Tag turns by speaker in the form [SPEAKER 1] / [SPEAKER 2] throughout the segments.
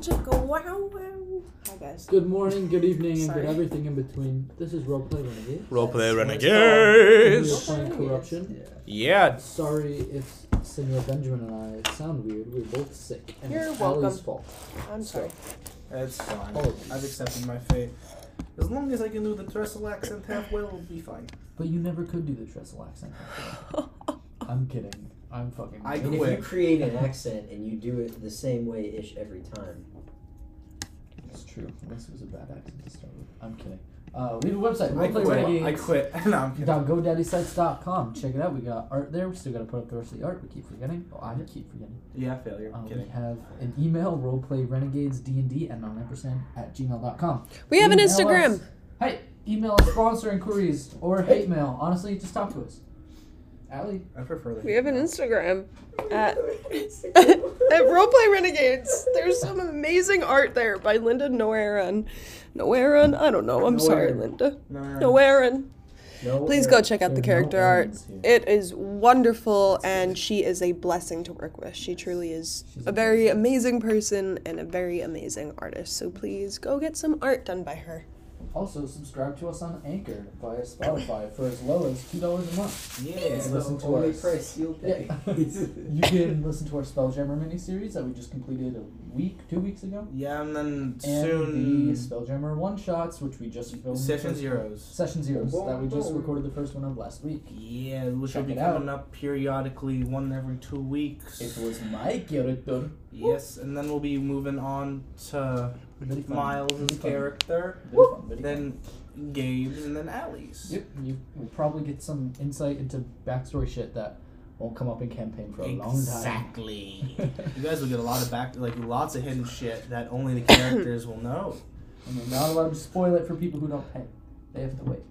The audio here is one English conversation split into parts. [SPEAKER 1] just go wow wow. Hi guys.
[SPEAKER 2] Good morning, good evening, and good
[SPEAKER 1] Sorry.
[SPEAKER 2] everything in between. This is Roleplay Renegade.
[SPEAKER 3] Roleplay
[SPEAKER 2] That's- We are
[SPEAKER 3] Renegades.
[SPEAKER 2] playing Corruption.
[SPEAKER 3] Yeah.
[SPEAKER 2] Sorry if Senor Benjamin and I sound weird. We're both sick, and
[SPEAKER 1] You're
[SPEAKER 2] it's
[SPEAKER 1] welcome.
[SPEAKER 2] Allie's fault.
[SPEAKER 1] I'm sorry.
[SPEAKER 4] That's fine.
[SPEAKER 2] All of these.
[SPEAKER 4] I've accepted my fate. As long as I can do the Trestle accent halfway, it'll be fine.
[SPEAKER 2] But you never could do the trestle accent. I'm kidding. I'm fucking.
[SPEAKER 4] I
[SPEAKER 5] I mean,
[SPEAKER 2] kidding.
[SPEAKER 5] if you
[SPEAKER 4] quit.
[SPEAKER 5] create an accent and you do it the same way ish every time,
[SPEAKER 2] It's true. This was a bad accent to start with. I'm kidding. Uh, we have a website.
[SPEAKER 4] I
[SPEAKER 2] Roleplay
[SPEAKER 4] quit.
[SPEAKER 2] Renegades.
[SPEAKER 4] I quit. no, I'm kidding.
[SPEAKER 2] dot GoDaddySites.com. Check it out. We got art there. We still got to put up the rest of the art. We keep forgetting. Oh, I keep forgetting.
[SPEAKER 4] Yeah, failure.
[SPEAKER 2] Um, we
[SPEAKER 4] kidding.
[SPEAKER 2] have an email, roleplayrenegadesdnd at 9% at gmail.com.
[SPEAKER 1] We have an
[SPEAKER 2] Email
[SPEAKER 1] Instagram.
[SPEAKER 2] us- Hey, email us sponsor inquiries or hate mail. Honestly, just talk to us. Allie,
[SPEAKER 4] I prefer that.
[SPEAKER 1] We have an Instagram at at Roleplay Renegades. There's some amazing art there by Linda Noeron. Noeron? I don't know. I'm sorry,
[SPEAKER 4] Noeron.
[SPEAKER 1] Linda.
[SPEAKER 4] No, no, no.
[SPEAKER 1] Noeron.
[SPEAKER 5] no.
[SPEAKER 1] Please
[SPEAKER 5] error.
[SPEAKER 1] go check out
[SPEAKER 2] there
[SPEAKER 1] the
[SPEAKER 2] are no
[SPEAKER 1] character art.
[SPEAKER 2] errands here.
[SPEAKER 1] It is wonderful, and she is a blessing to work with. She truly is
[SPEAKER 2] She's
[SPEAKER 1] a very amazing person and a very amazing artist. So please go get some art done by her.
[SPEAKER 2] also subscribe to us on Anchor via Spotify for as low as $2 a month.
[SPEAKER 4] Yeah,
[SPEAKER 5] It's
[SPEAKER 2] listen
[SPEAKER 5] the
[SPEAKER 2] to
[SPEAKER 5] only
[SPEAKER 2] us.
[SPEAKER 5] price you'll pay.
[SPEAKER 2] Yeah. you can listen to our Spelljammer miniseries that we just completed a week, two weeks ago.
[SPEAKER 4] Yeah, and then
[SPEAKER 2] And
[SPEAKER 4] soon
[SPEAKER 2] the Spelljammer one shots, which we just filmed.
[SPEAKER 4] session zeros.
[SPEAKER 2] Session zeros that we just
[SPEAKER 5] Boom.
[SPEAKER 2] recorded the first one of last week.
[SPEAKER 4] Yeah, which will
[SPEAKER 2] Check
[SPEAKER 4] be
[SPEAKER 2] it out.
[SPEAKER 4] coming up periodically, one every two weeks.
[SPEAKER 2] It was my character.
[SPEAKER 4] Yes, and then we'll be moving on to
[SPEAKER 2] Really fun. Really
[SPEAKER 4] Miles'
[SPEAKER 2] fun.
[SPEAKER 4] character,
[SPEAKER 2] Really fun, really fun.
[SPEAKER 4] then Gabe's, and then Allie's.
[SPEAKER 2] Yep, you will probably get some insight into backstory shit that won't come up in campaign for a long time.
[SPEAKER 4] Exactly. you guys will get a lot of back, like lots of hidden shit that only the characters will know,
[SPEAKER 2] And we're not allowed to spoil it for people who don't pay. They have to wait.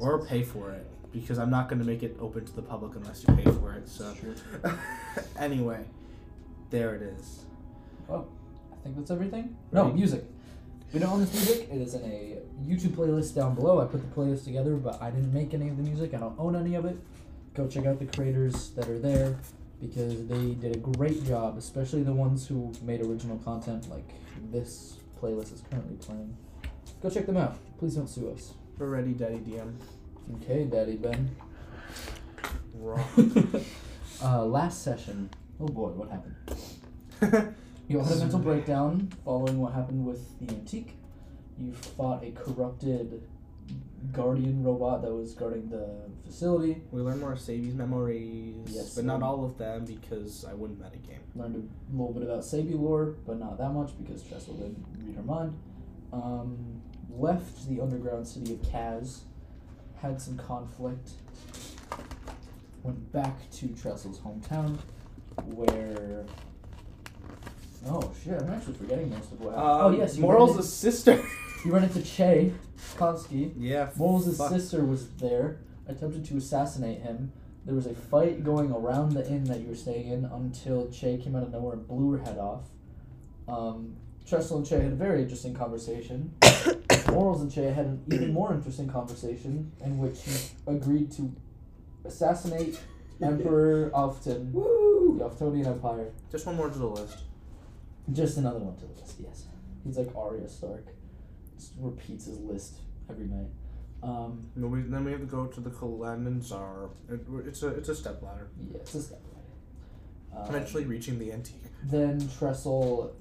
[SPEAKER 4] or pay for it, because I'm not going to make it open to the public unless you pay for it. So, anyway, there it is.
[SPEAKER 2] I think that's everything. No, music. We don't own this music. It is in a YouTube playlist down below. I put the playlist together, but I didn't make any of the music. I don't own any of it. Go check out the creators that are there because they did a great job, especially the ones who made original content like this playlist is currently playing. Go check them out. Please don't sue us.
[SPEAKER 4] We're ready, Daddy DM.
[SPEAKER 2] Okay, Daddy Ben.
[SPEAKER 4] Raw.
[SPEAKER 2] uh, last session. Oh boy, what happened? You all had a mental breakdown following what happened with the antique. You fought a corrupted guardian robot that was guarding the facility.
[SPEAKER 4] we learn more of Sabi's memories,
[SPEAKER 2] Yes,
[SPEAKER 4] but not
[SPEAKER 2] um,
[SPEAKER 4] all of them because I wouldn't met a game.
[SPEAKER 2] Learned a little bit about Sabi lore, but not that much because Trestle didn't read her mind. Um, left the underground city of Kaz, had some conflict, went back to Trestle's hometown, where. Oh shit! I'm actually forgetting most of what. happened. oh yes, you
[SPEAKER 4] Uh, Um, Morals
[SPEAKER 2] ran
[SPEAKER 4] a sister.
[SPEAKER 2] You run into Che Konsky.
[SPEAKER 4] yeah.
[SPEAKER 2] Moles'
[SPEAKER 4] fuck.
[SPEAKER 2] sister was there, attempted to assassinate him. There was a fight going around the inn that you were staying in until Che came out of nowhere and blew her head off. Um, Trestle and Che had a very interesting conversation. Morals and Che had an even more interesting conversation in which he agreed to assassinate Emperor Ofton,
[SPEAKER 5] Woo!
[SPEAKER 2] the Oftonian Empire.
[SPEAKER 4] Just one more to the list.
[SPEAKER 2] Just another one to the list, yes. He's like Arya Stark. Just repeats his list every night. Um,
[SPEAKER 4] No, we, then we have to go to the Kalandazar. It, it's a it's a step ladder.
[SPEAKER 2] yeah, it's a step ladder. Um,
[SPEAKER 4] Eventually reaching the antique.
[SPEAKER 2] Then Trestle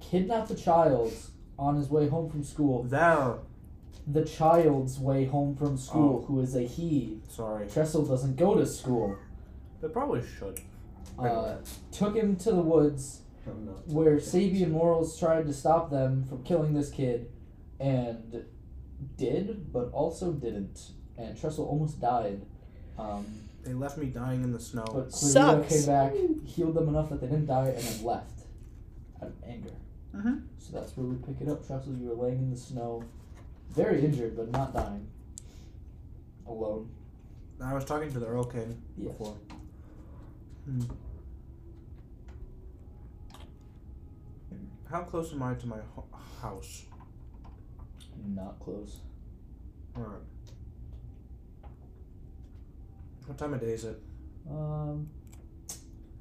[SPEAKER 2] kidnapped the child on his way home from school.
[SPEAKER 4] There.
[SPEAKER 2] The child's way home from school, who is a he.
[SPEAKER 4] Sorry.
[SPEAKER 2] Trestle doesn't go to school.
[SPEAKER 4] They probably should.
[SPEAKER 2] Uh, took him to the woods
[SPEAKER 5] I'm not.
[SPEAKER 2] where Sabi and Morals tried to stop them from killing this kid and did, but also didn't. And Trestle almost died. Um,
[SPEAKER 4] They left me dying in the snow.
[SPEAKER 2] but Cleveland
[SPEAKER 1] Sucks.
[SPEAKER 2] came back, healed them enough that they didn't die, and then left out of anger.
[SPEAKER 4] Mhm.
[SPEAKER 2] So that's where we pick it up. Trestle, you were laying in the snow, very injured, but not dying. Alone.
[SPEAKER 4] I was talking to the Earl King
[SPEAKER 2] Yes.
[SPEAKER 4] before. Hmm. How close am I to my ho- house?
[SPEAKER 2] Not close.
[SPEAKER 4] Alright. What time of day is it?
[SPEAKER 2] Um,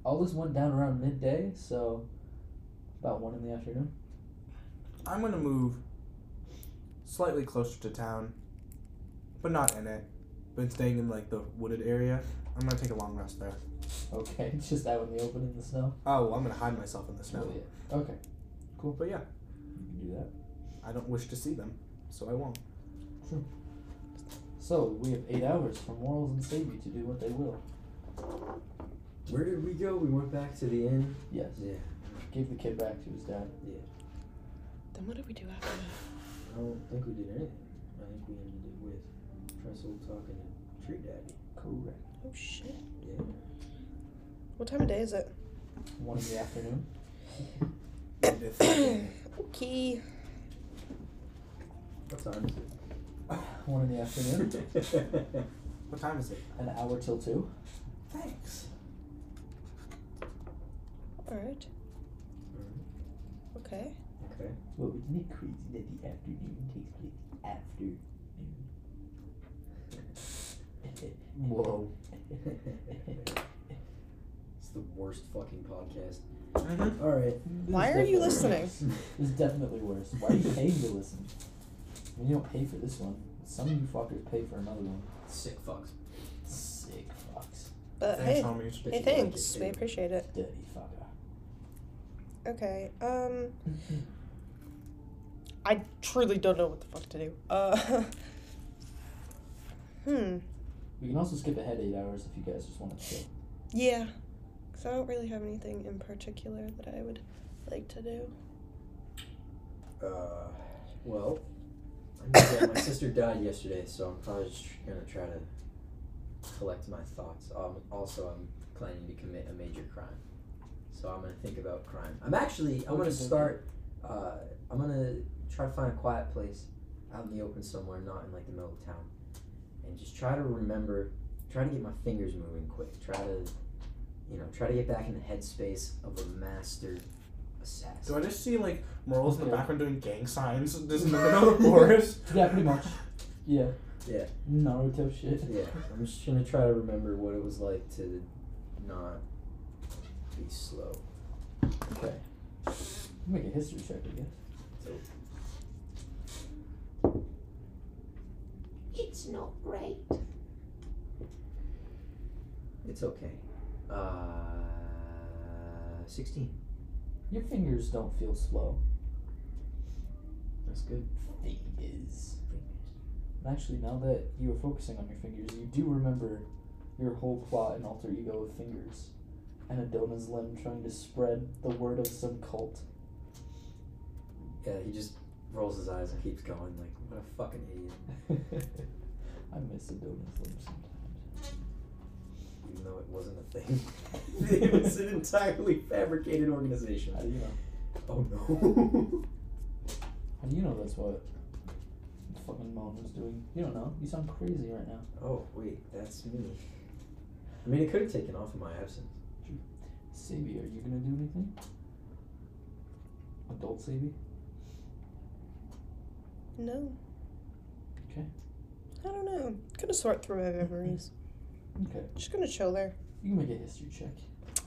[SPEAKER 2] all this went down around midday, so About one in the afternoon.
[SPEAKER 6] I'm gonna move slightly closer to town, but not in it. But staying in like the wooded area. I'm gonna take a long rest there.
[SPEAKER 2] Okay, it's just out in the open in the snow.
[SPEAKER 6] Oh, I'm gonna hide myself in the snow.
[SPEAKER 2] Really? Okay,
[SPEAKER 6] But yeah,
[SPEAKER 2] you can do that.
[SPEAKER 6] I don't wish to see them, so I won't.
[SPEAKER 2] So we have eight hours for Morals and Sadie to do what they will.
[SPEAKER 5] Where did we go? We went back to the inn.
[SPEAKER 2] Yes.
[SPEAKER 5] Yeah.
[SPEAKER 2] Gave the kid back to his dad.
[SPEAKER 1] Then what do we do after that?
[SPEAKER 5] I don't think we did anything. I think we ended it with Trestle talking to Tree Daddy.
[SPEAKER 2] Correct.
[SPEAKER 1] Oh shit.
[SPEAKER 5] Yeah.
[SPEAKER 1] What time of day is it?
[SPEAKER 2] One in the afternoon.
[SPEAKER 1] Okay.
[SPEAKER 5] What time is
[SPEAKER 2] One in the afternoon.
[SPEAKER 5] it?
[SPEAKER 6] what time is it?
[SPEAKER 2] An hour till two.
[SPEAKER 6] Thanks.
[SPEAKER 1] Alright. Okay.
[SPEAKER 5] okay.
[SPEAKER 2] Well, isn't it crazy that the afternoon takes place after?
[SPEAKER 6] Whoa.
[SPEAKER 5] It's the worst fucking podcast.
[SPEAKER 6] Mhm.
[SPEAKER 5] All right.
[SPEAKER 1] Why are you listening?
[SPEAKER 2] It's definitely worse. Why are you paying to listen? I mean, you don't pay for this one. Some of you fuckers pay for another one.
[SPEAKER 5] Sick fucks.
[SPEAKER 2] Sick fucks.
[SPEAKER 1] But
[SPEAKER 6] Thanks,
[SPEAKER 1] hey,
[SPEAKER 6] homies.
[SPEAKER 1] hey,
[SPEAKER 5] Bitch,
[SPEAKER 1] thanks.
[SPEAKER 5] you
[SPEAKER 1] We
[SPEAKER 5] like it, dude.
[SPEAKER 1] appreciate it.
[SPEAKER 2] Dirty fucker.
[SPEAKER 1] Okay. Um. I truly don't know what the fuck to do. Uh. hmm.
[SPEAKER 2] We can also skip ahead eight hours if you guys just want to chill.
[SPEAKER 1] Yeah. Because I don't really have anything in particular that I would like to do.
[SPEAKER 5] Uh, well, I mean, yeah, my sister died yesterday, so I'm probably just gonna try to collect my thoughts. Um, also, I'm planning to commit a major crime, so I'm gonna think about crime. I'm actually I'm
[SPEAKER 2] What
[SPEAKER 5] gonna
[SPEAKER 2] you thinking?
[SPEAKER 5] start. Uh, I'm gonna try to find a quiet place out in the open somewhere, not in like the middle of town, and just try to remember. Try to get my fingers moving quick. Try to, you know, try to get back in the headspace of a master assassin.
[SPEAKER 6] Do I just see like morals in the
[SPEAKER 2] Okay.
[SPEAKER 6] background doing gang signs just in the middle of the forest?
[SPEAKER 2] Yeah, pretty much. Yeah.
[SPEAKER 5] Yeah.
[SPEAKER 2] Naruto shit.
[SPEAKER 5] Yeah, I'm just gonna try to remember what it was like to not be slow.
[SPEAKER 2] Okay. Make a history check, I guess.
[SPEAKER 3] It's not great.
[SPEAKER 5] It's okay. Uh, sixteen.
[SPEAKER 2] Your fingers don't feel slow.
[SPEAKER 5] That's good.
[SPEAKER 2] Fingers. And actually, now that you are focusing on your fingers, you do remember your whole plot and alter ego of fingers. And Adona's limb trying to spread the word of some cult.
[SPEAKER 5] Yeah, he just rolls his eyes and keeps going. Like, what a fucking idiot.
[SPEAKER 2] I miss Adona's limb sometimes.
[SPEAKER 5] Even though it wasn't a thing, it was an entirely fabricated organization.
[SPEAKER 2] How do you know?
[SPEAKER 5] Oh no.
[SPEAKER 2] How do you know that's what fucking mom was doing? You don't know. You sound crazy right now.
[SPEAKER 5] oh wait, that's me. I mean, it could have taken off in my absence.
[SPEAKER 2] Sabi, are you gonna do anything? Adult Sabi?
[SPEAKER 1] No.
[SPEAKER 2] Okay.
[SPEAKER 1] I don't know. Gonna sort through my
[SPEAKER 6] Mm-hmm.
[SPEAKER 1] memories.
[SPEAKER 2] Okay.
[SPEAKER 1] Just gonna chill there.
[SPEAKER 2] You can make a history check.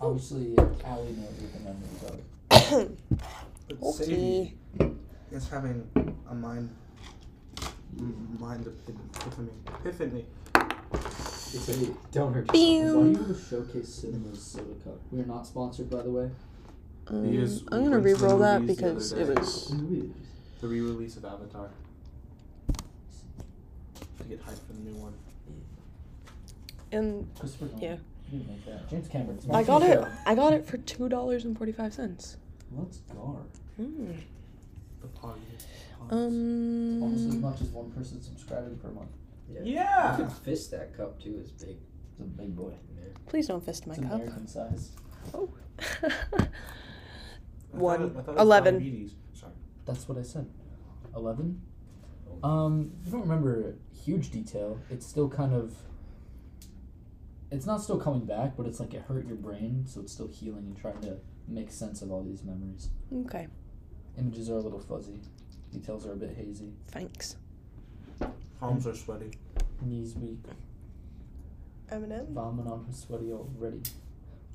[SPEAKER 2] Obviously, Allie knows what the memories are.
[SPEAKER 6] But Sadie
[SPEAKER 1] okay.
[SPEAKER 6] is having a mind m- mind epiphany. Epiphany.
[SPEAKER 5] It's a, don't hurt.
[SPEAKER 2] Why do you
[SPEAKER 1] Boom.
[SPEAKER 2] have a showcase cinema's soda cup? We are not sponsored, by the way.
[SPEAKER 6] He is
[SPEAKER 1] Um, I'm gonna
[SPEAKER 6] Winston
[SPEAKER 1] re-roll that
[SPEAKER 6] Movies the
[SPEAKER 1] because
[SPEAKER 6] other
[SPEAKER 1] it
[SPEAKER 6] day.
[SPEAKER 1] was.
[SPEAKER 6] The re-release of Avatar. To get hyped for the new one.
[SPEAKER 1] And
[SPEAKER 2] Christopher Nolan.
[SPEAKER 1] Yeah.
[SPEAKER 2] You didn't make that. James Cameron.
[SPEAKER 1] I
[SPEAKER 2] sponsored
[SPEAKER 1] got it.
[SPEAKER 2] show.
[SPEAKER 1] I got it for two dollars and forty-five cents.
[SPEAKER 2] Let's go.
[SPEAKER 1] Hmm.
[SPEAKER 6] The party. is on.
[SPEAKER 2] Almost as
[SPEAKER 1] Um.
[SPEAKER 2] much as one person subscribing per month.
[SPEAKER 5] You
[SPEAKER 6] Yeah.
[SPEAKER 5] could fist that cup too. It's big.
[SPEAKER 2] It's a big boy.
[SPEAKER 1] Please don't fist my
[SPEAKER 2] it's
[SPEAKER 1] cup.
[SPEAKER 2] American size.
[SPEAKER 6] I thought
[SPEAKER 1] One.
[SPEAKER 6] it- I thought it was
[SPEAKER 1] Eleven.
[SPEAKER 6] diabetes. Sorry.
[SPEAKER 2] That's what I said. Eleven.
[SPEAKER 5] Oh
[SPEAKER 1] Uh,
[SPEAKER 2] Um, I don't remember huge detail. It's still kind of. It's not still coming back, but it's like it hurt your brain, so it's still healing and trying to make sense of all these memories.
[SPEAKER 1] okay.
[SPEAKER 2] Images are a little fuzzy. Details are a bit hazy.
[SPEAKER 1] Thanks.
[SPEAKER 6] Palms are sweaty.
[SPEAKER 2] Knees weak.
[SPEAKER 1] Eminem.
[SPEAKER 2] Vomiting on her sweaty already.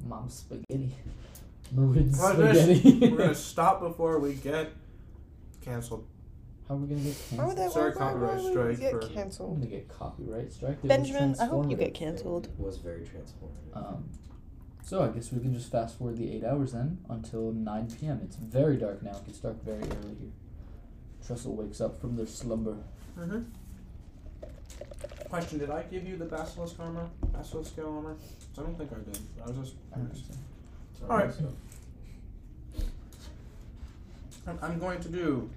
[SPEAKER 2] Mom's spaghetti. Marid
[SPEAKER 4] How's this?
[SPEAKER 2] spaghetti.
[SPEAKER 4] We're gonna stop before we get canceled.
[SPEAKER 2] How are we gonna get
[SPEAKER 1] Why would
[SPEAKER 2] canceled?
[SPEAKER 1] that? why- why-
[SPEAKER 4] Sorry,
[SPEAKER 1] why
[SPEAKER 4] copyright
[SPEAKER 1] would
[SPEAKER 4] strike
[SPEAKER 1] we get
[SPEAKER 4] for-
[SPEAKER 2] I'm
[SPEAKER 1] canceled?
[SPEAKER 2] gonna get copyright strike. They were
[SPEAKER 1] Benjamin, I hope you
[SPEAKER 2] transformative.
[SPEAKER 1] get canceled. Uh,
[SPEAKER 5] It was very transformative.
[SPEAKER 2] Um, so I guess we can just fast forward the eight hours then until 9 p.m. It's very dark now. It gets dark very early here. Trestle wakes up from their slumber.
[SPEAKER 4] Mm-hmm. Question: Did I give you the basilisk armor? Basilisk scale armor? I don't think I did. I was just.
[SPEAKER 2] I don't think so.
[SPEAKER 5] Um,
[SPEAKER 4] alright.
[SPEAKER 5] so-
[SPEAKER 4] I'm- I'm going to do.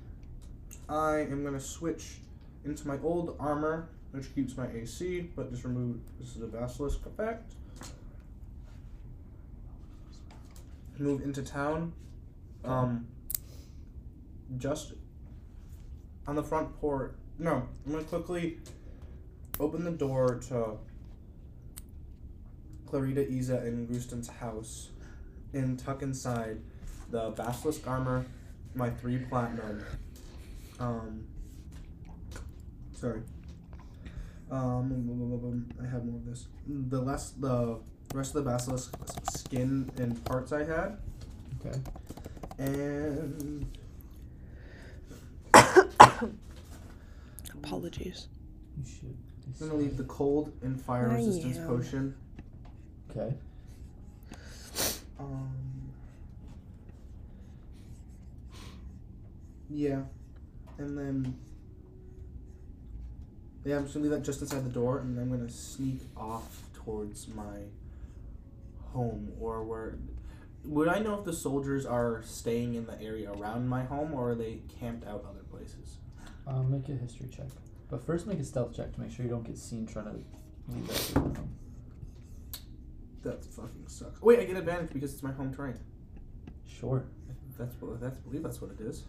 [SPEAKER 4] I am going to switch into my old armor, which keeps my AC, but just remove. This is a basilisk effect. Move into town. Um. Just on the front port. No, I'm going to quickly open the door to Clarita, Isa, and Gruston's house, and tuck inside the basilisk armor my three platinum. Um, sorry. Um, blah, blah, blah, blah. I have more of this. The less the rest of the basilisk skin and parts I had,
[SPEAKER 2] Okay.
[SPEAKER 4] and
[SPEAKER 1] Apologies.
[SPEAKER 2] You should.
[SPEAKER 4] I'm gonna leave the cold and fire
[SPEAKER 1] I
[SPEAKER 4] resistance
[SPEAKER 1] am.
[SPEAKER 4] potion.
[SPEAKER 2] Okay.
[SPEAKER 4] Um, yeah, and then yeah, I'm just gonna leave that just inside the door, and I'm gonna sneak off towards my home or where. Would I know if the soldiers are staying in the area around my home, or are they camped out other places?
[SPEAKER 2] Um, make a history check. But first, make a stealth check to make sure you don't get seen trying to leave that door open.
[SPEAKER 4] That fucking sucks. Wait, I get advantage because it's my home terrain.
[SPEAKER 2] Sure.
[SPEAKER 4] That's what that's I believe that's what it is.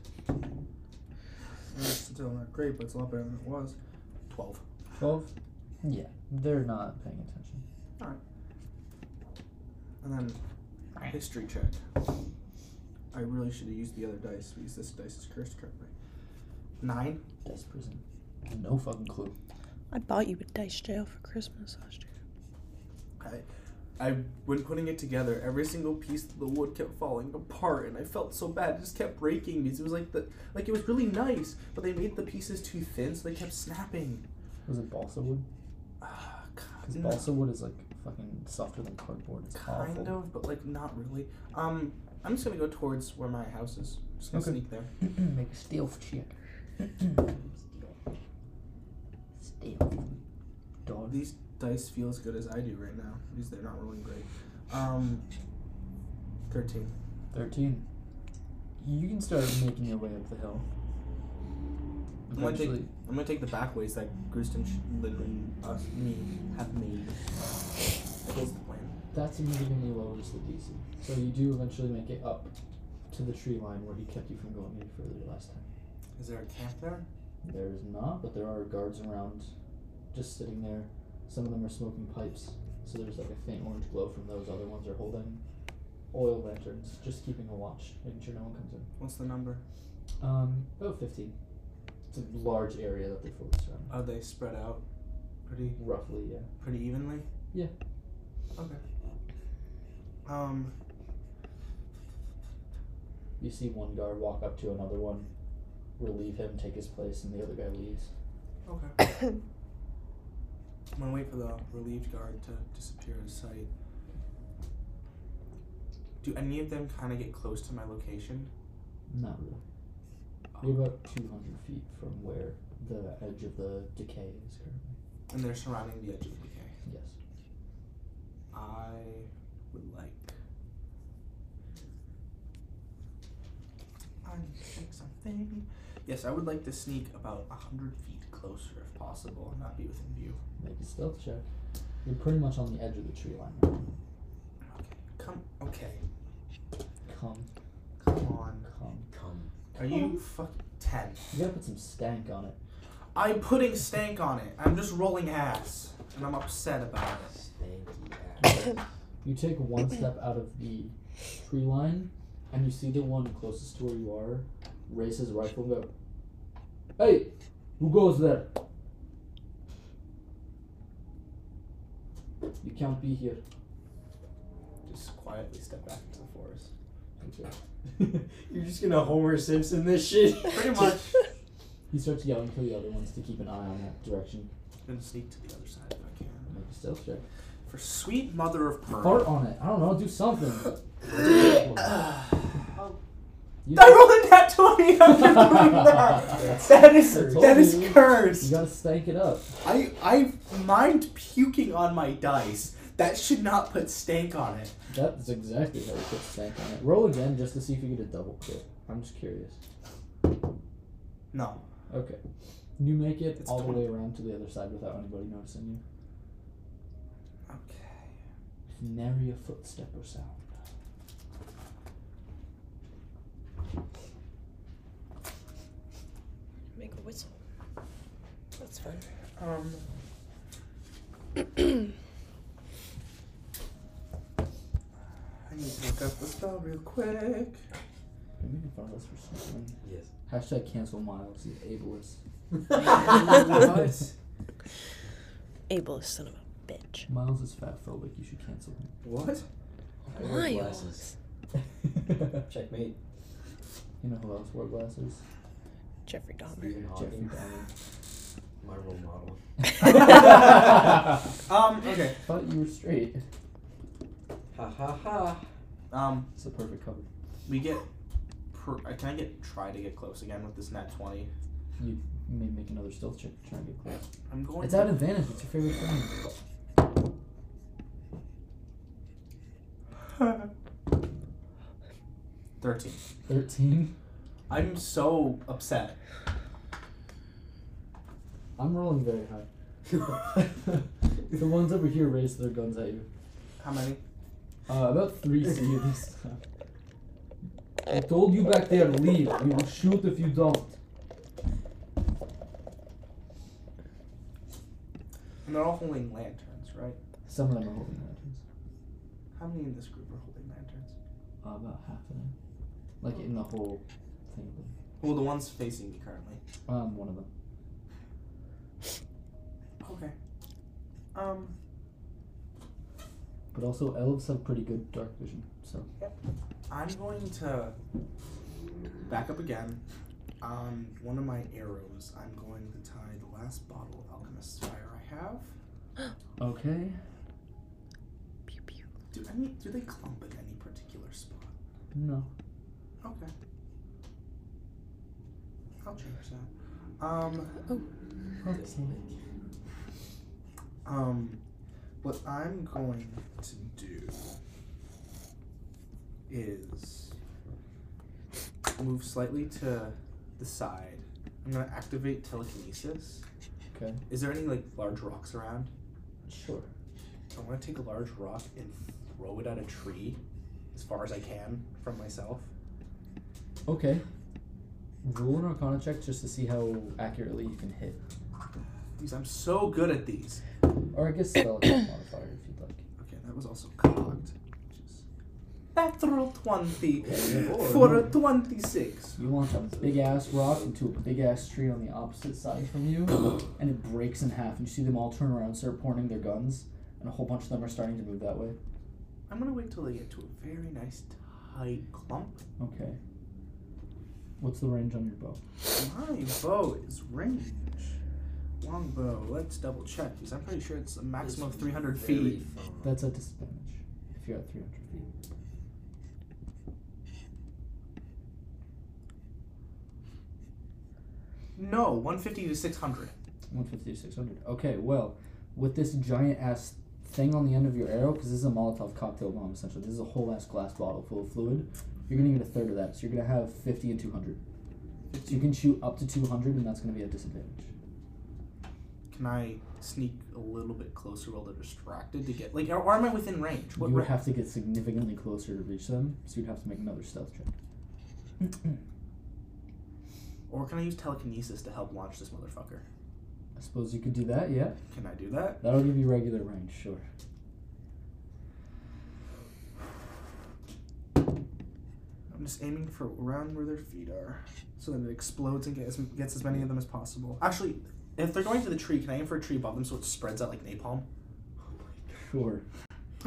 [SPEAKER 4] It's still not great, but it's a lot better than it was. Twelve.
[SPEAKER 2] 12? Yeah. They're not paying attention.
[SPEAKER 4] And then history check. I really should have used the other dice because this dice is cursed currently. Nine.
[SPEAKER 2] Dice prison. No fucking clue.
[SPEAKER 1] I bought you a dice jail for Christmas last year.
[SPEAKER 4] I when putting it together, every single piece of the wood kept falling apart, and I felt so bad. It just kept breaking because it was like the like it was really nice, but they made the pieces too thin, so they kept snapping.
[SPEAKER 2] Was it balsa wood?
[SPEAKER 4] Ah,
[SPEAKER 2] Because
[SPEAKER 4] God, no.
[SPEAKER 2] balsa wood is like fucking softer than cardboard. It's
[SPEAKER 4] Kind
[SPEAKER 2] awful.
[SPEAKER 4] of, but like not really. Um, I'm just gonna go towards where my house is. Just gonna
[SPEAKER 2] Okay.
[SPEAKER 4] sneak there.
[SPEAKER 2] make a stealth check. stealth. Dog.
[SPEAKER 4] These dice feel as good as I do right now because they're not rolling great. Um, thirteen.
[SPEAKER 2] 13. You can start making your way up the hill.
[SPEAKER 4] I'm gonna, take,
[SPEAKER 2] Eventually.
[SPEAKER 4] I'm gonna take the back ways that Griston, sh- Lindley, us, me have made. That was the plan.
[SPEAKER 2] That significantly lowers the DC. So you do eventually make it up to the tree line where he kept you from going any further last time.
[SPEAKER 4] Is there a camp there?
[SPEAKER 2] There is not, but there are guards around just sitting there. Some of them are smoking pipes, so there's like a faint orange glow from those. Other ones are holding oil lanterns, just keeping a watch, making sure no one comes in.
[SPEAKER 4] What's the number?
[SPEAKER 2] Um, about 15. It's a large area that they focus around.
[SPEAKER 4] Are they spread out pretty
[SPEAKER 2] Roughly, yeah.
[SPEAKER 4] pretty evenly?
[SPEAKER 2] Yeah.
[SPEAKER 4] Okay. Um,
[SPEAKER 2] You see one guard walk up to another one, relieve him, take his place, and the other guy leaves.
[SPEAKER 4] okay. I'm gonna wait for the relieved guard to disappear out of sight. Do any of them kind of get close to my location?
[SPEAKER 2] Not really. You're about 200 feet from where the edge of the decay is currently.
[SPEAKER 4] And they're surrounding the edge of the decay.
[SPEAKER 2] Yes.
[SPEAKER 4] I would like. I think something. Yes, I would like to sneak about a hundred feet closer if possible and not be within view.
[SPEAKER 2] Make a stealth check. You're pretty much on the edge of the tree line now.
[SPEAKER 4] Okay. Come. Okay.
[SPEAKER 2] Come,
[SPEAKER 4] Come on.
[SPEAKER 2] come.
[SPEAKER 5] Come.
[SPEAKER 4] Are you fucking ten?
[SPEAKER 2] You gotta put some stank on it.
[SPEAKER 4] I'm putting stank on it. I'm just rolling ass, and I'm upset about it.
[SPEAKER 5] Stanky ass.
[SPEAKER 2] You take one step out of the tree line, and you see the one closest to where you are raise his rifle and go, Hey, who goes there? You can't be here.
[SPEAKER 4] Just quietly step back into the forest.
[SPEAKER 7] You're just gonna Homer Simpson this shit, pretty much.
[SPEAKER 2] He starts yelling for the other ones to keep an eye on that direction.
[SPEAKER 4] And sneak to the other side if I can.
[SPEAKER 2] Make a stealth check.
[SPEAKER 4] For sweet mother of
[SPEAKER 2] Fart
[SPEAKER 4] pearl.
[SPEAKER 2] on it. I don't know. Do something. You-
[SPEAKER 7] I rolled a nat twenty after doing that. That is
[SPEAKER 2] I told
[SPEAKER 7] that is
[SPEAKER 2] you.
[SPEAKER 7] cursed.
[SPEAKER 2] you gotta stank it up.
[SPEAKER 7] I I mind puking on my dice. That should not put stank on it.
[SPEAKER 2] That's exactly how you put stank on it. Roll again just to see if you get a double crit. I'm just curious.
[SPEAKER 7] No.
[SPEAKER 2] Okay. You make it
[SPEAKER 4] It's
[SPEAKER 2] all the
[SPEAKER 4] 20.
[SPEAKER 2] way around to the other side without anybody noticing you.
[SPEAKER 4] Okay.
[SPEAKER 2] Nary a footstep or sound.
[SPEAKER 1] Make a whistle. That's fun.
[SPEAKER 4] Um. I need to look up the spell real quick.
[SPEAKER 2] Can we make fun of us for something?
[SPEAKER 5] Yes.
[SPEAKER 2] Hashtag cancel Miles. He's ableist.
[SPEAKER 4] What?
[SPEAKER 1] Ableist son of a bitch.
[SPEAKER 2] Miles is fat phobic. You should cancel
[SPEAKER 4] What?
[SPEAKER 5] I wear
[SPEAKER 1] Miles.
[SPEAKER 5] glasses.
[SPEAKER 2] him.
[SPEAKER 5] Checkmate.
[SPEAKER 2] you know who else wore glasses?
[SPEAKER 1] Jeffrey Dahmer.
[SPEAKER 5] Stephen
[SPEAKER 2] Jeffrey
[SPEAKER 5] Hawking. My role model.
[SPEAKER 2] Dahmer.
[SPEAKER 4] Um. Okay.
[SPEAKER 2] Thought you were straight.
[SPEAKER 5] Ha ha ha.
[SPEAKER 4] Um.
[SPEAKER 2] It's a perfect cover.
[SPEAKER 4] We get. Per- uh, can I get try to get close again with this nat twenty?
[SPEAKER 2] You may make another stealth check to try and get close.
[SPEAKER 4] I'm going.
[SPEAKER 2] It's
[SPEAKER 4] to-
[SPEAKER 2] at advantage. It's your favorite thing.
[SPEAKER 4] Thirteen.
[SPEAKER 2] Thirteen.
[SPEAKER 4] I'm so upset.
[SPEAKER 2] I'm rolling very high. the ones over here raise their guns at you.
[SPEAKER 4] How many?
[SPEAKER 2] Uh, about three C this time. I told you back there, leave. We will shoot if you don't.
[SPEAKER 4] And they're all holding lanterns, right?
[SPEAKER 2] Some of them are holding lanterns.
[SPEAKER 4] How many in this group are holding lanterns?
[SPEAKER 2] Uh, about half of them. Like in the whole thing.
[SPEAKER 4] Well, the ones facing me currently.
[SPEAKER 2] Um, one of them.
[SPEAKER 4] Okay. Um.
[SPEAKER 2] But also, elves have pretty good dark vision, so.
[SPEAKER 4] I'm going to back up again. On one of my arrows, I'm going to tie the last bottle of Alchemist's Fire I have.
[SPEAKER 2] Okay.
[SPEAKER 1] Pew pew.
[SPEAKER 4] Do any do they clump in any particular spot?
[SPEAKER 2] No.
[SPEAKER 4] Okay. I'll change that. Um, um, what I'm going to do is move slightly to the side. I'm gonna activate telekinesis.
[SPEAKER 2] Okay.
[SPEAKER 4] Is there any like large rocks around?
[SPEAKER 2] Sure.
[SPEAKER 4] I want to take a large rock and throw it at a tree as far as I can from myself.
[SPEAKER 2] Okay. Roll an arcana check just to see how accurately you can hit.
[SPEAKER 4] These I'm so good at these.
[SPEAKER 2] Or I guess spell attack modifier if you'd like.
[SPEAKER 4] Okay, that was also cocked. which is Natural twenty
[SPEAKER 2] Oh, Yeah.
[SPEAKER 4] for a twenty-six.
[SPEAKER 2] You launch a big ass rock into a big ass tree on the opposite side from you, and it breaks in half. And you see them all turn around, and start pointing their guns, and a whole bunch of them are starting to move that way.
[SPEAKER 4] I'm gonna wait till they get to a very nice tight clump.
[SPEAKER 2] Okay. What's the range on your bow?
[SPEAKER 4] My bow is range. Longbow. Let's double check because I'm pretty sure it's a maximum of three hundred feet.
[SPEAKER 2] That's a disadvantage if you're at 300 feet.
[SPEAKER 4] No, one fifty to six hundred.
[SPEAKER 2] 150 to 600. Okay, well, with this giant ass thing on the end of your arrow, because this is a Molotov cocktail bomb essentially, this is a whole ass glass bottle full of fluid, you're gonna get a third of that. So you're gonna have 50 and 200. So you can shoot up to 200, and that's gonna be a disadvantage.
[SPEAKER 4] Can I sneak a little bit closer while they're distracted to get like? Or or am I within range? What
[SPEAKER 2] you would
[SPEAKER 4] ra-
[SPEAKER 2] have to get significantly closer to reach them, so you'd have to make another stealth check.
[SPEAKER 4] or can I use telekinesis to help launch this motherfucker?
[SPEAKER 2] I suppose you could do that, yeah.
[SPEAKER 4] Can I do that?
[SPEAKER 2] That'll give you regular range, sure.
[SPEAKER 4] I'm just aiming for around where their feet are, so that it explodes and gets, gets as many of them as possible. Actually, if they're going to the tree, can I aim for a tree above them so it spreads out like napalm?
[SPEAKER 2] Sure.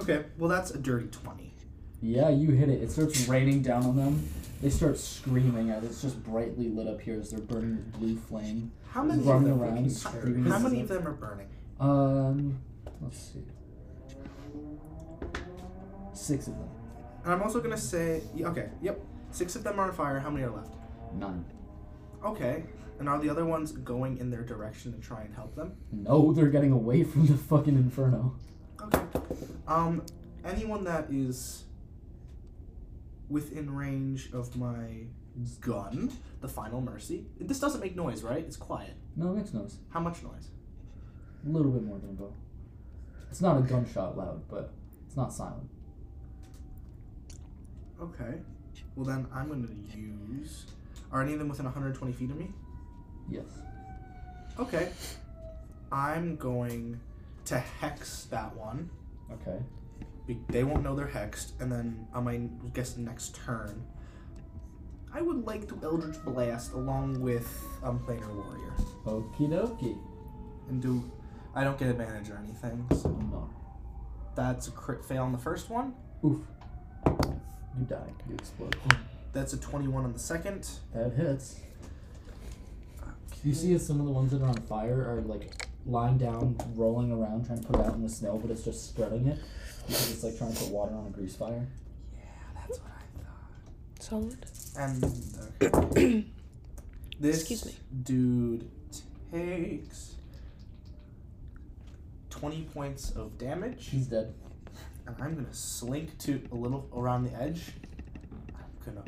[SPEAKER 4] Okay, well that's a dirty twenty.
[SPEAKER 2] Yeah, you hit it. It starts raining down on them. They start screaming as it's just brightly lit up here as they're burning with blue flame.
[SPEAKER 4] How many of
[SPEAKER 2] Running
[SPEAKER 4] them?
[SPEAKER 2] around,
[SPEAKER 4] fucking-
[SPEAKER 2] screaming.
[SPEAKER 4] How many of them are burning?
[SPEAKER 2] Um, let's see. Six of them.
[SPEAKER 4] And I'm also gonna say, yeah, okay, yep, six of them are on fire. How many are left?
[SPEAKER 2] Nine.
[SPEAKER 4] Okay. And are the other ones going in their direction to try and help them?
[SPEAKER 2] No, they're getting away from the fucking inferno.
[SPEAKER 4] Okay. Um, anyone that is within range of my gun, the final mercy. This doesn't make noise, right? It's quiet.
[SPEAKER 2] No, it makes noise.
[SPEAKER 4] How much noise?
[SPEAKER 2] A little bit more than a bow. It's not a gunshot loud, but it's not silent.
[SPEAKER 4] Okay. Well then, I'm gonna use. Are any of them within 120 feet of me?
[SPEAKER 2] Yes.
[SPEAKER 4] Okay. I'm going to hex that one.
[SPEAKER 2] Okay.
[SPEAKER 4] Be- They won't know they're hexed, and then on my guess next turn, I would like to Eldritch Blast along with um, Planar Warrior.
[SPEAKER 2] Okie dokie.
[SPEAKER 4] and do I don't get advantage or anything. So
[SPEAKER 2] No.
[SPEAKER 4] that's a crit fail on the first one.
[SPEAKER 2] Oof. You die. You explode.
[SPEAKER 4] That's a 21 on the second.
[SPEAKER 2] That hits. You see, as some of the ones that are on fire are like lying down, rolling around, trying to put it out in the snow, but it's just spreading it because it's like trying to put water on a grease fire.
[SPEAKER 4] That's what I
[SPEAKER 1] Solid.
[SPEAKER 4] thought. And okay. this
[SPEAKER 1] Excuse me.
[SPEAKER 4] dude takes 20 points of damage,
[SPEAKER 2] She's dead.
[SPEAKER 4] and I'm gonna slink to a little around the edge. I'm gonna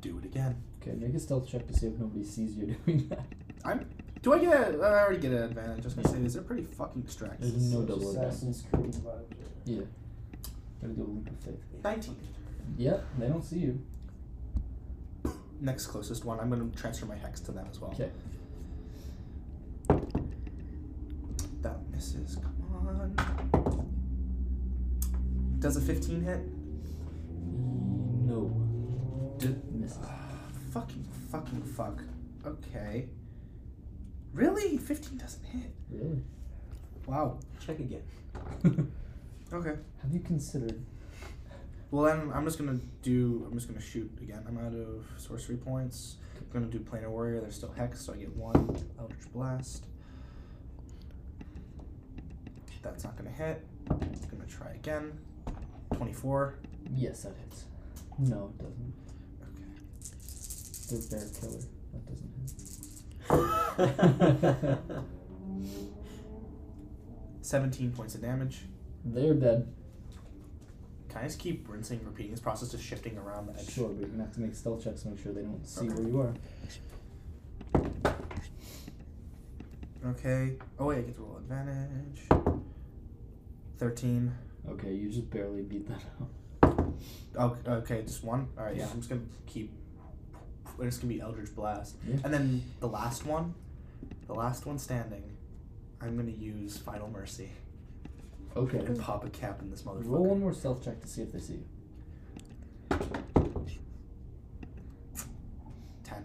[SPEAKER 4] do it again.
[SPEAKER 2] Okay, make a stealth check to see if nobody sees you doing that.
[SPEAKER 4] Do I get? A, I already get an advantage. I was gonna say these are pretty fucking distracting.
[SPEAKER 2] There's no double advantage.
[SPEAKER 5] Assassin's Creed vibes.
[SPEAKER 2] Gotta do a leap of faith.
[SPEAKER 4] 19.
[SPEAKER 2] Yep, they don't see you.
[SPEAKER 4] Next closest one. I'm gonna transfer my hex to them as well.
[SPEAKER 2] Okay.
[SPEAKER 4] That misses. Come on. Does a 15 hit?
[SPEAKER 2] No. Misses.
[SPEAKER 4] Fucking, fucking, fuck. Okay. Really? 15 doesn't hit.
[SPEAKER 2] Really?
[SPEAKER 4] Wow.
[SPEAKER 5] Check again.
[SPEAKER 4] Okay.
[SPEAKER 2] Have you considered?
[SPEAKER 4] Well, then I'm just gonna do. I'm just gonna shoot again. I'm out of sorcery points. I'm gonna do Planar Warrior. They're still hex, so I get one Eldritch Blast. That's not gonna hit. I'm gonna try again. 24.
[SPEAKER 2] Yes, that hits. No, it doesn't.
[SPEAKER 4] Okay.
[SPEAKER 2] They're bear killer. That doesn't hit.
[SPEAKER 5] That's
[SPEAKER 4] 17 points of damage.
[SPEAKER 2] They're dead.
[SPEAKER 4] Can I just keep rinsing, and repeating this process, just shifting around the edge?
[SPEAKER 2] Sure, but you're gonna have to make stealth checks to make sure they don't see
[SPEAKER 4] Okay.
[SPEAKER 2] where you are.
[SPEAKER 4] Okay. Oh wait, I get to roll advantage. Thirteen.
[SPEAKER 2] Okay, you just barely beat that out.
[SPEAKER 4] Oh, okay, just one. All right, yeah.
[SPEAKER 2] Yeah.
[SPEAKER 4] I'm just gonna keep. It's gonna be Eldritch Blast,
[SPEAKER 2] Yeah.
[SPEAKER 4] and then the last one, the last one standing. I'm gonna use Final Mercy
[SPEAKER 2] Okay.
[SPEAKER 4] and pop a cap in this motherfucker.
[SPEAKER 2] Roll one more stealth check to see if they see you.
[SPEAKER 4] Ten.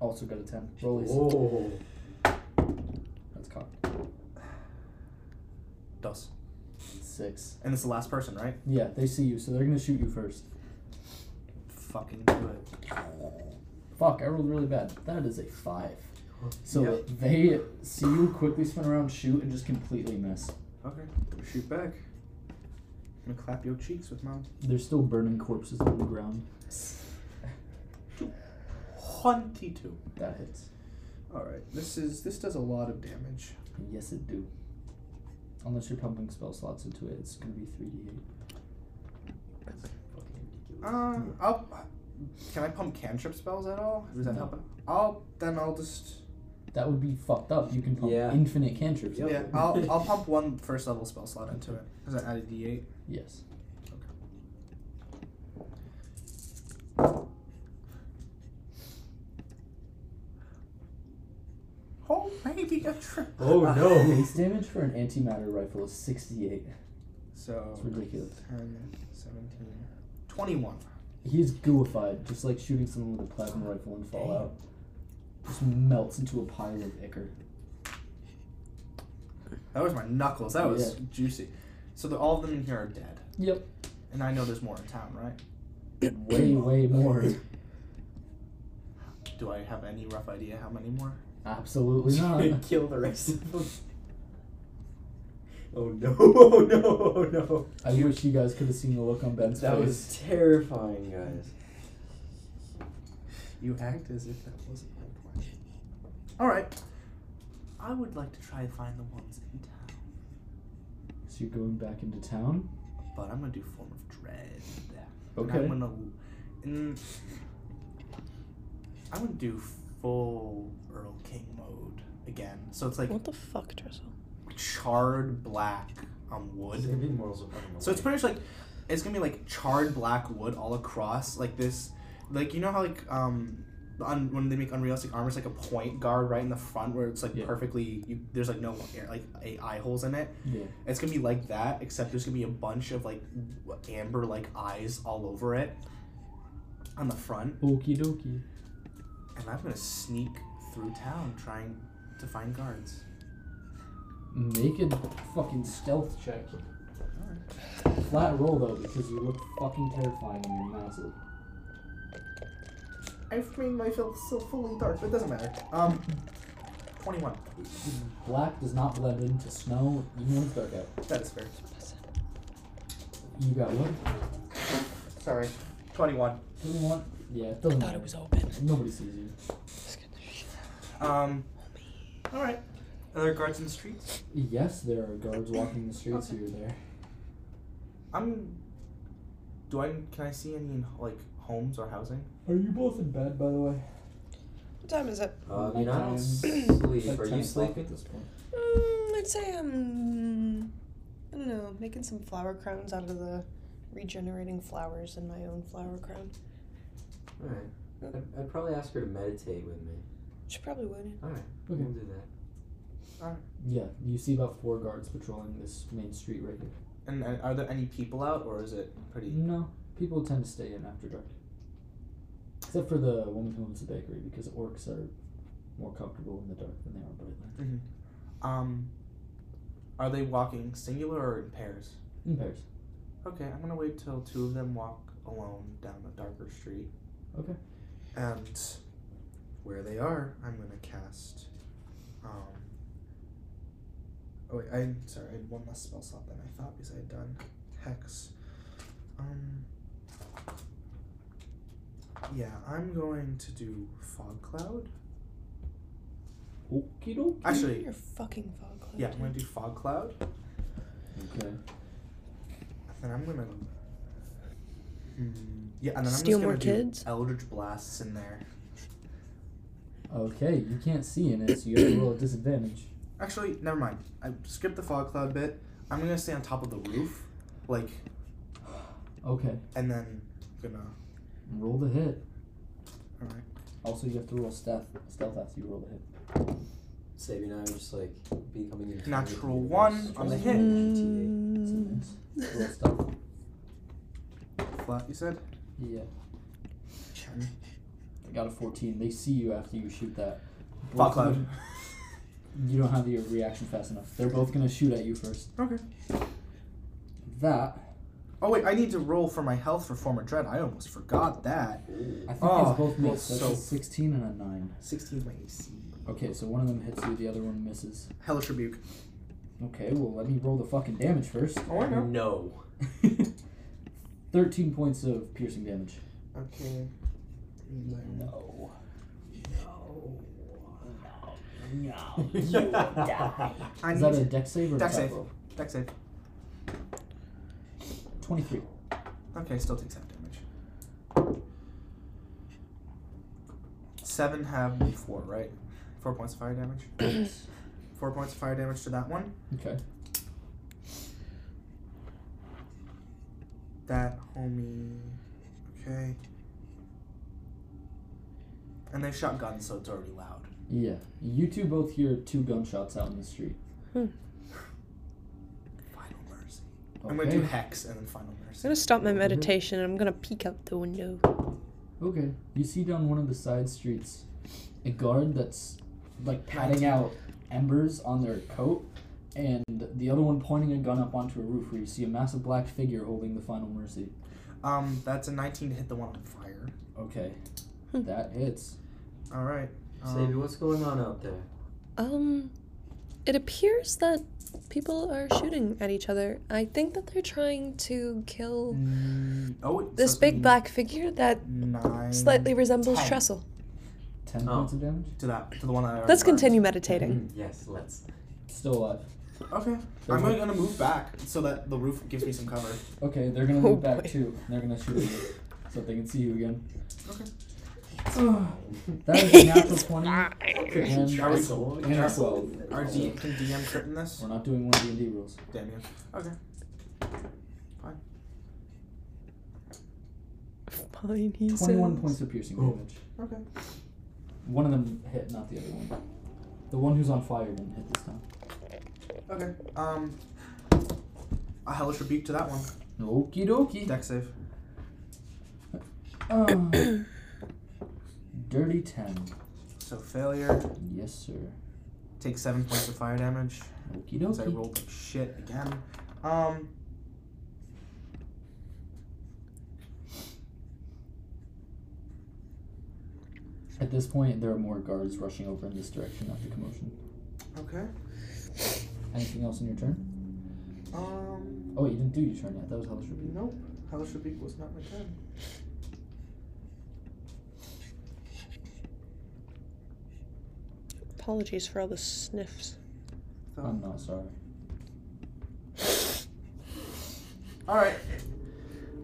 [SPEAKER 2] Also got a ten. Roll these.
[SPEAKER 5] Whoa.
[SPEAKER 2] That's cocked.
[SPEAKER 4] Dos.
[SPEAKER 2] Six.
[SPEAKER 4] And it's the last person, right?
[SPEAKER 2] Yeah, they see you, so they're gonna shoot you first.
[SPEAKER 4] Fucking do it.
[SPEAKER 2] Fuck, I rolled really bad. That is a five. So they see you, quickly spin around, shoot, and just completely miss.
[SPEAKER 4] Okay. Shoot back. I'm gonna clap your cheeks with my
[SPEAKER 2] They're still burning corpses on the ground.
[SPEAKER 4] twenty-two.
[SPEAKER 2] That hits.
[SPEAKER 4] All right. This is this does a lot of damage.
[SPEAKER 2] Yes, it do. Unless you're pumping spell slots into it, it's gonna be three d eight.
[SPEAKER 5] fucking ridiculous.
[SPEAKER 4] Uh, I'll, can I pump cantrip spells at all? Does that
[SPEAKER 2] No.
[SPEAKER 4] help? at- I'll then I'll just
[SPEAKER 2] That would be fucked up. You can pump
[SPEAKER 5] Yeah.
[SPEAKER 2] infinite cantrips.
[SPEAKER 5] Yep.
[SPEAKER 4] yeah. I'll I'll pump one first level spell slot into it because I added D eight.
[SPEAKER 2] Yes.
[SPEAKER 4] Oh, maybe a trip.
[SPEAKER 5] Oh no.
[SPEAKER 2] Base damage for an antimatter rifle is 68.
[SPEAKER 4] So
[SPEAKER 2] It's ridiculous.
[SPEAKER 4] 10, 17, 21.
[SPEAKER 2] He's gooified, just like shooting someone with a plasma rifle in Fallout. Just melts into a pile of ichor.
[SPEAKER 4] That was my knuckles. That was juicy. So the, all of them in here are dead.
[SPEAKER 2] Yep.
[SPEAKER 4] And I know there's more in town, right?
[SPEAKER 2] way, way more.
[SPEAKER 4] Do I have any rough idea how many more?
[SPEAKER 2] Absolutely not.
[SPEAKER 5] Kill the rest of them. Oh no! Oh no! Oh no!
[SPEAKER 2] I wish you guys could have seen the look on Ben's
[SPEAKER 5] That
[SPEAKER 2] face.
[SPEAKER 5] was terrifying, guys.
[SPEAKER 4] You act as if that wasn't my plan. All right. I would like to try and find the ones in town,
[SPEAKER 2] So you're going back into town?
[SPEAKER 4] but I'm gonna do form of dread. And
[SPEAKER 2] Okay.
[SPEAKER 4] I'm gonna. mm, I'm gonna do full Earl King mode again. So it's like
[SPEAKER 1] What the fuck, Drizzle?
[SPEAKER 4] charred black on
[SPEAKER 5] It's
[SPEAKER 4] wood.
[SPEAKER 5] gonna be morals of fucking
[SPEAKER 4] So it's pretty much like it's gonna be like charred black wood all across, like this, like you know how like um on, when they make unrealistic armor, it's like a point guard right in the front where it's like
[SPEAKER 2] Yeah.
[SPEAKER 4] perfectly you, there's like no air, like a, eye holes in it.
[SPEAKER 2] Yeah.
[SPEAKER 4] It's gonna be like that, except there's gonna be a bunch of like amber like eyes all over it on the front,
[SPEAKER 2] Okie dokie.
[SPEAKER 4] and I'm gonna sneak through town trying to find guards.
[SPEAKER 2] Make a fucking stealth check. Flat roll though, because you look fucking terrifying and you're massive.
[SPEAKER 4] I've made myself so fully dark, but it doesn't matter. Um, twenty-one.
[SPEAKER 2] Black does not blend into snow, even when it's dark out.
[SPEAKER 4] That is fair.
[SPEAKER 2] You got what?
[SPEAKER 4] Sorry, twenty-one.
[SPEAKER 2] Doesn't want? Yeah, it doesn't
[SPEAKER 1] Thought
[SPEAKER 2] matter.
[SPEAKER 1] it was open.
[SPEAKER 2] Nobody sees you.
[SPEAKER 4] Um. All right. Are there guards in the streets?
[SPEAKER 2] Yes, there are guards walking the streets here or there.
[SPEAKER 4] I'm. Do I? Can I see any in like homes or housing?
[SPEAKER 2] Are you both in bed, by the way?
[SPEAKER 1] What time is it?
[SPEAKER 5] Uh, I mean, I don't
[SPEAKER 2] Nighttime.
[SPEAKER 5] sleep.
[SPEAKER 2] Like
[SPEAKER 5] Are
[SPEAKER 2] 10
[SPEAKER 5] you
[SPEAKER 2] o'clock
[SPEAKER 5] sleeping?
[SPEAKER 2] at this point?
[SPEAKER 1] Mm, I'd say I'm. I don't know, making some flower crowns out of the regenerating flowers in my own flower crown.
[SPEAKER 5] Alright. I'd, I'd probably ask her to meditate with me.
[SPEAKER 1] She probably would.
[SPEAKER 5] Alright.
[SPEAKER 2] Okay.
[SPEAKER 5] We'll do that.
[SPEAKER 2] Yeah, you see about four guards patrolling this main street right here.
[SPEAKER 4] And uh, are there any people out, or is it pretty?
[SPEAKER 2] No, people tend to stay in after dark. Except for the woman who owns the bakery, because orcs are more comfortable in the dark than they are bright light.
[SPEAKER 4] Um. Are they walking singular or in pairs?
[SPEAKER 2] In pairs.
[SPEAKER 4] Okay, I'm gonna wait till two of them walk alone down a darker street.
[SPEAKER 2] Okay.
[SPEAKER 4] And where they are, I'm gonna cast. Um. Oh wait, I sorry, I had one less spell slot than I thought because I had done hex. Um. Yeah, I'm going to do fog cloud.
[SPEAKER 2] Okie dokie.
[SPEAKER 4] Actually,
[SPEAKER 1] Your fucking fog cloud.
[SPEAKER 4] yeah, I'm gonna do fog cloud.
[SPEAKER 2] Okay.
[SPEAKER 4] And I'm gonna. Hmm. Yeah, and then I'm
[SPEAKER 1] Steal
[SPEAKER 4] just gonna
[SPEAKER 1] more
[SPEAKER 4] do
[SPEAKER 1] kids?
[SPEAKER 4] Eldritch blasts in there.
[SPEAKER 2] Okay, you can't see in it, so you have to roll a disadvantage.
[SPEAKER 4] Actually, never mind. I skipped the fog cloud bit. I'm gonna stay on top of the roof, like,
[SPEAKER 2] Okay,
[SPEAKER 4] and then gonna.
[SPEAKER 2] roll the hit.
[SPEAKER 4] Alright.
[SPEAKER 2] Also, you have to roll stealth, stealth after you roll the hit.
[SPEAKER 5] Sabi and I are just like becoming entangled in
[SPEAKER 4] Natural
[SPEAKER 5] the
[SPEAKER 4] one
[SPEAKER 5] universe.
[SPEAKER 4] on the
[SPEAKER 5] Just
[SPEAKER 4] hit.
[SPEAKER 5] GTA.
[SPEAKER 2] It's a
[SPEAKER 1] Mm.
[SPEAKER 2] miss. Roll stealth.
[SPEAKER 4] Flat, you said.
[SPEAKER 2] Yeah.
[SPEAKER 4] Ten.
[SPEAKER 2] I got a 14. They see you after you shoot that.
[SPEAKER 4] Fog
[SPEAKER 2] Both of
[SPEAKER 4] cloud.
[SPEAKER 2] them- You don't have the reaction fast enough. They're both gonna shoot at you first.
[SPEAKER 4] Okay.
[SPEAKER 2] That
[SPEAKER 4] Oh wait, I need to roll for my health for former dread. I almost forgot that.
[SPEAKER 2] I think
[SPEAKER 4] Oh,
[SPEAKER 2] these both
[SPEAKER 4] well,
[SPEAKER 2] miss. That's
[SPEAKER 4] so-
[SPEAKER 2] a 16 and a 9.
[SPEAKER 4] 16 my AC.
[SPEAKER 2] Okay, so one of them hits you, the other one misses.
[SPEAKER 4] Hellish rebuke.
[SPEAKER 2] Okay, well, let me roll the fucking damage first.
[SPEAKER 4] Oh, I know.
[SPEAKER 5] No.
[SPEAKER 2] 13 points of piercing damage.
[SPEAKER 4] Okay.
[SPEAKER 2] No.
[SPEAKER 5] No.
[SPEAKER 2] No.
[SPEAKER 5] You will die.
[SPEAKER 4] I
[SPEAKER 2] Is that a
[SPEAKER 4] need
[SPEAKER 2] deck save or a
[SPEAKER 4] Dex
[SPEAKER 2] attack
[SPEAKER 4] save.
[SPEAKER 2] roll?
[SPEAKER 4] deck save.
[SPEAKER 2] 23.
[SPEAKER 4] Okay, still takes half damage. Seven have four, right? Four points of fire damage. four points of fire damage to that one.
[SPEAKER 2] Okay.
[SPEAKER 4] That homie. Okay. And they shot guns, so it's already loud.
[SPEAKER 2] Yeah. You two both hear two gunshots out in the street.
[SPEAKER 4] Final mercy.
[SPEAKER 2] Okay.
[SPEAKER 4] I'm gonna do hex and then final
[SPEAKER 1] I'm
[SPEAKER 4] mercy.
[SPEAKER 1] gonna stop my meditation and I'm gonna peek out the window.
[SPEAKER 2] Okay. You see down one of the side streets a guard that's like patting out embers on their coat, and the other one pointing a gun up onto a roof where you see a massive black figure holding the final mercy.
[SPEAKER 4] Um, that's a 19 to hit the one on fire.
[SPEAKER 2] Okay.
[SPEAKER 4] Hmm.
[SPEAKER 2] that hits.
[SPEAKER 4] All right.
[SPEAKER 5] Slavy,
[SPEAKER 4] Um,
[SPEAKER 5] what's going on out there?
[SPEAKER 1] Um, it appears that people are shooting at each other. I think that they're trying to kill
[SPEAKER 4] mm, oh, it
[SPEAKER 1] this
[SPEAKER 4] says
[SPEAKER 1] big black figure that
[SPEAKER 4] Nine.
[SPEAKER 1] slightly resembles
[SPEAKER 4] Ten.
[SPEAKER 1] Trestle.
[SPEAKER 2] 10
[SPEAKER 5] Oh.
[SPEAKER 2] points of damage.
[SPEAKER 4] to that to the one that I already
[SPEAKER 1] Let's
[SPEAKER 4] burned.
[SPEAKER 1] continue meditating.
[SPEAKER 5] yes, let's.
[SPEAKER 2] Still alive.
[SPEAKER 4] Okay. I'm
[SPEAKER 2] Uh-huh.
[SPEAKER 4] really gonna move back so that the roof gives me some cover.
[SPEAKER 2] Okay, they're gonna
[SPEAKER 1] Oh,
[SPEAKER 2] move back
[SPEAKER 1] boy.
[SPEAKER 2] too. and They're gonna shoot at you. So they can see you again.
[SPEAKER 4] Okay.
[SPEAKER 2] That is a natural
[SPEAKER 1] It's
[SPEAKER 2] 20
[SPEAKER 4] Ah.
[SPEAKER 1] fine.
[SPEAKER 2] and,
[SPEAKER 4] Are we
[SPEAKER 5] Trestle.
[SPEAKER 2] and a
[SPEAKER 5] Trestle.
[SPEAKER 2] 12.
[SPEAKER 4] Our D- can DM crit in this?
[SPEAKER 2] We're not doing one D&D rules.
[SPEAKER 4] Damn you. Okay.
[SPEAKER 1] Fine, he
[SPEAKER 2] 21
[SPEAKER 1] says.
[SPEAKER 2] points of piercing
[SPEAKER 5] Oh.
[SPEAKER 2] damage.
[SPEAKER 4] Okay.
[SPEAKER 2] One of them hit, not the other one. The one who's on fire didn't hit this time.
[SPEAKER 4] Okay. Um. A hellish rebuke to that one.
[SPEAKER 2] Okie dokie.
[SPEAKER 4] Deck save.
[SPEAKER 2] Uh, dirty 10.
[SPEAKER 4] So failure.
[SPEAKER 2] Yes, sir.
[SPEAKER 4] Take seven points of fire damage.
[SPEAKER 2] Okie
[SPEAKER 4] Because I
[SPEAKER 2] dokie.
[SPEAKER 4] rolled like shit again. Um.
[SPEAKER 2] At this point, there are more guards rushing over in this direction after commotion.
[SPEAKER 4] Okay.
[SPEAKER 2] Anything else in your turn?
[SPEAKER 4] Um.
[SPEAKER 2] Oh, wait, you didn't do your turn yet. That was Hellish Rebuke.
[SPEAKER 4] Nope. Hellish rebuke was not my turn.
[SPEAKER 1] Apologies for all the sniffs.
[SPEAKER 4] So.
[SPEAKER 2] I'm not sorry.
[SPEAKER 4] All right.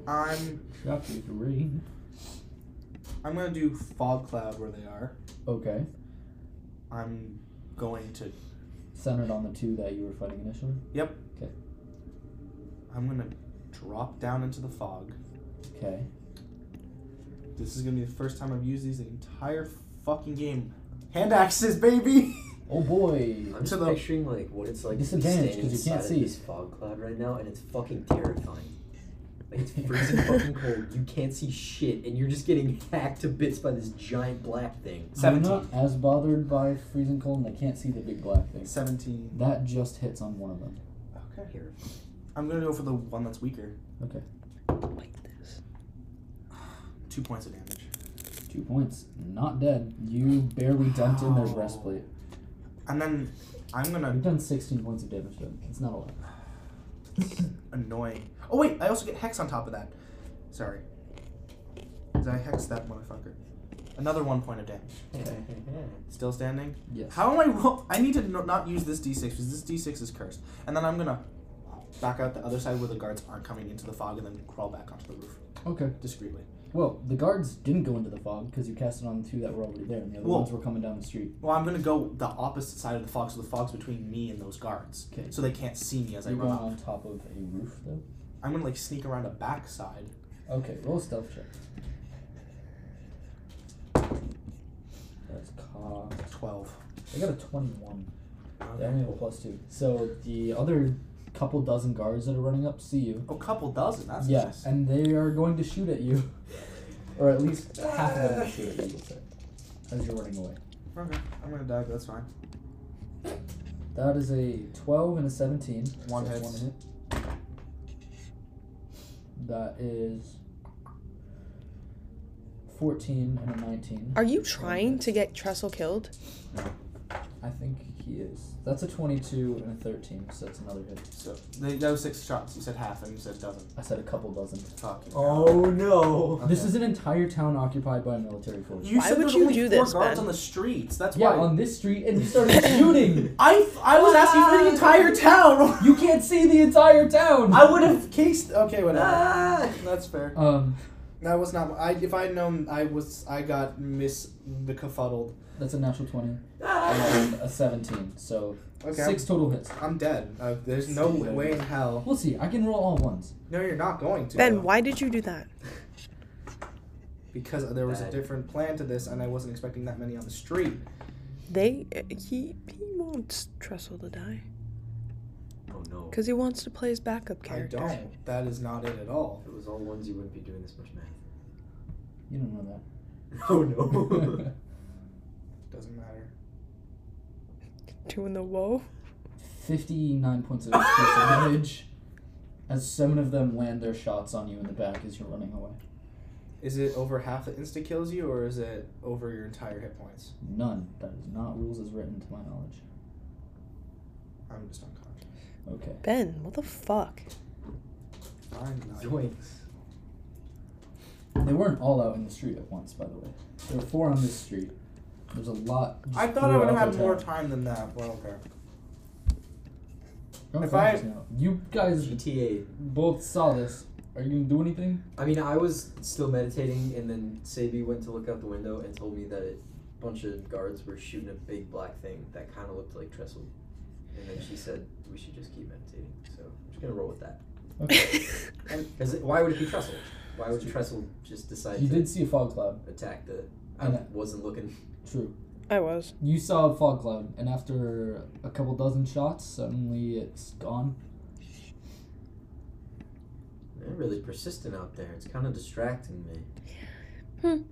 [SPEAKER 4] I'm
[SPEAKER 2] Shock you three.
[SPEAKER 4] I'm gonna do fog cloud where they are.
[SPEAKER 2] Okay.
[SPEAKER 4] I'm going to.
[SPEAKER 2] Centered on the two that you were fighting initially.
[SPEAKER 4] I'm gonna drop down into the fog.
[SPEAKER 2] Okay.
[SPEAKER 4] This is gonna be the first time I've used these the entire fucking game. Hand axes, baby.
[SPEAKER 2] Oh boy.
[SPEAKER 5] I'm just
[SPEAKER 4] To the-
[SPEAKER 5] picturing like what it's like
[SPEAKER 2] Disadvantage, 'cause
[SPEAKER 5] disadvantage
[SPEAKER 2] you
[SPEAKER 5] because you
[SPEAKER 2] can't
[SPEAKER 5] can't
[SPEAKER 2] see.
[SPEAKER 5] see this fog cloud right now, and it's fucking terrifying. Like it's freezing fucking cold. You can't see shit, and you're just getting hacked to bits by this giant black thing.
[SPEAKER 2] I'm
[SPEAKER 4] 17.
[SPEAKER 2] not as bothered by freezing cold, and I can't see the big black thing.
[SPEAKER 4] Seventeen.
[SPEAKER 2] That just hits on one of them.
[SPEAKER 4] Okay.
[SPEAKER 5] Here.
[SPEAKER 4] I'm gonna go for the one that's weaker.
[SPEAKER 2] Okay.
[SPEAKER 1] Like this.
[SPEAKER 4] Two points of damage.
[SPEAKER 2] Two points. Not dead. You barely dent in their
[SPEAKER 4] Wow.
[SPEAKER 2] breastplate.
[SPEAKER 4] And then I'm gonna
[SPEAKER 2] You've done 16 points of damage to them. It's not a lot.
[SPEAKER 4] annoy. Oh wait, I also get hex on top of that. Sorry. Did I hex that motherfucker? Another one point of damage. Still standing.
[SPEAKER 2] Yes.
[SPEAKER 4] How am I roll? I need to no- not use this d6 because this d6 is cursed. And then I'm gonna back out the other side where the guards aren't coming into the fog and then crawl back onto the roof
[SPEAKER 2] Okay.
[SPEAKER 4] discreetly.
[SPEAKER 2] Well, the guards didn't go into the fog because you cast it on the two that were already there, and the other
[SPEAKER 4] Well-
[SPEAKER 2] ones were coming down the street.
[SPEAKER 4] Well, I'm gonna go the opposite side of the fog, so the fog's between me and those guards,
[SPEAKER 2] Okay.
[SPEAKER 4] so they can't see me as I
[SPEAKER 2] You're
[SPEAKER 4] run
[SPEAKER 2] going
[SPEAKER 4] up.
[SPEAKER 2] on top of a roof, though.
[SPEAKER 4] I'm gonna like sneak around a backside.
[SPEAKER 2] Okay, roll a stealth check. That's cocked.
[SPEAKER 4] Twelve.
[SPEAKER 2] I got a 21. They
[SPEAKER 4] Okay.
[SPEAKER 2] only have a plus two. So the other couple dozen guards that are running up see you.
[SPEAKER 4] Oh, couple dozen. That's
[SPEAKER 2] Yeah,
[SPEAKER 4] nice.
[SPEAKER 2] and they are going to shoot at you. or at least half of them will shoot at you, we'll say. As you're running away.
[SPEAKER 4] Okay, I'm gonna dive. That's fine.
[SPEAKER 2] That is a 12 and a 17.
[SPEAKER 4] One
[SPEAKER 2] that's
[SPEAKER 4] hits.
[SPEAKER 2] hit. That is 14 and a 19.
[SPEAKER 1] Are you trying to get Trestle killed?
[SPEAKER 2] I think he is. That's a 22 and a 13, so that's another hit.
[SPEAKER 4] So they, that was six shots. You said half, and you said dozen.
[SPEAKER 2] I said a couple dozen.
[SPEAKER 4] Fucking hell.
[SPEAKER 5] Oh no!
[SPEAKER 2] This
[SPEAKER 4] Okay.
[SPEAKER 2] is an entire town occupied by military force.
[SPEAKER 4] You
[SPEAKER 1] Why
[SPEAKER 4] said
[SPEAKER 1] would
[SPEAKER 4] there's
[SPEAKER 1] you
[SPEAKER 4] only
[SPEAKER 1] do
[SPEAKER 4] four
[SPEAKER 1] this,
[SPEAKER 4] guards
[SPEAKER 1] Ben?
[SPEAKER 4] on the streets. That's
[SPEAKER 2] yeah,
[SPEAKER 4] why.
[SPEAKER 2] on this street, and you started shooting!
[SPEAKER 4] I, I was asking for the entire town.
[SPEAKER 2] You can't see the entire town!
[SPEAKER 4] I would have cased. Okay, whatever.
[SPEAKER 5] Ah!
[SPEAKER 4] That's fair.
[SPEAKER 2] Um,
[SPEAKER 4] That was not. I if I would known, I was. I got miss the befuddled.
[SPEAKER 2] that's a natural 20
[SPEAKER 5] Ah!
[SPEAKER 2] and a 17, so
[SPEAKER 4] Okay.
[SPEAKER 2] six total hits.
[SPEAKER 4] I'm dead. Uh, there's no
[SPEAKER 2] Yeah.
[SPEAKER 4] way in hell.
[SPEAKER 2] We'll see. I can roll all ones.
[SPEAKER 4] No, you're not going to. though,
[SPEAKER 1] Ben, why did you do that?
[SPEAKER 4] Because there was a
[SPEAKER 5] Bad.
[SPEAKER 4] different plan to this, and I wasn't expecting that many on the street.
[SPEAKER 1] They he he wants Trestle to die
[SPEAKER 5] Oh no!
[SPEAKER 1] because he wants to play his backup character.
[SPEAKER 4] I don't. That is not it at all.
[SPEAKER 5] If it was all ones, you wouldn't be doing this much math.
[SPEAKER 2] You don't know
[SPEAKER 5] Oh
[SPEAKER 2] that.
[SPEAKER 4] Doesn't matter.
[SPEAKER 1] Doing the whoa.
[SPEAKER 2] 59 points of explosive damage as seven of them land their shots on you in the back as you're running away.
[SPEAKER 4] Is it over half that insta kills you, or is it over your entire hit points?
[SPEAKER 2] None. That is not rules as written to my knowledge.
[SPEAKER 4] I'm just unconscious.
[SPEAKER 2] Okay.
[SPEAKER 1] Ben, what the fuck?
[SPEAKER 4] I'm not.
[SPEAKER 2] They weren't all out in the street at once, by the way. There were four on this street. There's a lot. just
[SPEAKER 4] I thought I would have
[SPEAKER 2] throughout
[SPEAKER 4] had
[SPEAKER 2] the
[SPEAKER 4] more
[SPEAKER 2] town.
[SPEAKER 4] time than that. Well, okay.
[SPEAKER 2] I'm
[SPEAKER 4] If I-
[SPEAKER 2] conscious now. you guys
[SPEAKER 5] GTA.
[SPEAKER 2] both saw this. Are you gonna do anything?
[SPEAKER 5] I mean, I was still meditating, and then Sabi went to look out the window and told me that a bunch of guards were shooting a big black thing that kind of looked like trestle. And then she said we should just keep meditating. So I'm just gonna roll with that. And is it, why would it be trestle? Why would trestle just decide
[SPEAKER 2] You
[SPEAKER 5] to
[SPEAKER 2] did see a fog cloud.
[SPEAKER 5] attack the? I
[SPEAKER 2] Yeah.
[SPEAKER 5] wasn't looking.
[SPEAKER 2] True.
[SPEAKER 1] I was.
[SPEAKER 2] You saw a fog cloud, and after a couple dozen shots, suddenly it's gone.
[SPEAKER 5] They're really persistent out there. It's kind of distracting me.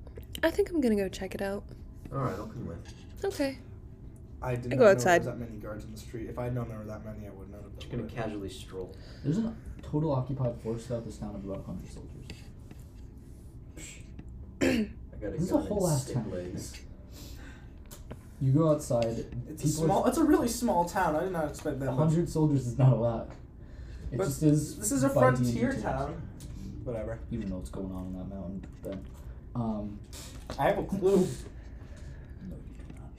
[SPEAKER 1] I think I'm gonna go check it out.
[SPEAKER 5] All right, I'll come with.
[SPEAKER 1] Okay.
[SPEAKER 4] I did
[SPEAKER 1] I
[SPEAKER 4] not
[SPEAKER 1] go
[SPEAKER 4] know
[SPEAKER 1] outside.
[SPEAKER 4] there was that many guards in the street. If I'd known there were that many, I would not have
[SPEAKER 5] Just
[SPEAKER 4] done
[SPEAKER 5] gonna
[SPEAKER 4] it.
[SPEAKER 5] casually stroll.
[SPEAKER 2] There's a total occupied force throughout this town of about 100 soldiers.
[SPEAKER 5] I got a
[SPEAKER 2] This is a
[SPEAKER 5] gun and
[SPEAKER 2] whole ass
[SPEAKER 5] stick
[SPEAKER 2] town.
[SPEAKER 5] legs.
[SPEAKER 2] You go outside.
[SPEAKER 4] It's
[SPEAKER 2] people
[SPEAKER 4] a
[SPEAKER 2] are-
[SPEAKER 4] small. It's a really small town. I did not expect that much.
[SPEAKER 2] 100 soldiers is not allowed. It
[SPEAKER 4] But
[SPEAKER 2] just is.
[SPEAKER 4] This is a
[SPEAKER 2] by D&D
[SPEAKER 4] frontier
[SPEAKER 2] terms.
[SPEAKER 4] town. Whatever.
[SPEAKER 2] You don't know what's going on in that mountain, Ben. Um,
[SPEAKER 4] I have a clue.
[SPEAKER 2] no, you do not.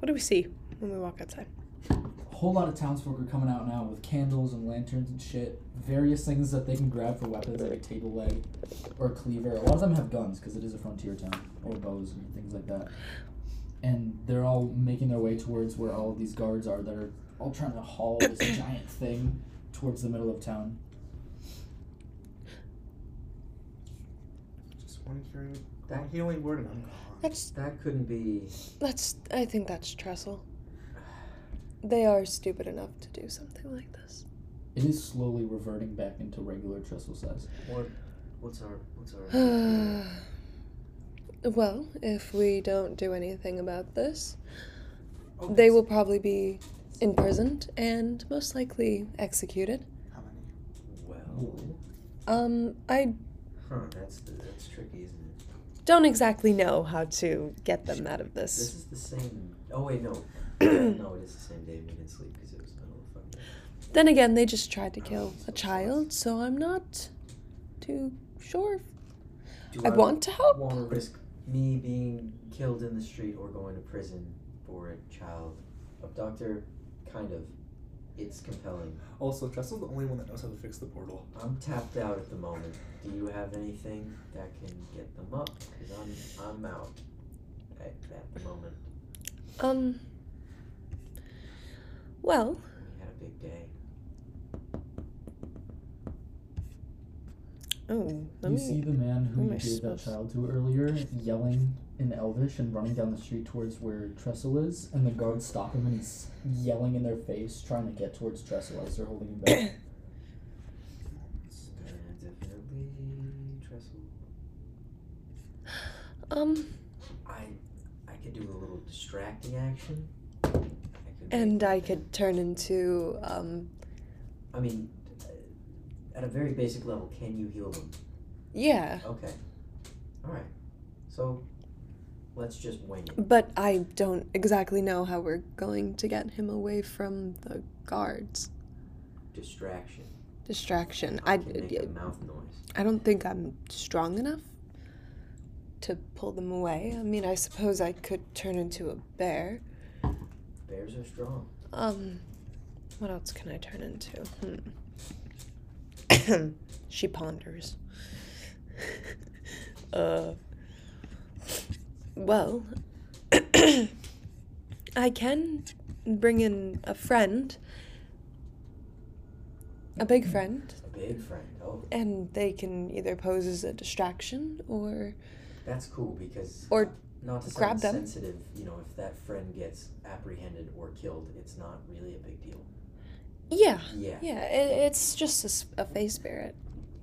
[SPEAKER 1] What do we see when we walk outside?
[SPEAKER 2] A whole lot of townsfolk are coming out now with candles and lanterns and shit. Various things that they can grab for weapons, like a table leg or a cleaver. A lot of them have guns because it is a frontier town, or bows and things like that. And they're all making their way towards where all of these guards are that are all trying to haul this giant thing towards the middle of town.
[SPEAKER 4] Just one healing, one healing word, and I'm gone.
[SPEAKER 1] That's
[SPEAKER 5] That couldn't be.
[SPEAKER 1] that's I think that's trestle. They are stupid enough to do something like this.
[SPEAKER 2] It is slowly reverting back into regular trestle size.
[SPEAKER 5] What? What's our? What's our?
[SPEAKER 1] well, if we don't do anything about this, they will probably be imprisoned and most likely executed.
[SPEAKER 4] How many?
[SPEAKER 5] well.
[SPEAKER 1] Um, I
[SPEAKER 5] Huh. That's the, that's tricky, isn't it?
[SPEAKER 1] don't exactly know how to get them out of
[SPEAKER 5] This
[SPEAKER 1] this.
[SPEAKER 5] is the same. Oh wait, no. no, it is the same day we didn't sleep because it was the middle of fun.
[SPEAKER 1] Then again, they just tried to kill a child, so I'm not too sure.
[SPEAKER 5] Do
[SPEAKER 1] I want to help.
[SPEAKER 5] want to risk me being killed in the street or going to prison for a child abductor? Kind of. It's compelling.
[SPEAKER 4] Also, Tressel's the only one that knows how to fix the portal.
[SPEAKER 5] I'm tapped out at the moment. Do you have anything that can get them up? Because I'm I'm out at, at the moment.
[SPEAKER 1] Um. Well,
[SPEAKER 5] We had a big day.
[SPEAKER 1] oh, let
[SPEAKER 2] you see
[SPEAKER 1] me.
[SPEAKER 2] the man who
[SPEAKER 1] let
[SPEAKER 2] you
[SPEAKER 1] me
[SPEAKER 2] gave that
[SPEAKER 1] smush.
[SPEAKER 2] child to earlier yelling in Elvish and running down the street towards where Trestle is, and the guards stop him and he's yelling in their face, trying to get towards Trestle as they're holding him back.
[SPEAKER 5] It's gonna definitely trestle.
[SPEAKER 1] Um,
[SPEAKER 5] I I could do a little distracting action. I could make-
[SPEAKER 1] and I could turn into um.
[SPEAKER 5] I mean, uh, at a very basic level, can you heal them?
[SPEAKER 1] Yeah,
[SPEAKER 5] Okay. All right. So let's just wing it.
[SPEAKER 1] but I don't exactly know how we're going to get him away from the guards.
[SPEAKER 5] Distraction.
[SPEAKER 1] Distraction.
[SPEAKER 5] I
[SPEAKER 1] I.
[SPEAKER 5] can make a mouth noise.
[SPEAKER 1] I don't think I'm strong enough to pull them away. I mean, I suppose I could turn into a bear.
[SPEAKER 5] Bears are strong.
[SPEAKER 1] Um, what else can I turn into? Hmm. she ponders. uh, well, I can bring in a friend, a big friend,
[SPEAKER 5] A big friend. Oh,
[SPEAKER 1] and they can either pose as a distraction or
[SPEAKER 5] that's cool because
[SPEAKER 1] Or
[SPEAKER 5] not to
[SPEAKER 1] grab
[SPEAKER 5] sound
[SPEAKER 1] them.
[SPEAKER 5] sensitive, you know, if that friend gets apprehended or killed, it's not really a big deal.
[SPEAKER 1] yeah.
[SPEAKER 5] Yeah.
[SPEAKER 1] Yeah, it, it's just a s- a, face spirit.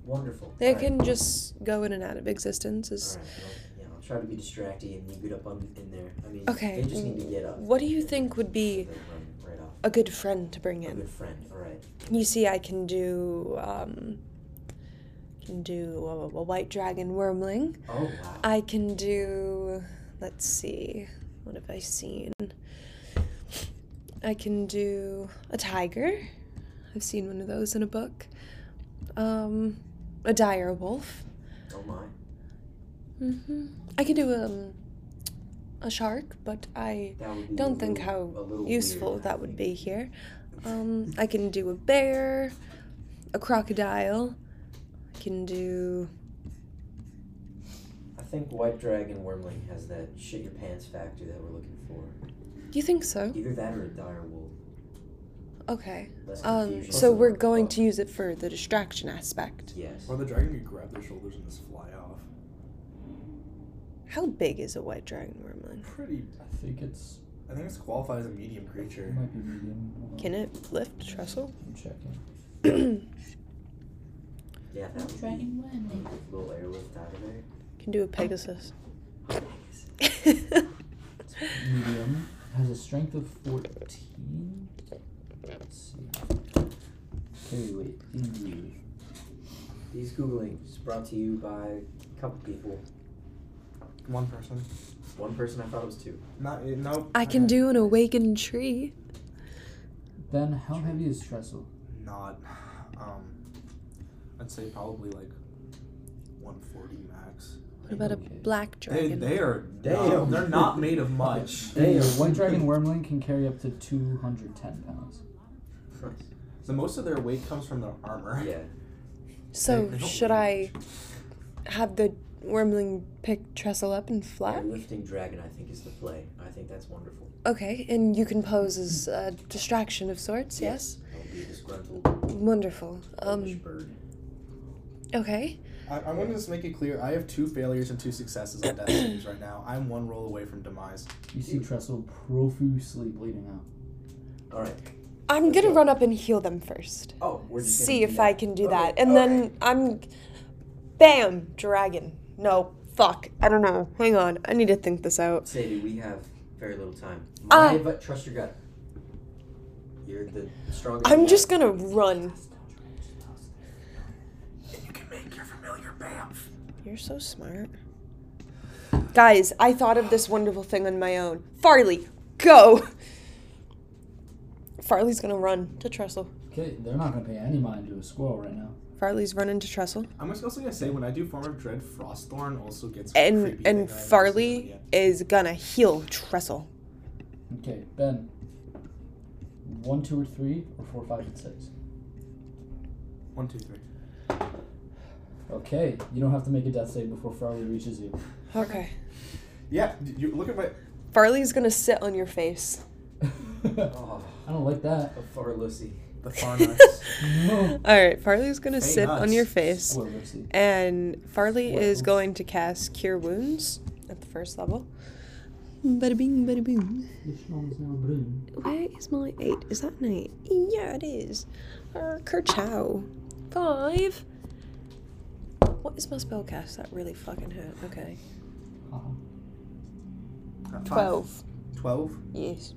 [SPEAKER 5] Wonderful.
[SPEAKER 1] They
[SPEAKER 5] All right.
[SPEAKER 1] can just go in and out of existence. As,
[SPEAKER 5] All right. I'll, yeah, I'll try to be distracting and you get up on in there. I mean,
[SPEAKER 1] Okay,
[SPEAKER 5] they just need to get up.
[SPEAKER 1] What do you think would be
[SPEAKER 5] They run right off.
[SPEAKER 1] a good friend to bring
[SPEAKER 5] A
[SPEAKER 1] in.
[SPEAKER 5] good friend. All right.
[SPEAKER 1] You see, I can do um, can do a, a white dragon wormling.
[SPEAKER 5] Oh wow.
[SPEAKER 1] I can do. Let's see. What have I seen? I can do a tiger. I've seen one of those in a book. Um, a dire wolf.
[SPEAKER 5] Oh my.
[SPEAKER 1] hmm I can do um, a shark, but I
[SPEAKER 5] That would be.
[SPEAKER 1] don't
[SPEAKER 5] a
[SPEAKER 1] think
[SPEAKER 5] little-
[SPEAKER 1] how
[SPEAKER 5] a little
[SPEAKER 1] useful
[SPEAKER 5] weird, I
[SPEAKER 1] that would
[SPEAKER 5] think.
[SPEAKER 1] be here. Um, I can do a bear, a crocodile. I can do.
[SPEAKER 5] I think White Dragon Wormling has that shit your pants factor that we're looking for.
[SPEAKER 1] Do you think so?
[SPEAKER 5] Either that or a dire wolf.
[SPEAKER 1] Okay.
[SPEAKER 5] Less
[SPEAKER 1] Um,
[SPEAKER 5] confusion. Oh,
[SPEAKER 1] so we're going to use it for the distraction aspect.
[SPEAKER 5] Yes.
[SPEAKER 4] Or the dragon could grab their shoulders and just fly off.
[SPEAKER 1] How big is a white dragon wormling?
[SPEAKER 4] Pretty.
[SPEAKER 2] I think it's
[SPEAKER 4] I think it's qualified as a medium
[SPEAKER 2] it
[SPEAKER 4] creature.
[SPEAKER 2] might be medium. Hold on,
[SPEAKER 1] Can it lift trestle?
[SPEAKER 2] I'm checking.
[SPEAKER 1] can
[SPEAKER 5] Yeah, that would be
[SPEAKER 8] Dragon wormling.
[SPEAKER 5] a little airlift out of there.
[SPEAKER 1] do a Pegasus.
[SPEAKER 2] Medium has a strength of fourteen. Let's see. Okay, wait. Indeed.
[SPEAKER 5] These googlings brought to you by a couple people.
[SPEAKER 4] One person.
[SPEAKER 5] One person I thought it was two.
[SPEAKER 4] Not. eh, Nope.
[SPEAKER 1] I can do an awakened tree.
[SPEAKER 2] Then how heavy is trestle?
[SPEAKER 4] Not. Um. I'd say probably like 140 max.
[SPEAKER 1] What about a
[SPEAKER 2] Okay.
[SPEAKER 1] black
[SPEAKER 4] They,
[SPEAKER 1] dragon?
[SPEAKER 4] they are.
[SPEAKER 5] Damn.
[SPEAKER 4] They're not made of much.
[SPEAKER 2] Damn. White dragon wormling can carry up to two hundred ten pounds.
[SPEAKER 5] Nice.
[SPEAKER 4] So most of their weight comes from their armor.
[SPEAKER 5] Yeah.
[SPEAKER 1] so
[SPEAKER 4] they don't
[SPEAKER 1] should I
[SPEAKER 4] weigh
[SPEAKER 1] have the wormling pick trestle up and fly?
[SPEAKER 5] Airlifting Dragon, I think, is the play. I think that's wonderful.
[SPEAKER 1] Okay, and you can pose as a distraction of sorts. Yes.
[SPEAKER 5] That would be a disgruntled
[SPEAKER 1] Wonderful.
[SPEAKER 5] Polish
[SPEAKER 1] Um.
[SPEAKER 5] bird.
[SPEAKER 1] Okay.
[SPEAKER 4] I, I want to just make it clear. I have two failures and two successes on death saves right now. I'm one roll away from demise.
[SPEAKER 2] You see trestle profusely bleeding out.
[SPEAKER 5] All right.
[SPEAKER 1] I'm gonna run up and heal them first.
[SPEAKER 5] Oh, we're just gonna
[SPEAKER 1] See
[SPEAKER 5] do
[SPEAKER 1] if
[SPEAKER 5] that.
[SPEAKER 1] I can do
[SPEAKER 5] Okay,
[SPEAKER 1] that, and
[SPEAKER 5] all
[SPEAKER 1] then
[SPEAKER 5] right.
[SPEAKER 1] I'm, bam, dragon. No, fuck. I don't know. Hang on. I need to think this out.
[SPEAKER 5] Sadie, we have very little time.
[SPEAKER 1] Ah.
[SPEAKER 5] My advi- trust your gut. You're the strongest.
[SPEAKER 1] I'm
[SPEAKER 5] one.
[SPEAKER 1] just gonna run.
[SPEAKER 4] You can make your familiar bamf.
[SPEAKER 1] You're so smart. Guys, I thought of this wonderful thing on my own. Farley, go! Farley's gonna run to Trestle.
[SPEAKER 2] Okay, they're not gonna pay any mind to a squirrel right now.
[SPEAKER 1] Farley's running to Trestle.
[SPEAKER 4] I'm just also gonna say when I do form of dread, Frostthorn also gets
[SPEAKER 1] And
[SPEAKER 4] creepy thing
[SPEAKER 1] and
[SPEAKER 4] that I haven't seen
[SPEAKER 1] Farley
[SPEAKER 4] yet.
[SPEAKER 1] is gonna heal Trestle.
[SPEAKER 2] Okay, Ben. One, two, or three, or four, five, and six.
[SPEAKER 4] One, two, three.
[SPEAKER 2] Okay, you don't have to make a death save before Farley reaches you.
[SPEAKER 1] Okay.
[SPEAKER 4] Yeah, d- you look at my.
[SPEAKER 1] Farley's gonna sit on your face.
[SPEAKER 2] I
[SPEAKER 5] Oh,
[SPEAKER 2] don't like that.
[SPEAKER 5] a far Lucy.
[SPEAKER 4] The far nuts.
[SPEAKER 2] No.
[SPEAKER 1] Alright, Farley's gonna
[SPEAKER 4] Hey,
[SPEAKER 1] sit on
[SPEAKER 4] nuts.
[SPEAKER 1] your face.
[SPEAKER 2] Well, let's see.
[SPEAKER 1] And Farley is
[SPEAKER 2] Well.
[SPEAKER 1] going to cast Cure Wounds at the first level. Bada bing, bada boom. Where is my eight? Is that an eight? Yeah, it is. Uh, Kerchow. Five. What is my spell cast? That really fucking hurt. Okay.
[SPEAKER 2] Uh-huh.
[SPEAKER 4] Five.
[SPEAKER 1] Twelve.
[SPEAKER 4] Twelve.
[SPEAKER 1] Yes.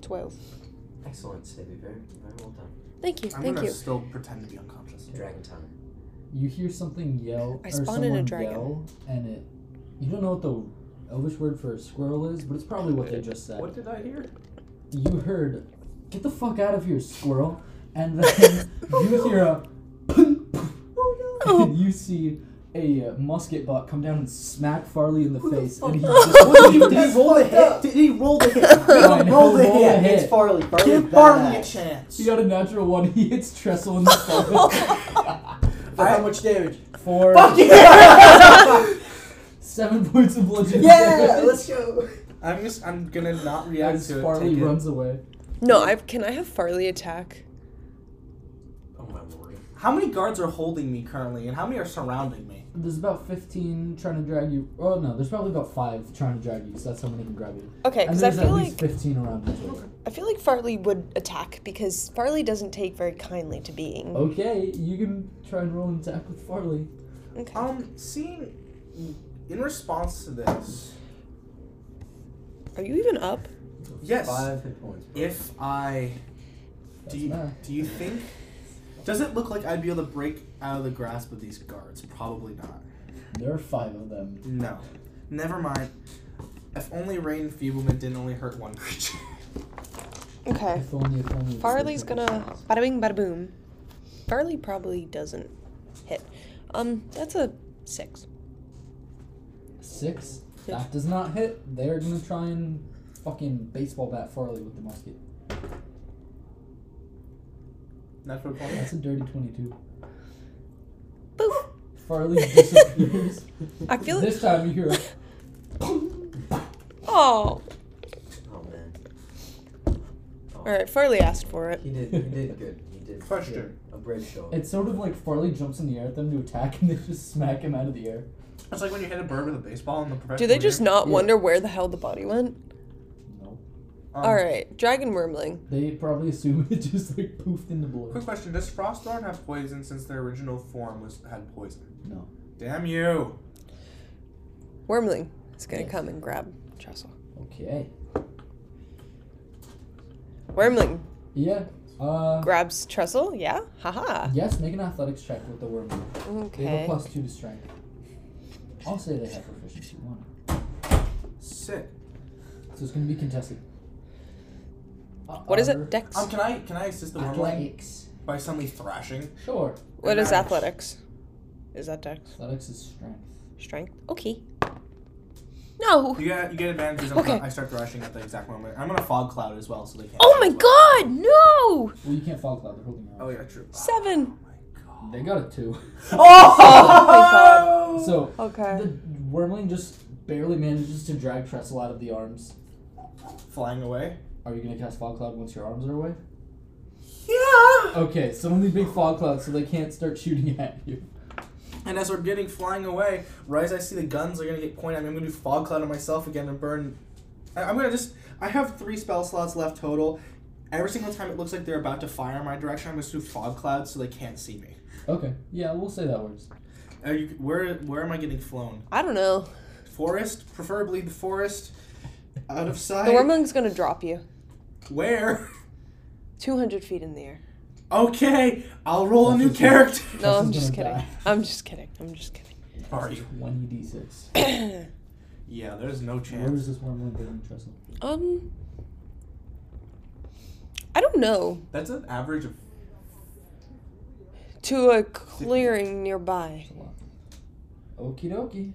[SPEAKER 1] Twelve.
[SPEAKER 5] Excellent, Sadie. Very, very well done.
[SPEAKER 1] Thank you.
[SPEAKER 4] I'm
[SPEAKER 1] Thank
[SPEAKER 4] gonna
[SPEAKER 1] you.
[SPEAKER 4] still pretend to be unconscious.
[SPEAKER 5] Dragon time.
[SPEAKER 2] You hear something yell,
[SPEAKER 1] I
[SPEAKER 2] or
[SPEAKER 1] spawned in a
[SPEAKER 2] someone
[SPEAKER 1] dragon.
[SPEAKER 2] yell, and it. You don't know what the elvish word for squirrel is, but it's probably what they just said.
[SPEAKER 4] What did I hear?
[SPEAKER 2] You heard, "Get the fuck out of here, squirrel!" And then you hear a. and you see a uh, musket butt come down and smack Farley in the face, and he just
[SPEAKER 4] What did, he, did he roll the hit? Did he roll the hit?
[SPEAKER 2] rolled
[SPEAKER 4] roll the hit.
[SPEAKER 5] It's Farley. Farley.
[SPEAKER 4] Give Barley a chance.
[SPEAKER 2] He got a natural one. He hits Trestle in the stomach
[SPEAKER 5] how much damage?
[SPEAKER 2] for seven points of bludgeoning
[SPEAKER 5] Yeah,
[SPEAKER 2] damage.
[SPEAKER 5] let's go.
[SPEAKER 4] I'm just. I'm gonna not react
[SPEAKER 2] As
[SPEAKER 4] to it.
[SPEAKER 2] Farley
[SPEAKER 4] take it.
[SPEAKER 2] runs away.
[SPEAKER 1] No, I can I have Farley attack?
[SPEAKER 5] Oh my lord.
[SPEAKER 4] How many guards are holding me currently, and how many are surrounding me?
[SPEAKER 2] There's about 15 trying to drag you. Oh no, there's probably about five trying to drag you. So that's how many can grab you.
[SPEAKER 1] Okay,
[SPEAKER 2] And
[SPEAKER 1] because I
[SPEAKER 2] there's at
[SPEAKER 1] feel
[SPEAKER 2] least
[SPEAKER 1] like
[SPEAKER 2] 15 around each other.
[SPEAKER 1] I feel like Farley would attack because Farley doesn't take very kindly to
[SPEAKER 4] Oh.
[SPEAKER 1] being.
[SPEAKER 2] Okay, you can try and roll an attack with Farley.
[SPEAKER 1] Okay.
[SPEAKER 4] Um, seeing in response to this,
[SPEAKER 1] Are you even up?
[SPEAKER 4] Yes.
[SPEAKER 5] Five hit points. bro.
[SPEAKER 4] If I
[SPEAKER 2] That's
[SPEAKER 4] do, you,
[SPEAKER 2] math.
[SPEAKER 4] do you think? Does it look like I'd be able to break out of the grasp of these guards? Probably not.
[SPEAKER 2] There are five of them.
[SPEAKER 4] No. Never mind. If only rain enfeeblement didn't only hurt one creature.
[SPEAKER 1] Okay.
[SPEAKER 2] If only, if only.
[SPEAKER 1] Farley's gonna bada bing bada boom. Farley probably doesn't hit. Um, that's a six.
[SPEAKER 2] Six. That does not hit. They're gonna try and fucking baseball bat Farley with the musket.
[SPEAKER 4] Natural twenty.
[SPEAKER 2] That's a dirty 22.
[SPEAKER 1] Boof.
[SPEAKER 2] Farley disappears.
[SPEAKER 1] I feel
[SPEAKER 2] this time you hear a
[SPEAKER 1] Oh.
[SPEAKER 5] Oh man. Oh,
[SPEAKER 1] All right. Farley asked for it.
[SPEAKER 5] He did. He did good. He did.
[SPEAKER 4] Question.
[SPEAKER 5] A brave show.
[SPEAKER 2] It's sort of like Farley jumps in the air at them to attack and they just smack him out of the air.
[SPEAKER 4] It's like when you hit a bird with a baseball in the professional.
[SPEAKER 1] Do they just
[SPEAKER 4] game.
[SPEAKER 1] not
[SPEAKER 2] Yeah.
[SPEAKER 1] wonder where the hell the body went?
[SPEAKER 2] No.
[SPEAKER 4] Um,
[SPEAKER 1] All right. Dragon wormling.
[SPEAKER 2] They probably assume it just like poofed into blue.
[SPEAKER 4] Quick question: Does Frostthorn have poison since their original form was had poison?
[SPEAKER 2] No.
[SPEAKER 4] Damn you!
[SPEAKER 1] Wormling is gonna
[SPEAKER 2] Yes.
[SPEAKER 1] come and grab Trestle.
[SPEAKER 2] Okay.
[SPEAKER 1] Wormling
[SPEAKER 2] Yeah. Uh.
[SPEAKER 1] grabs Trestle. Yeah. Haha.
[SPEAKER 2] Yes, make an athletics check with the worm. They have a
[SPEAKER 1] Okay.
[SPEAKER 2] plus two to strength. I'll say they have proficiency one.
[SPEAKER 4] Sick.
[SPEAKER 2] So it's gonna be contested.
[SPEAKER 1] What is
[SPEAKER 2] Upper
[SPEAKER 1] it? Dex.
[SPEAKER 4] Um, can I can I assist the wormling
[SPEAKER 2] Athletics.
[SPEAKER 4] by suddenly thrashing?
[SPEAKER 2] Sure.
[SPEAKER 1] What is
[SPEAKER 4] Nice.
[SPEAKER 1] athletics? Is that dex?
[SPEAKER 2] Athletics is strength.
[SPEAKER 1] Strength. Okay. No.
[SPEAKER 4] You get you get advantage. 'cause I'm
[SPEAKER 1] Okay.
[SPEAKER 4] not- I start thrashing at the exact moment. I'm gonna fog cloud as well, so they can't.
[SPEAKER 1] Oh
[SPEAKER 4] see
[SPEAKER 1] my
[SPEAKER 4] as well.
[SPEAKER 1] god, no!
[SPEAKER 2] Well, you can't fog cloud. They're holding your
[SPEAKER 4] Oh
[SPEAKER 2] arm.
[SPEAKER 4] yeah, true.
[SPEAKER 1] Seven.
[SPEAKER 2] They got a two.
[SPEAKER 4] Oh,
[SPEAKER 1] Oh
[SPEAKER 2] So
[SPEAKER 1] Okay.
[SPEAKER 2] the wormling just barely manages to drag Trestle out of the arms.
[SPEAKER 4] Flying away.
[SPEAKER 2] Are you gonna cast fog cloud once your arms are away?
[SPEAKER 4] Yeah.
[SPEAKER 2] Okay, so only big fog clouds, so they can't start shooting at you.
[SPEAKER 4] And as we're getting flying away, right as I see the guns are gonna get pointed at me, I'm gonna do fog cloud on myself again and burn. I- I'm gonna just. I have three spell slots left total. Every single time it looks like they're about to fire in my direction, I'm gonna do fog cloud so they can't see me.
[SPEAKER 2] Okay, yeah, we'll say that works.
[SPEAKER 4] Are you, where where am I getting flown?
[SPEAKER 1] I don't know.
[SPEAKER 4] Forest, preferably the forest, out of sight.
[SPEAKER 1] The wormling's gonna drop you
[SPEAKER 4] Where?
[SPEAKER 1] 200 feet in the air.
[SPEAKER 4] Okay, I'll roll a new
[SPEAKER 2] That's okay.
[SPEAKER 4] character.
[SPEAKER 1] No,
[SPEAKER 2] Tressel's
[SPEAKER 1] I'm just
[SPEAKER 2] gonna
[SPEAKER 1] kidding.
[SPEAKER 2] die.
[SPEAKER 1] I'm just kidding. I'm just kidding.
[SPEAKER 4] Are you?
[SPEAKER 2] Twenty d six.
[SPEAKER 4] Yeah, there's no
[SPEAKER 2] Where
[SPEAKER 4] chance.
[SPEAKER 2] is this wormling going, Trestle?
[SPEAKER 1] Um. I don't know.
[SPEAKER 4] That's an average of.
[SPEAKER 1] To a clearing nearby.
[SPEAKER 2] It's a lot. Okie dokie.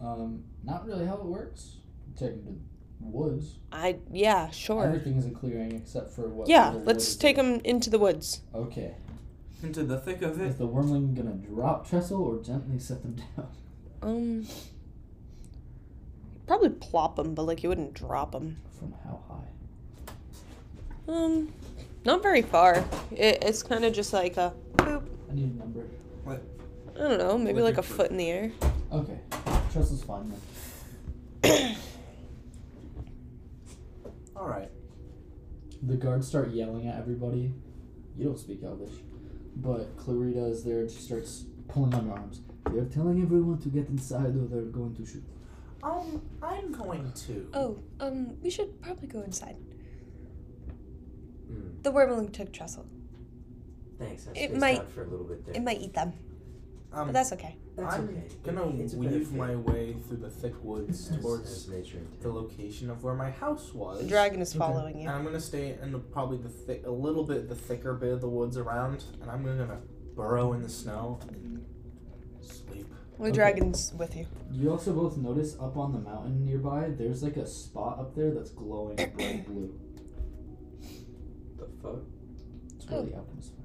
[SPEAKER 2] Um, not really how it works. Take him to the woods.
[SPEAKER 1] I, yeah, sure.
[SPEAKER 2] Everything is a clearing except for what.
[SPEAKER 1] Yeah,
[SPEAKER 2] little wood
[SPEAKER 1] let's
[SPEAKER 2] is
[SPEAKER 1] take
[SPEAKER 2] there.
[SPEAKER 1] him into the woods.
[SPEAKER 2] Okay.
[SPEAKER 4] Into the thick of
[SPEAKER 2] Is
[SPEAKER 4] it.
[SPEAKER 2] the wormling gonna drop Trestle or gently set them down?
[SPEAKER 1] Um. Probably plop him, but like you wouldn't drop him.
[SPEAKER 2] From how high?
[SPEAKER 1] Um, not very far. It, it's kind of just like a, boop.
[SPEAKER 2] I need a number.
[SPEAKER 1] I don't know, maybe
[SPEAKER 4] Looking
[SPEAKER 1] like a
[SPEAKER 4] for-
[SPEAKER 1] foot in the air.
[SPEAKER 2] Okay. Trestle's fine then.
[SPEAKER 4] Alright.
[SPEAKER 2] The guards start yelling at everybody. You don't speak Elvish, but Clarita is there. and She starts pulling on your arms. They're telling everyone to get inside, or they're going to shoot.
[SPEAKER 4] Um, I'm going to.
[SPEAKER 1] Oh, um, we should probably go inside.
[SPEAKER 5] Mm,
[SPEAKER 1] The wormling took trestle.
[SPEAKER 5] thanks. I
[SPEAKER 1] It
[SPEAKER 5] spaced
[SPEAKER 1] might-
[SPEAKER 5] out for a little bit there.
[SPEAKER 1] It might eat them,
[SPEAKER 4] Um,
[SPEAKER 1] but that's okay.
[SPEAKER 5] That's
[SPEAKER 4] I'm
[SPEAKER 5] okay.
[SPEAKER 4] gonna
[SPEAKER 5] It's a better
[SPEAKER 4] weave
[SPEAKER 5] fit.
[SPEAKER 4] my way through the thick woods
[SPEAKER 5] As- as
[SPEAKER 4] towards
[SPEAKER 5] nature. intended.
[SPEAKER 4] the location of where my house
[SPEAKER 1] The
[SPEAKER 4] was.
[SPEAKER 1] dragon is
[SPEAKER 2] Okay.
[SPEAKER 1] following
[SPEAKER 4] And
[SPEAKER 1] you.
[SPEAKER 4] I'm gonna stay in the, probably the thick, a little bit the thicker bit of the woods around, and I'm gonna burrow in the snow and sleep.
[SPEAKER 1] The
[SPEAKER 2] Okay.
[SPEAKER 1] dragon's with you.
[SPEAKER 2] You also both notice up on the mountain nearby, there's like a spot up there that's glowing bright blue.
[SPEAKER 5] The fuck?
[SPEAKER 2] It's where the alchemist
[SPEAKER 5] Oh.
[SPEAKER 2] fire.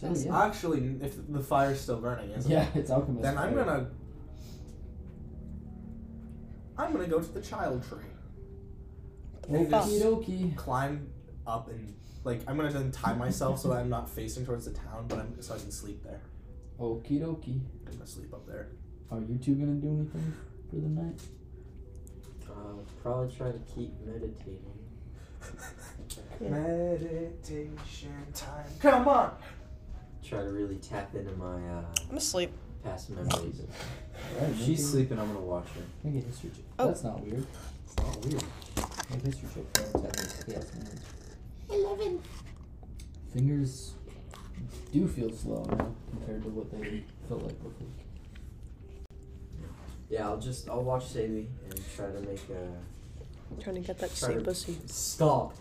[SPEAKER 1] That's-
[SPEAKER 2] So Oh, yeah,
[SPEAKER 4] Actually, if the fire's still burning, isn't it?
[SPEAKER 2] yeah, it's alchemist.
[SPEAKER 4] Then I'm
[SPEAKER 2] fire.
[SPEAKER 4] gonna. I'm gonna go to the child tree.
[SPEAKER 1] Well,
[SPEAKER 4] just
[SPEAKER 1] fuck.
[SPEAKER 2] Okie
[SPEAKER 4] climb up and like I'm gonna then tie myself so that I'm not facing towards the town, but I'm so I can sleep there.
[SPEAKER 2] dokie. Okie dokie.
[SPEAKER 4] I'm gonna sleep up there.
[SPEAKER 2] Are you two gonna do anything for the night?
[SPEAKER 5] Uh, probably try to keep meditating.
[SPEAKER 4] Meditation time. Come on.
[SPEAKER 5] Try to really tap into my uh,
[SPEAKER 1] I'm asleep.
[SPEAKER 5] past memories.
[SPEAKER 2] Alright,
[SPEAKER 5] If she's
[SPEAKER 2] make
[SPEAKER 5] sleeping, I'm gonna watch her.
[SPEAKER 2] a- Make a history check.
[SPEAKER 1] Oh.
[SPEAKER 2] That's not weird.
[SPEAKER 5] It's not weird.
[SPEAKER 2] Make a history check. for how technically that's meant.
[SPEAKER 3] 11.
[SPEAKER 2] Fingers do feel slow now compared to what they felt like before.
[SPEAKER 5] Yeah, I'll just I'll watch Savy and try to make a
[SPEAKER 1] trying to get that
[SPEAKER 5] Try to-
[SPEAKER 1] sweet pussy.
[SPEAKER 5] stop.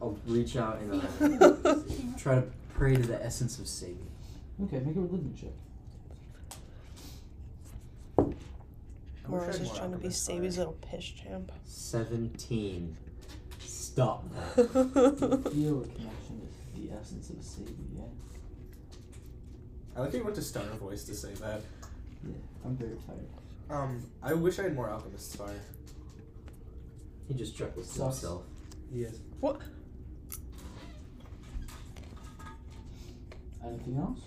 [SPEAKER 5] I'll reach out and I'll try to pray to the essence of Savy.
[SPEAKER 2] Okay, make a religion check.
[SPEAKER 6] I wish I
[SPEAKER 1] Or is
[SPEAKER 6] had
[SPEAKER 1] just
[SPEAKER 6] more
[SPEAKER 1] trying to be
[SPEAKER 6] alchemist
[SPEAKER 1] Savvy's
[SPEAKER 6] fire.
[SPEAKER 1] little piss champ.
[SPEAKER 5] Seventeen. Stop.
[SPEAKER 2] Feel a connection with the essence of saving. Yeah,
[SPEAKER 4] I like how you went to Star Voice to say that.
[SPEAKER 2] yeah. I'm very tired.
[SPEAKER 4] Um, I wish I had more Alchemist's Fire.
[SPEAKER 5] He just chuckles to
[SPEAKER 2] Sucks.
[SPEAKER 5] himself.
[SPEAKER 4] Yes.
[SPEAKER 2] Anything else?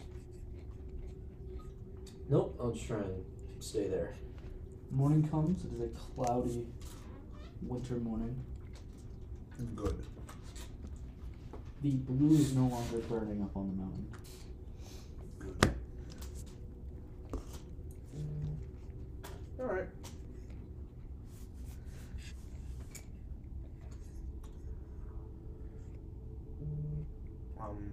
[SPEAKER 5] Nope, I'll just try and stay there.
[SPEAKER 2] Morning comes. It is a cloudy winter morning.
[SPEAKER 6] Good.
[SPEAKER 2] The blue is no longer burning up on the mountain.
[SPEAKER 4] All right. Um,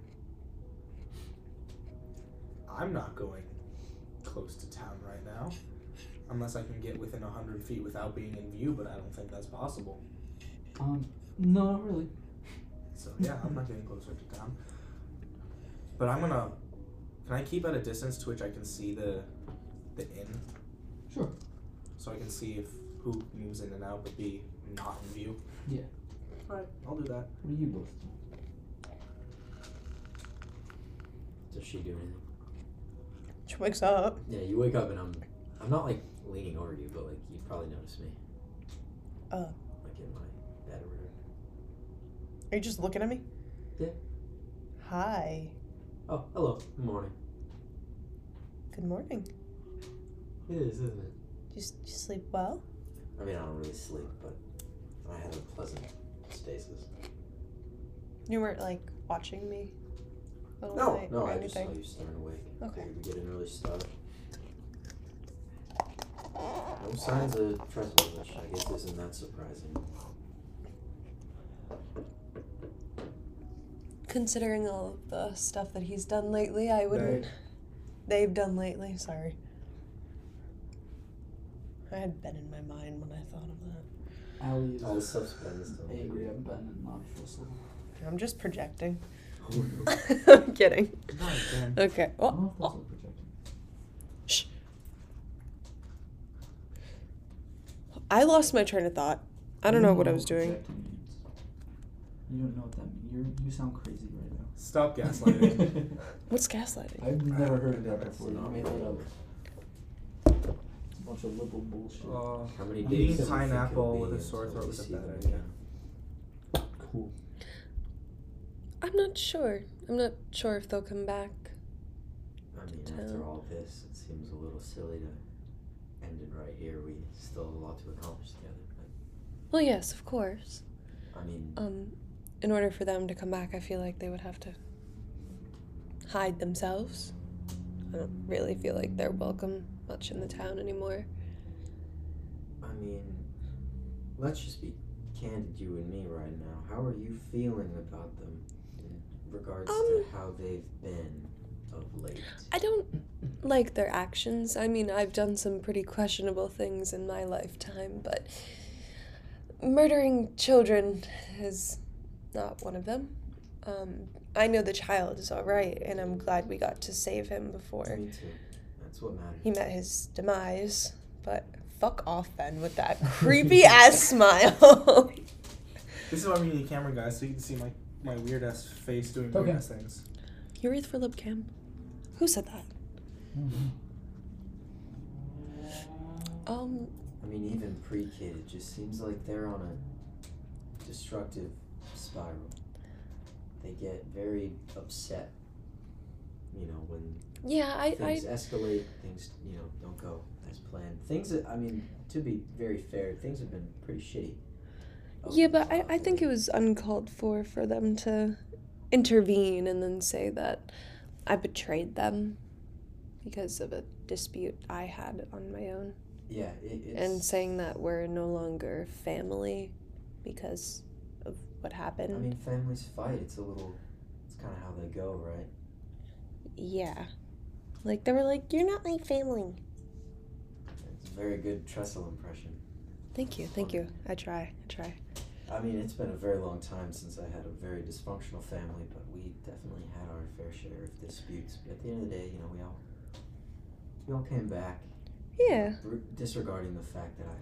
[SPEAKER 4] I'm not going close to town right now, unless I can get within hundred feet without being in view. But I don't think that's possible.
[SPEAKER 2] Um, no, not really.
[SPEAKER 4] So yeah, I'm not getting closer to town. But I'm gonna. Can I keep at a distance to which I can see the the inn?
[SPEAKER 2] Sure.
[SPEAKER 4] So I can see if who moves in and out, but be not in view.
[SPEAKER 2] Yeah.
[SPEAKER 4] Alright, I'll do that.
[SPEAKER 2] What are you both doing?
[SPEAKER 5] Does she do anything?
[SPEAKER 1] she wakes up.
[SPEAKER 5] Yeah, you wake up and I'm I'm not like leaning over you, but like you probably notice me.
[SPEAKER 1] Oh.
[SPEAKER 5] Like in my bed or whatever.
[SPEAKER 1] Are you just looking at me?
[SPEAKER 5] Yeah.
[SPEAKER 1] Hi.
[SPEAKER 5] Oh, hello. Good morning.
[SPEAKER 1] Good morning. Do
[SPEAKER 5] It is, isn't it?
[SPEAKER 1] you, s- you sleep well?
[SPEAKER 5] I mean I don't really sleep, but I had a pleasant stasis.
[SPEAKER 1] You weren't like watching me? all night
[SPEAKER 5] no,
[SPEAKER 1] or
[SPEAKER 5] I just saw
[SPEAKER 1] anything?
[SPEAKER 5] you staring awake.
[SPEAKER 1] Okay.
[SPEAKER 5] Figured we get an early start. No signs of trespass, which I guess isn't that surprising.
[SPEAKER 1] Considering all of the stuff that he's done lately, I wouldn't. They've done lately, sorry. I had been in my mind when I thought of that.
[SPEAKER 2] Allie is
[SPEAKER 5] All the stuff's been still.
[SPEAKER 2] angry at Ben and not Tristle.
[SPEAKER 1] I'm just projecting.
[SPEAKER 5] Oh, no.
[SPEAKER 1] I'm kidding.
[SPEAKER 4] Not again.
[SPEAKER 1] Okay.
[SPEAKER 2] I don't
[SPEAKER 1] Oh,
[SPEAKER 2] know if that's what projecting.
[SPEAKER 1] I lost my train of thought. I don't know what I was doing.
[SPEAKER 2] projecting means. You don't know what that means. You're, you sound crazy right now.
[SPEAKER 4] Stop gaslighting.
[SPEAKER 1] What's gaslighting?
[SPEAKER 2] I've never heard of that
[SPEAKER 5] That's
[SPEAKER 2] before. You
[SPEAKER 5] not
[SPEAKER 2] made
[SPEAKER 5] really-
[SPEAKER 2] that up. It's a bunch of liberal bullshit.
[SPEAKER 4] oh,
[SPEAKER 5] How many days
[SPEAKER 4] Eating
[SPEAKER 5] do you think it'll
[SPEAKER 4] pineapple
[SPEAKER 5] be
[SPEAKER 4] with a
[SPEAKER 5] until
[SPEAKER 4] sore throat
[SPEAKER 5] we
[SPEAKER 4] was a
[SPEAKER 5] see
[SPEAKER 4] bad
[SPEAKER 5] them
[SPEAKER 4] idea.
[SPEAKER 5] again?
[SPEAKER 2] cool.
[SPEAKER 1] I'm not sure. I'm not sure if they'll come back.
[SPEAKER 5] I mean,
[SPEAKER 1] Tell.
[SPEAKER 5] after all this, it seems a little silly to end it right here. We still have a lot to accomplish together. Like,
[SPEAKER 1] Well, yes, of course.
[SPEAKER 5] I mean,
[SPEAKER 1] Um, in order for them to come back, I feel like they would have to hide themselves. I don't really feel like they're welcome much in the town anymore.
[SPEAKER 5] I mean, let's just be candid, you and me, right now. How are you feeling about them in regards to
[SPEAKER 1] Um,
[SPEAKER 5] how they've been of late?
[SPEAKER 1] I don't like their actions. I mean, I've done some pretty questionable things in my lifetime, but murdering children is not one of them. Um, I know the child is all right, and I'm glad we got to save him before
[SPEAKER 5] Me too. That's what matters.
[SPEAKER 1] he met his demise. But fuck off then with that creepy ass smile.
[SPEAKER 4] this is why we need a camera, guys, so you can see my, my weird ass face doing
[SPEAKER 2] Okay.
[SPEAKER 4] weird ass things.
[SPEAKER 1] you wreath for lip cam. Who said that? Um,
[SPEAKER 5] I mean, even pre-kid, it just seems like they're on a destructive spiral. They get very upset, you know, when
[SPEAKER 1] yeah, I, I
[SPEAKER 5] things escalate, things you know don't go as planned. Things, that- I mean, to be very fair, things have been pretty shitty. up
[SPEAKER 1] Yeah,
[SPEAKER 5] until
[SPEAKER 1] but I, I
[SPEAKER 5] now.
[SPEAKER 1] think it was uncalled for for them to intervene and then say that I betrayed them. because of a dispute I had on my own.
[SPEAKER 5] Yeah, it, it's
[SPEAKER 1] and saying that we're no longer family because of what happened.
[SPEAKER 5] I mean, families fight. It's a little. It's kind of how they go, right?
[SPEAKER 1] Mm-hmm. yeah. Like, they were like, you're not my family.
[SPEAKER 5] It's a very good trestle impression.
[SPEAKER 1] Thank you, thank you. I try, I try.
[SPEAKER 5] I mean, it's been a very long time since I had a very dysfunctional family, but we definitely had our fair share of disputes. But at the end of the day, you know, we all we all came back,
[SPEAKER 1] Yeah,
[SPEAKER 5] r- disregarding the fact that I,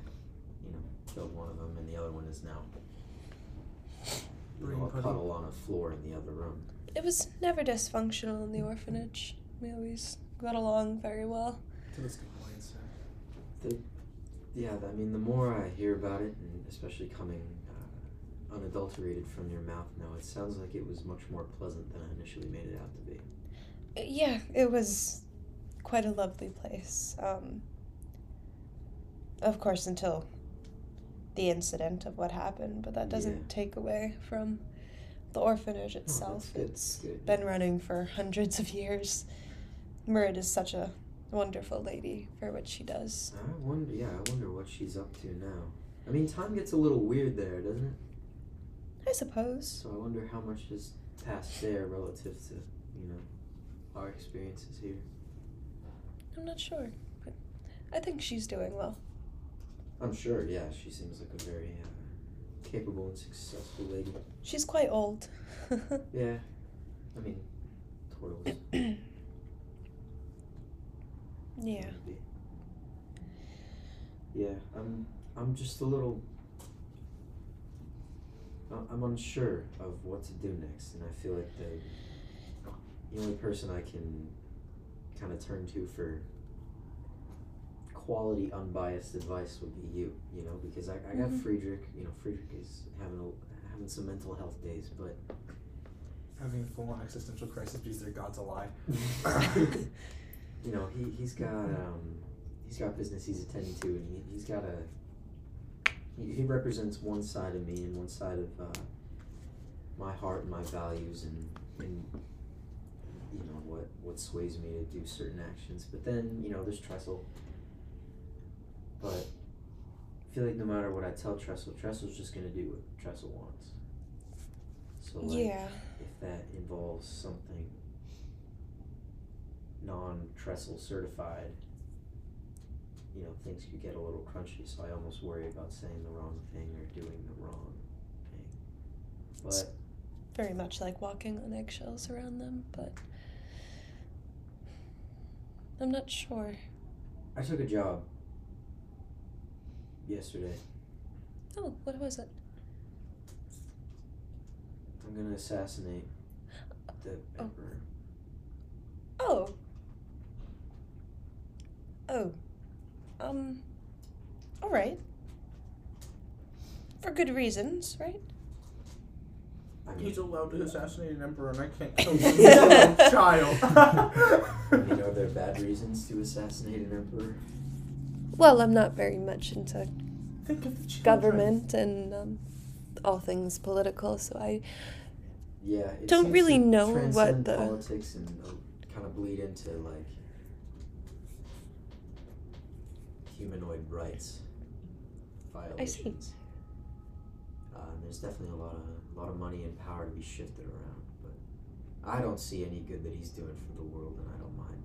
[SPEAKER 5] you know, killed one of them and the other one is now you
[SPEAKER 4] Brain
[SPEAKER 5] know, a
[SPEAKER 4] pudding.
[SPEAKER 5] puddle on a floor in the other room.
[SPEAKER 1] it was never dysfunctional in the orphanage. We always got along very well.
[SPEAKER 4] To this complaints. yeah.
[SPEAKER 5] Yeah, I mean, the more I hear about it, and especially coming uh, unadulterated from your mouth now, it sounds like it was much more pleasant than I initially made it out to be.
[SPEAKER 1] Uh, Yeah, it was quite a lovely place. Um, of course, until the incident of what happened, but that doesn't
[SPEAKER 5] Yeah. Oh,
[SPEAKER 1] take away from the orphanage itself.
[SPEAKER 5] good,
[SPEAKER 1] It's
[SPEAKER 5] good.
[SPEAKER 1] been running for hundreds of years. Murid is such a wonderful lady for what she does.
[SPEAKER 5] I wonder, yeah, I wonder what she's up to now. I mean, time gets a little weird there, doesn't it?
[SPEAKER 1] I suppose.
[SPEAKER 5] So I wonder how much has passed there relative to, you know, our experiences here.
[SPEAKER 1] I'm not sure, but I think she's doing well.
[SPEAKER 5] I'm sure, yeah, she seems like a very uh, capable and successful lady.
[SPEAKER 1] She's quite old.
[SPEAKER 5] Yeah, I mean, turtles.
[SPEAKER 1] yeah.
[SPEAKER 5] Maybe. Yeah, I'm. I'm just a little. I- I'm unsure of what to do next, and I feel like the the only person I can kind of turn to for quality, unbiased advice would be you. You know, because I, I got
[SPEAKER 1] Mhm.
[SPEAKER 5] Friedrich. You know, Friedrich is having a, having some mental health days, but
[SPEAKER 4] Having a full on existential crisis because their god's a lie.
[SPEAKER 5] you know, he he's got um, he's got business he's attending to, and he, he's got a he, he represents one side of me and one side of uh, my heart and my values and and you know what what sways me to do certain actions. But then you know there's Trestle, but I feel like no matter what I tell Trestle, Trestle's just gonna do what Trestle wants. So like,
[SPEAKER 1] Yeah.
[SPEAKER 5] if that involves something non-trestle certified you know things could get a little crunchy so i almost worry about saying the wrong thing or doing the wrong thing but
[SPEAKER 1] very much like walking on eggshells around them, but I'm not sure.
[SPEAKER 5] i took a job yesterday
[SPEAKER 1] Oh, what was it?
[SPEAKER 5] i'm gonna assassinate the emperor
[SPEAKER 1] Oh. Oh. Um. All right. For good reasons, right?
[SPEAKER 5] i mean
[SPEAKER 4] He's allowed to assassinate an emperor, and I can't kill
[SPEAKER 1] one
[SPEAKER 4] one
[SPEAKER 1] little
[SPEAKER 5] I
[SPEAKER 4] child.
[SPEAKER 5] mean, are there bad reasons to assassinate an emperor?
[SPEAKER 1] Well, I'm not very much into
[SPEAKER 4] Think of the children.
[SPEAKER 1] government and um, all things political, so I.
[SPEAKER 5] Yeah. It
[SPEAKER 1] Don't
[SPEAKER 5] seems
[SPEAKER 1] really
[SPEAKER 5] to
[SPEAKER 1] know what
[SPEAKER 5] transcend
[SPEAKER 1] the-
[SPEAKER 5] politics and kind of bleed into like humanoid rights
[SPEAKER 1] see.
[SPEAKER 5] violations. Uh, and there's definitely a lot of a lot of money and power to be shifted around, but I don't see any good that he's doing for the world, and I don't mind.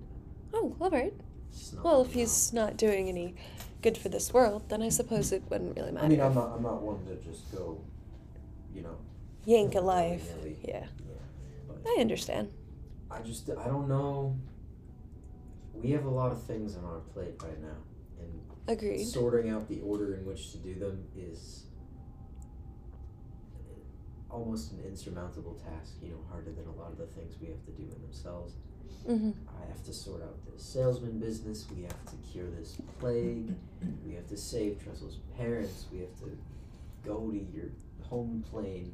[SPEAKER 1] Oh, all right.
[SPEAKER 5] snuffing
[SPEAKER 1] Well, if
[SPEAKER 5] him
[SPEAKER 1] he's not doing any good for this world, then I suppose it wouldn't really
[SPEAKER 5] out.
[SPEAKER 1] matter.
[SPEAKER 5] I mean, I'm not I'm not one to just go, you know,
[SPEAKER 1] Yank a life.
[SPEAKER 5] willy-nilly,
[SPEAKER 1] Yeah,
[SPEAKER 5] but-
[SPEAKER 1] I understand.
[SPEAKER 5] I just I don't know. We have a lot of things on our plate right now, and
[SPEAKER 1] Agreed.
[SPEAKER 5] sorting out the order in which to do them is almost an insurmountable task. You know, harder than a lot of the things we have to do in themselves.
[SPEAKER 1] hmm
[SPEAKER 5] I have to sort out this salesman business. We have to cure this plague. We have to save Trestle's parents. We have to go to your home plane.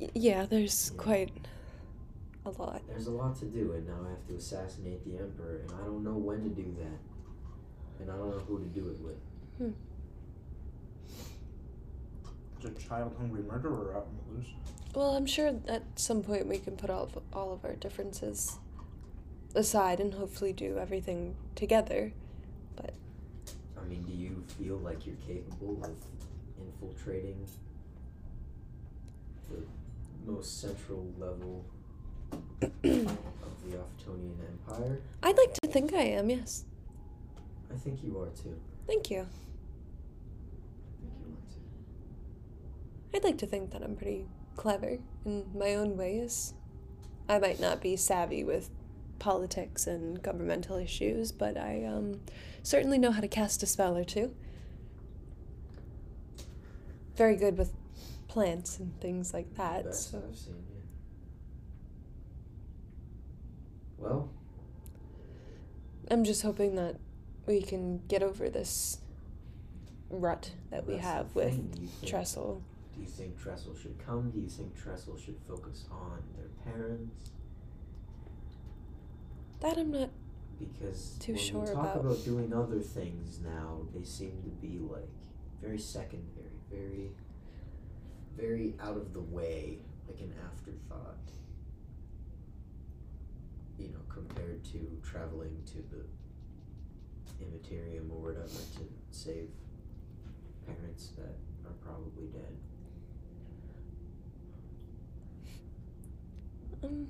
[SPEAKER 1] Y- Yeah, there's
[SPEAKER 5] Yeah.
[SPEAKER 1] quite a lot.
[SPEAKER 5] There's a lot to do, and now I have to assassinate the Emperor, and I don't know when to do that. And I don't know who to do it with.
[SPEAKER 4] There's a child hungry murderer out in the loose.
[SPEAKER 1] Well, I'm sure at some point we can put all of, all of our differences aside and hopefully do everything together.
[SPEAKER 5] I mean, do you feel like you're capable of infiltrating the most central level of the Oftonian Empire?
[SPEAKER 1] I'd like to think I am, yes.
[SPEAKER 5] I think you are too.
[SPEAKER 1] Thank you.
[SPEAKER 5] I think you are too.
[SPEAKER 1] I'd like to think that I'm pretty clever in my own ways. I might not be savvy with politics and governmental issues, but I um, certainly know how to cast a spell or two. Very good with plants and things like that.
[SPEAKER 5] Best
[SPEAKER 1] so-
[SPEAKER 5] I've seen you. Well,
[SPEAKER 1] I'm just hoping that we can get over this rut that we
[SPEAKER 5] that's the
[SPEAKER 1] have with
[SPEAKER 5] thing. Do you think-
[SPEAKER 1] Trestle.
[SPEAKER 5] Do you think Trestle should come? Do you think Trestle should focus on their parents?
[SPEAKER 1] That I'm not.
[SPEAKER 5] Because
[SPEAKER 1] Too
[SPEAKER 5] when
[SPEAKER 1] sure
[SPEAKER 5] we talk
[SPEAKER 1] about-
[SPEAKER 5] about. doing other things now, they seem to be like very secondary, very, very out of the way, like an afterthought. You know, compared to traveling to the Immaterium or whatever to save parents that are probably dead.
[SPEAKER 1] Um,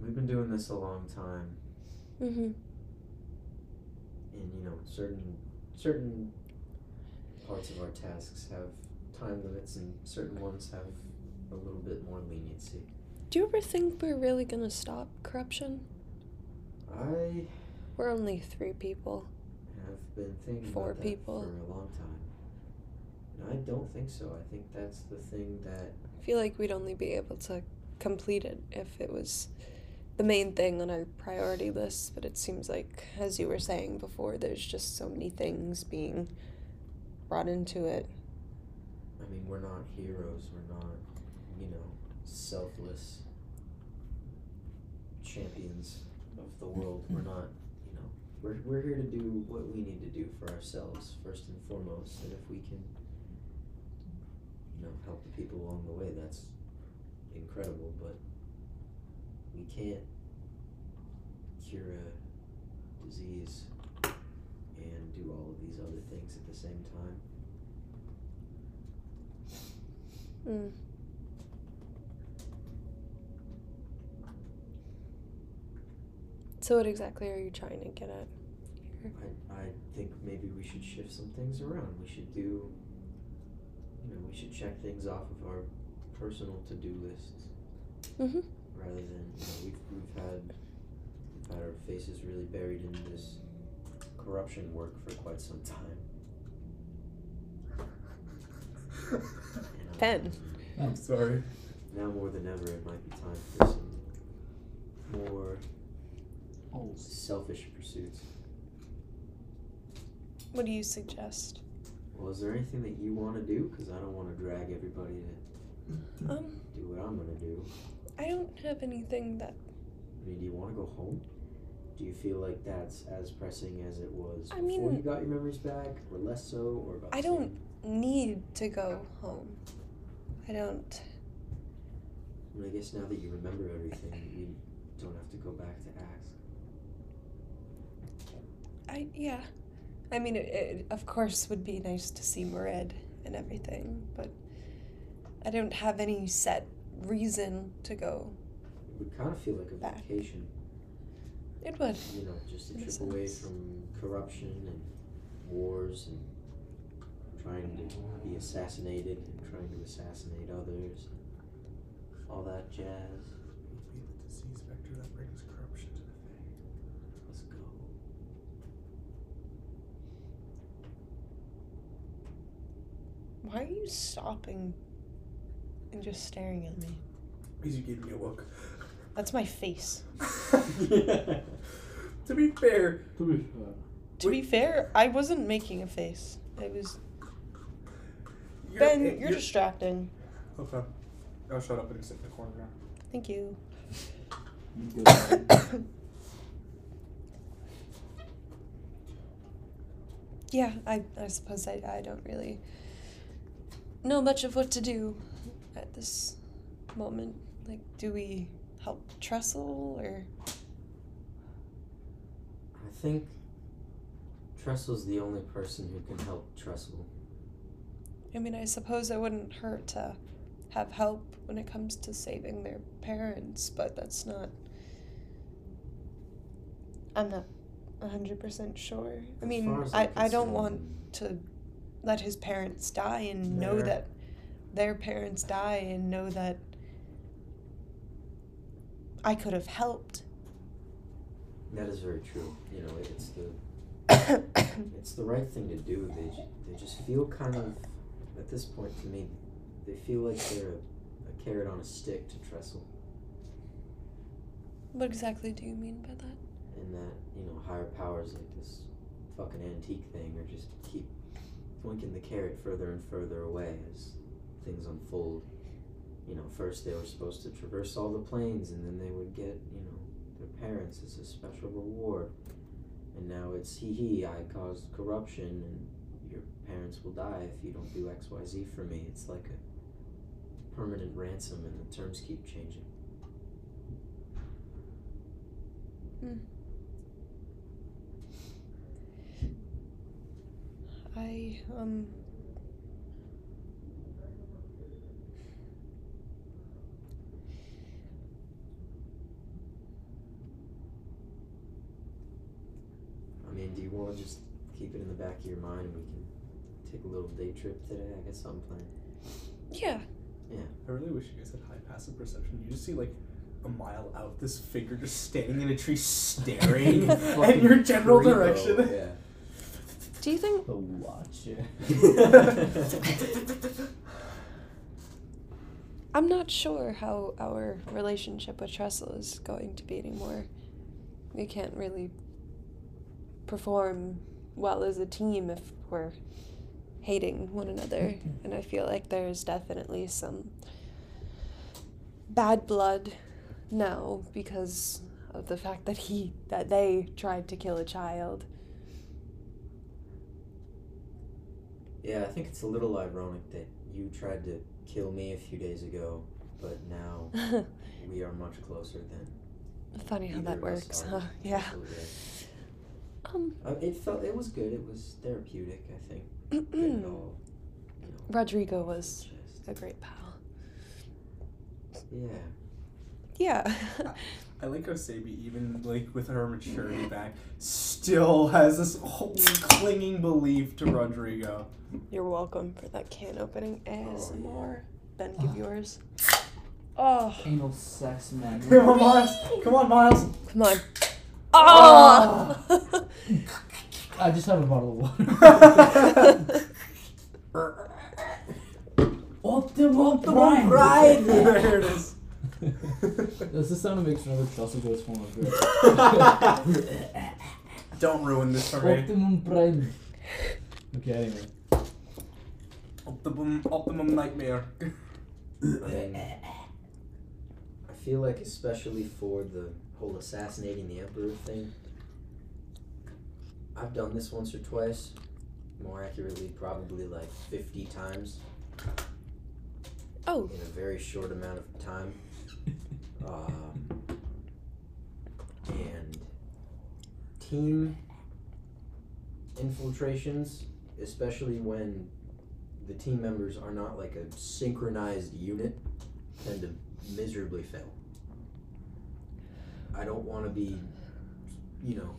[SPEAKER 5] We've been doing this a long time.
[SPEAKER 1] hmm
[SPEAKER 5] and you know certain certain parts of our tasks have time limits and certain ones have a little bit more leniency
[SPEAKER 1] Do you ever think we're really gonna stop corruption?
[SPEAKER 5] i
[SPEAKER 1] We're only three people.
[SPEAKER 5] have been thinking
[SPEAKER 1] Four
[SPEAKER 5] about that
[SPEAKER 1] people.
[SPEAKER 5] for a long time and i don't think so i think that's the thing that
[SPEAKER 1] I feel like we'd only be able to complete it if it was the main thing on our priority list, but it seems like, as you were saying before, there's just so many things being brought into it.
[SPEAKER 5] i mean we're not heroes we're not you know selfless champions of the world we're not you know we're, we're here to do what we need to do for ourselves first and foremost and if we can you know help the people along the way that's incredible but we can't cure a disease and do all of these other things at the same time
[SPEAKER 1] Mm. So, what exactly are you trying to get at?
[SPEAKER 5] I, I think maybe we should shift some things around. We should do, you know, we should check things off of our personal to do lists
[SPEAKER 1] Mm-hmm.
[SPEAKER 5] rather than, you know, we've, we've had, we've had our faces really buried in this corruption work for quite some time. And I-
[SPEAKER 1] Pen.
[SPEAKER 6] I'm sorry.
[SPEAKER 5] Now more than ever, it might be time for some more
[SPEAKER 2] Oh,
[SPEAKER 5] selfish pursuits.
[SPEAKER 1] What do you suggest?
[SPEAKER 5] Well, is there anything that you want to do? Because I don't want to drag everybody to
[SPEAKER 1] Um,
[SPEAKER 5] do what I'm going to do.
[SPEAKER 1] I don't have anything that
[SPEAKER 5] I mean, do you want to go home? Do you feel like that's as pressing as it was
[SPEAKER 1] I
[SPEAKER 5] before
[SPEAKER 1] mean-
[SPEAKER 5] you got your memories back, or less so, or about?
[SPEAKER 1] I
[SPEAKER 5] the same?
[SPEAKER 1] don't need to go home. I don't.
[SPEAKER 5] I, mean, I guess now that you remember everything, you don't have to go back to ask.
[SPEAKER 1] I yeah. I mean, it, it of course would be nice to see Mered and everything, but I don't have any set reason to go.
[SPEAKER 5] It would kind of feel like a
[SPEAKER 1] Back.
[SPEAKER 5] vacation,
[SPEAKER 1] It would.
[SPEAKER 5] you know, just a
[SPEAKER 1] In a
[SPEAKER 5] trip away
[SPEAKER 1] sense.
[SPEAKER 5] from corruption and wars and trying to be assassinated and trying to assassinate others, all that jazz.
[SPEAKER 6] Be the disease vector that brings corruption to the thing.
[SPEAKER 5] Let's go.
[SPEAKER 1] Why are you stopping and just staring at me?
[SPEAKER 6] Because you gave me a look.
[SPEAKER 1] That's my face.
[SPEAKER 6] to be fair,
[SPEAKER 2] to be fair.
[SPEAKER 1] To be fair, I wasn't making a face. I was
[SPEAKER 6] you're,
[SPEAKER 1] Ben.
[SPEAKER 6] it-
[SPEAKER 1] You're distracting.
[SPEAKER 4] Oh,
[SPEAKER 6] Okay. I'll shut up and sit in the corner now.
[SPEAKER 1] Thank you.
[SPEAKER 2] You go.
[SPEAKER 1] Yeah, I, I suppose I, I don't really know much of what to do at this moment. Like, do we help Trestle or
[SPEAKER 5] I think Trestle's the only person who can help Trestle.
[SPEAKER 1] I mean, I suppose it wouldn't hurt to have help when it comes to saving their parents, but that's not. I'm not 100% sure. I
[SPEAKER 5] As
[SPEAKER 1] mean,
[SPEAKER 5] far as
[SPEAKER 1] I,
[SPEAKER 5] I'm
[SPEAKER 1] I don't
[SPEAKER 5] concerned,
[SPEAKER 1] want to let his parents die and know
[SPEAKER 6] Fair.
[SPEAKER 1] that their parents die and know that I could have helped.
[SPEAKER 5] That is very true. You know, it- it's the
[SPEAKER 1] Mm-hmm.
[SPEAKER 5] it's the right thing to do. They ju- they just feel kind of at this point to me, they feel like they're a, a carrot on a stick to Trestle.
[SPEAKER 1] what exactly do you mean by that?
[SPEAKER 5] and that you know higher powers like this fucking antique thing or just keep winking the carrot further and further away as things unfold you know first they were supposed to traverse all the planes and then they would get you know their parents as a special reward and now it's hee hee i caused corruption and your parents will die if you don't do xyz for me it's like a permanent ransom and the terms keep changing
[SPEAKER 1] I, um.
[SPEAKER 5] I mean, do you want to just keep it in the back of your mind and we can take a little day trip today? I guess I'm planning.
[SPEAKER 1] Yeah.
[SPEAKER 4] I really wish you guys had high passive perception. You just see like a mile out this figure just standing in a tree staring in your general direction.
[SPEAKER 5] Yeah.
[SPEAKER 1] Do you think.
[SPEAKER 2] The Watcher.
[SPEAKER 1] I'm not sure how our relationship with Trestle is going to be anymore. We can't really perform well as a team if we're hating one another.
[SPEAKER 5] Mm-hmm.
[SPEAKER 1] And I feel like there's definitely some bad blood now because of the fact that he that they tried to kill a child.
[SPEAKER 5] yeah, I think it's a little ironic that you tried to kill me a few days ago, but now we are much closer than.
[SPEAKER 1] Funny how
[SPEAKER 5] either
[SPEAKER 1] that
[SPEAKER 5] of us
[SPEAKER 1] works,
[SPEAKER 5] are.
[SPEAKER 1] huh? Yeah.
[SPEAKER 5] Absolutely.
[SPEAKER 1] Um
[SPEAKER 5] Uh, it felt it was good. It was therapeutic. I think. getting
[SPEAKER 1] Mm.
[SPEAKER 5] it all, you know,
[SPEAKER 1] Rodrigo
[SPEAKER 5] off the
[SPEAKER 1] was
[SPEAKER 5] chest.
[SPEAKER 1] a great pal.
[SPEAKER 5] Yeah.
[SPEAKER 1] Yeah.
[SPEAKER 4] I like how Sabi, even like with her maturity back, still has this whole clinging belief to Rodrigo.
[SPEAKER 1] You're welcome for that can opening
[SPEAKER 5] Oh,
[SPEAKER 1] ASMR. Ben, give
[SPEAKER 2] Ah.
[SPEAKER 1] yours. Oh,
[SPEAKER 2] Anal sex
[SPEAKER 4] Come
[SPEAKER 2] magnet.
[SPEAKER 4] on, Miles. Come on, Miles.
[SPEAKER 1] come on. Ah!
[SPEAKER 2] I just have a bottle of water. Optimum prime.
[SPEAKER 4] there it is.
[SPEAKER 2] That's the sound it makes whenever Chelsea goes for a girl.
[SPEAKER 4] Don't ruin this for me.
[SPEAKER 2] Optimum prime. Okay, anyway.
[SPEAKER 4] Optimum, optimum nightmare.
[SPEAKER 5] I mean, I feel like especially for the whole assassinating the emperor thing, I've done this once or twice. More accurately, probably like fifty times
[SPEAKER 1] oh,
[SPEAKER 5] in a very short amount of time. Um, and team infiltrations, especially when the team members are not like a synchronized unit, tend to miserably fail. I don't want to be, you know,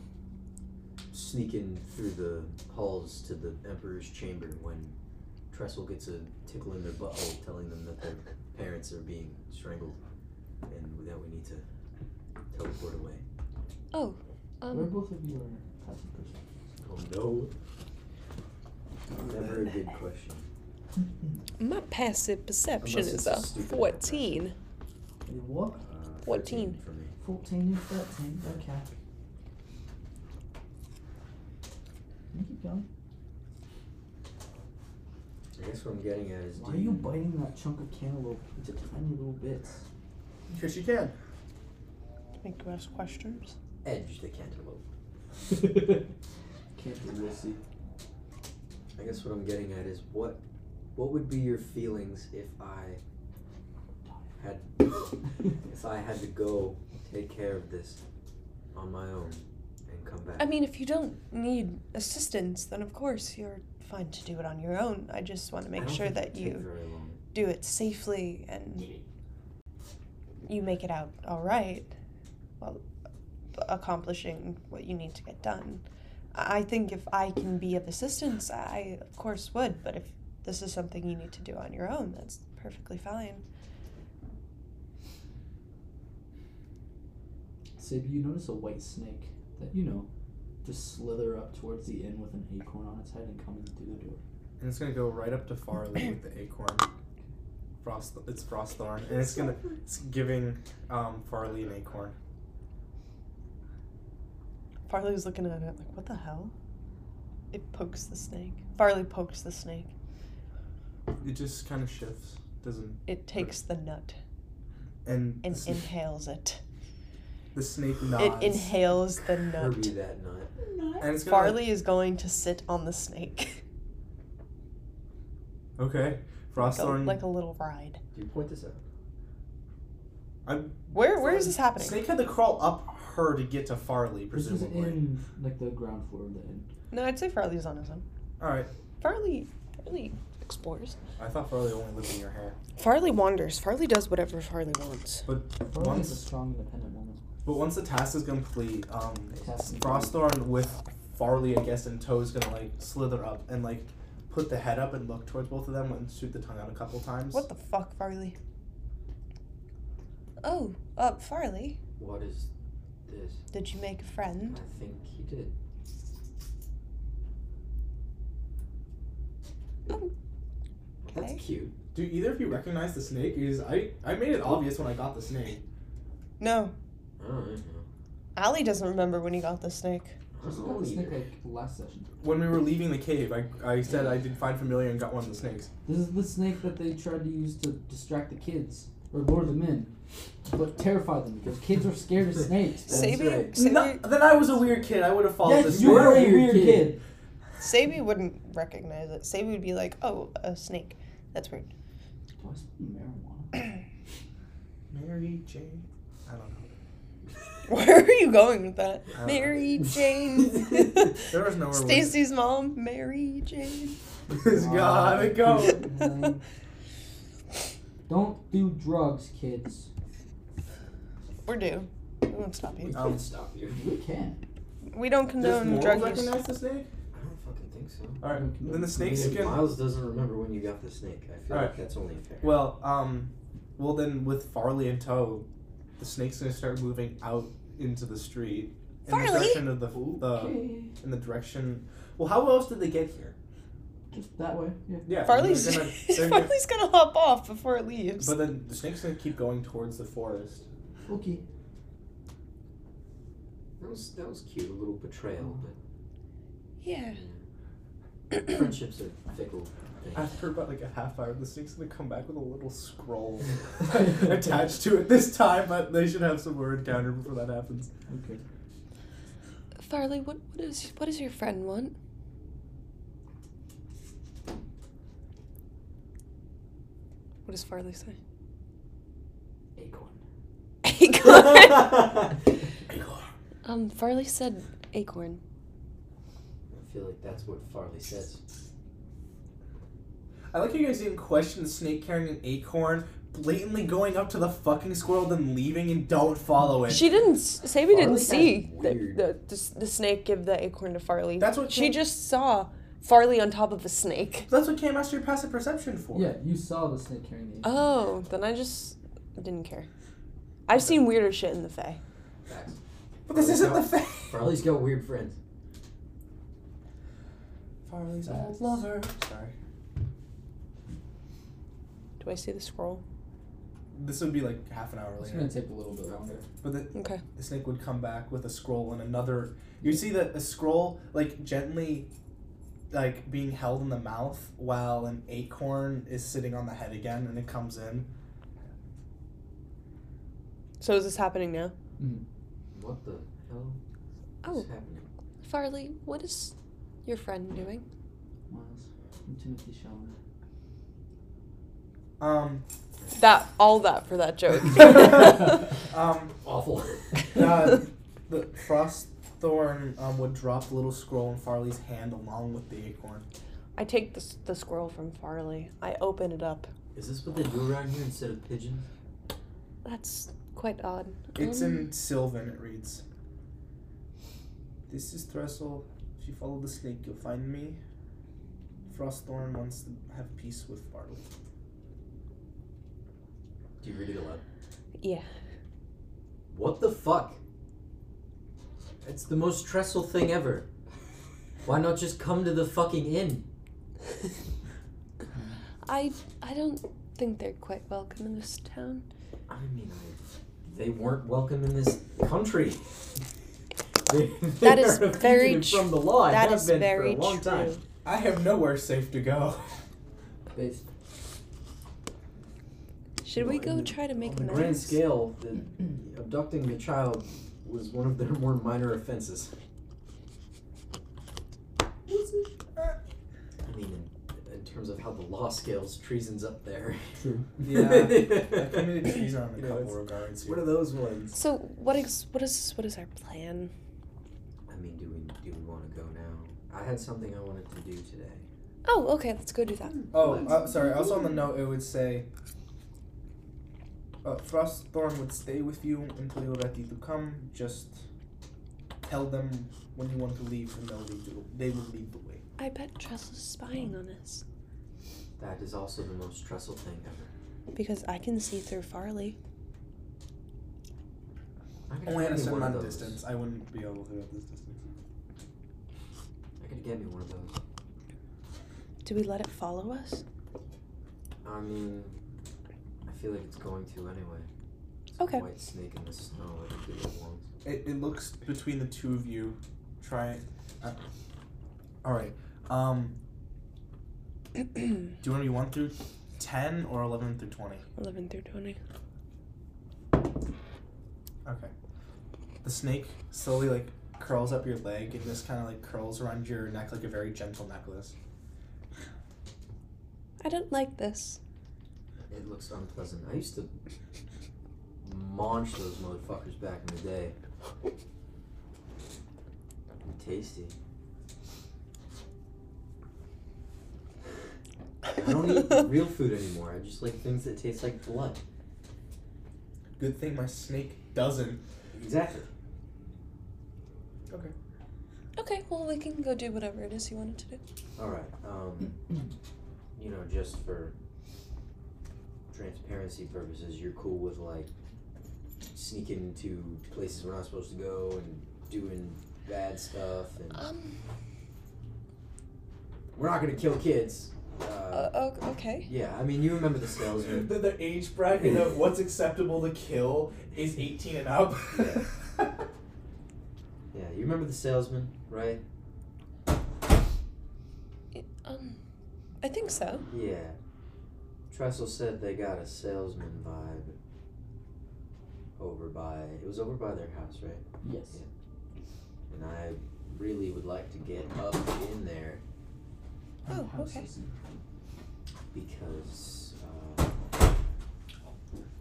[SPEAKER 5] sneaking through the halls to the Emperor's chamber when Trestle gets a tickle in their butthole telling them that their parents are being strangled and that we need to teleport away.
[SPEAKER 1] oh.
[SPEAKER 2] Where
[SPEAKER 1] Um,
[SPEAKER 2] both of you are passive
[SPEAKER 5] Oh no. Never a good question.
[SPEAKER 1] my passive perception
[SPEAKER 5] Unless
[SPEAKER 1] is
[SPEAKER 5] it's
[SPEAKER 1] a
[SPEAKER 5] a stupid
[SPEAKER 1] 14.
[SPEAKER 2] What?
[SPEAKER 5] Uh,
[SPEAKER 1] 14.
[SPEAKER 5] 13 for me.
[SPEAKER 2] 14 and 13. Okay. Can you keep going?
[SPEAKER 5] I guess what I'm getting at is
[SPEAKER 2] Why
[SPEAKER 5] do
[SPEAKER 2] are you biting that chunk of cantaloupe into tiny little bits?
[SPEAKER 4] Because you can.
[SPEAKER 1] Make you ask questions.
[SPEAKER 5] edge the cantaloupe?
[SPEAKER 2] Cantaloupe, we'll see.
[SPEAKER 5] I guess what I'm getting at is what what would be your feelings if I had if I had to go take care of this on my own and come back.
[SPEAKER 1] I mean, if you don't need assistance, then of course you're fine to do it on your own. I just want to
[SPEAKER 5] I
[SPEAKER 1] make
[SPEAKER 5] don't
[SPEAKER 1] sure
[SPEAKER 5] think
[SPEAKER 1] that
[SPEAKER 5] it'd take
[SPEAKER 1] you
[SPEAKER 5] Very long.
[SPEAKER 1] do it safely and you make it out all right while accomplishing what you need to get done. I I think if I can be of assistance, I of course would, but if this is something you need to do on your own, that's perfectly fine.
[SPEAKER 2] Sid, you notice a white snake that you know just slither up towards the inn with an acorn on its head and come in through the door.
[SPEAKER 4] And it's gonna go right up to Farley with the acorn. Frost, it's frost thorn, and it's gonna it's giving um, Farley an acorn.
[SPEAKER 1] Farley was looking at it like, what the hell? It pokes the snake. Farley pokes the snake.
[SPEAKER 4] It just kind of shifts, doesn't?
[SPEAKER 1] It takes the nut
[SPEAKER 4] And
[SPEAKER 1] and
[SPEAKER 4] the, s-
[SPEAKER 1] inhales it.
[SPEAKER 4] the snake nods.
[SPEAKER 1] It inhales the
[SPEAKER 5] Kirby
[SPEAKER 1] nut.
[SPEAKER 5] that nut.
[SPEAKER 4] and it's gonna,
[SPEAKER 1] Farley is going to sit on the snake
[SPEAKER 4] Okay, frost
[SPEAKER 1] like, a,
[SPEAKER 4] thorn.
[SPEAKER 1] like a little ride.
[SPEAKER 5] Do you point this out?
[SPEAKER 1] Where where is this happening?
[SPEAKER 4] snake had to crawl up her to get to Farley,
[SPEAKER 2] This is
[SPEAKER 4] presumably.
[SPEAKER 2] in like the ground floor of the inn.
[SPEAKER 1] No, I'd say Farley's on his own.
[SPEAKER 4] All right,
[SPEAKER 1] Farley Farley explores.
[SPEAKER 4] I thought Farley only lived in your hair,
[SPEAKER 1] Farley wanders. Farley does whatever Farley wants.
[SPEAKER 4] but
[SPEAKER 2] Farley is a
[SPEAKER 4] once
[SPEAKER 2] strong, independent woman.
[SPEAKER 4] but once the task is complete, um,
[SPEAKER 2] Task complete.
[SPEAKER 4] frost thorn with Farley, I guess, and Toe's gonna like slither up and like put the head up and look towards both of them and shoot the tongue out a couple times.
[SPEAKER 1] What the fuck, Farley? Oh, uh, Farley,
[SPEAKER 5] What is this?
[SPEAKER 1] did you make a
[SPEAKER 5] I
[SPEAKER 1] friend?
[SPEAKER 5] think he did.
[SPEAKER 1] Oh, okay.
[SPEAKER 5] That's cute.
[SPEAKER 4] Do either of you recognize the snake? Is I I made it obvious when I got the snake.
[SPEAKER 1] No,
[SPEAKER 5] I don't know.
[SPEAKER 1] Allie doesn't remember when he got the snake.
[SPEAKER 5] I
[SPEAKER 2] Just
[SPEAKER 5] don't
[SPEAKER 2] got
[SPEAKER 5] know
[SPEAKER 2] the snake
[SPEAKER 5] either.
[SPEAKER 2] like last session.
[SPEAKER 4] When we were leaving the cave, I, I said I did find familiar and got one of the snakes.
[SPEAKER 2] This is the snake that they tried to use to distract the kids or lure them in, but terrified them because kids are scared of snakes.
[SPEAKER 5] That's
[SPEAKER 1] Sabi,
[SPEAKER 5] right.
[SPEAKER 1] Sabi,
[SPEAKER 4] then I was a weird kid. I would have followed
[SPEAKER 2] Yes,
[SPEAKER 4] this.
[SPEAKER 2] you were a weird kid.
[SPEAKER 1] Sabi wouldn't recognize it. Sabi would be like, "Oh, a snake. That's weird."
[SPEAKER 2] Do I smell marijuana?
[SPEAKER 4] Mary Jane. I don't know.
[SPEAKER 1] Where are you going with that?
[SPEAKER 4] I
[SPEAKER 5] Uh,
[SPEAKER 4] don't
[SPEAKER 1] Mary Jane.
[SPEAKER 4] know. There was nowhere.
[SPEAKER 1] Stacy's mom, Mary Jane.
[SPEAKER 4] It's gotta go.
[SPEAKER 5] Oh,
[SPEAKER 2] Like, Don't do drugs, kids.
[SPEAKER 1] We're due. We won't stop
[SPEAKER 5] We
[SPEAKER 1] you.
[SPEAKER 4] Um,
[SPEAKER 5] can't stop you.
[SPEAKER 2] We can.
[SPEAKER 1] We don't
[SPEAKER 4] Does
[SPEAKER 1] condone
[SPEAKER 4] Mold
[SPEAKER 1] drug use.
[SPEAKER 4] recognize the snake?
[SPEAKER 5] I don't fucking think so.
[SPEAKER 4] All right. Then the
[SPEAKER 5] I
[SPEAKER 4] snake's
[SPEAKER 5] mean, if
[SPEAKER 4] skin.
[SPEAKER 5] Miles doesn't remember when you got the snake. I feel
[SPEAKER 4] Alright.
[SPEAKER 5] like that's only fair.
[SPEAKER 4] Well, um, well then with Farley in tow, the snake's gonna start moving out into the street in the
[SPEAKER 1] Farley?
[SPEAKER 4] direction of the, the
[SPEAKER 2] Okay.
[SPEAKER 4] in the direction. Well, how else did they get here?
[SPEAKER 2] Just that way. Yeah.
[SPEAKER 4] Yeah, they're
[SPEAKER 1] Farley's,
[SPEAKER 4] gonna- they're gonna-
[SPEAKER 1] Farley's gonna hop off before it leaves.
[SPEAKER 4] But then the snake's gonna keep going towards the forest.
[SPEAKER 2] Okay.
[SPEAKER 5] That was that was cute, a little betrayal, but
[SPEAKER 1] yeah.
[SPEAKER 5] friendships are fickle things.
[SPEAKER 4] After about like a half hour, the snake's gonna come back with a little scroll attached to it this time, but they should have some more encounter before that happens.
[SPEAKER 2] Okay.
[SPEAKER 1] Farley, what, what is what does your friend want? What does Farley say?
[SPEAKER 2] Acorn.
[SPEAKER 1] Acorn. um, Farley said acorn.
[SPEAKER 5] I feel like that's what Farley says.
[SPEAKER 4] I like how you guys even question the snake carrying an acorn, blatantly going up to the fucking squirrel, then leaving and don't follow it.
[SPEAKER 1] She didn't. s- Sabi didn't
[SPEAKER 5] Farley
[SPEAKER 1] see
[SPEAKER 5] has
[SPEAKER 1] the,
[SPEAKER 5] weird-
[SPEAKER 1] the, the s- the snake give the acorn to Farley.
[SPEAKER 4] That's what
[SPEAKER 1] she
[SPEAKER 4] came-
[SPEAKER 1] just saw Farley on top of a snake.
[SPEAKER 4] That's what came after your passive perception for.
[SPEAKER 2] Yeah, you saw the snake carrying the acorn.
[SPEAKER 1] Oh, then I just didn't care. I've seen weirder shit in the Fae.
[SPEAKER 5] Facts.
[SPEAKER 4] But this isn't the fact.
[SPEAKER 5] Farley's got weird friends.
[SPEAKER 4] Farley's old lover. Sorry.
[SPEAKER 1] Do I see the scroll?
[SPEAKER 4] This would be like half an hour
[SPEAKER 2] It's
[SPEAKER 4] later.
[SPEAKER 2] gonna take a little bit longer.
[SPEAKER 4] But the,
[SPEAKER 1] Okay.
[SPEAKER 4] the snake would come back with a scroll and another. You'd see that a scroll, like, gently, like, being held in the mouth while an acorn is sitting on the head again and it comes in.
[SPEAKER 1] So is this happening now?
[SPEAKER 5] What the hell
[SPEAKER 1] Oh.
[SPEAKER 5] is happening?
[SPEAKER 1] Farley, what is your friend doing?
[SPEAKER 2] Miles. I'm Timothy Chalamet.
[SPEAKER 4] Um,
[SPEAKER 1] That all that for that joke.
[SPEAKER 4] Um,
[SPEAKER 5] Awful.
[SPEAKER 4] uh, the frost thorn um, would drop the little scroll in Farley's hand along with the acorn.
[SPEAKER 1] I take the, s- the squirrel from Farley. I open it up.
[SPEAKER 5] Is this what they do around here instead of pigeons?
[SPEAKER 1] That's quite odd.
[SPEAKER 4] It's
[SPEAKER 1] Um,
[SPEAKER 4] in Sylvan, it reads. This is Trestle. If you follow the snake, you'll find me. Frostthorn wants to have peace with Barley.
[SPEAKER 5] Do you read it aloud?
[SPEAKER 1] Yeah.
[SPEAKER 5] What the fuck? It's the most trestle thing ever. Why not just come to the fucking inn?
[SPEAKER 1] I I don't think they're quite welcome in this town.
[SPEAKER 5] I mean, I, they weren't welcome in this country. They, they
[SPEAKER 1] That is
[SPEAKER 5] are
[SPEAKER 1] very
[SPEAKER 5] fugitive
[SPEAKER 1] tr-
[SPEAKER 5] from the law. and
[SPEAKER 1] that
[SPEAKER 5] have
[SPEAKER 1] is
[SPEAKER 5] been
[SPEAKER 1] very
[SPEAKER 5] for a long
[SPEAKER 1] true.
[SPEAKER 5] time.
[SPEAKER 4] I have nowhere safe to go.
[SPEAKER 5] They-
[SPEAKER 1] Should we
[SPEAKER 5] Well,
[SPEAKER 1] go
[SPEAKER 5] in the-
[SPEAKER 1] try to make
[SPEAKER 5] on the
[SPEAKER 1] amends?
[SPEAKER 5] grand scale, the, abducting a child was one of their more minor offenses. I mean, in, in terms of how the law scales, treason's up there.
[SPEAKER 2] True.
[SPEAKER 4] Yeah. I committed treason on a
[SPEAKER 5] You know,
[SPEAKER 4] couple
[SPEAKER 5] it's-
[SPEAKER 4] regards
[SPEAKER 5] What
[SPEAKER 4] here.
[SPEAKER 5] are those ones?
[SPEAKER 1] So what is what is what is our plan?
[SPEAKER 5] I mean, do we do we want to go now? I had something I wanted to do today.
[SPEAKER 1] Oh, okay, let's go do that.
[SPEAKER 4] Oh, uh, sorry. Also on the note, it would say uh, Frostthorn would stay with you until you're ready to come. Just tell them when you want to leave, and they'll lead you. They will lead the way.
[SPEAKER 1] I bet Tress is spying on us
[SPEAKER 5] That is also the most trestle thing ever.
[SPEAKER 1] because I can see through Farley.
[SPEAKER 5] I could
[SPEAKER 4] Only at
[SPEAKER 5] get me
[SPEAKER 4] a certain
[SPEAKER 5] one of
[SPEAKER 4] amount of
[SPEAKER 5] those.
[SPEAKER 4] distance. I wouldn't be able to at this distance.
[SPEAKER 5] I could get me one of those.
[SPEAKER 1] Do we let it follow us?
[SPEAKER 5] I mean, I feel like it's going to anyway. It's a
[SPEAKER 1] Okay.
[SPEAKER 5] White snake in the snow. I think it belongs.
[SPEAKER 4] It, it looks between the two of you. Try. Uh, all right. Um. Do you want to be one through ten or eleven through twenty?
[SPEAKER 1] Eleven through twenty.
[SPEAKER 4] Okay. The snake slowly like curls up your leg and just kind of like curls around your neck like a very gentle necklace.
[SPEAKER 1] I don't like this.
[SPEAKER 5] It looks unpleasant. I used to munch those motherfuckers back in the day. Tasty. I don't eat real food anymore. I just like things that taste like blood.
[SPEAKER 4] Good thing my snake doesn't.
[SPEAKER 5] Exactly.
[SPEAKER 1] Okay, well we can go do whatever it is you wanted to do.
[SPEAKER 5] All right. Um, you know, just for transparency purposes, you're cool with like sneaking to places we're not supposed to go and doing bad stuff, and
[SPEAKER 1] Um.
[SPEAKER 5] we're not gonna kill kids. Uh,
[SPEAKER 1] Uh, o- okay.
[SPEAKER 5] yeah, I mean, you remember the salesman.
[SPEAKER 4] The, the age bracket of what's acceptable to kill is 18 and up.
[SPEAKER 5] Yeah, you remember the salesman, right?
[SPEAKER 1] Um. I think so.
[SPEAKER 5] Yeah. Trestle said they got a salesman vibe over by. It was over by their house, right?
[SPEAKER 2] Yes.
[SPEAKER 5] And I really would like to get up in there
[SPEAKER 1] Oh, okay.
[SPEAKER 5] because uh,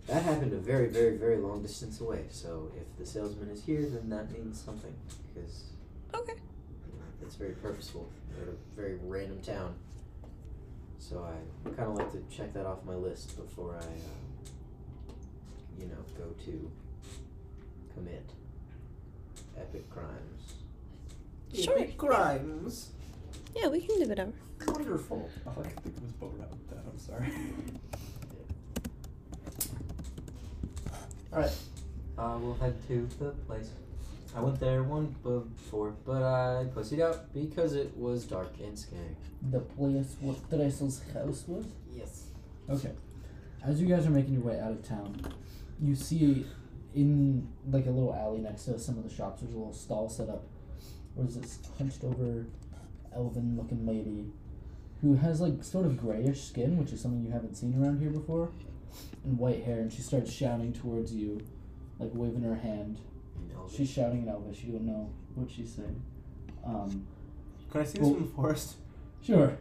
[SPEAKER 5] that happened a very, very, very long distance away. So if the salesman is here, then that means something because
[SPEAKER 1] Okay.
[SPEAKER 5] you know, it's very purposeful. They're in a very random town. So I kind of like to check that off my list before I, uh, you know, go to commit epic crimes.
[SPEAKER 1] Sure.
[SPEAKER 4] Grimes.
[SPEAKER 1] Yeah, we can do whatever.
[SPEAKER 5] Wonderful.
[SPEAKER 4] Oh, I could think it was Bo Rap with that. I'm sorry.
[SPEAKER 5] Uh, we'll head to the place. I went there one before, but I pussied out because it was dark and scary.
[SPEAKER 2] The place where Tresel's house was?
[SPEAKER 5] Yes.
[SPEAKER 2] Okay. As you guys are making your way out of town, you see in like a little alley next to some of the shops, there's a little stall set up where there's this hunched over elven looking lady who has like sort of grayish skin, which is something you haven't seen around here before, and white hair, and she starts shouting towards you, like waving her hand.
[SPEAKER 5] And Elvis.
[SPEAKER 2] She's shouting in Elvish. You don't know what she's saying. Um,
[SPEAKER 4] Can I see
[SPEAKER 2] Well-
[SPEAKER 4] this from the forest?
[SPEAKER 2] sure.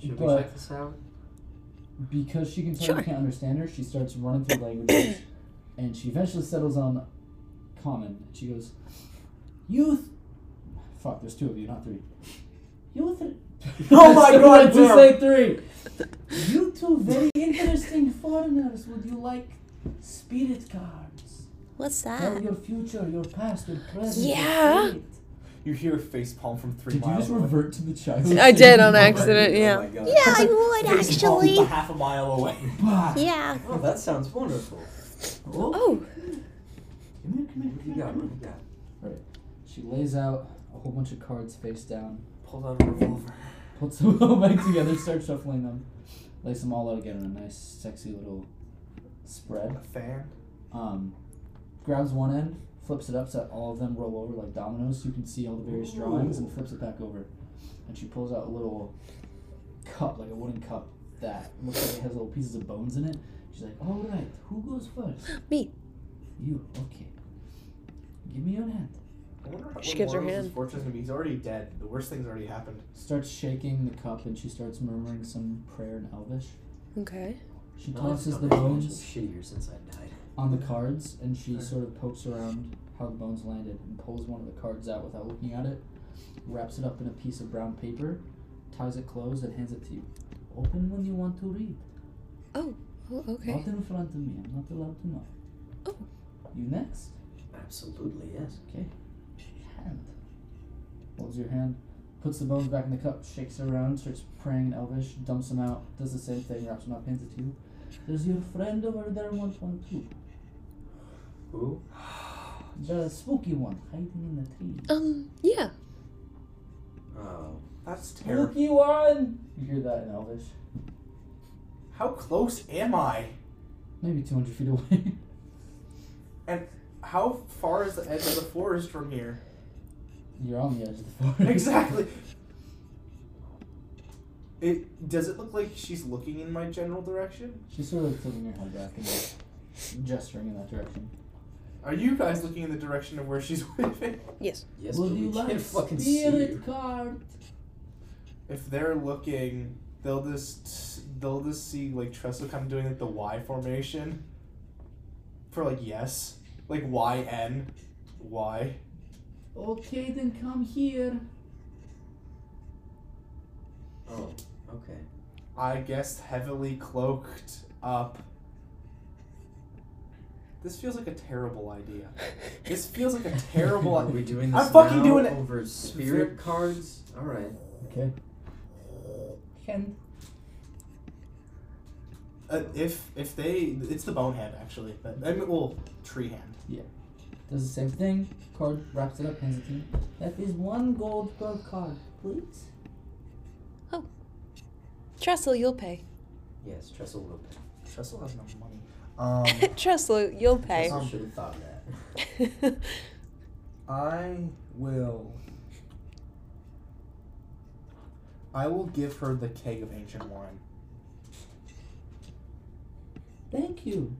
[SPEAKER 5] Should we
[SPEAKER 2] but-
[SPEAKER 5] check this out?
[SPEAKER 2] because she can tell
[SPEAKER 1] Sure.
[SPEAKER 2] you can't understand her, she starts running through languages, and she eventually settles on common. She goes, "Youth, fuck. There's two of you, not three. You th-
[SPEAKER 4] Oh my
[SPEAKER 2] I
[SPEAKER 4] God,
[SPEAKER 2] wanted to
[SPEAKER 4] damn.
[SPEAKER 2] say three. You two very interesting foreigners. Would you like spirit cards?
[SPEAKER 1] What's
[SPEAKER 2] Tell
[SPEAKER 1] that?
[SPEAKER 2] your future, your past, and present. your
[SPEAKER 1] Ah. Yeah.
[SPEAKER 2] fate."
[SPEAKER 4] You hear a face palm from three
[SPEAKER 2] Did you
[SPEAKER 4] miles
[SPEAKER 2] just revert to the child?
[SPEAKER 1] I did on accident, yeah.
[SPEAKER 4] Oh my God.
[SPEAKER 1] Yeah, I would
[SPEAKER 4] Face palm
[SPEAKER 1] actually.
[SPEAKER 4] from half a mile away.
[SPEAKER 2] Bah.
[SPEAKER 1] Yeah.
[SPEAKER 5] Oh, that sounds wonderful. Oh,
[SPEAKER 1] Oh,
[SPEAKER 2] Come here, come here,
[SPEAKER 5] what do
[SPEAKER 2] come
[SPEAKER 5] you
[SPEAKER 2] here,
[SPEAKER 5] got?
[SPEAKER 2] come
[SPEAKER 5] What
[SPEAKER 2] here.
[SPEAKER 5] do you got?
[SPEAKER 2] She lays out a whole bunch of cards face down,
[SPEAKER 5] Pulled out a revolver.
[SPEAKER 2] puts them all back together, starts shuffling them, lays them all out again in a nice, sexy little spread.
[SPEAKER 4] Fair.
[SPEAKER 2] Um, grabs one end, flips it up so that all of them roll over like dominoes. So you can see all the various drawings and flips it back over. And she pulls out a little cup, like a wooden cup that looks like it has little pieces of bones in it. She's like, "All right, who goes first?
[SPEAKER 1] Me.
[SPEAKER 2] You. Okay. Give me your hand."
[SPEAKER 4] I wonder how
[SPEAKER 1] She gives her hand.
[SPEAKER 4] Fortune's gonna be. He's already dead. The worst thing's already happened.
[SPEAKER 2] starts shaking the cup and she starts murmuring some prayer in Elvish.
[SPEAKER 1] okay.
[SPEAKER 2] She
[SPEAKER 5] Now it's
[SPEAKER 2] tosses the
[SPEAKER 5] gotten much
[SPEAKER 2] bones
[SPEAKER 5] Shittier since I died.
[SPEAKER 2] on the cards and she sort of pokes around how the bones landed and pulls one of the cards out without looking at it, wraps it up in a piece of brown paper, ties it closed, and hands it to you. Open when you want to read.
[SPEAKER 1] Oh, okay.
[SPEAKER 2] Not in front of me. I'm not allowed to know.
[SPEAKER 1] Oh.
[SPEAKER 2] You next?
[SPEAKER 5] Absolutely, yes.
[SPEAKER 2] Okay. Hand. Holds your hand, puts the bones back in the cup, shakes it around, starts praying in Elvish, dumps them out, does the same thing, wraps them up, hands it to you. There's your friend over there, one one two.
[SPEAKER 5] Who?
[SPEAKER 2] The spooky one, hiding in the tree.
[SPEAKER 1] Um, yeah.
[SPEAKER 5] Oh.
[SPEAKER 4] That's terrible.
[SPEAKER 2] Spooky one! You hear that in Elvish.
[SPEAKER 4] How close am I?
[SPEAKER 2] Maybe 200 feet away.
[SPEAKER 4] How far is the edge of the forest from here?
[SPEAKER 2] You're on the edge of the forest.
[SPEAKER 4] exactly. It does it look like she's looking in my general direction?
[SPEAKER 2] She's sort of tilting her head back and like, gesturing in that direction.
[SPEAKER 4] Are you guys looking in the direction of where she's waving?
[SPEAKER 1] Yes.
[SPEAKER 5] Yes,
[SPEAKER 2] Would
[SPEAKER 5] but
[SPEAKER 2] you
[SPEAKER 5] we
[SPEAKER 2] like
[SPEAKER 5] can't fucking see you.
[SPEAKER 2] spirit card?
[SPEAKER 4] If they're looking, they'll just they'll just see like Tressa kind of doing like the Y formation for like yes, like Y N Y.
[SPEAKER 2] Okay, then come here.
[SPEAKER 5] Oh, okay.
[SPEAKER 4] I guess heavily cloaked up. This feels like a terrible idea. This feels like a terrible
[SPEAKER 5] Are we
[SPEAKER 4] idea.
[SPEAKER 5] doing
[SPEAKER 4] I'm
[SPEAKER 5] this
[SPEAKER 4] fucking
[SPEAKER 5] now
[SPEAKER 4] doing it.
[SPEAKER 5] over spirit cards? All right.
[SPEAKER 2] Okay. Hand.
[SPEAKER 4] Uh, if if they, it's the bonehead actually, but I mean, well, tree hand.
[SPEAKER 2] Does the same thing. Card wraps it up, hands it to you. That is one gold per card, please.
[SPEAKER 1] Trestle, you'll pay.
[SPEAKER 5] Yes, Trestle will pay.
[SPEAKER 4] Trestle has no money. Um,
[SPEAKER 1] Trestle, you'll pay.
[SPEAKER 5] Trestle should have thought of that.
[SPEAKER 4] I will. I will give her the keg of ancient wine.
[SPEAKER 2] Thank you.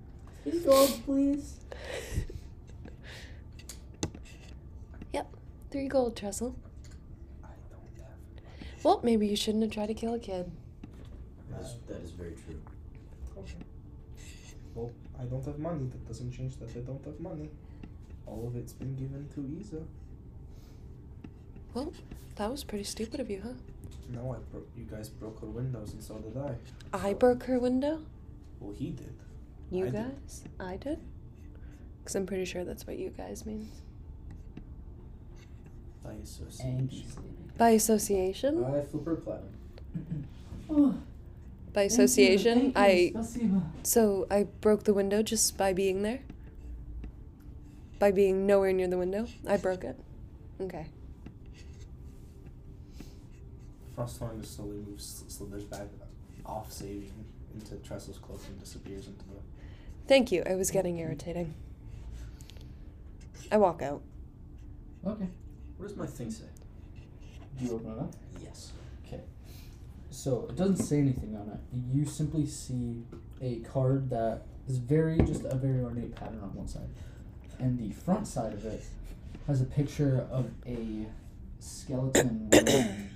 [SPEAKER 2] Three gold, please.
[SPEAKER 1] Three gold, Trestle.
[SPEAKER 4] I don't have.
[SPEAKER 1] Well, maybe you shouldn't have tried to kill a kid.
[SPEAKER 5] That is, that is very true.
[SPEAKER 4] Okay. Well, I don't have money. That doesn't change that I don't have money. All of it's been given to Isa.
[SPEAKER 1] That was pretty stupid of you, huh?
[SPEAKER 4] No, I broke. You guys broke her windows, and so did I.
[SPEAKER 1] I broke her window?
[SPEAKER 4] Well, he did.
[SPEAKER 1] You
[SPEAKER 4] I did.
[SPEAKER 1] guys? I did? Because I'm pretty sure that's what you guys mean.
[SPEAKER 4] By association.
[SPEAKER 2] And she's leaving.
[SPEAKER 1] By association?
[SPEAKER 2] Uh,
[SPEAKER 5] I flip her platinum.
[SPEAKER 2] Oh,
[SPEAKER 1] By
[SPEAKER 2] thank you,
[SPEAKER 1] association,
[SPEAKER 2] thank you,
[SPEAKER 1] I.
[SPEAKER 2] Spasibo.
[SPEAKER 1] So I broke the window just by being there? By being nowhere near the window? I broke it. Okay.
[SPEAKER 4] Frostfang just slowly moves, slithers back off, saving into Trestle's cloak and disappears into the.
[SPEAKER 1] Thank you. It was getting irritating. I walk out.
[SPEAKER 2] Okay.
[SPEAKER 5] What does my thing say?
[SPEAKER 2] Do you open it up?
[SPEAKER 5] Yes.
[SPEAKER 2] So it doesn't say anything on it. You simply see a card that is very just a very ornate pattern on one side, and the front side of it has a picture of a skeleton wearing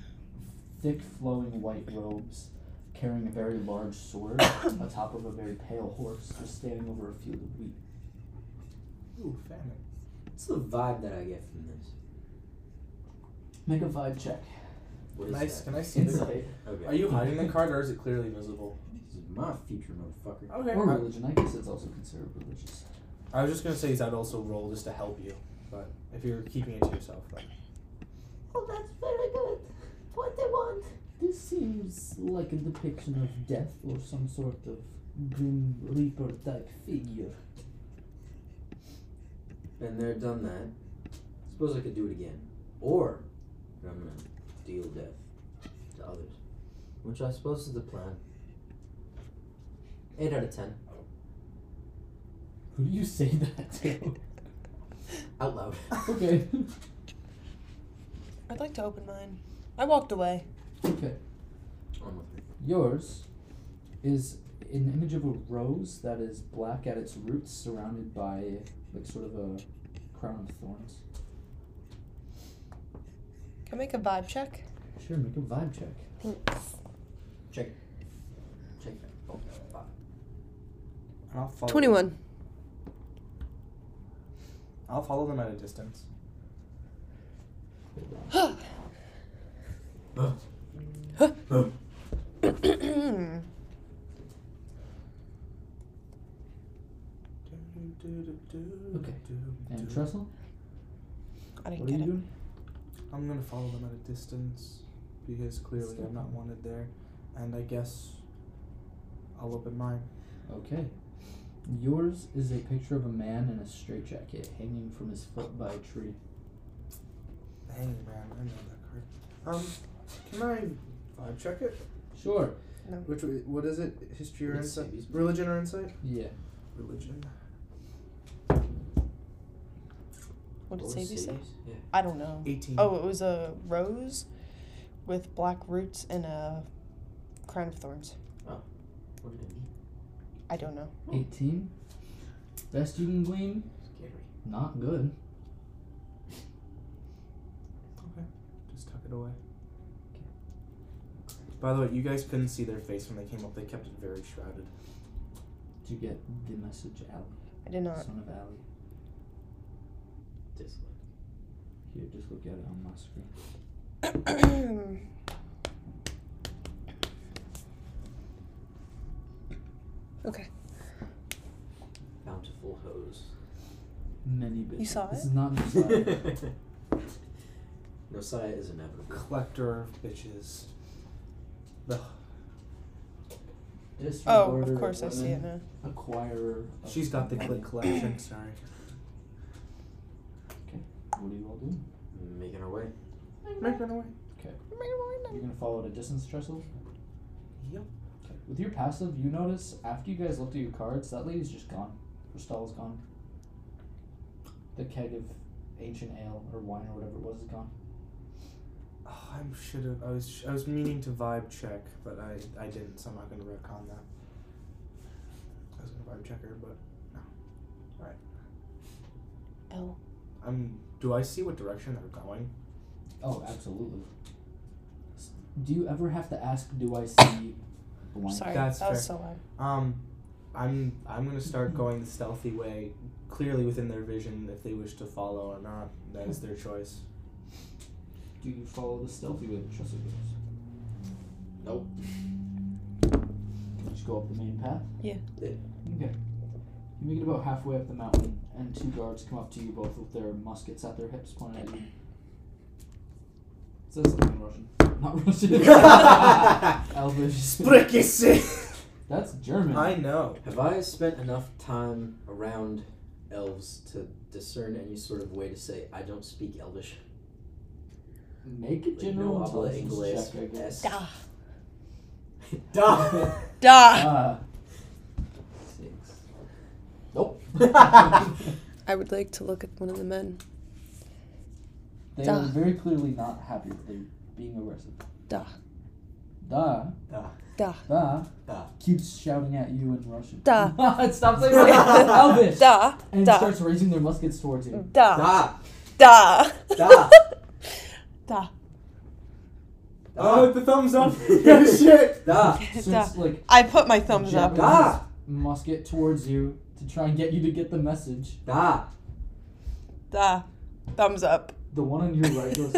[SPEAKER 2] thick flowing white robes, carrying a very large sword atop of a very pale horse, just standing over a field of wheat.
[SPEAKER 4] Ooh, famine.
[SPEAKER 5] What's the vibe that I get from this?
[SPEAKER 2] Make a vibe check.
[SPEAKER 5] What is
[SPEAKER 4] Nice.
[SPEAKER 5] that?
[SPEAKER 4] Can I see this?
[SPEAKER 2] Insight.
[SPEAKER 5] Okay.
[SPEAKER 4] Are you hiding the card or is it clearly visible?
[SPEAKER 5] This is my future, motherfucker.
[SPEAKER 4] Okay.
[SPEAKER 2] Or religion. I guess it's also considered religious.
[SPEAKER 4] I was just gonna say is I'd also roll just to help you, but if you're keeping it to yourself, then
[SPEAKER 3] Oh, that's very good. What I want.
[SPEAKER 2] This seems like a depiction of death or some sort of grim reaper type figure.
[SPEAKER 5] Been there, done that. Suppose I could do it again. Or I'm gonna deal death to others. Which I suppose is the plan. Eight out of ten.
[SPEAKER 2] Who do you say that to?
[SPEAKER 5] Out loud.
[SPEAKER 2] okay.
[SPEAKER 1] I'd like to open mine. I walked away.
[SPEAKER 2] Okay.
[SPEAKER 5] On with it.
[SPEAKER 2] Yours is an image of a rose that is black at its roots, surrounded by like sort of a crown of thorns.
[SPEAKER 1] Can I make a vibe check?
[SPEAKER 2] Sure, make a vibe check.
[SPEAKER 1] Thanks.
[SPEAKER 5] Check that. Oh, fuck.
[SPEAKER 4] and I'll follow.
[SPEAKER 1] 21.
[SPEAKER 4] I'll follow them at a distance.
[SPEAKER 2] Okay. And Trestle,
[SPEAKER 1] I didn't
[SPEAKER 2] what are you
[SPEAKER 1] get it.
[SPEAKER 2] doing?
[SPEAKER 4] I'm gonna follow them at a distance because clearly I'm not wanted there, and I guess I'll open mine.
[SPEAKER 2] Okay. Yours is a picture of a man in a straitjacket hanging from his foot by a tree.
[SPEAKER 4] Hang man, I know that card. Um, can I vibe check it?
[SPEAKER 2] Sure.
[SPEAKER 4] Which wa- what is it? History or
[SPEAKER 5] Let's
[SPEAKER 4] insight?
[SPEAKER 5] see.
[SPEAKER 4] Religion or insight?
[SPEAKER 2] Yeah.
[SPEAKER 4] Religion.
[SPEAKER 1] What did
[SPEAKER 5] What was
[SPEAKER 1] Sadie say?
[SPEAKER 5] Sadie's? Yeah.
[SPEAKER 1] I don't know.
[SPEAKER 4] Eighteen.
[SPEAKER 1] Oh, it was a rose with black roots and a crown of thorns.
[SPEAKER 5] What did it mean?
[SPEAKER 1] I don't know.
[SPEAKER 2] 18. Best you can glean,
[SPEAKER 5] Scary.
[SPEAKER 2] not good.
[SPEAKER 4] Just tuck it away. By the way, you guys couldn't see their face when they came up. They kept it very shrouded.
[SPEAKER 2] To get the message out,
[SPEAKER 1] I did not.
[SPEAKER 2] son of Ali.
[SPEAKER 5] Dislike.
[SPEAKER 2] Here, just look at it on my screen.
[SPEAKER 5] Bountiful hose.
[SPEAKER 2] Many bits.
[SPEAKER 1] You saw
[SPEAKER 2] This
[SPEAKER 1] it?
[SPEAKER 2] is not Messiah.
[SPEAKER 5] no, Saya is inevitable.
[SPEAKER 4] Collector of bitches.
[SPEAKER 1] oh,
[SPEAKER 2] Distributor
[SPEAKER 1] of
[SPEAKER 2] of
[SPEAKER 1] course I see it
[SPEAKER 2] women,
[SPEAKER 1] now.
[SPEAKER 2] Acquirer. of
[SPEAKER 4] She's got the
[SPEAKER 2] women.
[SPEAKER 4] click collection. Sorry.
[SPEAKER 2] What are you all doing?
[SPEAKER 5] Making our way.
[SPEAKER 4] Make that away.
[SPEAKER 2] You're gonna follow at a distance, Trestle?
[SPEAKER 4] Yep.
[SPEAKER 2] Okay. With your passive, you notice after you guys looked at your cards, that lady's just gone. Her stall is gone. The keg of ancient ale or wine or whatever it was is gone.
[SPEAKER 4] Oh, I should have. I was. sh- I was meaning to vibe check, but I. I didn't. So I'm not gonna retcon that. I was gonna vibe check her, but no. All right.
[SPEAKER 1] L.
[SPEAKER 4] I'm. um, Do I see what direction they're going?
[SPEAKER 2] Oh, absolutely. S- Do you ever have to ask, do I see blank?
[SPEAKER 1] Sorry,
[SPEAKER 4] That's
[SPEAKER 1] that was
[SPEAKER 4] fair.
[SPEAKER 1] so loud.
[SPEAKER 4] Um, I'm I'm gonna start going the stealthy way, clearly within their vision if they wish to follow or not. That is their choice.
[SPEAKER 2] Do you follow the stealthy way that Trestle goes?
[SPEAKER 5] Nope.
[SPEAKER 2] Can you just go up the main path?
[SPEAKER 1] Yeah.
[SPEAKER 5] Yeah.
[SPEAKER 2] Okay. You make it about halfway up the mountain, and two guards come up to you both with their muskets at their hips pointed at you. Says something in Russian. Not Russian. Elvish. That's German.
[SPEAKER 4] I know.
[SPEAKER 5] Have I spent enough time around elves to discern any sort of way to say I don't speak Elvish?
[SPEAKER 2] Make a
[SPEAKER 5] Like,
[SPEAKER 2] general
[SPEAKER 5] no, habla
[SPEAKER 2] intelligence
[SPEAKER 5] inglés.
[SPEAKER 2] check, I guess.
[SPEAKER 5] Es-
[SPEAKER 1] Da.
[SPEAKER 5] Da.
[SPEAKER 1] Da!
[SPEAKER 2] Uh,
[SPEAKER 5] Six.
[SPEAKER 1] I would like to look at one of the men.
[SPEAKER 2] they
[SPEAKER 1] Da.
[SPEAKER 2] are very clearly not happy that they're being arrested.
[SPEAKER 1] Da.
[SPEAKER 2] Da.
[SPEAKER 1] Da.
[SPEAKER 2] Da.
[SPEAKER 5] Da.
[SPEAKER 2] Keeps shouting at you in Russian.
[SPEAKER 1] Da.
[SPEAKER 2] it stops like Elvish.
[SPEAKER 1] Da.
[SPEAKER 2] And
[SPEAKER 1] Da.
[SPEAKER 2] starts raising their muskets towards
[SPEAKER 1] Mm.
[SPEAKER 2] you.
[SPEAKER 4] Oh,
[SPEAKER 1] Da.
[SPEAKER 5] Da.
[SPEAKER 1] Da.
[SPEAKER 5] Da.
[SPEAKER 1] Da.
[SPEAKER 9] Oh,
[SPEAKER 5] Ah.
[SPEAKER 9] with the thumbs up. Good shit.
[SPEAKER 5] Duh.
[SPEAKER 2] Since like
[SPEAKER 1] I put my thumbs up.
[SPEAKER 2] Japanese
[SPEAKER 5] Ah.
[SPEAKER 2] musket towards you to try and get you to get the message.
[SPEAKER 5] Duh.
[SPEAKER 1] Duh. Thumbs up.
[SPEAKER 2] The one on your right goes.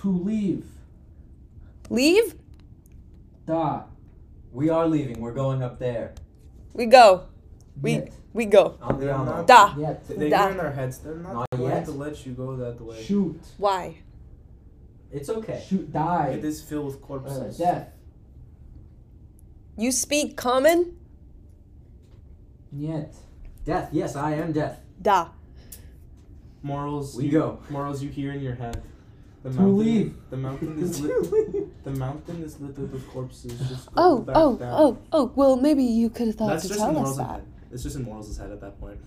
[SPEAKER 2] to leave.
[SPEAKER 1] Leave?
[SPEAKER 2] Da.
[SPEAKER 5] We are leaving. We're going up there.
[SPEAKER 1] We go. We
[SPEAKER 2] Yet.
[SPEAKER 1] we go.
[SPEAKER 5] Andiamo.
[SPEAKER 1] Da.
[SPEAKER 2] Yet.
[SPEAKER 4] They
[SPEAKER 1] Da.
[SPEAKER 4] get in their heads. They're not,
[SPEAKER 5] Not
[SPEAKER 4] going
[SPEAKER 5] yet.
[SPEAKER 4] to let you go that way.
[SPEAKER 2] Shoot.
[SPEAKER 1] Why?
[SPEAKER 5] It's okay.
[SPEAKER 2] Shoot. Die.
[SPEAKER 4] It is filled with
[SPEAKER 2] Uh,
[SPEAKER 4] corpses.
[SPEAKER 2] death.
[SPEAKER 1] You speak common?
[SPEAKER 2] Yet.
[SPEAKER 5] Death. Yes, I am death.
[SPEAKER 1] Da.
[SPEAKER 4] Morals.
[SPEAKER 5] We
[SPEAKER 4] you,
[SPEAKER 5] go.
[SPEAKER 4] Morals you hear in your head. The
[SPEAKER 2] To
[SPEAKER 4] mountain.
[SPEAKER 2] leave.
[SPEAKER 4] The mountain is lit. the mountain is littered with corpses. Just go
[SPEAKER 1] Oh,
[SPEAKER 4] back
[SPEAKER 1] oh,
[SPEAKER 4] down.
[SPEAKER 1] oh, oh. Well, maybe you could have thought
[SPEAKER 4] That's
[SPEAKER 1] to
[SPEAKER 4] just in
[SPEAKER 1] tell us
[SPEAKER 4] morals'
[SPEAKER 1] that.
[SPEAKER 4] head. It's just in morals' head at that point.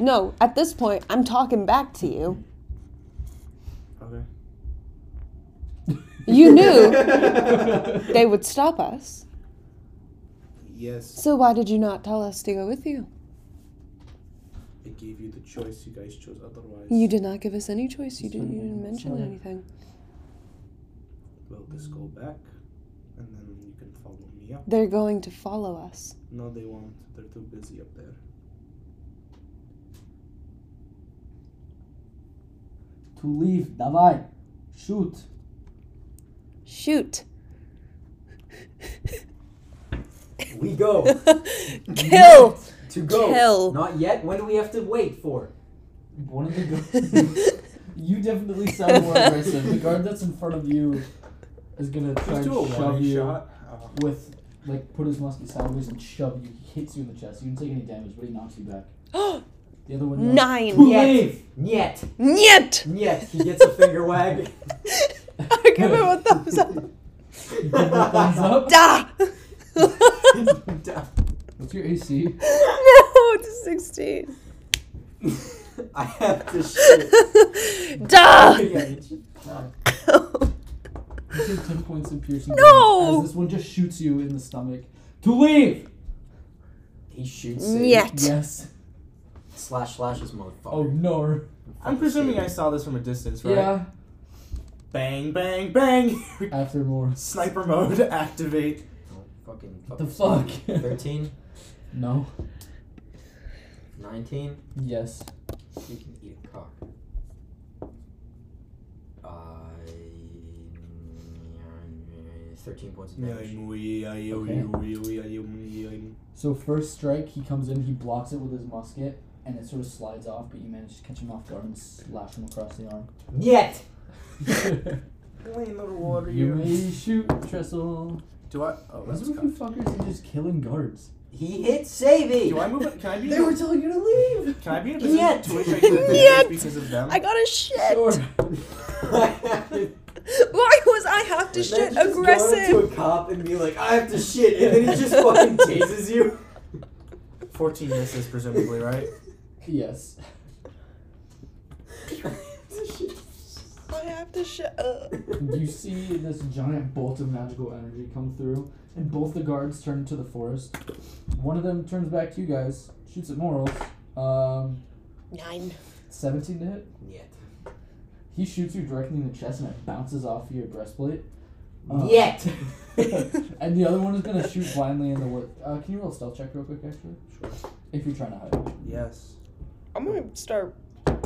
[SPEAKER 1] No, at this point, I'm talking back to you.
[SPEAKER 4] Okay.
[SPEAKER 1] You knew they would stop us.
[SPEAKER 4] Yes.
[SPEAKER 1] So why did you not tell us to go with you?
[SPEAKER 4] It gave you the choice. You guys chose otherwise.
[SPEAKER 1] You did not give us any choice. You didn't, you didn't
[SPEAKER 2] Sorry,
[SPEAKER 1] mention
[SPEAKER 2] sorry.
[SPEAKER 1] anything.
[SPEAKER 4] Well, just go back, and then you can follow me up.
[SPEAKER 1] They're going to follow us.
[SPEAKER 4] No, they won't. They're too busy up there.
[SPEAKER 2] To leave. Давай. Shoot.
[SPEAKER 1] Shoot.
[SPEAKER 5] We go.
[SPEAKER 1] Kill.
[SPEAKER 5] To go.
[SPEAKER 1] Kill.
[SPEAKER 5] Not yet. When do we have to wait for?
[SPEAKER 2] One of the guards. you definitely sound more aggressive. The guard that's in front of you is gonna try
[SPEAKER 4] Just
[SPEAKER 2] and
[SPEAKER 4] do a
[SPEAKER 2] shove
[SPEAKER 4] warning
[SPEAKER 2] you uh,
[SPEAKER 4] shot.
[SPEAKER 2] with, like, put his musket sideways and shove you. He hits you in the chest. You didn't take any damage, but he knocks you back. The other one. yells,
[SPEAKER 1] Nine.
[SPEAKER 2] To
[SPEAKER 5] Yet.
[SPEAKER 2] leave.
[SPEAKER 5] Yet.
[SPEAKER 1] Nyet.
[SPEAKER 5] Yet. He gets a finger wag.
[SPEAKER 1] I give him a thumbs up.
[SPEAKER 2] You give him a thumbs up.
[SPEAKER 1] Da.
[SPEAKER 2] What's your AC?
[SPEAKER 1] no, it's 16.
[SPEAKER 5] I have to shit.
[SPEAKER 1] Da.
[SPEAKER 2] You take ten points of piercing
[SPEAKER 1] No!
[SPEAKER 2] damage as this one just shoots you in the stomach. To leave.
[SPEAKER 5] He shoots. Satan.
[SPEAKER 1] Nyet.
[SPEAKER 2] Yes.
[SPEAKER 5] Slash slash his motherfucker.
[SPEAKER 2] Oh no.
[SPEAKER 4] I'm presuming I saw this from a distance, right?
[SPEAKER 2] Yeah.
[SPEAKER 4] Bang, bang, bang!
[SPEAKER 2] After more.
[SPEAKER 4] Sniper mode activate.
[SPEAKER 5] Oh, fucking.
[SPEAKER 2] The
[SPEAKER 5] fucking
[SPEAKER 2] fuck?
[SPEAKER 5] Satan. 13?
[SPEAKER 2] No.
[SPEAKER 5] 19?
[SPEAKER 2] Yes.
[SPEAKER 5] You can eat a cock. I. 13 points
[SPEAKER 4] E
[SPEAKER 5] of damage.
[SPEAKER 2] So first strike, he comes in, he blocks it with his musket, and it sort of slides off, but you manage to catch him off guard and slash him across the arm.
[SPEAKER 5] Yet!
[SPEAKER 2] you may shoot, Trestle.
[SPEAKER 4] Do I? Oh,
[SPEAKER 2] Those
[SPEAKER 4] that's
[SPEAKER 2] you fuckers are just killing guards.
[SPEAKER 5] He hit Savy!
[SPEAKER 4] Do I move it? Can I be?
[SPEAKER 2] They were telling you to leave!
[SPEAKER 4] Can I be in a position
[SPEAKER 5] Yet.
[SPEAKER 4] to which I can
[SPEAKER 1] Yet.
[SPEAKER 4] advantage because of them?
[SPEAKER 1] I got a shit.
[SPEAKER 2] Sure.
[SPEAKER 1] Why was I have to shit
[SPEAKER 5] Imagine just going up
[SPEAKER 1] aggressive?
[SPEAKER 5] to a cop and be like, I have to shit, and then he just fucking tases you.
[SPEAKER 4] 14 misses, presumably, right?
[SPEAKER 2] yes.
[SPEAKER 1] I have to shit. Uh,
[SPEAKER 2] You see this giant bolt of magical energy come through, and both the guards turn into the forest. One of them turns back to you guys, shoots at Morals. Um,
[SPEAKER 1] nine.
[SPEAKER 2] 17 to hit?
[SPEAKER 5] Yet.
[SPEAKER 2] He shoots you directly in the chest and it bounces off your breastplate. Oh. Um,
[SPEAKER 5] Yet!
[SPEAKER 2] and the other one is gonna shoot blindly in the wood. Uh, can you roll a stealth check real quick, actually?
[SPEAKER 4] Sure.
[SPEAKER 2] If you're trying to hide.
[SPEAKER 4] Yes.
[SPEAKER 1] I'm gonna start r-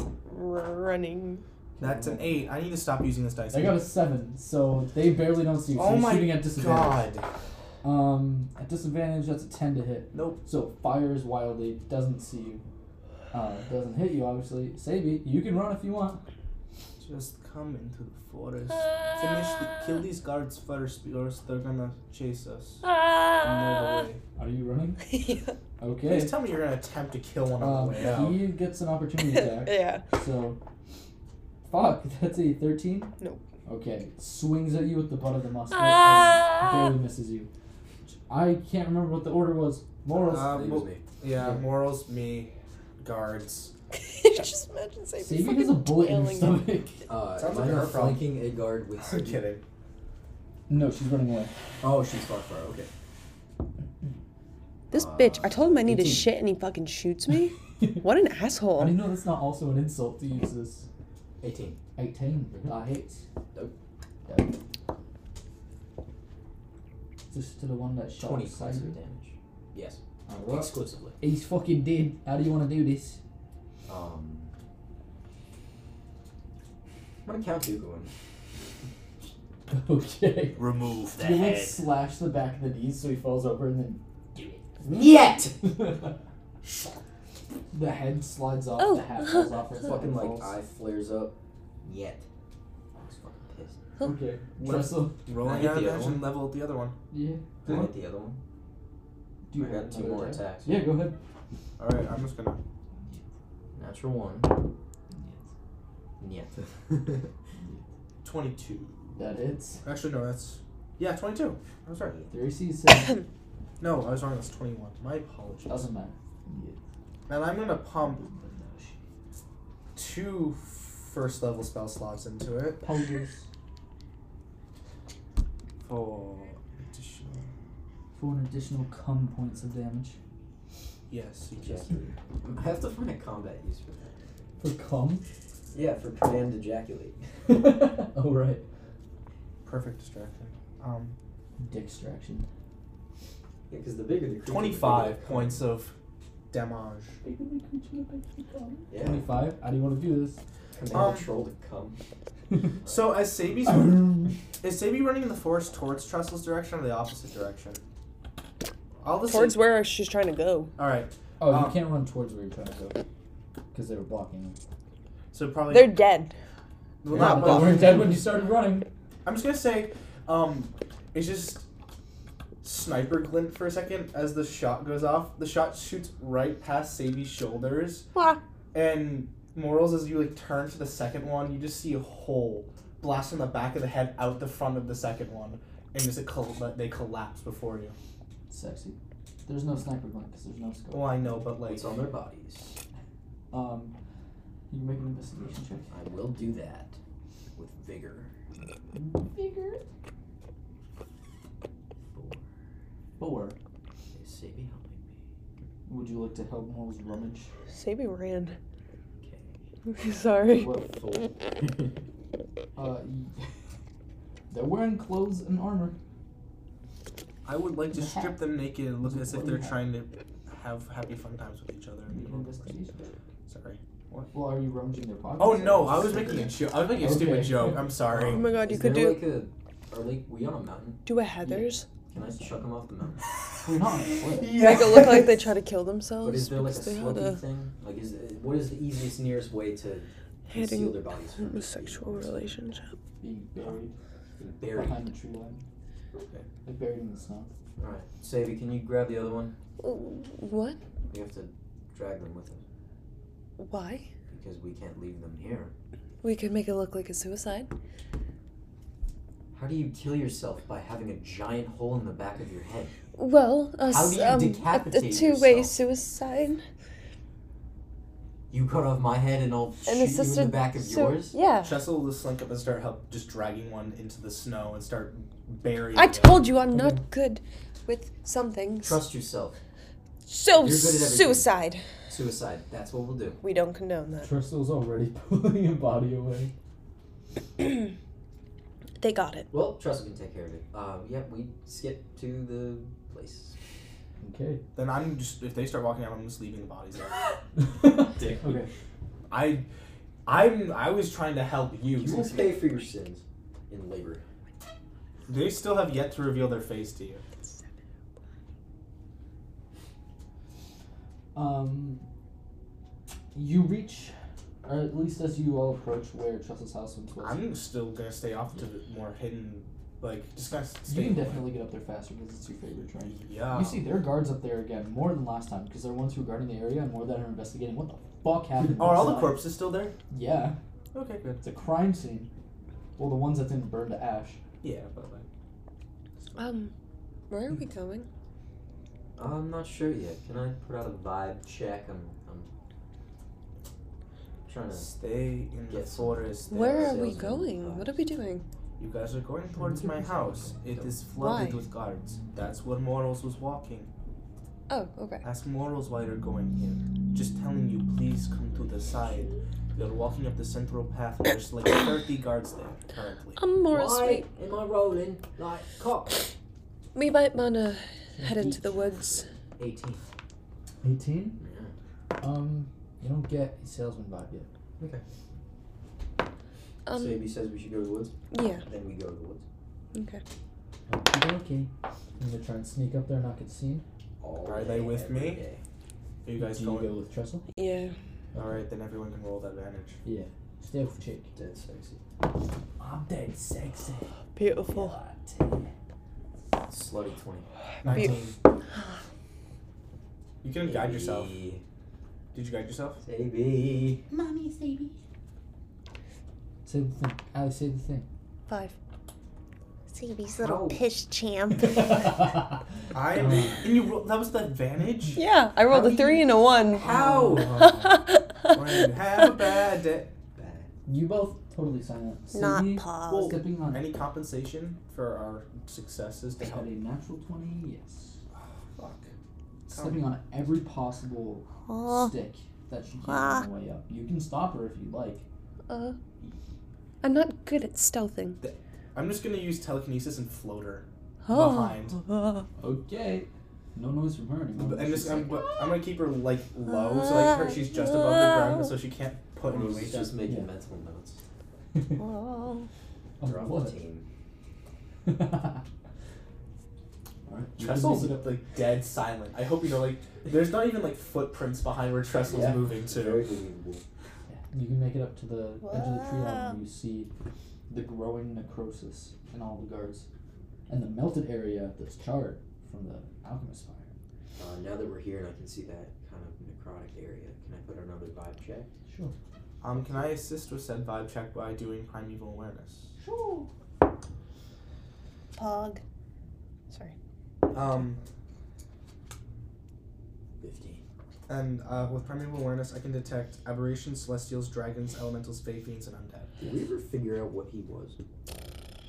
[SPEAKER 1] running.
[SPEAKER 4] That's an 8. I need to stop using this dice.
[SPEAKER 2] I got a seven, so they barely don't see you. So
[SPEAKER 4] Oh
[SPEAKER 2] you're
[SPEAKER 4] my
[SPEAKER 2] shooting at disadvantage.
[SPEAKER 4] God.
[SPEAKER 2] Um, at disadvantage, that's a ten to hit.
[SPEAKER 4] Nope.
[SPEAKER 2] So it fires wildly, doesn't see you, uh, doesn't hit you. Obviously, Sabi, you can run if you want.
[SPEAKER 4] Just come into the forest. Finish the. Kill these guards first, or else they're gonna chase us.
[SPEAKER 1] Ah.
[SPEAKER 4] No way.
[SPEAKER 2] Are you running?
[SPEAKER 4] Please
[SPEAKER 2] Okay.
[SPEAKER 4] tell me you're gonna attempt to kill one on
[SPEAKER 2] Um,
[SPEAKER 4] the way out.
[SPEAKER 2] he gets an opportunity attack.
[SPEAKER 1] yeah.
[SPEAKER 2] So, fuck, that's a 13?
[SPEAKER 1] Nope.
[SPEAKER 2] Okay, swings at you with the butt of the musket and
[SPEAKER 1] Ah.
[SPEAKER 2] barely misses you. I can't remember what the order was. Morals,
[SPEAKER 4] Uh,
[SPEAKER 5] It was me.
[SPEAKER 4] Yeah, morals, me, guards.
[SPEAKER 1] Just imagine saying
[SPEAKER 2] Savy has a bullet in her
[SPEAKER 1] tailing
[SPEAKER 2] stomach.
[SPEAKER 5] Uh, am
[SPEAKER 4] Sounds
[SPEAKER 5] I
[SPEAKER 4] like her
[SPEAKER 5] not
[SPEAKER 4] problem.
[SPEAKER 5] flanking a guard with
[SPEAKER 4] I'm
[SPEAKER 5] Savy?
[SPEAKER 4] kidding.
[SPEAKER 2] No, she's running away.
[SPEAKER 5] Oh, she's far, far. Okay.
[SPEAKER 1] This bitch. I told him I need to
[SPEAKER 5] Eighteen.
[SPEAKER 1] shit, and he fucking shoots me. What an
[SPEAKER 2] How do
[SPEAKER 1] asshole.
[SPEAKER 2] you know that's not also an insult to use this?
[SPEAKER 5] 18.
[SPEAKER 2] 18.
[SPEAKER 5] Mhm.
[SPEAKER 2] I hit.
[SPEAKER 5] Dope.
[SPEAKER 2] Dope. Just to the one that shot
[SPEAKER 5] 20
[SPEAKER 2] beside
[SPEAKER 5] points
[SPEAKER 2] you.
[SPEAKER 5] of damage. Yes.
[SPEAKER 2] Oh, well,
[SPEAKER 5] Exclusively.
[SPEAKER 2] He's fucking dead. How do you want to do this?
[SPEAKER 5] Um, I'm gonna count you one.
[SPEAKER 2] Okay.
[SPEAKER 5] Remove
[SPEAKER 2] You like slash the back of the knees so he falls over and then
[SPEAKER 5] Yet!
[SPEAKER 2] the head slides off,
[SPEAKER 1] Oh.
[SPEAKER 2] the hat falls off, and
[SPEAKER 5] Fucking
[SPEAKER 2] fucking
[SPEAKER 5] like
[SPEAKER 2] falls.
[SPEAKER 5] eye flares up. Yet. I was fucking pissed.
[SPEAKER 2] Okay. Trestle.
[SPEAKER 4] Rolling
[SPEAKER 5] hit the
[SPEAKER 4] out
[SPEAKER 5] other
[SPEAKER 4] action
[SPEAKER 5] one.
[SPEAKER 4] level at the other one.
[SPEAKER 2] Yeah.
[SPEAKER 5] Did I
[SPEAKER 4] Huh?
[SPEAKER 5] hit the other one?
[SPEAKER 2] Do you
[SPEAKER 5] I
[SPEAKER 2] have
[SPEAKER 5] got two
[SPEAKER 2] another
[SPEAKER 5] more
[SPEAKER 2] attack?
[SPEAKER 5] attacks.
[SPEAKER 2] Yeah, go ahead.
[SPEAKER 4] All right, I'm just gonna.
[SPEAKER 5] Natural one. Yet.
[SPEAKER 4] Twenty-two.
[SPEAKER 2] That hits.
[SPEAKER 4] Actually, no, that's. Yeah, twenty-two. I was right.
[SPEAKER 2] Your AC is seven.
[SPEAKER 4] No, I was wrong. That's twenty-one. My apologies.
[SPEAKER 2] Doesn't matter.
[SPEAKER 4] And I'm gonna pump two first level spell slots into it.
[SPEAKER 2] Poggers.
[SPEAKER 4] For additional.
[SPEAKER 2] For an additional cum points of damage.
[SPEAKER 4] Yes, you just.
[SPEAKER 5] Ejaculate. I have to find a combat use for that.
[SPEAKER 2] For cum?
[SPEAKER 5] Yeah, for command ejaculate.
[SPEAKER 2] oh, right.
[SPEAKER 4] Perfect distraction. Um,
[SPEAKER 2] Dextraction.
[SPEAKER 5] Yeah, because the bigger the creature. the bigger
[SPEAKER 4] twenty-five
[SPEAKER 5] the
[SPEAKER 4] points of damage.
[SPEAKER 5] cum. Yeah.
[SPEAKER 2] 25. How do you want to do
[SPEAKER 5] Command
[SPEAKER 4] Um,
[SPEAKER 5] control to come.
[SPEAKER 2] this?
[SPEAKER 4] So as Sabi's
[SPEAKER 2] Um,
[SPEAKER 4] is Sabi running in the forest towards Trestle's direction or the opposite direction? All the
[SPEAKER 1] Towards where she's trying to go.
[SPEAKER 4] All right,
[SPEAKER 2] oh, you
[SPEAKER 4] Um,
[SPEAKER 2] can't run towards where you're trying to go. Because they were blocking you.
[SPEAKER 4] so probably
[SPEAKER 1] They're dead.
[SPEAKER 4] well,
[SPEAKER 2] Yeah,
[SPEAKER 4] not
[SPEAKER 2] but they weren't
[SPEAKER 4] both.
[SPEAKER 2] dead when you started running.
[SPEAKER 4] I'm just gonna say, um, it's just sniper glint for a second as the shot goes off. The shot shoots right past Sabi's shoulders,
[SPEAKER 1] Wah.
[SPEAKER 4] and Morals, as you like turn to the second one, you just see a hole blast in the back of the head out the front of the second one, and just a col- they collapse before you.
[SPEAKER 2] Sexy. There's no sniper gun because there's no scope.
[SPEAKER 4] Well, I know, but like,
[SPEAKER 5] It's on their bodies.
[SPEAKER 2] Um, you make an investigation check.
[SPEAKER 5] I will do that with vigor.
[SPEAKER 10] Bigger.
[SPEAKER 2] Four.
[SPEAKER 5] Four. Is Sabi helping me?
[SPEAKER 2] Would you like to help Morals rummage?
[SPEAKER 1] Sabi ran.
[SPEAKER 5] Okay.
[SPEAKER 1] Sorry.
[SPEAKER 2] What? Uh, y- they're wearing clothes and armor.
[SPEAKER 4] I would like to
[SPEAKER 2] Yeah.
[SPEAKER 4] strip them naked and look as if they're
[SPEAKER 2] Yeah.
[SPEAKER 4] trying to have happy fun times with each other.
[SPEAKER 2] Make an investigation.
[SPEAKER 4] Sorry.
[SPEAKER 2] Well, are you rummaging their pockets?
[SPEAKER 4] Oh no, I was making a joke. I was making a stupid
[SPEAKER 2] Okay.
[SPEAKER 4] joke. I'm
[SPEAKER 1] Oh
[SPEAKER 4] sorry.
[SPEAKER 1] my god, you
[SPEAKER 5] Is
[SPEAKER 1] could
[SPEAKER 5] there
[SPEAKER 1] do
[SPEAKER 5] like a, are like we on a mountain?
[SPEAKER 1] do a Heather's.
[SPEAKER 5] Can I chuck them off the mountain?
[SPEAKER 2] We're not on a cliff.
[SPEAKER 1] Make it look like they
[SPEAKER 4] Yes.
[SPEAKER 1] try to kill
[SPEAKER 5] But
[SPEAKER 1] themselves
[SPEAKER 5] is there like a
[SPEAKER 1] because they had
[SPEAKER 5] slugging
[SPEAKER 1] a
[SPEAKER 5] thing? Like, is it- what is the easiest nearest way to conceal
[SPEAKER 1] heading
[SPEAKER 5] their bodies from
[SPEAKER 1] into
[SPEAKER 5] being
[SPEAKER 1] sexual relationship.
[SPEAKER 2] Being buried
[SPEAKER 5] Buried.
[SPEAKER 2] behind the tree line.
[SPEAKER 5] Okay.
[SPEAKER 2] Like buried in the snow.
[SPEAKER 5] All right, Sabi, can you grab the other one?
[SPEAKER 1] What?
[SPEAKER 5] We have to drag them with us
[SPEAKER 1] Why?
[SPEAKER 5] because we can't leave them here.
[SPEAKER 1] We could make it look like a suicide.
[SPEAKER 5] How do you kill yourself by having a giant hole in the back of your head?
[SPEAKER 1] Well, a,
[SPEAKER 5] How
[SPEAKER 1] s-
[SPEAKER 5] do you
[SPEAKER 1] um, a,
[SPEAKER 5] decapitate
[SPEAKER 1] a two-way
[SPEAKER 5] yourself?
[SPEAKER 1] suicide
[SPEAKER 5] You cut off my head and I'll shoot
[SPEAKER 1] and assisted
[SPEAKER 5] you in the back of
[SPEAKER 1] sui-
[SPEAKER 5] yours.
[SPEAKER 1] Yeah,
[SPEAKER 4] Chessel will slink up and start help just dragging one into the snow and start burying.
[SPEAKER 1] I
[SPEAKER 4] it.
[SPEAKER 1] told you I'm not good with some things.
[SPEAKER 5] Trust yourself.
[SPEAKER 1] So
[SPEAKER 5] You're good at everything.
[SPEAKER 1] suicide.
[SPEAKER 5] Suicide. That's what we'll do.
[SPEAKER 1] We don't condone that.
[SPEAKER 2] Trestle's already pulling a body away.
[SPEAKER 1] They got it.
[SPEAKER 5] Well, Trust can take care of it. Um, yeah, we skip to the place.
[SPEAKER 2] Okay.
[SPEAKER 4] Then I'm just if they start walking out, I'm just leaving the bodies. There. Dick.
[SPEAKER 2] Okay.
[SPEAKER 4] I, I'm I was trying to help you.
[SPEAKER 5] You will pay for your sins in labor.
[SPEAKER 4] They still have yet to reveal their face to you.
[SPEAKER 2] Um, you reach, or at least as you all approach where Trestle's house was.
[SPEAKER 4] I'm still gonna stay off to the more hidden, like just gonna
[SPEAKER 2] you
[SPEAKER 4] stay.
[SPEAKER 2] can definitely get up there faster because it's your favorite train.
[SPEAKER 4] Yeah.
[SPEAKER 2] You see their guards up there again, more than last time, because they're ones who are guarding the area and more that are investigating what the fuck happened.
[SPEAKER 4] Oh, Are all the
[SPEAKER 2] outside.
[SPEAKER 4] corpses still there?
[SPEAKER 2] Yeah,
[SPEAKER 4] Okay, good.
[SPEAKER 2] it's a crime scene. Well, the ones that didn't burn to ash.
[SPEAKER 4] Yeah, but like.
[SPEAKER 1] Um, where are we going?
[SPEAKER 5] I'm not sure yet. Can I put out a vibe check? I'm, I'm trying to.
[SPEAKER 4] Stay in the
[SPEAKER 5] Yes.
[SPEAKER 4] forest. there.
[SPEAKER 1] Where are we
[SPEAKER 5] salesman
[SPEAKER 1] going? What are we doing?
[SPEAKER 4] You guys are going towards my house. It is flooded
[SPEAKER 1] Why?
[SPEAKER 4] with guards. That's where Morals was walking.
[SPEAKER 1] Oh, okay.
[SPEAKER 4] Ask morals why you're going here. Just telling you, please come to the side. You're walking up the central path. and There's like 30 guards there currently.
[SPEAKER 1] I'm more
[SPEAKER 5] Why
[SPEAKER 1] sweet.
[SPEAKER 5] am I rolling like cops?
[SPEAKER 1] We might wanna head into the woods.
[SPEAKER 5] 18.
[SPEAKER 2] 18?
[SPEAKER 5] Yeah.
[SPEAKER 2] Um, you don't get a salesman vibe yet.
[SPEAKER 5] so
[SPEAKER 1] Um,
[SPEAKER 5] AB says we should go to the woods.
[SPEAKER 1] yeah.
[SPEAKER 5] Then we go to the woods.
[SPEAKER 1] Okay.
[SPEAKER 2] Okay. I'm gonna try and sneak up there and not get seen.
[SPEAKER 5] All
[SPEAKER 4] Are
[SPEAKER 5] day,
[SPEAKER 4] they with
[SPEAKER 5] every
[SPEAKER 4] me?
[SPEAKER 5] day.
[SPEAKER 4] Are you guys
[SPEAKER 2] Do
[SPEAKER 4] going?
[SPEAKER 2] you go with Trestle?
[SPEAKER 1] Yeah.
[SPEAKER 4] Alright, then everyone can roll with advantage.
[SPEAKER 2] Yeah. Stay with Chick.
[SPEAKER 5] Dead sexy.
[SPEAKER 2] I'm dead sexy.
[SPEAKER 1] Beautiful.
[SPEAKER 5] Slutty 20.
[SPEAKER 4] 19. You can guide
[SPEAKER 5] AB.
[SPEAKER 4] yourself. Did you guide yourself?
[SPEAKER 5] It's AB.
[SPEAKER 3] Mommy, baby.
[SPEAKER 2] Say the thing. Alex, say the thing.
[SPEAKER 1] Five.
[SPEAKER 3] Baby's
[SPEAKER 5] little How-
[SPEAKER 3] piss champ.
[SPEAKER 4] I.
[SPEAKER 2] Um.
[SPEAKER 4] And you rolled. That was the advantage?
[SPEAKER 1] Yeah, I rolled
[SPEAKER 4] How
[SPEAKER 1] a
[SPEAKER 4] do
[SPEAKER 1] three and a one.
[SPEAKER 5] How?
[SPEAKER 4] Brian, Have a bad day.
[SPEAKER 5] Bad.
[SPEAKER 2] you both totally sign up. Sadie,
[SPEAKER 4] Well,
[SPEAKER 2] Stepping on
[SPEAKER 4] any compensation for our successes to
[SPEAKER 2] They had
[SPEAKER 4] help?
[SPEAKER 2] a natural 20, yes.
[SPEAKER 4] Fuck.
[SPEAKER 2] Stepping on every possible
[SPEAKER 1] Oh,
[SPEAKER 2] stick that she can
[SPEAKER 1] Ah.
[SPEAKER 2] on the way up. You can stop her if you'd like.
[SPEAKER 1] uh, I'm not good at stealthing.
[SPEAKER 4] I'm just gonna use telekinesis and floater.
[SPEAKER 1] Oh.
[SPEAKER 4] Behind.
[SPEAKER 1] Oh.
[SPEAKER 2] Okay. No noise from her anymore.
[SPEAKER 4] I'm
[SPEAKER 2] She's
[SPEAKER 4] just I'm, but I'm gonna keep her like low, so like her, she's just above the ground, but so she can't put any
[SPEAKER 5] He's
[SPEAKER 4] weight.
[SPEAKER 5] just
[SPEAKER 4] down.
[SPEAKER 5] making
[SPEAKER 2] Yeah.
[SPEAKER 5] mental notes.
[SPEAKER 1] Oh.
[SPEAKER 2] Of
[SPEAKER 5] Drop
[SPEAKER 2] what?
[SPEAKER 5] the team.
[SPEAKER 2] Alright.
[SPEAKER 4] Trestle's like dead silent. I hope you know like there's not even like footprints behind where Trestle's
[SPEAKER 2] Yeah.
[SPEAKER 4] moving to.
[SPEAKER 5] Very believable.
[SPEAKER 2] You can make it up to the edge of the tree line where you see the growing necrosis and all the guards. And the melted area that's charred from the alchemist fire.
[SPEAKER 5] Uh, now that we're here and I can see that kind of necrotic area, can I put another vibe check?
[SPEAKER 2] Sure.
[SPEAKER 4] Um, can I assist with said vibe check by doing primeval awareness?
[SPEAKER 1] Pog. Sorry.
[SPEAKER 4] Um,
[SPEAKER 5] 15.
[SPEAKER 4] and uh, with primeval awareness, I can detect aberrations, celestials, dragons, elementals, fae fiends, and undead.
[SPEAKER 5] Did we ever figure out what he was?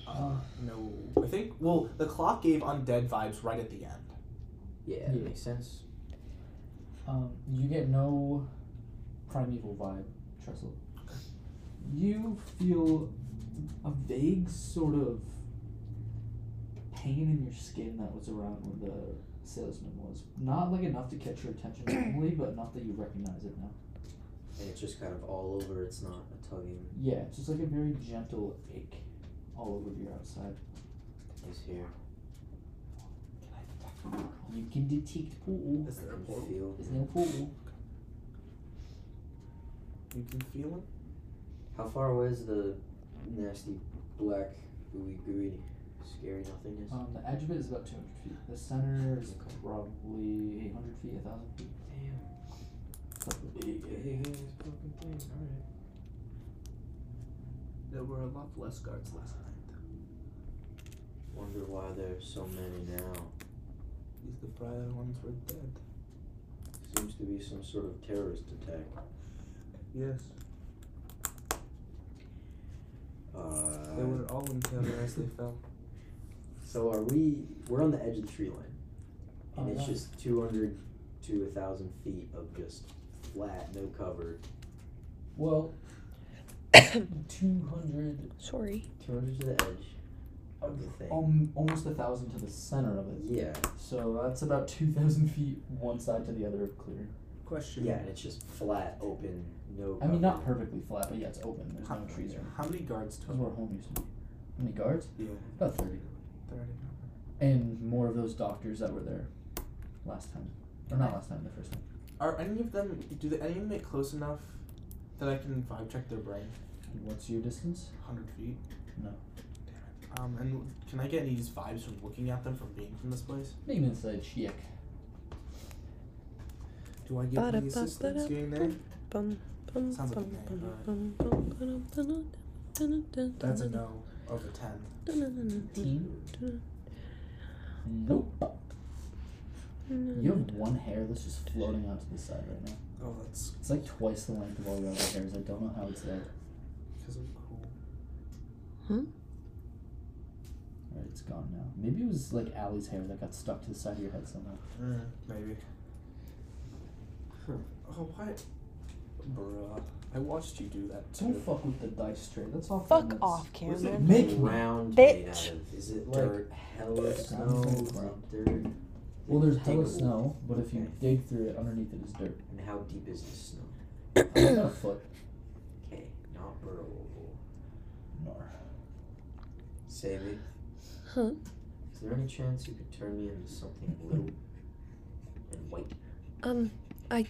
[SPEAKER 2] Uh,
[SPEAKER 4] No, I think well the clock gave undead vibes right at the end.
[SPEAKER 5] Yeah,
[SPEAKER 2] Yeah.
[SPEAKER 5] that makes sense.
[SPEAKER 2] Um, you get no primeval vibe, Trestle. You feel a vague sort of pain in your skin that was around where the salesman was. Not like enough to catch your attention normally, but enough that you recognize it now.
[SPEAKER 5] And it's just kind of all over, it's not a tugging.
[SPEAKER 2] Yeah, it's just like a very gentle ache all over your outside.
[SPEAKER 5] He's here.
[SPEAKER 2] You can detect pool.
[SPEAKER 4] Is there a
[SPEAKER 5] I can
[SPEAKER 4] portal?
[SPEAKER 5] feel.
[SPEAKER 2] There's no pool.
[SPEAKER 4] You can feel it.
[SPEAKER 5] How far away is the nasty black ooey gooey scary nothingness?
[SPEAKER 2] Um, the edge of it is about 200 feet. The center is probably 800 feet, 1,000 feet.
[SPEAKER 5] Damn.
[SPEAKER 2] something.
[SPEAKER 5] Big ass fucking thing. Alright.
[SPEAKER 4] There were a lot less guards last night.
[SPEAKER 5] Wonder why there's so many now.
[SPEAKER 4] These the prior ones were dead.
[SPEAKER 5] Seems to be some sort of terrorist attack.
[SPEAKER 4] Yes,
[SPEAKER 5] Uh,
[SPEAKER 4] they were all in terror as they fell.
[SPEAKER 5] So are we? We're on the edge of the tree line, and
[SPEAKER 2] Oh,
[SPEAKER 5] it's
[SPEAKER 2] yeah.
[SPEAKER 5] just two hundred to a thousand feet of just flat, no cover.
[SPEAKER 2] Well, 200,
[SPEAKER 1] Sorry.
[SPEAKER 5] Two hundred to the edge of the thing.
[SPEAKER 2] um, almost a 1,000 to the center of it.
[SPEAKER 5] yeah,
[SPEAKER 2] So that's about 2,000 feet one side to the other of clearing.
[SPEAKER 4] Question.
[SPEAKER 5] yeah, and it's just flat, open, no.
[SPEAKER 2] I mean, not
[SPEAKER 5] cover.
[SPEAKER 2] perfectly flat, but yeah, it's open. There's
[SPEAKER 4] How,
[SPEAKER 2] no trees or
[SPEAKER 4] how many guards
[SPEAKER 2] Because
[SPEAKER 4] total?
[SPEAKER 2] we're home used to be. How many guards?
[SPEAKER 4] Yeah,
[SPEAKER 2] About 30.
[SPEAKER 4] thirty.
[SPEAKER 2] And more of those doctors that were there last time. Or not last time, the first time.
[SPEAKER 4] Are any of them? Do they, any of them get close enough that I can vibe check their brain?
[SPEAKER 2] And what's your distance?
[SPEAKER 4] Hundred feet.
[SPEAKER 2] No.
[SPEAKER 4] Um, and can I get any vibes from looking at them from being from this place?
[SPEAKER 2] Make an inside check.
[SPEAKER 4] Do I get any
[SPEAKER 1] Ba-da-ba-ba-da.
[SPEAKER 4] assistance doing that?
[SPEAKER 1] Bum, bum,
[SPEAKER 4] Sounds like
[SPEAKER 1] bum,
[SPEAKER 4] a
[SPEAKER 1] bum,
[SPEAKER 4] name, right?
[SPEAKER 1] bum, bum, ba-dum, ba-dum, dun, dun, dun,
[SPEAKER 4] That's a
[SPEAKER 1] dun,
[SPEAKER 4] no of a ten.
[SPEAKER 1] dun, dun, dun, dun,
[SPEAKER 2] Team?
[SPEAKER 1] dun,
[SPEAKER 2] Nope.
[SPEAKER 1] dun,
[SPEAKER 2] You have one hair that's just floating out to the side right now.
[SPEAKER 4] Oh, that's
[SPEAKER 2] It's like twice the length of all your other hairs. I don't know how it's there.
[SPEAKER 4] because I'm cool.
[SPEAKER 2] Alright, it's gone now. Maybe it was like Allie's hair that got stuck to the side of your head somehow.
[SPEAKER 6] Mm, maybe.
[SPEAKER 4] Oh, what? Bruh. I watched you do that
[SPEAKER 2] Don't
[SPEAKER 4] too.
[SPEAKER 2] fuck with the dice tray. That's all.
[SPEAKER 1] Fuck
[SPEAKER 2] limits.
[SPEAKER 1] off,
[SPEAKER 4] was it
[SPEAKER 1] Cameron.
[SPEAKER 2] Make me.
[SPEAKER 5] round made out
[SPEAKER 1] Bitch.
[SPEAKER 5] of? Is it like
[SPEAKER 4] Dirt.
[SPEAKER 5] hella snow?
[SPEAKER 2] Ground.
[SPEAKER 5] Is it dirt?
[SPEAKER 2] Well, there's
[SPEAKER 5] Dig
[SPEAKER 2] hella
[SPEAKER 5] a
[SPEAKER 2] snow, but if you
[SPEAKER 5] Okay.
[SPEAKER 2] dig through it, underneath it is dirt.
[SPEAKER 5] hole. And how deep is the snow?
[SPEAKER 2] About a foot.
[SPEAKER 5] Okay, not burrowable.
[SPEAKER 2] Nor.
[SPEAKER 5] Save it.
[SPEAKER 1] Huh?
[SPEAKER 5] Is there any chance you could turn me into something blue and white?
[SPEAKER 1] Um, I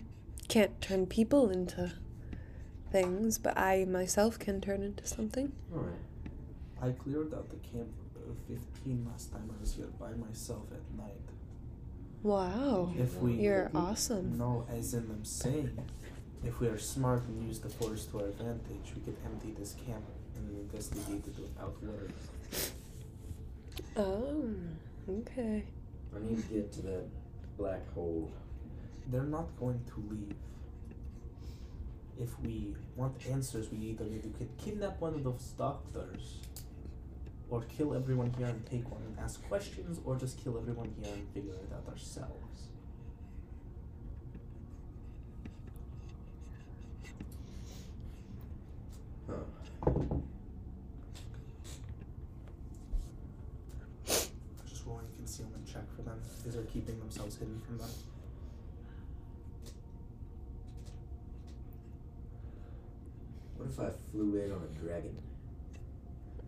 [SPEAKER 1] can't turn people into things, but I myself can turn into something.
[SPEAKER 5] All right.
[SPEAKER 4] I cleared out the camp of 15 last time I was here by myself at night.
[SPEAKER 6] Oh,
[SPEAKER 1] Wow.
[SPEAKER 4] If we.
[SPEAKER 1] You're awesome.
[SPEAKER 4] No, as in I'm saying, if we are smart and use the force to our advantage, we could empty this camp and investigate it without worry.
[SPEAKER 1] Oh, okay.
[SPEAKER 5] I need to get to that black hole.
[SPEAKER 4] They're not going to leave. If we want answers, we either need to kid- kidnap one of those doctors, or kill everyone here and take one and ask questions, or just kill everyone here and figure it out ourselves. Just rolling a concealment check for them, because they're keeping themselves hidden from them.
[SPEAKER 5] What if I flew in on a dragon?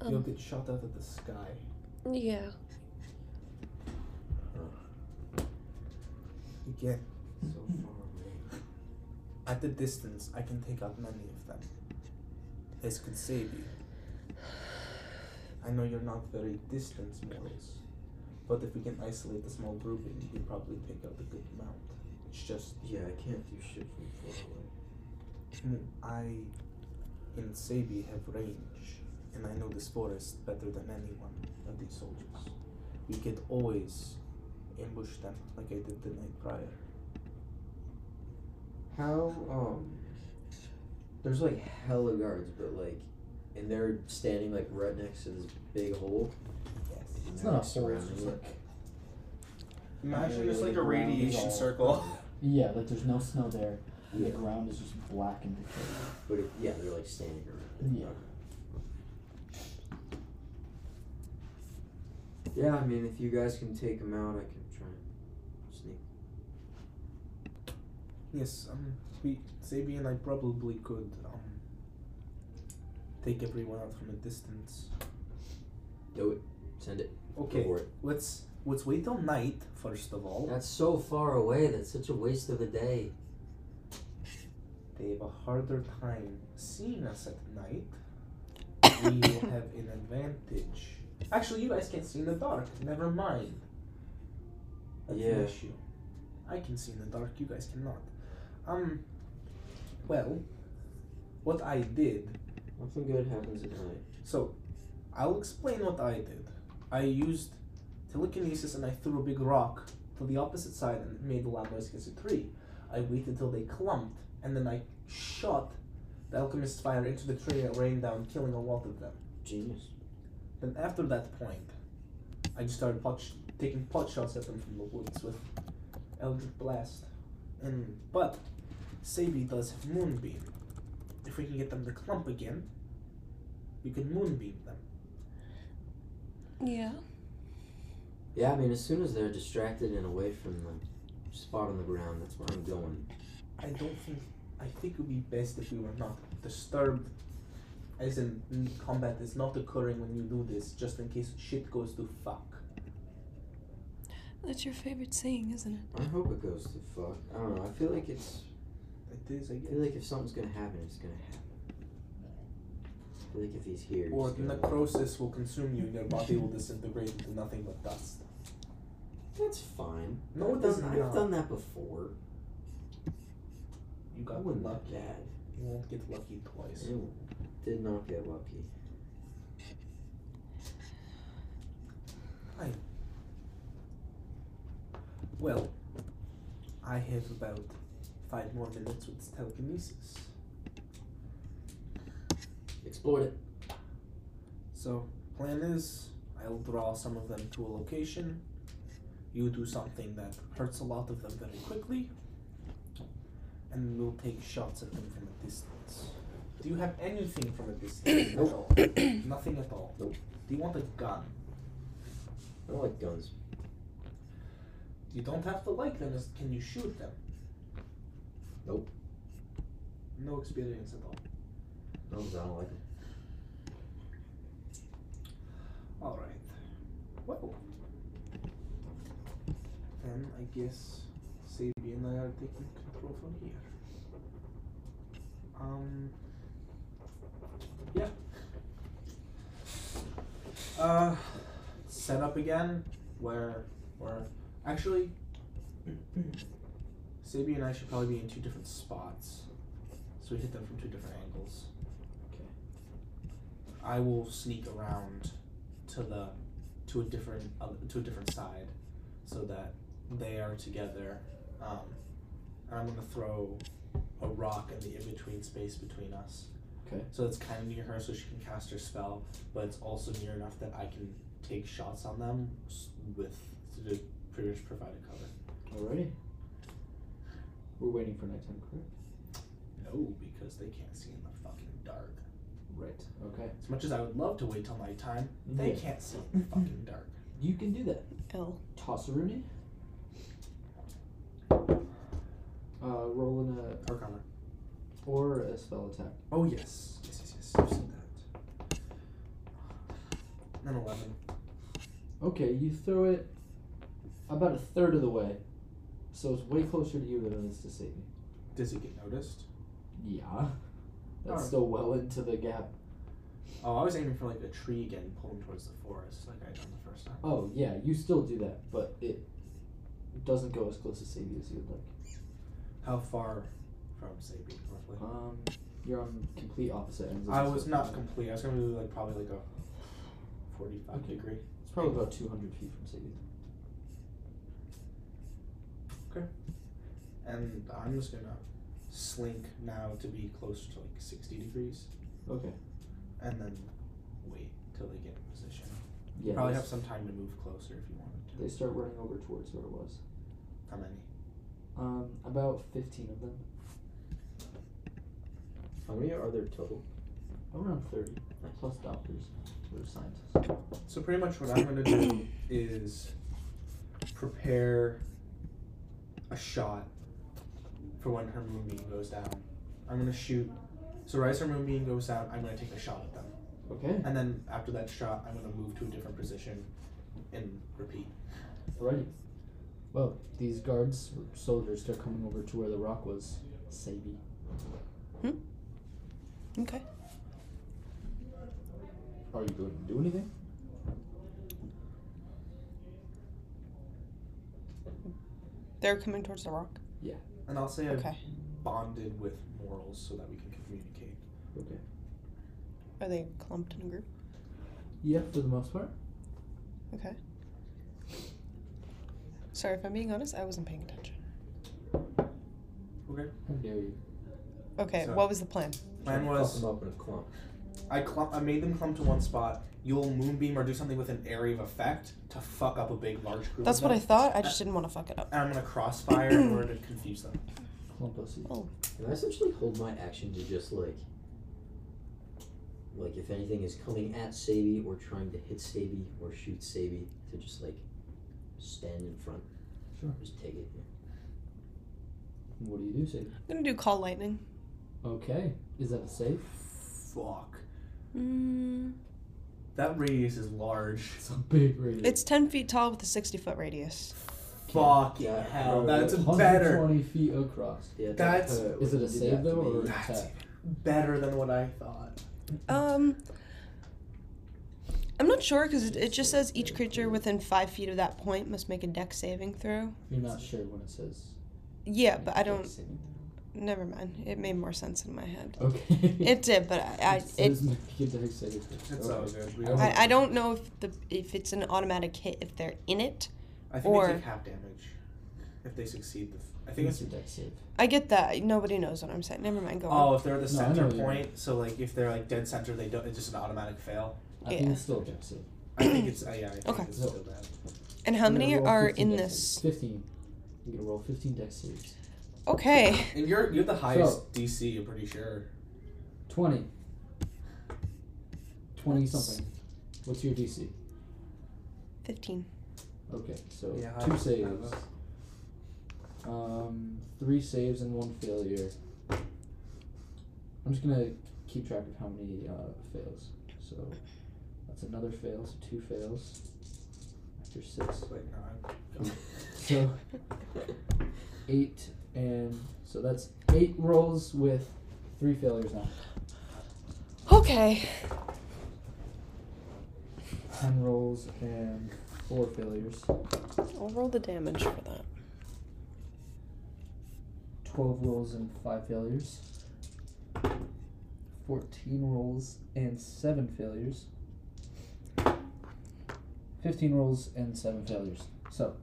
[SPEAKER 4] You'll
[SPEAKER 1] Um,
[SPEAKER 4] get shot out of the sky.
[SPEAKER 1] yeah.
[SPEAKER 4] Again,
[SPEAKER 5] So far away.
[SPEAKER 4] at the distance, I can take out many of them. This could save you. I know you're not very distant mortals, but if we can isolate the small grouping, we can probably take out a good amount. It's just,
[SPEAKER 5] Yeah, I can't do shit from far away.
[SPEAKER 4] mm, I in Sabi have range, and I know this forest better than anyone of these soldiers. We could always ambush them like I did the night prior.
[SPEAKER 5] How um there's like hella guards, but like and they're standing like right next to this big hole.
[SPEAKER 4] Yes.
[SPEAKER 5] and
[SPEAKER 2] It's
[SPEAKER 5] they're,
[SPEAKER 2] not a
[SPEAKER 5] like,
[SPEAKER 2] hole. It's
[SPEAKER 5] surrounding
[SPEAKER 2] just
[SPEAKER 5] it.
[SPEAKER 2] like
[SPEAKER 6] Imagine just like a
[SPEAKER 2] Ground is
[SPEAKER 6] radiation
[SPEAKER 2] all-
[SPEAKER 6] circle.
[SPEAKER 2] Yeah, like there's no snow there. and
[SPEAKER 5] yeah,
[SPEAKER 2] The ground is just black and
[SPEAKER 5] but it, yeah, they're like standing around. it.
[SPEAKER 2] Yeah.
[SPEAKER 5] Yeah, I mean, if you guys can take them out, I can try and sneak.
[SPEAKER 4] Yes, um, we Sabi and I probably could um take everyone out from a distance.
[SPEAKER 5] Do it. Send it.
[SPEAKER 4] Okay,
[SPEAKER 5] Go for it.
[SPEAKER 4] let's let's wait till night first of all.
[SPEAKER 5] That's so far away. That's such a waste of a day.
[SPEAKER 4] They have a harder time seeing us at night. we will have an advantage. Actually, you guys can see in the dark. Never mind. That's
[SPEAKER 5] Yeah.
[SPEAKER 4] an issue. I can see in the dark. You guys cannot. Um. Well, what I did
[SPEAKER 5] Nothing good happens at night.
[SPEAKER 4] So, I'll explain what I did. I used telekinesis and I threw a big rock to the opposite side and it made a loud noise against a tree. I waited till they clumped and then I shot the alchemist's fire into the tree and it rained down, killing a lot of them.
[SPEAKER 5] Genius.
[SPEAKER 4] Then after that point, I just started pot sh- taking pot shots at them from the woods with Eldritch Blast. And but Sabi does have Moonbeam. If we can get them to clump again, we can Moonbeam them.
[SPEAKER 1] Yeah.
[SPEAKER 5] Yeah, I mean, as soon as they're distracted and away from the spot on the ground, that's where I'm going.
[SPEAKER 4] I don't think. I think it would be best if we were not disturbed. As in, n- combat is not occurring when you do this, just in case shit goes to fuck.
[SPEAKER 1] That's your favorite saying, isn't it?
[SPEAKER 5] I hope it goes to fuck. I don't know. I feel like it's.
[SPEAKER 4] It is, I
[SPEAKER 5] I
[SPEAKER 4] guess.
[SPEAKER 5] feel like if something's gonna happen, it's gonna happen. I feel like if he's here,
[SPEAKER 4] Or
[SPEAKER 5] he's gonna-
[SPEAKER 4] necrosis will consume you and your body will disintegrate into nothing but dust.
[SPEAKER 5] That's fine.
[SPEAKER 4] No,
[SPEAKER 5] I've done,
[SPEAKER 4] it does
[SPEAKER 5] I've
[SPEAKER 4] not.
[SPEAKER 5] done that before.
[SPEAKER 4] You
[SPEAKER 5] I
[SPEAKER 4] got
[SPEAKER 5] wasn't
[SPEAKER 4] lucky.
[SPEAKER 5] that bad.
[SPEAKER 4] You won't get lucky twice.
[SPEAKER 5] Ew. Did not get lucky.
[SPEAKER 4] Well, I have about five more minutes with telekinesis.
[SPEAKER 5] Explored it.
[SPEAKER 4] So, plan is I'll draw some of them to a location. You do something that hurts a lot of them very quickly. And we'll take shots at them from a distance. Do you have anything from a distance? at all? Nothing at all.
[SPEAKER 2] Nope.
[SPEAKER 4] Do you want a gun?
[SPEAKER 2] I don't like guns.
[SPEAKER 4] You don't have to like them. Just Can you shoot them?
[SPEAKER 2] Nope.
[SPEAKER 4] No experience at all.
[SPEAKER 2] No, 'cause I don't like them.
[SPEAKER 4] All right. Well, then I guess Sabi and I are taking control from here. Um. Yeah. Uh, set up again where where actually, Sabi and I should probably be in two different spots, so we hit them from two different angles.
[SPEAKER 2] Okay.
[SPEAKER 4] I will sneak around to the to a different uh, to a different side, so that they are together. Um, and I'm gonna throw a rock in the in between space between us.
[SPEAKER 2] Okay.
[SPEAKER 4] So it's kind of near her, so she can cast her spell, but it's also near enough that I can take shots on them s- with to do- pretty much provide a cover.
[SPEAKER 2] Alrighty. We're waiting for nighttime, correct?
[SPEAKER 4] No, because they can't see in the fucking dark.
[SPEAKER 2] Right. Okay.
[SPEAKER 4] As much as I would love to wait till nighttime, they
[SPEAKER 2] Yeah.
[SPEAKER 4] can't see in the fucking dark.
[SPEAKER 2] You can do that.
[SPEAKER 1] L.
[SPEAKER 2] Tosseruni. Uh, rolling a
[SPEAKER 4] Arcana.
[SPEAKER 2] or a spell attack.
[SPEAKER 4] Oh yes, yes, yes, yes. I've seen that. Then eleven.
[SPEAKER 2] Okay, you throw it about a third of the way, so it's way closer to you than it is to Satan.
[SPEAKER 4] Does it get noticed?
[SPEAKER 2] Yeah, that's
[SPEAKER 4] Alright.
[SPEAKER 2] still well into the gap.
[SPEAKER 4] Oh, I was aiming for like a tree again, pulling towards the forest, like I done the first time.
[SPEAKER 2] Oh yeah, you still do that, but it doesn't go as close to Sadie as you'd like.
[SPEAKER 4] How far from Sabine, roughly?
[SPEAKER 2] Um, you're on complete opposite ends. of
[SPEAKER 4] I
[SPEAKER 2] this
[SPEAKER 4] was
[SPEAKER 2] little
[SPEAKER 4] not
[SPEAKER 2] island.
[SPEAKER 4] complete. I was gonna do like probably like a forty-five
[SPEAKER 2] Okay.
[SPEAKER 4] degree.
[SPEAKER 2] It's probably about two hundred feet from Sadie.
[SPEAKER 4] And I'm just gonna slink now to be closer to like sixty degrees,
[SPEAKER 2] Okay.
[SPEAKER 4] and then wait till they get in position.
[SPEAKER 2] Yeah.
[SPEAKER 4] Probably
[SPEAKER 2] they,
[SPEAKER 4] have some time to move closer if you wanted to.
[SPEAKER 2] they start running over towards where it was.
[SPEAKER 4] How many?
[SPEAKER 2] Um, about fifteen of them.
[SPEAKER 11] How many are there total?
[SPEAKER 2] Around thirty, plus doctors or scientists.
[SPEAKER 4] So pretty much what I'm gonna do is prepare a shot for when her moonbeam goes down. I'm gonna shoot. So right as her moonbeam goes down, I'm gonna take a shot at them,
[SPEAKER 2] Okay.
[SPEAKER 4] and then after that shot, I'm gonna move to a different position and repeat.
[SPEAKER 2] Alrighty. Well, these guards, or soldiers, they're coming over to where the rock was. Sabi.
[SPEAKER 1] Okay.
[SPEAKER 2] Are you going to do anything?
[SPEAKER 1] They're coming towards the rock.
[SPEAKER 4] And I'll say I've
[SPEAKER 1] Okay.
[SPEAKER 4] bonded with morals so that we can communicate.
[SPEAKER 2] Okay.
[SPEAKER 1] Are they clumped in a group?
[SPEAKER 2] Yeah, for the most part.
[SPEAKER 1] Okay. Sorry, if I'm being honest, I wasn't paying attention.
[SPEAKER 2] How dare you?
[SPEAKER 1] Okay,
[SPEAKER 4] So-
[SPEAKER 1] what was the plan?
[SPEAKER 4] Plan
[SPEAKER 2] Trying to fuck
[SPEAKER 4] was
[SPEAKER 2] them up in a clump.
[SPEAKER 4] I clump, I made them clump to one spot. You'll moonbeam or do something with an area of effect to fuck up a big large group. of
[SPEAKER 1] That's what
[SPEAKER 4] them.
[SPEAKER 1] I thought. I just didn't want to fuck it up.
[SPEAKER 4] and I'm gonna crossfire in order to confuse them.
[SPEAKER 2] Clump pussy.
[SPEAKER 11] Can I essentially hold my action to just like,
[SPEAKER 5] like if anything is coming at Sabi or trying to hit Sabi or shoot Sabi to just like stand in front.
[SPEAKER 2] Sure.
[SPEAKER 5] Just take it.
[SPEAKER 2] What do you do, Sabi?
[SPEAKER 1] I'm gonna do call lightning.
[SPEAKER 2] Okay. Is that a safe?
[SPEAKER 4] Fuck.
[SPEAKER 1] Mm,
[SPEAKER 4] That radius is large.
[SPEAKER 2] It's a big radius.
[SPEAKER 1] it's 10 feet tall with a 60 foot radius.
[SPEAKER 4] Fuck
[SPEAKER 5] Yeah,
[SPEAKER 4] hell.
[SPEAKER 5] bro,
[SPEAKER 4] That's
[SPEAKER 5] yeah.
[SPEAKER 4] better.
[SPEAKER 2] 120 feet across.
[SPEAKER 5] Yeah,
[SPEAKER 4] That's-
[SPEAKER 5] uh,
[SPEAKER 2] Is it a
[SPEAKER 5] did
[SPEAKER 2] save
[SPEAKER 5] that to
[SPEAKER 2] though,
[SPEAKER 5] me.
[SPEAKER 2] or an
[SPEAKER 4] That's
[SPEAKER 2] attack?
[SPEAKER 4] better than what I thought.
[SPEAKER 1] Um, I'm not sure because it, it just says each creature within 5 feet of that point must make a deck saving throw.
[SPEAKER 2] You're not sure when it says.
[SPEAKER 1] Yeah, but I
[SPEAKER 2] dex
[SPEAKER 1] don't.
[SPEAKER 2] saving
[SPEAKER 1] Never mind. It made more sense in my head.
[SPEAKER 2] throw. Okay.
[SPEAKER 1] It did, but I, I, it,
[SPEAKER 2] says make a dex saving throw.
[SPEAKER 4] It's
[SPEAKER 2] Okay.
[SPEAKER 4] all good. We
[SPEAKER 2] I
[SPEAKER 4] don't-
[SPEAKER 2] was-
[SPEAKER 1] I, I don't know if the if it's an automatic hit if they're in it.
[SPEAKER 4] I think
[SPEAKER 1] or-
[SPEAKER 4] they take half damage if they succeed. The f- I think
[SPEAKER 2] it's
[SPEAKER 4] it's
[SPEAKER 2] a dex save.
[SPEAKER 1] I get that. Nobody knows what I'm saying. Never mind. Go on.
[SPEAKER 4] oh, if they're at the
[SPEAKER 2] No, I know
[SPEAKER 4] center
[SPEAKER 2] what you mean.
[SPEAKER 4] point. So like if they're like dead center, they don't. It's just an automatic fail.
[SPEAKER 2] I think
[SPEAKER 1] Yeah.
[SPEAKER 2] it's still a dex save.
[SPEAKER 4] I think it's uh, yeah. I think
[SPEAKER 1] Okay.
[SPEAKER 4] It's still bad.
[SPEAKER 1] And how
[SPEAKER 2] I'm gonna
[SPEAKER 1] many
[SPEAKER 2] roll
[SPEAKER 1] are
[SPEAKER 2] 15
[SPEAKER 1] in
[SPEAKER 2] dex
[SPEAKER 1] this?
[SPEAKER 2] saves. Fifteen. You gonna roll fifteen dex saves.
[SPEAKER 1] Okay.
[SPEAKER 4] And you're you're the highest DC. I'm pretty sure.
[SPEAKER 2] Twenty. Twenty
[SPEAKER 1] That's-
[SPEAKER 2] something. What's your DC?
[SPEAKER 1] 15.
[SPEAKER 2] Okay, so
[SPEAKER 4] Yeah, I-
[SPEAKER 2] two
[SPEAKER 4] I
[SPEAKER 2] saves.
[SPEAKER 4] know.
[SPEAKER 2] Um, three saves and one failure. I'm just gonna keep track of how many uh, fails. So that's another fail. So two fails after six.
[SPEAKER 4] Like, uh,
[SPEAKER 2] So eight and so that's eight rolls with three failures now.
[SPEAKER 1] Okay.
[SPEAKER 2] Ten rolls and four failures.
[SPEAKER 1] I'll roll the damage for that.
[SPEAKER 2] Twelve rolls and five failures. Fourteen rolls and seven failures. Fifteen rolls and seven failures. So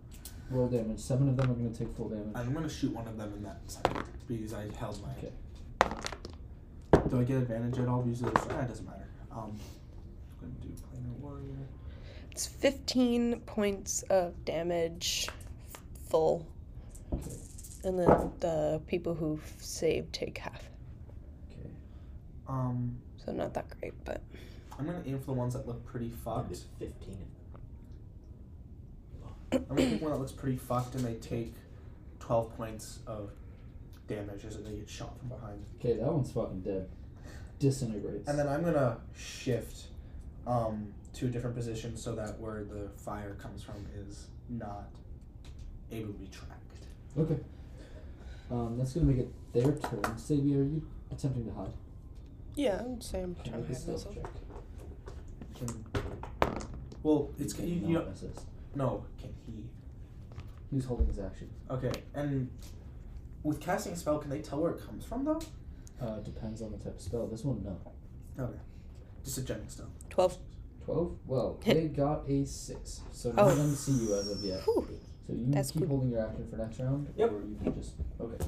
[SPEAKER 2] roll damage. Seven of them are gonna take full damage.
[SPEAKER 4] I'm gonna shoot one of them in that second because I held my.
[SPEAKER 2] Okay.
[SPEAKER 4] Do I get advantage at all because of this? Ah, it doesn't matter. Um, I'm gonna do planar warrior.
[SPEAKER 1] It's 15 points of damage full. And then the people who f- save take half.
[SPEAKER 2] Okay.
[SPEAKER 4] Um,
[SPEAKER 1] So not that great, but
[SPEAKER 4] I'm gonna aim for the ones that look pretty fucked.
[SPEAKER 5] There's fifteen.
[SPEAKER 4] I'm gonna pick one that looks pretty fucked, and they take twelve points of damage as they get shot from behind.
[SPEAKER 2] Okay, that one's fucking dead. Disintegrates.
[SPEAKER 4] And then I'm gonna shift um, to a different position so that where the fire comes from is not able to be tracked.
[SPEAKER 2] Okay. Um, that's gonna make it their turn. Sabi, are you attempting to hide?
[SPEAKER 1] yeah, I'm saying
[SPEAKER 2] Can I
[SPEAKER 1] trying
[SPEAKER 2] make
[SPEAKER 1] to
[SPEAKER 2] a
[SPEAKER 1] hide
[SPEAKER 2] stealth
[SPEAKER 1] myself.
[SPEAKER 2] check?
[SPEAKER 4] Well, it's
[SPEAKER 2] You
[SPEAKER 4] you, you
[SPEAKER 2] cannot
[SPEAKER 4] know,
[SPEAKER 2] assist.
[SPEAKER 4] no. Can he?
[SPEAKER 2] He was holding his action.
[SPEAKER 4] Okay, and with casting a spell, can they tell where it comes from though?
[SPEAKER 2] Uh, depends on the type of spell. This one, no.
[SPEAKER 4] Just a generic spell.
[SPEAKER 1] 12.
[SPEAKER 2] 12? Well, they got a 6. So none
[SPEAKER 1] Oh.
[SPEAKER 2] of them see you as of yet.
[SPEAKER 1] Whew.
[SPEAKER 2] So you can
[SPEAKER 1] That's
[SPEAKER 2] keep
[SPEAKER 1] good.
[SPEAKER 2] holding your action for next round,
[SPEAKER 12] Yep.
[SPEAKER 2] or you can just. Okay.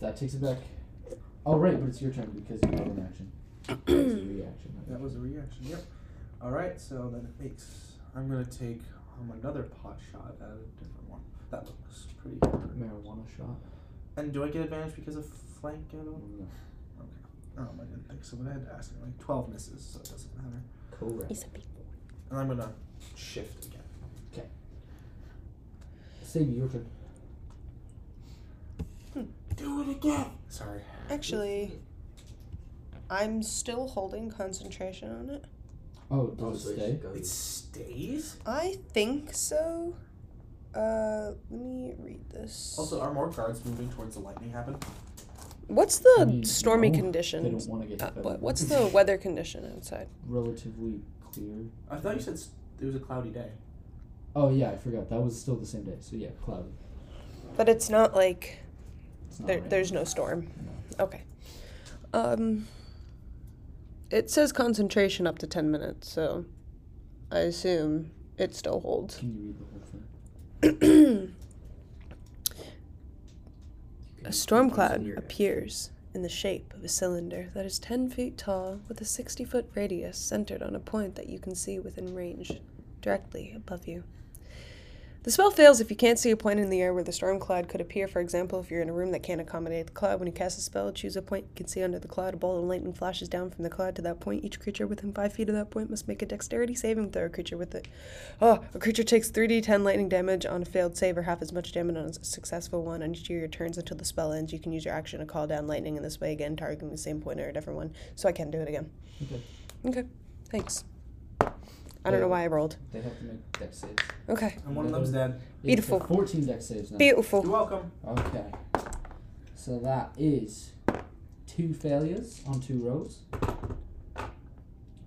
[SPEAKER 2] That takes it back. Oh, right, but it's your turn because you held an action. That's a reaction.
[SPEAKER 4] That was a reaction. Yep. All right, so then it makes. I'm gonna take um, another pot shot at a different one. That looks pretty. Good.
[SPEAKER 2] Marijuana shot?
[SPEAKER 4] And do I get advantage because of flank at all?
[SPEAKER 2] No.
[SPEAKER 4] Um, I didn't think so, but I had to ask anyway. Twelve misses, so it doesn't matter.
[SPEAKER 2] Correct.
[SPEAKER 1] He's a big
[SPEAKER 4] And I'm gonna shift again.
[SPEAKER 2] Sabi, your turn.
[SPEAKER 4] Do it again. Sorry.
[SPEAKER 1] Actually, I'm still holding concentration on it.
[SPEAKER 2] Oh, does
[SPEAKER 5] so
[SPEAKER 2] it
[SPEAKER 5] you
[SPEAKER 2] stay?
[SPEAKER 5] should go
[SPEAKER 4] It stays.
[SPEAKER 1] I think so. Uh, let me read this.
[SPEAKER 4] Also, are more guards moving towards the lightning happen?
[SPEAKER 1] What's
[SPEAKER 2] I
[SPEAKER 1] the
[SPEAKER 2] mean,
[SPEAKER 1] stormy
[SPEAKER 2] no, They
[SPEAKER 1] conditions?
[SPEAKER 2] don't want to get
[SPEAKER 1] Uh,
[SPEAKER 2] hit by
[SPEAKER 1] what,
[SPEAKER 2] the-
[SPEAKER 1] what's the weather condition outside?
[SPEAKER 2] relatively clear?
[SPEAKER 4] I thought you said s- it was a cloudy day.
[SPEAKER 2] Oh, yeah, I forgot. That was still the same day. So, yeah, cloudy.
[SPEAKER 1] But it's not like
[SPEAKER 2] It's not
[SPEAKER 1] there,
[SPEAKER 2] raining.
[SPEAKER 1] there's no storm. Okay. Um, it says concentration up to 10 minutes, so I assume it still holds.
[SPEAKER 2] Can you read the whole thing?
[SPEAKER 1] A
[SPEAKER 5] A
[SPEAKER 1] storm cloud appears in the shape of a cylinder that is 10 feet tall with a 60 foot radius centered on a point that you can see within range, directly above you. The spell fails if you can't see a point in the air where the storm cloud could appear. For example, if you're in a room that can't accommodate the cloud, when you cast a spell, choose a point you can see under the cloud. A bolt of lightning flashes down from the cloud to that point. Each creature within five feet of that point must make a dexterity saving throw. A creature with it. Oh, a creature takes 3d10 lightning damage on a failed save or half as much damage on a successful one on each of your turns until the spell ends. You can use your action to call down lightning in this way again, targeting the same point or a different one. So I can do it again.
[SPEAKER 2] Okay.
[SPEAKER 1] Okay. Thanks. I don't know why I rolled.
[SPEAKER 2] They have to make deck saves.
[SPEAKER 1] Okay.
[SPEAKER 4] And one of them's dead.
[SPEAKER 2] They have to
[SPEAKER 1] Beautiful.
[SPEAKER 2] take 14 deck saves now.
[SPEAKER 4] You're
[SPEAKER 1] Beautiful.
[SPEAKER 4] welcome.
[SPEAKER 2] Okay. So that is two failures on two rows.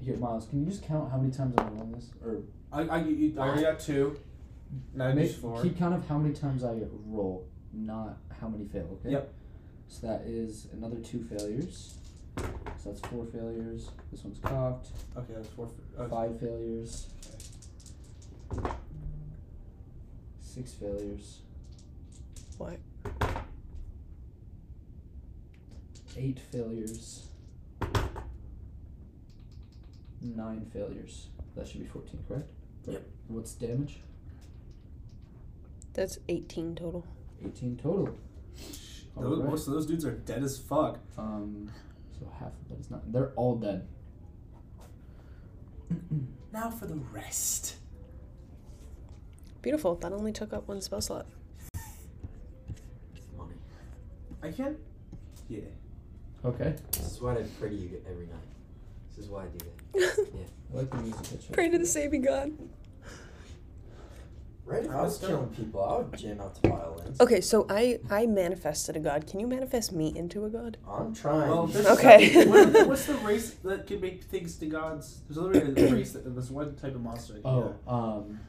[SPEAKER 2] Here, Miles, can you just count how many times I'm rolling this? Or
[SPEAKER 4] I, I, you, I already got two. Now
[SPEAKER 2] make-
[SPEAKER 4] it's four.
[SPEAKER 2] keep count of how many times I roll, not how many fail, okay?
[SPEAKER 4] Yep.
[SPEAKER 2] So that is another two failures. So that's four failures. This one's cocked.
[SPEAKER 4] Okay, that's four. uh, Okay.
[SPEAKER 2] Five failures. Six failures.
[SPEAKER 1] What?
[SPEAKER 2] Eight failures. Nine failures. That should be 14, correct?
[SPEAKER 4] Yep.
[SPEAKER 2] What's damage?
[SPEAKER 1] That's 18 total.
[SPEAKER 2] 18 total.
[SPEAKER 4] Those,
[SPEAKER 2] Alright.
[SPEAKER 4] Most of those dudes are dead as fuck.
[SPEAKER 2] Um, so half of that is not. They're all dead.
[SPEAKER 4] Now for the rest.
[SPEAKER 1] Beautiful. That only took up one spell slot.
[SPEAKER 5] Money.
[SPEAKER 4] I can. Yeah.
[SPEAKER 2] Okay.
[SPEAKER 5] This is what I pray to you every night. This is why I do that.
[SPEAKER 2] I like the music picture.
[SPEAKER 1] Pray to the saving God.
[SPEAKER 13] Right? If I was killing people, I would jam out to violence.
[SPEAKER 1] Okay, so I I manifested a god. Can you manifest me into a god?
[SPEAKER 13] I'm trying.
[SPEAKER 4] Well, there's
[SPEAKER 1] Okay.
[SPEAKER 4] what, what's the race that can make things to gods? There's another race that there's one type of monster. that can do
[SPEAKER 2] Oh, um,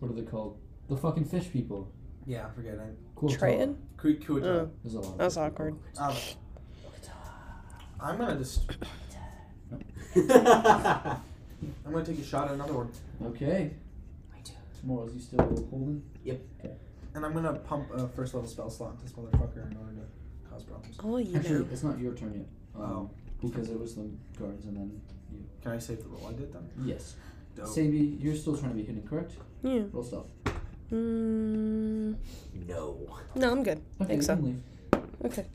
[SPEAKER 2] what are they called? The fucking fish people.
[SPEAKER 4] that. Yeah, I forget it.
[SPEAKER 2] Cool.
[SPEAKER 1] Trajan?
[SPEAKER 4] Ku- Kuita.
[SPEAKER 1] Oh,
[SPEAKER 2] There's a lot. of
[SPEAKER 1] that's
[SPEAKER 2] fish people.
[SPEAKER 1] awkward.
[SPEAKER 4] Um, I'm gonna just. I'm gonna take a shot at another one,
[SPEAKER 2] Okay. Tomorrow's you still holding?
[SPEAKER 4] and I'm gonna pump a first level spell slot into this motherfucker in order to cause problems.
[SPEAKER 1] Oh, you
[SPEAKER 2] Actually,
[SPEAKER 1] know.
[SPEAKER 2] it's not your turn yet. Um,
[SPEAKER 4] Oh.
[SPEAKER 2] Because it was the guards and then.
[SPEAKER 4] Can I save the roll I did then?
[SPEAKER 2] Yes.
[SPEAKER 4] Dope.
[SPEAKER 2] Sabi, you're still trying to be hidden, correct?
[SPEAKER 1] Yeah.
[SPEAKER 2] Roll stealth.
[SPEAKER 1] Mm,
[SPEAKER 5] no.
[SPEAKER 1] no, I'm good.
[SPEAKER 2] Okay,
[SPEAKER 1] Think
[SPEAKER 2] you
[SPEAKER 1] so.
[SPEAKER 2] can leave.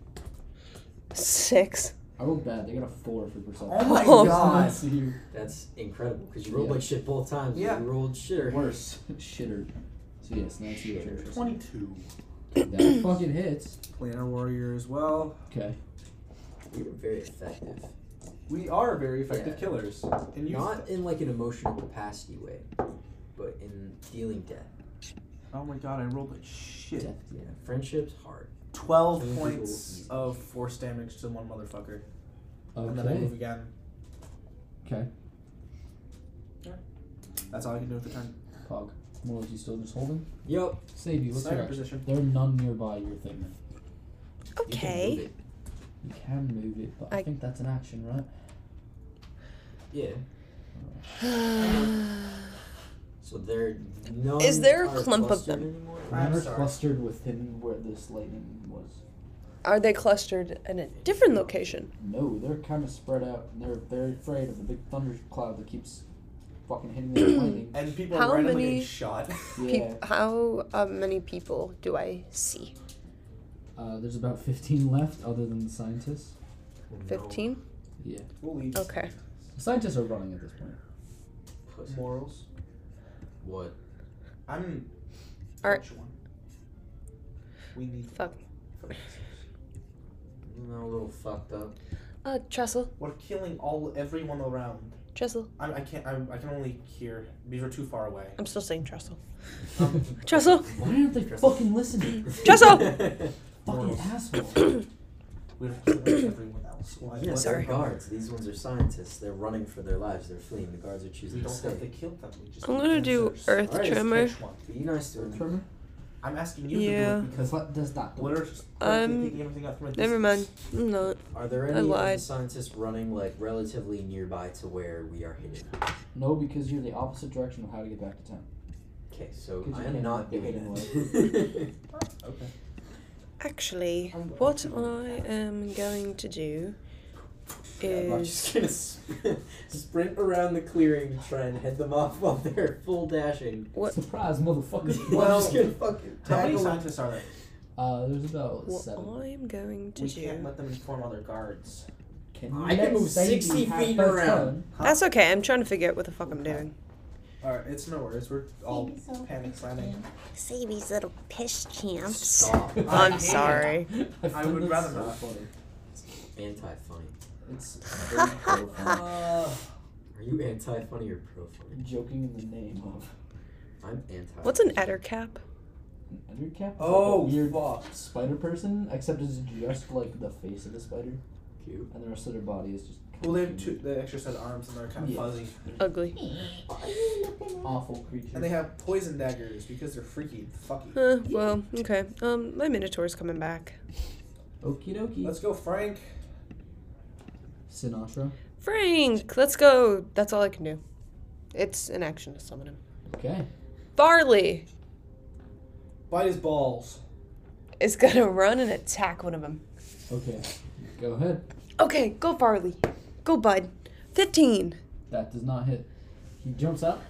[SPEAKER 1] Six.
[SPEAKER 2] I rolled bad. They got a four for perception.
[SPEAKER 4] Oh my
[SPEAKER 1] Oh,
[SPEAKER 4] god!
[SPEAKER 2] Nice to you.
[SPEAKER 5] That's incredible because you rolled
[SPEAKER 2] Yeah.
[SPEAKER 5] like shit both times.
[SPEAKER 4] Yeah.
[SPEAKER 5] You rolled shitter.
[SPEAKER 2] Worse. Shitter. So yes, nice to you.
[SPEAKER 4] Twenty-two.
[SPEAKER 2] That fucking hits.
[SPEAKER 4] Planar warrior as well.
[SPEAKER 2] Okay.
[SPEAKER 5] You were very effective.
[SPEAKER 4] We are very effective
[SPEAKER 5] Yeah.
[SPEAKER 4] killers. And you.
[SPEAKER 5] Not in like an emotional capacity way, but in dealing death.
[SPEAKER 4] oh my god! I rolled like shit.
[SPEAKER 2] Death.
[SPEAKER 5] Yeah. Friendship's hard.
[SPEAKER 4] 12
[SPEAKER 5] Killing
[SPEAKER 4] points
[SPEAKER 5] people.
[SPEAKER 4] of force damage to one motherfucker. And then I
[SPEAKER 2] Okay.
[SPEAKER 4] move again.
[SPEAKER 2] Okay.
[SPEAKER 4] That's all I can do at the time.
[SPEAKER 2] Pog. Morals, you still just holding?
[SPEAKER 5] Yup.
[SPEAKER 2] Sabi, what's your
[SPEAKER 4] Sniper
[SPEAKER 2] action?
[SPEAKER 4] position.
[SPEAKER 2] There are none nearby your thing. then.
[SPEAKER 5] You can move
[SPEAKER 1] Okay.
[SPEAKER 5] it.
[SPEAKER 2] You can move it, but I,
[SPEAKER 1] I-
[SPEAKER 2] think that's an action, right?
[SPEAKER 5] Yeah. So there.
[SPEAKER 1] Is there a clump of them?
[SPEAKER 5] Anymore?
[SPEAKER 2] Remember clustered within where this lightning was.
[SPEAKER 1] Are they clustered in a different location?
[SPEAKER 2] No, they're kind of spread out. and They're very afraid of the big thundercloud that keeps fucking hitting them with lightning.
[SPEAKER 4] And people
[SPEAKER 1] How
[SPEAKER 4] are randomly
[SPEAKER 1] many-
[SPEAKER 4] getting shot.
[SPEAKER 2] Yeah.
[SPEAKER 1] Peop- how uh, many people do I see?
[SPEAKER 2] Uh, there's about 15 left, other than the scientists.
[SPEAKER 5] Oh,
[SPEAKER 1] Fifteen.
[SPEAKER 2] Yeah.
[SPEAKER 4] We'll leave.
[SPEAKER 1] Okay.
[SPEAKER 2] The scientists are running at this point.
[SPEAKER 4] Morals.
[SPEAKER 5] What?
[SPEAKER 4] I'm.
[SPEAKER 1] Alright.
[SPEAKER 4] Which one? We need.
[SPEAKER 1] Fuck.
[SPEAKER 5] You know, a little fucked up.
[SPEAKER 1] Uh, Trestle.
[SPEAKER 4] We're killing all everyone around.
[SPEAKER 1] Trestle.
[SPEAKER 4] I'm, I can't. I'm, I can only hear. These are too far away.
[SPEAKER 1] I'm still saying Trestle.
[SPEAKER 4] Um,
[SPEAKER 1] Trestle.
[SPEAKER 2] Why aren't they fucking listening?
[SPEAKER 1] Trestle.
[SPEAKER 2] fucking
[SPEAKER 4] Morals.
[SPEAKER 2] asshole.
[SPEAKER 4] We're killing everyone else. Why-
[SPEAKER 5] Yes,
[SPEAKER 4] why-
[SPEAKER 5] they're guards. These ones are scientists. They're running for their lives. They're fleeing. The guards are
[SPEAKER 4] We
[SPEAKER 5] choosing to
[SPEAKER 4] don't have to
[SPEAKER 5] stay.
[SPEAKER 4] kill them. We just
[SPEAKER 1] I'm
[SPEAKER 4] need
[SPEAKER 1] gonna do
[SPEAKER 4] answers.
[SPEAKER 1] Earth
[SPEAKER 4] Alright,
[SPEAKER 1] Tremor.
[SPEAKER 4] pick one.
[SPEAKER 5] Be nice to them.
[SPEAKER 2] Tremor?
[SPEAKER 4] I'm asking you
[SPEAKER 1] Yeah.
[SPEAKER 4] to do it
[SPEAKER 2] Because
[SPEAKER 4] because
[SPEAKER 2] that does not.
[SPEAKER 4] what are
[SPEAKER 1] Um,
[SPEAKER 4] picking everything up from a
[SPEAKER 1] Never
[SPEAKER 4] distance.
[SPEAKER 1] mind. I'm not.
[SPEAKER 5] Are there
[SPEAKER 1] I
[SPEAKER 5] any of the
[SPEAKER 1] lied.
[SPEAKER 5] scientists running like relatively nearby to where we are hidden?
[SPEAKER 2] No, because you're the opposite direction of how to get back to town.
[SPEAKER 5] Okay, so
[SPEAKER 2] Could you
[SPEAKER 5] I
[SPEAKER 2] get
[SPEAKER 5] am not
[SPEAKER 2] the
[SPEAKER 5] doing
[SPEAKER 2] hidden
[SPEAKER 5] that.
[SPEAKER 4] Okay.
[SPEAKER 1] Actually, what I am going to do
[SPEAKER 5] I'm
[SPEAKER 1] is
[SPEAKER 5] just gonna sp- sprint around the clearing to try and head them off while they're full dashing.
[SPEAKER 1] what?
[SPEAKER 2] Surprise, motherfucker.
[SPEAKER 5] I'm just gonna fucking
[SPEAKER 4] How
[SPEAKER 5] tackle
[SPEAKER 4] many
[SPEAKER 5] them.
[SPEAKER 4] scientists are there?
[SPEAKER 2] Uh, there's about
[SPEAKER 1] What
[SPEAKER 2] seven.
[SPEAKER 1] I am going to
[SPEAKER 4] We can't
[SPEAKER 1] do.
[SPEAKER 4] let them inform other guards.
[SPEAKER 2] Can you
[SPEAKER 5] I can
[SPEAKER 2] let
[SPEAKER 5] move
[SPEAKER 2] Sadie
[SPEAKER 5] 60
[SPEAKER 2] have
[SPEAKER 5] feet
[SPEAKER 2] her
[SPEAKER 5] around.
[SPEAKER 2] turn?
[SPEAKER 1] That's okay. I'm trying to figure out what the fuck I'm doing.
[SPEAKER 4] All right, it's no worries. We're all
[SPEAKER 14] Maybe so.
[SPEAKER 4] panic slamming.
[SPEAKER 14] Sadie's little piss champs.
[SPEAKER 5] Stop.
[SPEAKER 1] I'm sorry.
[SPEAKER 2] I, find
[SPEAKER 4] would
[SPEAKER 2] that
[SPEAKER 4] rather
[SPEAKER 2] so
[SPEAKER 4] not.
[SPEAKER 2] Funny.
[SPEAKER 5] Anti-funny.
[SPEAKER 2] It's very pro funny.
[SPEAKER 4] Uh,
[SPEAKER 5] Are you anti-funny or pro-funny?
[SPEAKER 2] Joking in the name of
[SPEAKER 5] I'm anti.
[SPEAKER 1] What's an adder cap?
[SPEAKER 2] an undercap. It's
[SPEAKER 4] Oh,
[SPEAKER 2] like a weird spider person, except it's just like the face of the spider,
[SPEAKER 5] Cute.
[SPEAKER 2] and the rest of their body is just.
[SPEAKER 4] Well, they have two. They extra set of arms, and they're kind of
[SPEAKER 2] Yeah.
[SPEAKER 4] fuzzy.
[SPEAKER 1] Ugly.
[SPEAKER 14] Are you looking at?
[SPEAKER 2] awful creatures.
[SPEAKER 4] And they have poison daggers because they're freaky, and fucky.
[SPEAKER 1] Uh, well, okay. Um, my minotaur's coming back.
[SPEAKER 2] Okie dokie.
[SPEAKER 4] Let's go, Frank.
[SPEAKER 2] Sinatra.
[SPEAKER 1] Frank, let's go. That's all I can do. It's an action to summon him.
[SPEAKER 2] Okay.
[SPEAKER 1] Barley
[SPEAKER 4] Bite his balls.
[SPEAKER 1] is gonna run and attack one of them.
[SPEAKER 2] Okay. Go ahead.
[SPEAKER 1] Okay, go Barley. Go Bud. 15.
[SPEAKER 2] That does not hit. He jumps up,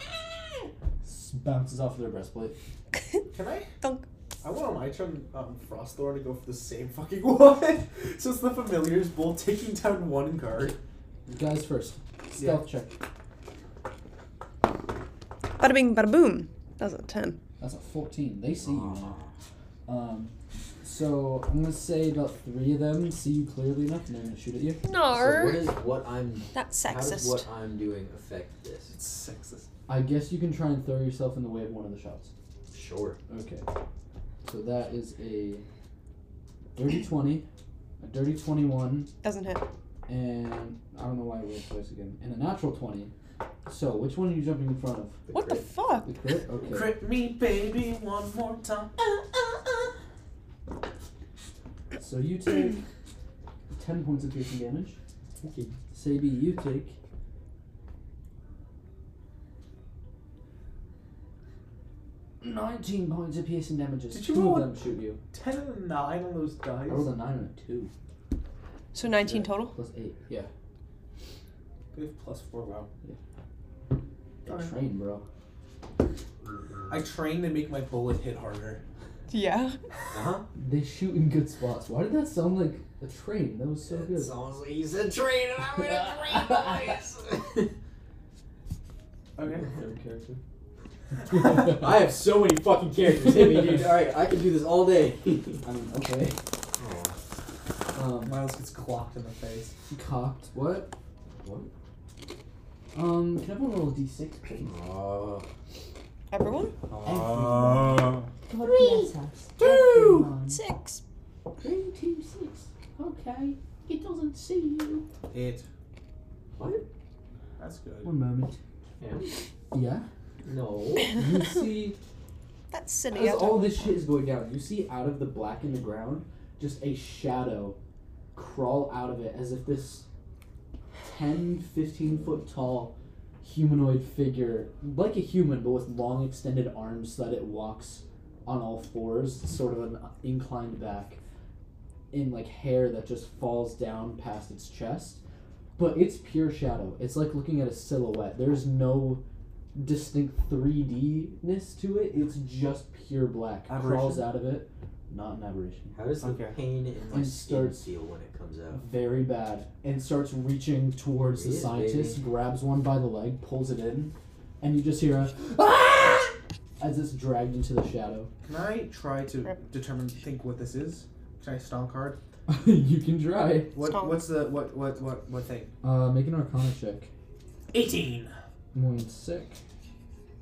[SPEAKER 2] s- bounces off of their breastplate.
[SPEAKER 4] Can I?
[SPEAKER 1] Dunk.
[SPEAKER 4] I want on my turn um, Frostthorn to go for the same fucking one. Since the familiar's bull taking down one guard.
[SPEAKER 2] Guys first. Stealth check.
[SPEAKER 1] Bada bing, bada boom. That was a 10.
[SPEAKER 2] That's a 14. They see you now. Um, so I'm gonna say about three of them see you clearly enough, and they're gonna shoot at you.
[SPEAKER 8] So what
[SPEAKER 1] No.
[SPEAKER 8] is what I'm?
[SPEAKER 1] That's
[SPEAKER 8] How does
[SPEAKER 1] sexist.
[SPEAKER 8] what I'm doing affect this?
[SPEAKER 4] It's sexist.
[SPEAKER 2] I guess you can try and throw yourself in the way of one of the shots.
[SPEAKER 8] Sure.
[SPEAKER 2] Okay. So that is a dirty 20, a dirty 21,
[SPEAKER 1] Doesn't hit.
[SPEAKER 2] and I don't know why I rolled twice again, and a natural 20. So which one are you jumping in front of?
[SPEAKER 1] What the
[SPEAKER 8] crit.
[SPEAKER 1] fuck?
[SPEAKER 2] The crit? Okay.
[SPEAKER 4] Crit me, baby, one more time.
[SPEAKER 2] So you take 10 points of piercing damage. Sabi, you take. Nineteen points of piercing damage. as
[SPEAKER 4] Did you
[SPEAKER 2] two
[SPEAKER 4] roll
[SPEAKER 2] of
[SPEAKER 4] a-
[SPEAKER 2] them shoot you?
[SPEAKER 4] Ten and a nine on those
[SPEAKER 2] I
[SPEAKER 4] dice.
[SPEAKER 2] rolled a nine and a two
[SPEAKER 1] So 19 total?
[SPEAKER 2] plus eight. Yeah,
[SPEAKER 4] We have plus four, wow.
[SPEAKER 2] I
[SPEAKER 4] Okay.
[SPEAKER 2] train, bro.
[SPEAKER 4] I trained to make my bullet hit harder.
[SPEAKER 1] Yeah.
[SPEAKER 8] Uh-huh.
[SPEAKER 2] They shoot in good spots. Why did that sound like a train? That was so good.
[SPEAKER 8] It's almost like you said train, and I'm in a train
[SPEAKER 4] Okay.
[SPEAKER 2] Third character.
[SPEAKER 8] place. I have so many fucking characters in me, dude. All right, I can do this all day.
[SPEAKER 2] I mean, okay.
[SPEAKER 8] oh,
[SPEAKER 2] Um,
[SPEAKER 4] Miles gets clocked in the face.
[SPEAKER 2] cocked. What?
[SPEAKER 8] What?
[SPEAKER 2] Um, can everyone roll a d6, please?
[SPEAKER 8] Oh.
[SPEAKER 1] Everyone?
[SPEAKER 15] God
[SPEAKER 3] Three.
[SPEAKER 15] bless us.
[SPEAKER 2] Two.
[SPEAKER 15] everyone.
[SPEAKER 1] Six.
[SPEAKER 15] Three, two, six. Okay. It doesn't see you.
[SPEAKER 4] It.
[SPEAKER 8] What?
[SPEAKER 4] That's good.
[SPEAKER 2] One moment.
[SPEAKER 8] Yeah.
[SPEAKER 2] Yeah.
[SPEAKER 8] No.
[SPEAKER 2] You see.
[SPEAKER 1] That's silly.
[SPEAKER 2] As all this shit is going down, you see out of the black in the ground just a shadow crawl out of it as if this 10, 15 foot tall humanoid figure, like a human but with long extended arms so that it walks on all fours, sort of an inclined back, in like hair that just falls down past its chest. But it's pure shadow. It's like looking at a silhouette. There's no distinct 3D-ness to it. It's just pure black. Crawls
[SPEAKER 4] Aberration?
[SPEAKER 2] out of it. Not an aberration.
[SPEAKER 8] How does the
[SPEAKER 4] Okay.
[SPEAKER 8] pain in my
[SPEAKER 2] And
[SPEAKER 8] skin
[SPEAKER 2] starts-
[SPEAKER 8] feel when it comes out?
[SPEAKER 2] Very bad. And starts reaching towards the
[SPEAKER 8] It is,
[SPEAKER 2] scientist,
[SPEAKER 8] baby.
[SPEAKER 2] grabs one by the leg, pulls it in, and you just hear a "Ah!" as it's dragged into the shadow.
[SPEAKER 4] Can I try to
[SPEAKER 1] Rip.
[SPEAKER 4] determine, think what this is? Can I stomp hard?
[SPEAKER 2] you can try.
[SPEAKER 4] What?
[SPEAKER 1] Stomp.
[SPEAKER 4] What's the what? What? What? What thing?
[SPEAKER 2] Uh, make an arcana check.
[SPEAKER 4] Eighteen.
[SPEAKER 2] One sick.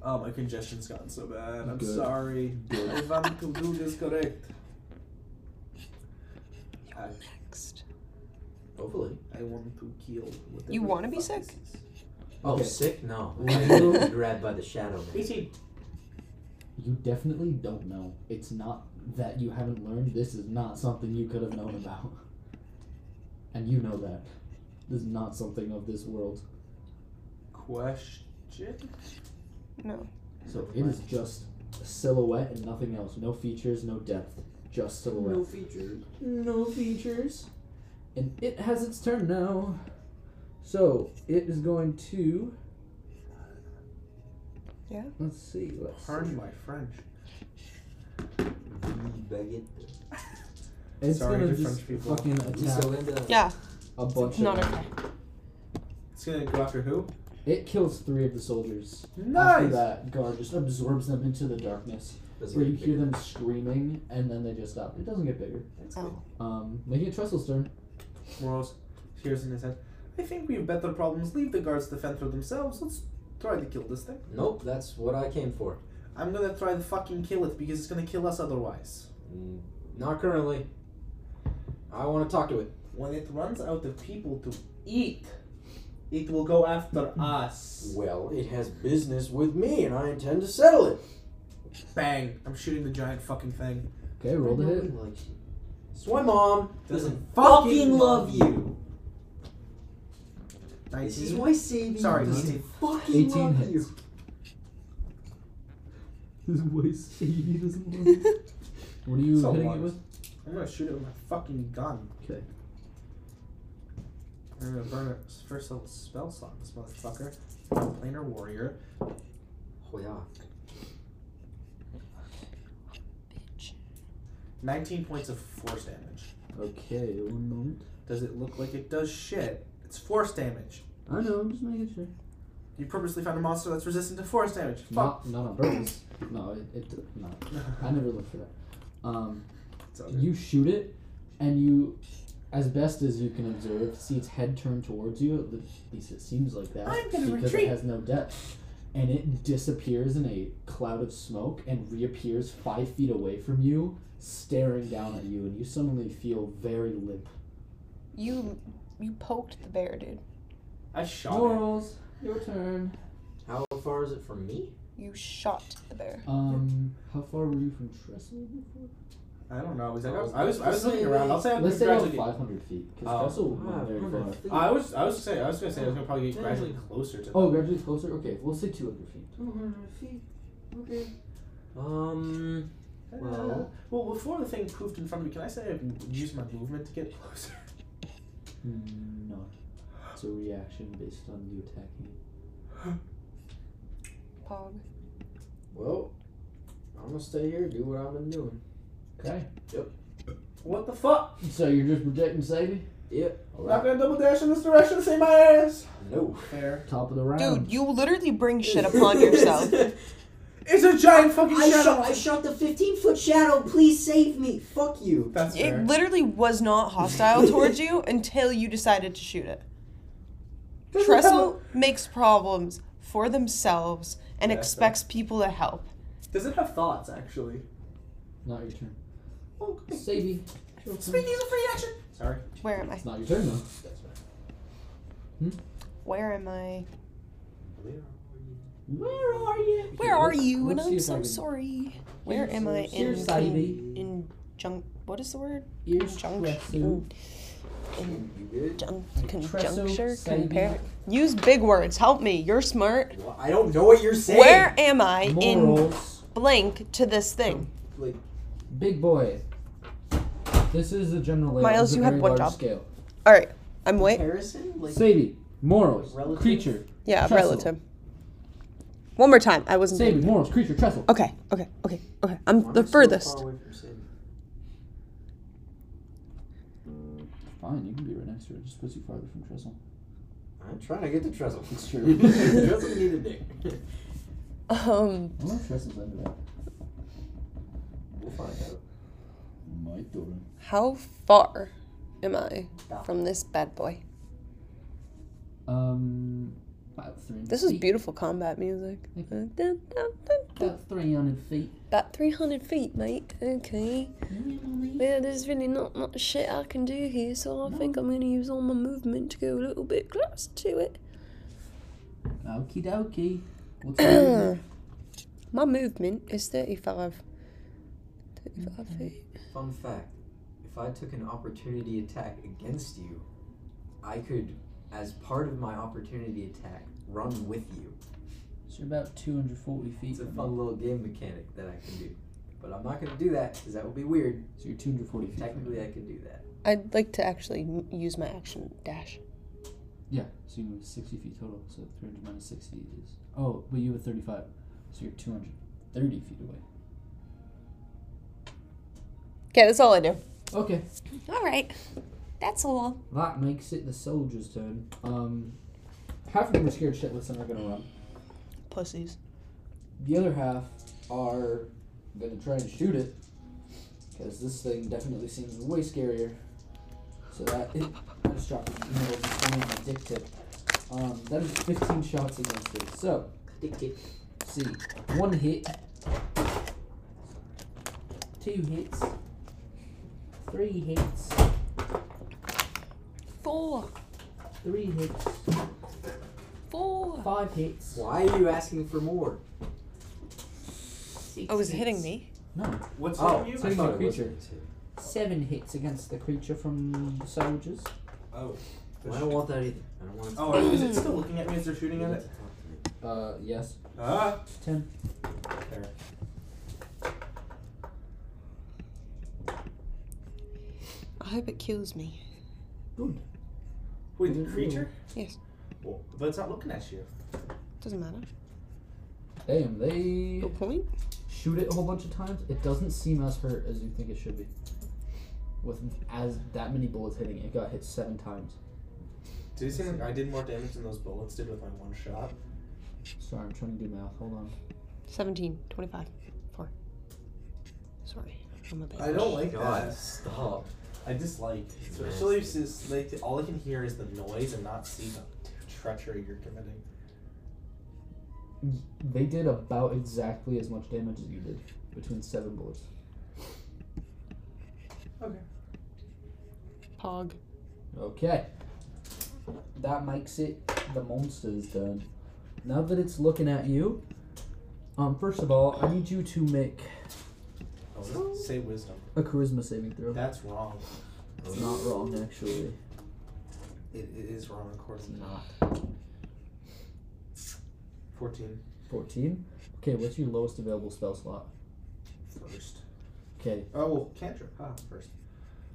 [SPEAKER 4] Oh, my congestion's gotten so bad. I'm
[SPEAKER 2] Good.
[SPEAKER 4] sorry.
[SPEAKER 2] Good.
[SPEAKER 4] If I'm to do this correct,
[SPEAKER 1] Next.
[SPEAKER 8] Hopefully.
[SPEAKER 4] I want to kill. whatever
[SPEAKER 1] You wanna be
[SPEAKER 4] the fuck
[SPEAKER 1] sick?
[SPEAKER 4] this is.
[SPEAKER 8] Oh,
[SPEAKER 2] Okay.
[SPEAKER 8] sick? No.
[SPEAKER 2] Little-
[SPEAKER 8] grabbed by the shadow, man.
[SPEAKER 4] Eighteen.
[SPEAKER 2] You definitely don't know. It's not that you haven't learned. This is not something you could have known about. And you know that. This is not something of this world.
[SPEAKER 4] Question.
[SPEAKER 1] No.
[SPEAKER 2] So it is just a silhouette and nothing else. No features, no depth. Just silhouette. No features. No features. And it has its turn now. So it is going to.
[SPEAKER 1] Yeah.
[SPEAKER 2] Let's see. Let's see.
[SPEAKER 4] Pardon my French.
[SPEAKER 8] Baguette.
[SPEAKER 2] It's
[SPEAKER 4] Sorry
[SPEAKER 2] gonna
[SPEAKER 4] to
[SPEAKER 2] just
[SPEAKER 4] French people.
[SPEAKER 2] fucking
[SPEAKER 8] You
[SPEAKER 2] attack
[SPEAKER 8] still in the-
[SPEAKER 1] Yeah.
[SPEAKER 2] a bunch of.
[SPEAKER 1] Not okay.
[SPEAKER 4] It's gonna go after who?
[SPEAKER 2] It kills three of the soldiers. After
[SPEAKER 4] Nice.
[SPEAKER 2] that, Gar just absorbs them into the darkness.
[SPEAKER 8] Doesn't
[SPEAKER 2] Where
[SPEAKER 8] get
[SPEAKER 2] you hear
[SPEAKER 8] bigger.
[SPEAKER 2] them screaming, and then they just stop. It doesn't get bigger.
[SPEAKER 1] Oh.
[SPEAKER 2] Um, making it Trestle's turn.
[SPEAKER 4] Oh. Morals. Tears in his head. I think we have better problems. Leave the guards to fend for themselves. Let's try to kill this thing.
[SPEAKER 8] Nope, that's what I came for.
[SPEAKER 4] I'm gonna try to fucking kill it because it's gonna kill us otherwise.
[SPEAKER 8] Mm, Not currently. I want to talk to it.
[SPEAKER 4] When it runs out of people to eat, it will go after us.
[SPEAKER 8] Well, it has business with me, and I intend to settle it.
[SPEAKER 4] Bang! I'm shooting the giant fucking thing.
[SPEAKER 2] Okay, roll to
[SPEAKER 8] I know
[SPEAKER 2] hit.
[SPEAKER 8] he likes you. So my mom doesn't
[SPEAKER 4] Doesn't
[SPEAKER 8] fucking
[SPEAKER 4] fucking
[SPEAKER 8] love you. This is
[SPEAKER 4] 19.
[SPEAKER 8] why Sadie
[SPEAKER 4] Sorry,
[SPEAKER 8] doesn't
[SPEAKER 4] 18.
[SPEAKER 8] fucking
[SPEAKER 2] 18
[SPEAKER 8] love
[SPEAKER 2] hits.
[SPEAKER 8] you.
[SPEAKER 2] His voice, he doesn't love it. What are you
[SPEAKER 4] So
[SPEAKER 2] hitting
[SPEAKER 4] wise.
[SPEAKER 2] it with?
[SPEAKER 4] I'm gonna shoot it with my fucking gun.
[SPEAKER 2] Okay.
[SPEAKER 4] I'm gonna burn its first level spell slot, this motherfucker. planar warrior.
[SPEAKER 5] Oh yeah.
[SPEAKER 4] 19 points of force damage.
[SPEAKER 5] Okay, one moment.
[SPEAKER 4] Does it look like it does shit? It's force damage.
[SPEAKER 5] I know, I'm just making sure.
[SPEAKER 4] You purposely found a monster that's resistant to force damage. Fuck.
[SPEAKER 2] Not, not on purpose. No, it, it no. I never look for that. Um,
[SPEAKER 4] It's all good.
[SPEAKER 2] you shoot it, and you, as best as you can observe, see its head turn towards you. At le- at least it seems like that
[SPEAKER 16] I'm gonna
[SPEAKER 2] because
[SPEAKER 16] retreat.
[SPEAKER 2] it has no depth, and it disappears in a cloud of smoke and reappears five feet away from you, staring down at you, and you suddenly feel very limp.
[SPEAKER 1] You you poked the bear, dude.
[SPEAKER 4] I shot it.
[SPEAKER 2] Morals, your turn.
[SPEAKER 5] How far is it from me?
[SPEAKER 1] You shot the bear.
[SPEAKER 2] Um, how far were you from Trestle before?
[SPEAKER 4] I don't know. I was, like, I was, I was, I was looking around. I'll say I
[SPEAKER 2] Let's
[SPEAKER 4] was
[SPEAKER 2] say about
[SPEAKER 4] gradually.
[SPEAKER 2] 500 feet, because
[SPEAKER 4] Oh.
[SPEAKER 2] Trestle
[SPEAKER 16] Ah,
[SPEAKER 2] went very far.
[SPEAKER 4] I was, I was say, I was gonna say I was gonna probably get gradually closer to.
[SPEAKER 2] Oh,
[SPEAKER 4] them.
[SPEAKER 2] gradually closer? Okay, we'll say 200 feet.
[SPEAKER 5] feet. Okay. Um.
[SPEAKER 4] Well, Uh, well, before the thing poofed in front of me, can I say I used my movement to get closer?
[SPEAKER 2] No. It's a reaction based on you attacking it.
[SPEAKER 1] Pog.
[SPEAKER 5] Well, I'm gonna stay here. Do what I've been doing.
[SPEAKER 2] Okay.
[SPEAKER 4] What the fuck?
[SPEAKER 2] So you're just projecting Savy?
[SPEAKER 5] Yep.
[SPEAKER 4] I'm not gonna double dash in this direction to save my ass.
[SPEAKER 5] No.
[SPEAKER 4] Fair.
[SPEAKER 2] Top of the round.
[SPEAKER 1] Dude, you literally bring shit upon yourself.
[SPEAKER 4] It's a giant fucking
[SPEAKER 5] I
[SPEAKER 4] shadow.
[SPEAKER 5] shot. I shot the 15 foot shadow. Please save me. Fuck you.
[SPEAKER 4] That's fair.
[SPEAKER 1] It literally was not hostile towards you until you decided to shoot it. Trestle makes problems for themselves and
[SPEAKER 4] Yeah, so-
[SPEAKER 1] expects people to help.
[SPEAKER 4] Does it have thoughts actually?
[SPEAKER 2] Not your turn.
[SPEAKER 4] Oh, Okay.
[SPEAKER 2] Savy.
[SPEAKER 4] Speaking of free action. Sorry.
[SPEAKER 1] Where am I?
[SPEAKER 2] It's not your turn, though.
[SPEAKER 1] Where am I?
[SPEAKER 2] Where are you?
[SPEAKER 1] Where are you? And
[SPEAKER 2] Let's see
[SPEAKER 1] I'm
[SPEAKER 2] if I
[SPEAKER 1] so
[SPEAKER 2] can-
[SPEAKER 1] sorry. Where am I in
[SPEAKER 2] Here's Savy.
[SPEAKER 1] in junk? What is the word?
[SPEAKER 2] Here's Trestle.
[SPEAKER 1] Conjunction. In
[SPEAKER 5] You good?
[SPEAKER 1] jun- conjuncture.
[SPEAKER 2] Trestle,
[SPEAKER 1] Compare. Use big words. Help me. You're smart.
[SPEAKER 5] Well, I don't know what you're saying.
[SPEAKER 1] Where am I in
[SPEAKER 2] Morals.
[SPEAKER 1] blank to this thing?
[SPEAKER 5] Like,
[SPEAKER 2] Big boy. This is the general layout.
[SPEAKER 1] Miles,
[SPEAKER 2] It's a
[SPEAKER 1] you had
[SPEAKER 2] very
[SPEAKER 1] one
[SPEAKER 2] large
[SPEAKER 1] job.
[SPEAKER 2] Scale.
[SPEAKER 1] All right. I'm wait.
[SPEAKER 5] Harrison? Like,
[SPEAKER 2] Savy. Morals.
[SPEAKER 5] Relative?
[SPEAKER 2] Creature.
[SPEAKER 1] Yeah,
[SPEAKER 2] Trestle.
[SPEAKER 1] relative. One more time. I wasn't.
[SPEAKER 2] Savy.
[SPEAKER 1] Paying.
[SPEAKER 2] Morals. Creature. Trestle.
[SPEAKER 1] Okay, okay, okay, okay. I'm
[SPEAKER 5] why am I
[SPEAKER 1] the
[SPEAKER 5] so
[SPEAKER 1] furthest.
[SPEAKER 5] far away from Sid?
[SPEAKER 2] Fine, you can be right next to it. Just puts you farther from Trestle.
[SPEAKER 5] I'm trying to get to Trestle.
[SPEAKER 2] It's true.
[SPEAKER 5] Trestle needed there.
[SPEAKER 1] Um,
[SPEAKER 2] I wonder if Trestle's under that.
[SPEAKER 5] We'll find out.
[SPEAKER 2] My daughter.
[SPEAKER 1] how far am I from this bad boy?
[SPEAKER 2] Um, about 300
[SPEAKER 1] This is
[SPEAKER 2] feet.
[SPEAKER 1] beautiful combat music. Uh, dun, dun, dun, dun.
[SPEAKER 2] About 300 feet.
[SPEAKER 1] About 300 feet, mate. Okay. Yeah, there's really not much shit I can do here, so I think I'm gonna use all my movement to go a little bit closer to it.
[SPEAKER 2] Okie dokie. What's your movement?
[SPEAKER 1] My movement is 35. 35 feet.
[SPEAKER 5] Fun fact if I took an opportunity attack against you, I could, as part of my opportunity attack, run with you.
[SPEAKER 2] So you're about 240 feet.
[SPEAKER 5] It's a
[SPEAKER 2] from
[SPEAKER 5] fun
[SPEAKER 2] me.
[SPEAKER 5] little game mechanic that I can do. But I'm not going to do that because that would be weird.
[SPEAKER 2] So you're 240 feet. from me.
[SPEAKER 5] Technically, I could do that.
[SPEAKER 1] I'd like to actually m- use my action dash.
[SPEAKER 2] Yeah, so you move 60 feet total. So 300 minus 60 is. Oh, but you have 35. So you're 230 feet away.
[SPEAKER 1] Okay, that's all I do.
[SPEAKER 2] Okay.
[SPEAKER 1] Alright. That's all.
[SPEAKER 2] That makes it the soldier's turn. Um, half of them are scared shitless and are going to run.
[SPEAKER 1] Pussies.
[SPEAKER 2] The other half are gonna try and shoot it because this thing definitely seems way scarier. So that it, I just dropped the middle of the my dick tip. Um, that is 15 shots against it. So see, one hit, two hits, three hits,
[SPEAKER 1] Four.
[SPEAKER 2] three hits,
[SPEAKER 1] Four.
[SPEAKER 2] five hits.
[SPEAKER 5] Why are you asking for more?
[SPEAKER 1] Oh, is it hitting me?
[SPEAKER 2] No,
[SPEAKER 4] What's
[SPEAKER 5] Oh,
[SPEAKER 4] wrong with
[SPEAKER 2] so
[SPEAKER 4] you?
[SPEAKER 2] you-
[SPEAKER 5] thought it was
[SPEAKER 2] creature.
[SPEAKER 5] gonna say.
[SPEAKER 2] seven hits against the creature from the soldiers.
[SPEAKER 4] Oh.
[SPEAKER 5] Well, I don't want that either. I don't want it to
[SPEAKER 4] Oh, is it still looking at me as they're
[SPEAKER 5] You
[SPEAKER 4] shooting
[SPEAKER 5] get
[SPEAKER 4] at
[SPEAKER 5] to
[SPEAKER 4] it?
[SPEAKER 5] talk to me.
[SPEAKER 2] Uh, yes.
[SPEAKER 4] Ah.
[SPEAKER 2] Ten.
[SPEAKER 1] I hope it kills me.
[SPEAKER 4] Wait, the creature?
[SPEAKER 1] Yes.
[SPEAKER 4] Well, but it's not looking at you.
[SPEAKER 1] Doesn't matter.
[SPEAKER 2] Damn, they
[SPEAKER 1] No point.
[SPEAKER 2] shoot it a whole bunch of times. It doesn't seem as hurt as you think it should be. With as that many bullets hitting it, it got hit seven times.
[SPEAKER 4] Did you say I did more damage than those bullets did with my one shot?
[SPEAKER 2] Sorry, I'm trying to do math. Hold on.
[SPEAKER 1] 17, 25, 4. Sorry. I'm a bitch.
[SPEAKER 4] I don't like
[SPEAKER 5] God,
[SPEAKER 4] that.
[SPEAKER 5] stop.
[SPEAKER 4] I dislike, especially since they, all I can hear is the noise and not see the treachery you're committing.
[SPEAKER 2] They did about exactly as much damage as you did between seven bullets.
[SPEAKER 1] Pog.
[SPEAKER 2] Okay. That makes it the monster's done. Now that it's looking at you, um, first of all, I need you to make
[SPEAKER 4] I was gonna Oh, say wisdom.
[SPEAKER 2] a charisma saving throw.
[SPEAKER 4] That's wrong.
[SPEAKER 2] It's not wrong, actually.
[SPEAKER 4] It, it is wrong, of course.
[SPEAKER 2] It's not.
[SPEAKER 4] 14
[SPEAKER 2] 14. Okay, what's your lowest available spell slot?
[SPEAKER 4] first.
[SPEAKER 2] Okay,
[SPEAKER 4] Oh, well, cantrip. Ah, first.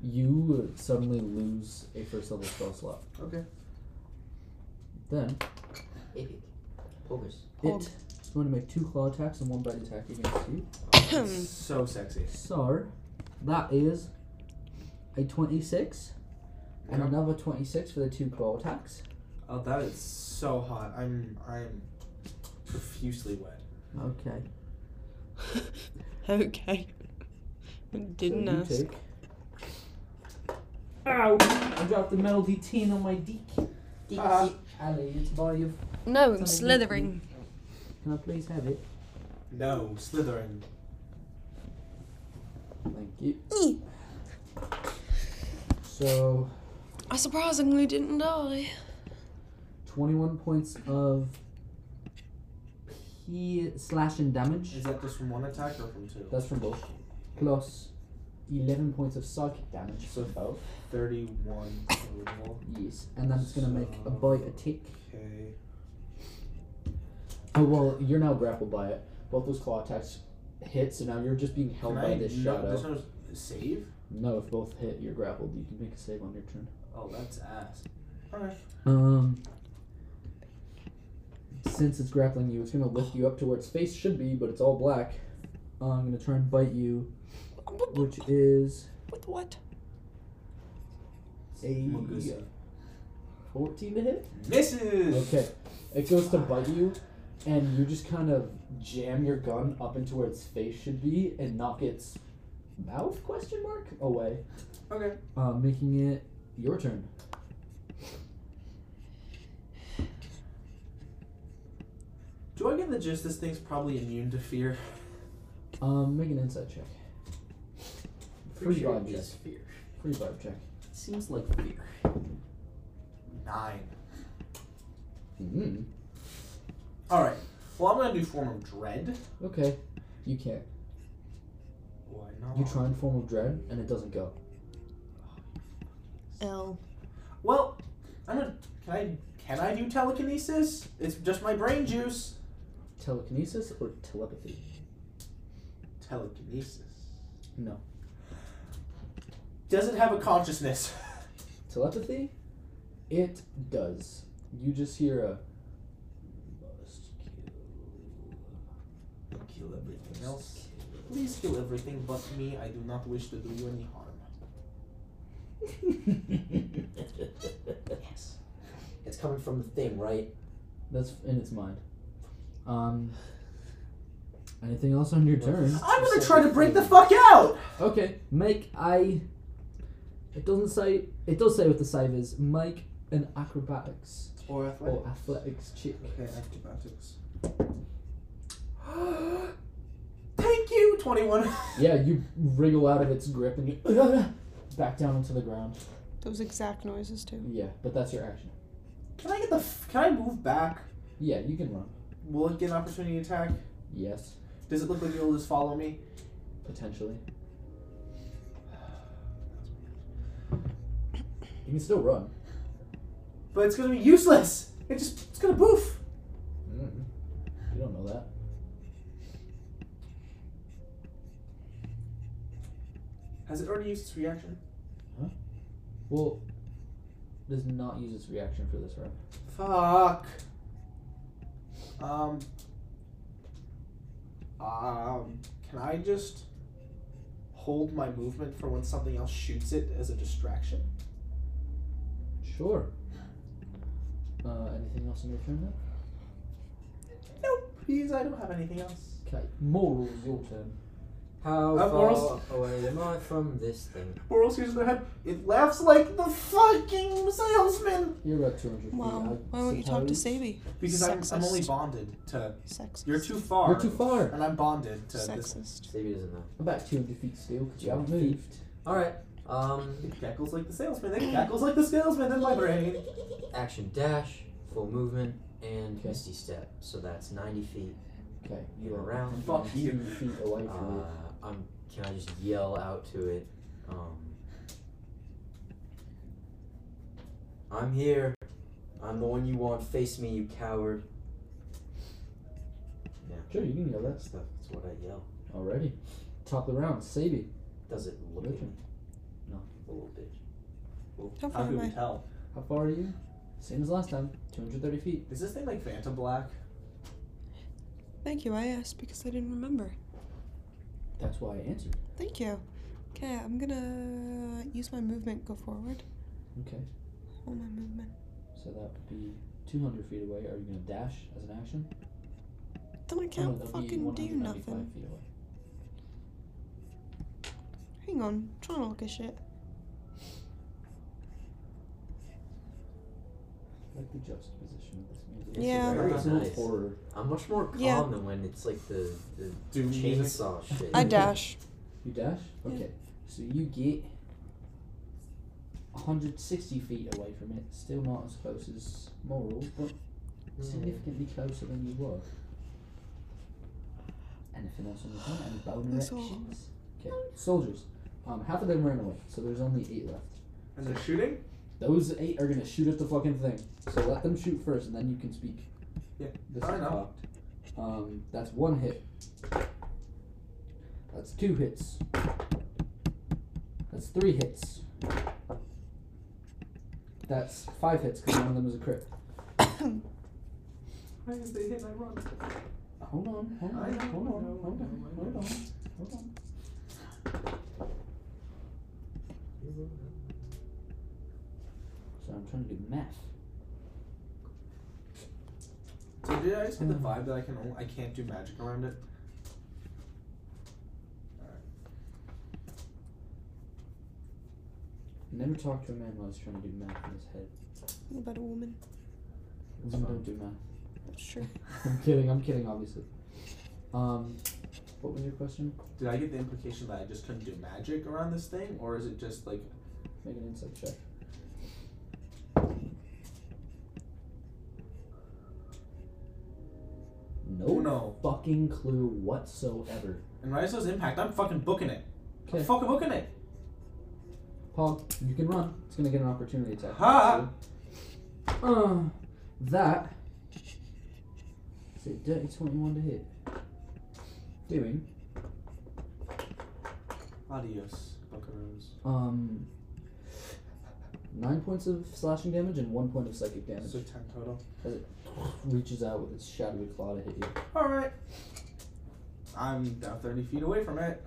[SPEAKER 2] you suddenly lose a first level spell slot.
[SPEAKER 4] Okay.
[SPEAKER 2] Then
[SPEAKER 5] Epic. Pogus.
[SPEAKER 2] it is going to make two claw attacks and one bite attack against you.
[SPEAKER 4] so sexy.
[SPEAKER 2] So that is a 26 and
[SPEAKER 4] Yep.
[SPEAKER 2] another 26 for the two claw attacks.
[SPEAKER 4] Oh, that is so hot. I'm I'm profusely wet.
[SPEAKER 2] Okay.
[SPEAKER 1] okay.
[SPEAKER 2] so
[SPEAKER 1] Didn't
[SPEAKER 2] you
[SPEAKER 1] ask.
[SPEAKER 2] take- Ow! I dropped the metal D10 on my D.
[SPEAKER 4] Ah.
[SPEAKER 2] Ali, it's by you.
[SPEAKER 1] No, I'm
[SPEAKER 2] Something
[SPEAKER 1] slithering.
[SPEAKER 2] Can I please have it?
[SPEAKER 4] No, slithering.
[SPEAKER 2] Thank you.
[SPEAKER 1] Eek.
[SPEAKER 2] So
[SPEAKER 1] I surprisingly didn't die.
[SPEAKER 2] 21 points of P slashing damage.
[SPEAKER 4] Is that just from one attack or from two?
[SPEAKER 2] That's from both. Plus 11 points of psychic damage.
[SPEAKER 4] so both. Thirty-one total.
[SPEAKER 2] Yes. And then it's going to make a bite attack.
[SPEAKER 4] Okay.
[SPEAKER 2] Oh, well, you're now grappled by it. Both those claw attacks hit, so now you're just being held
[SPEAKER 4] Can
[SPEAKER 2] by
[SPEAKER 4] I
[SPEAKER 2] this
[SPEAKER 4] no-
[SPEAKER 2] shadow.
[SPEAKER 4] there's no save?
[SPEAKER 2] No, if both hit, you're grappled. You can make a save on your turn.
[SPEAKER 4] Oh, that's ass. Alright.
[SPEAKER 2] Um. Since it's grappling you, it's gonna lift you up to where its face should be, but it's all black. Uh, I'm gonna try and bite you, which is
[SPEAKER 1] With what?
[SPEAKER 2] a
[SPEAKER 4] Mugusa.
[SPEAKER 2] 14 to hit.
[SPEAKER 4] Misses.
[SPEAKER 2] Okay, it goes to bite you, and you just kind of jam your gun up into where its face should be and knock its mouth question mark away.
[SPEAKER 4] Okay.
[SPEAKER 2] Uh, making it your turn.
[SPEAKER 4] Do I get the gist? This thing's probably immune to fear.
[SPEAKER 2] Um, make an insight check. Free
[SPEAKER 4] Pretty sure
[SPEAKER 2] vibe
[SPEAKER 4] it
[SPEAKER 2] check.
[SPEAKER 4] is fear.
[SPEAKER 2] Free vibe check.
[SPEAKER 4] Seems like fear. Nine.
[SPEAKER 2] Mm.
[SPEAKER 4] All right. Well, I'm gonna do form of dread.
[SPEAKER 2] Okay, you can't.
[SPEAKER 4] Why not?
[SPEAKER 2] You try and form of dread, and it doesn't go.
[SPEAKER 1] L.
[SPEAKER 4] Well, I'm gonna. Can I? Can I do telekinesis? It's just my brain juice.
[SPEAKER 2] Telekinesis or telepathy?
[SPEAKER 4] Telekinesis.
[SPEAKER 2] No.
[SPEAKER 4] Does it have a consciousness?
[SPEAKER 2] Telepathy? It does. You just hear a. Must
[SPEAKER 4] kill everything else. Please kill everything but me. I do not wish to do you any harm.
[SPEAKER 2] kill.
[SPEAKER 5] Yes. It's coming from the thing, right?
[SPEAKER 2] That's in its mind. Um. Anything else on your turn?
[SPEAKER 4] I'm gonna try to break the fuck out.
[SPEAKER 2] Okay, make I. It doesn't say. It does say what the save is. Make an acrobatics
[SPEAKER 4] Or
[SPEAKER 5] Oh,
[SPEAKER 2] or athletics check.
[SPEAKER 4] Okay, acrobatics. Thank you. Twenty-one.
[SPEAKER 2] Yeah, you wriggle out of its grip and you back down onto the ground.
[SPEAKER 1] Those exact noises, too.
[SPEAKER 2] Yeah, but that's your action.
[SPEAKER 4] Can I get the? F- can I move back?
[SPEAKER 2] Yeah, you can run.
[SPEAKER 4] Will it get an opportunity attack?
[SPEAKER 2] Yes,
[SPEAKER 4] Does it look like it'll just follow me?
[SPEAKER 2] potentially. You can still run.
[SPEAKER 4] But it's gonna be useless. It just it's gonna poof.
[SPEAKER 2] Mm. You don't know that.
[SPEAKER 4] Has it already used its reaction?
[SPEAKER 2] Well, does not use its reaction for this round.
[SPEAKER 4] Fuck. Um, um, can I just hold my movement for when something else shoots it as a distraction?
[SPEAKER 2] Sure. Uh, anything else in your turn? then?
[SPEAKER 4] Nope, please. I don't have anything else.
[SPEAKER 2] Okay. Morals, your turn.
[SPEAKER 5] How
[SPEAKER 4] Uh,
[SPEAKER 5] far
[SPEAKER 4] Morals-
[SPEAKER 5] away am I from this thing?
[SPEAKER 4] Morals here's their head. It laughs like the fucking salesman.
[SPEAKER 2] You're about 200 feet.
[SPEAKER 1] Wow.
[SPEAKER 2] I
[SPEAKER 1] Why won't you talk to
[SPEAKER 2] suppose.
[SPEAKER 1] Sabi?
[SPEAKER 4] Because I'm, I'm only
[SPEAKER 1] Sexist.
[SPEAKER 4] bonded to.
[SPEAKER 1] Sexist.
[SPEAKER 4] You're too far.
[SPEAKER 2] You're too far.
[SPEAKER 4] And I'm bonded to this.
[SPEAKER 1] sexist.
[SPEAKER 5] Stevie doesn't know.
[SPEAKER 2] About 200 feet still, because you haven't
[SPEAKER 5] Feet.
[SPEAKER 2] moved.
[SPEAKER 5] Alright, um,
[SPEAKER 4] It cackles like the salesman. It cackles like the salesman in my brain.
[SPEAKER 5] action dash, full movement, and
[SPEAKER 2] Okay.
[SPEAKER 5] misty step. So that's 90 feet.
[SPEAKER 2] Okay.
[SPEAKER 5] You are around.
[SPEAKER 4] Fuck you.
[SPEAKER 2] 200 feet away
[SPEAKER 5] Uh,
[SPEAKER 2] from
[SPEAKER 5] I'm, can I just yell out to it? Um, I'm here. I'm the one you want. Face me, you coward.
[SPEAKER 2] you. Sure, you can go that.
[SPEAKER 5] Stuff. That's what I yell.
[SPEAKER 2] Already. Top of the round, Sabi.
[SPEAKER 5] Does it look
[SPEAKER 2] Your
[SPEAKER 5] at me?
[SPEAKER 2] turn.
[SPEAKER 5] No, a little bitch.
[SPEAKER 1] How
[SPEAKER 4] How
[SPEAKER 1] far
[SPEAKER 4] could
[SPEAKER 1] am
[SPEAKER 4] we
[SPEAKER 1] I?
[SPEAKER 4] tell?
[SPEAKER 2] How far are you? Same as last time. 230 feet.
[SPEAKER 4] Is this thing like Fanta Black?
[SPEAKER 1] Thank you. I asked because I didn't remember.
[SPEAKER 2] That's why I answered.
[SPEAKER 1] Thank you. Okay, I'm gonna use my movement. Go forward.
[SPEAKER 2] Okay.
[SPEAKER 1] All my movement.
[SPEAKER 2] So that would be 200 feet away. Are you going to dash as an action?
[SPEAKER 1] Then I
[SPEAKER 2] Oh, no,
[SPEAKER 1] can't
[SPEAKER 2] that'd be
[SPEAKER 1] fucking do
[SPEAKER 2] 195
[SPEAKER 1] nothing.
[SPEAKER 2] Feet away.
[SPEAKER 1] Hang on. Trying to look at shit.
[SPEAKER 2] Like the juxtaposition of this music.
[SPEAKER 5] It's
[SPEAKER 1] Yeah.
[SPEAKER 5] very
[SPEAKER 2] It's a little
[SPEAKER 5] nice.
[SPEAKER 2] horror.
[SPEAKER 5] I'm much more calm
[SPEAKER 1] Yeah.
[SPEAKER 5] than when it's like the, the
[SPEAKER 4] Doom music.
[SPEAKER 5] chainsaw shit.
[SPEAKER 1] I dash.
[SPEAKER 2] You dash?
[SPEAKER 1] Yeah.
[SPEAKER 2] Okay. So you get 160 feet away from it. Still not as close as Moral, but significantly closer than you were. Anything else on the turn? Any bone
[SPEAKER 1] That's all.
[SPEAKER 2] erections? Okay. Soldiers. Um, half of them ran away, so there's only eight left.
[SPEAKER 4] And they're shooting?
[SPEAKER 2] Those eight are gonna shoot at the fucking thing. So let them shoot first, and then you can speak.
[SPEAKER 4] Yeah,
[SPEAKER 2] This
[SPEAKER 4] I
[SPEAKER 2] is
[SPEAKER 4] know.
[SPEAKER 2] cocked. Um, that's one hit. That's two hits. That's three hits. That's five hits because one of them was a crit.
[SPEAKER 4] Why is they hit and I run?
[SPEAKER 2] Hold on, hold
[SPEAKER 4] I
[SPEAKER 2] on, hold on,
[SPEAKER 4] know, I know,
[SPEAKER 2] hold
[SPEAKER 4] I
[SPEAKER 2] on,
[SPEAKER 4] know, I
[SPEAKER 2] hold
[SPEAKER 4] know.
[SPEAKER 2] on, hold on. So I'm trying to do math.
[SPEAKER 4] So did I just get the vibe that I can only, I can't do magic around it?
[SPEAKER 2] Never talked to a man while he's trying to do math in his head.
[SPEAKER 1] What about a woman?
[SPEAKER 2] Women don't do math.
[SPEAKER 1] That's true.
[SPEAKER 2] I'm kidding, I'm kidding, obviously. Um, what was your question?
[SPEAKER 4] Did I get the implication that I just couldn't do magic around this thing? Or is it just like
[SPEAKER 2] Make an insight check. No,
[SPEAKER 4] Oh, no.
[SPEAKER 2] fucking clue whatsoever.
[SPEAKER 4] And Raizo's impact, I'm fucking booking it. I'm
[SPEAKER 2] Okay.
[SPEAKER 4] fucking booking it.
[SPEAKER 2] Paul, you can run. It's gonna get an opportunity attack.
[SPEAKER 4] Ha!
[SPEAKER 2] Uh, that is a dirty 21 to hit. Doing,
[SPEAKER 4] Adios, buckaroos.
[SPEAKER 2] um, 9 points of slashing damage and 1 point of psychic damage.
[SPEAKER 4] So ten total.
[SPEAKER 2] reaches out with its shadowy claw to hit you.
[SPEAKER 4] Alright. I'm now thirty feet away from it.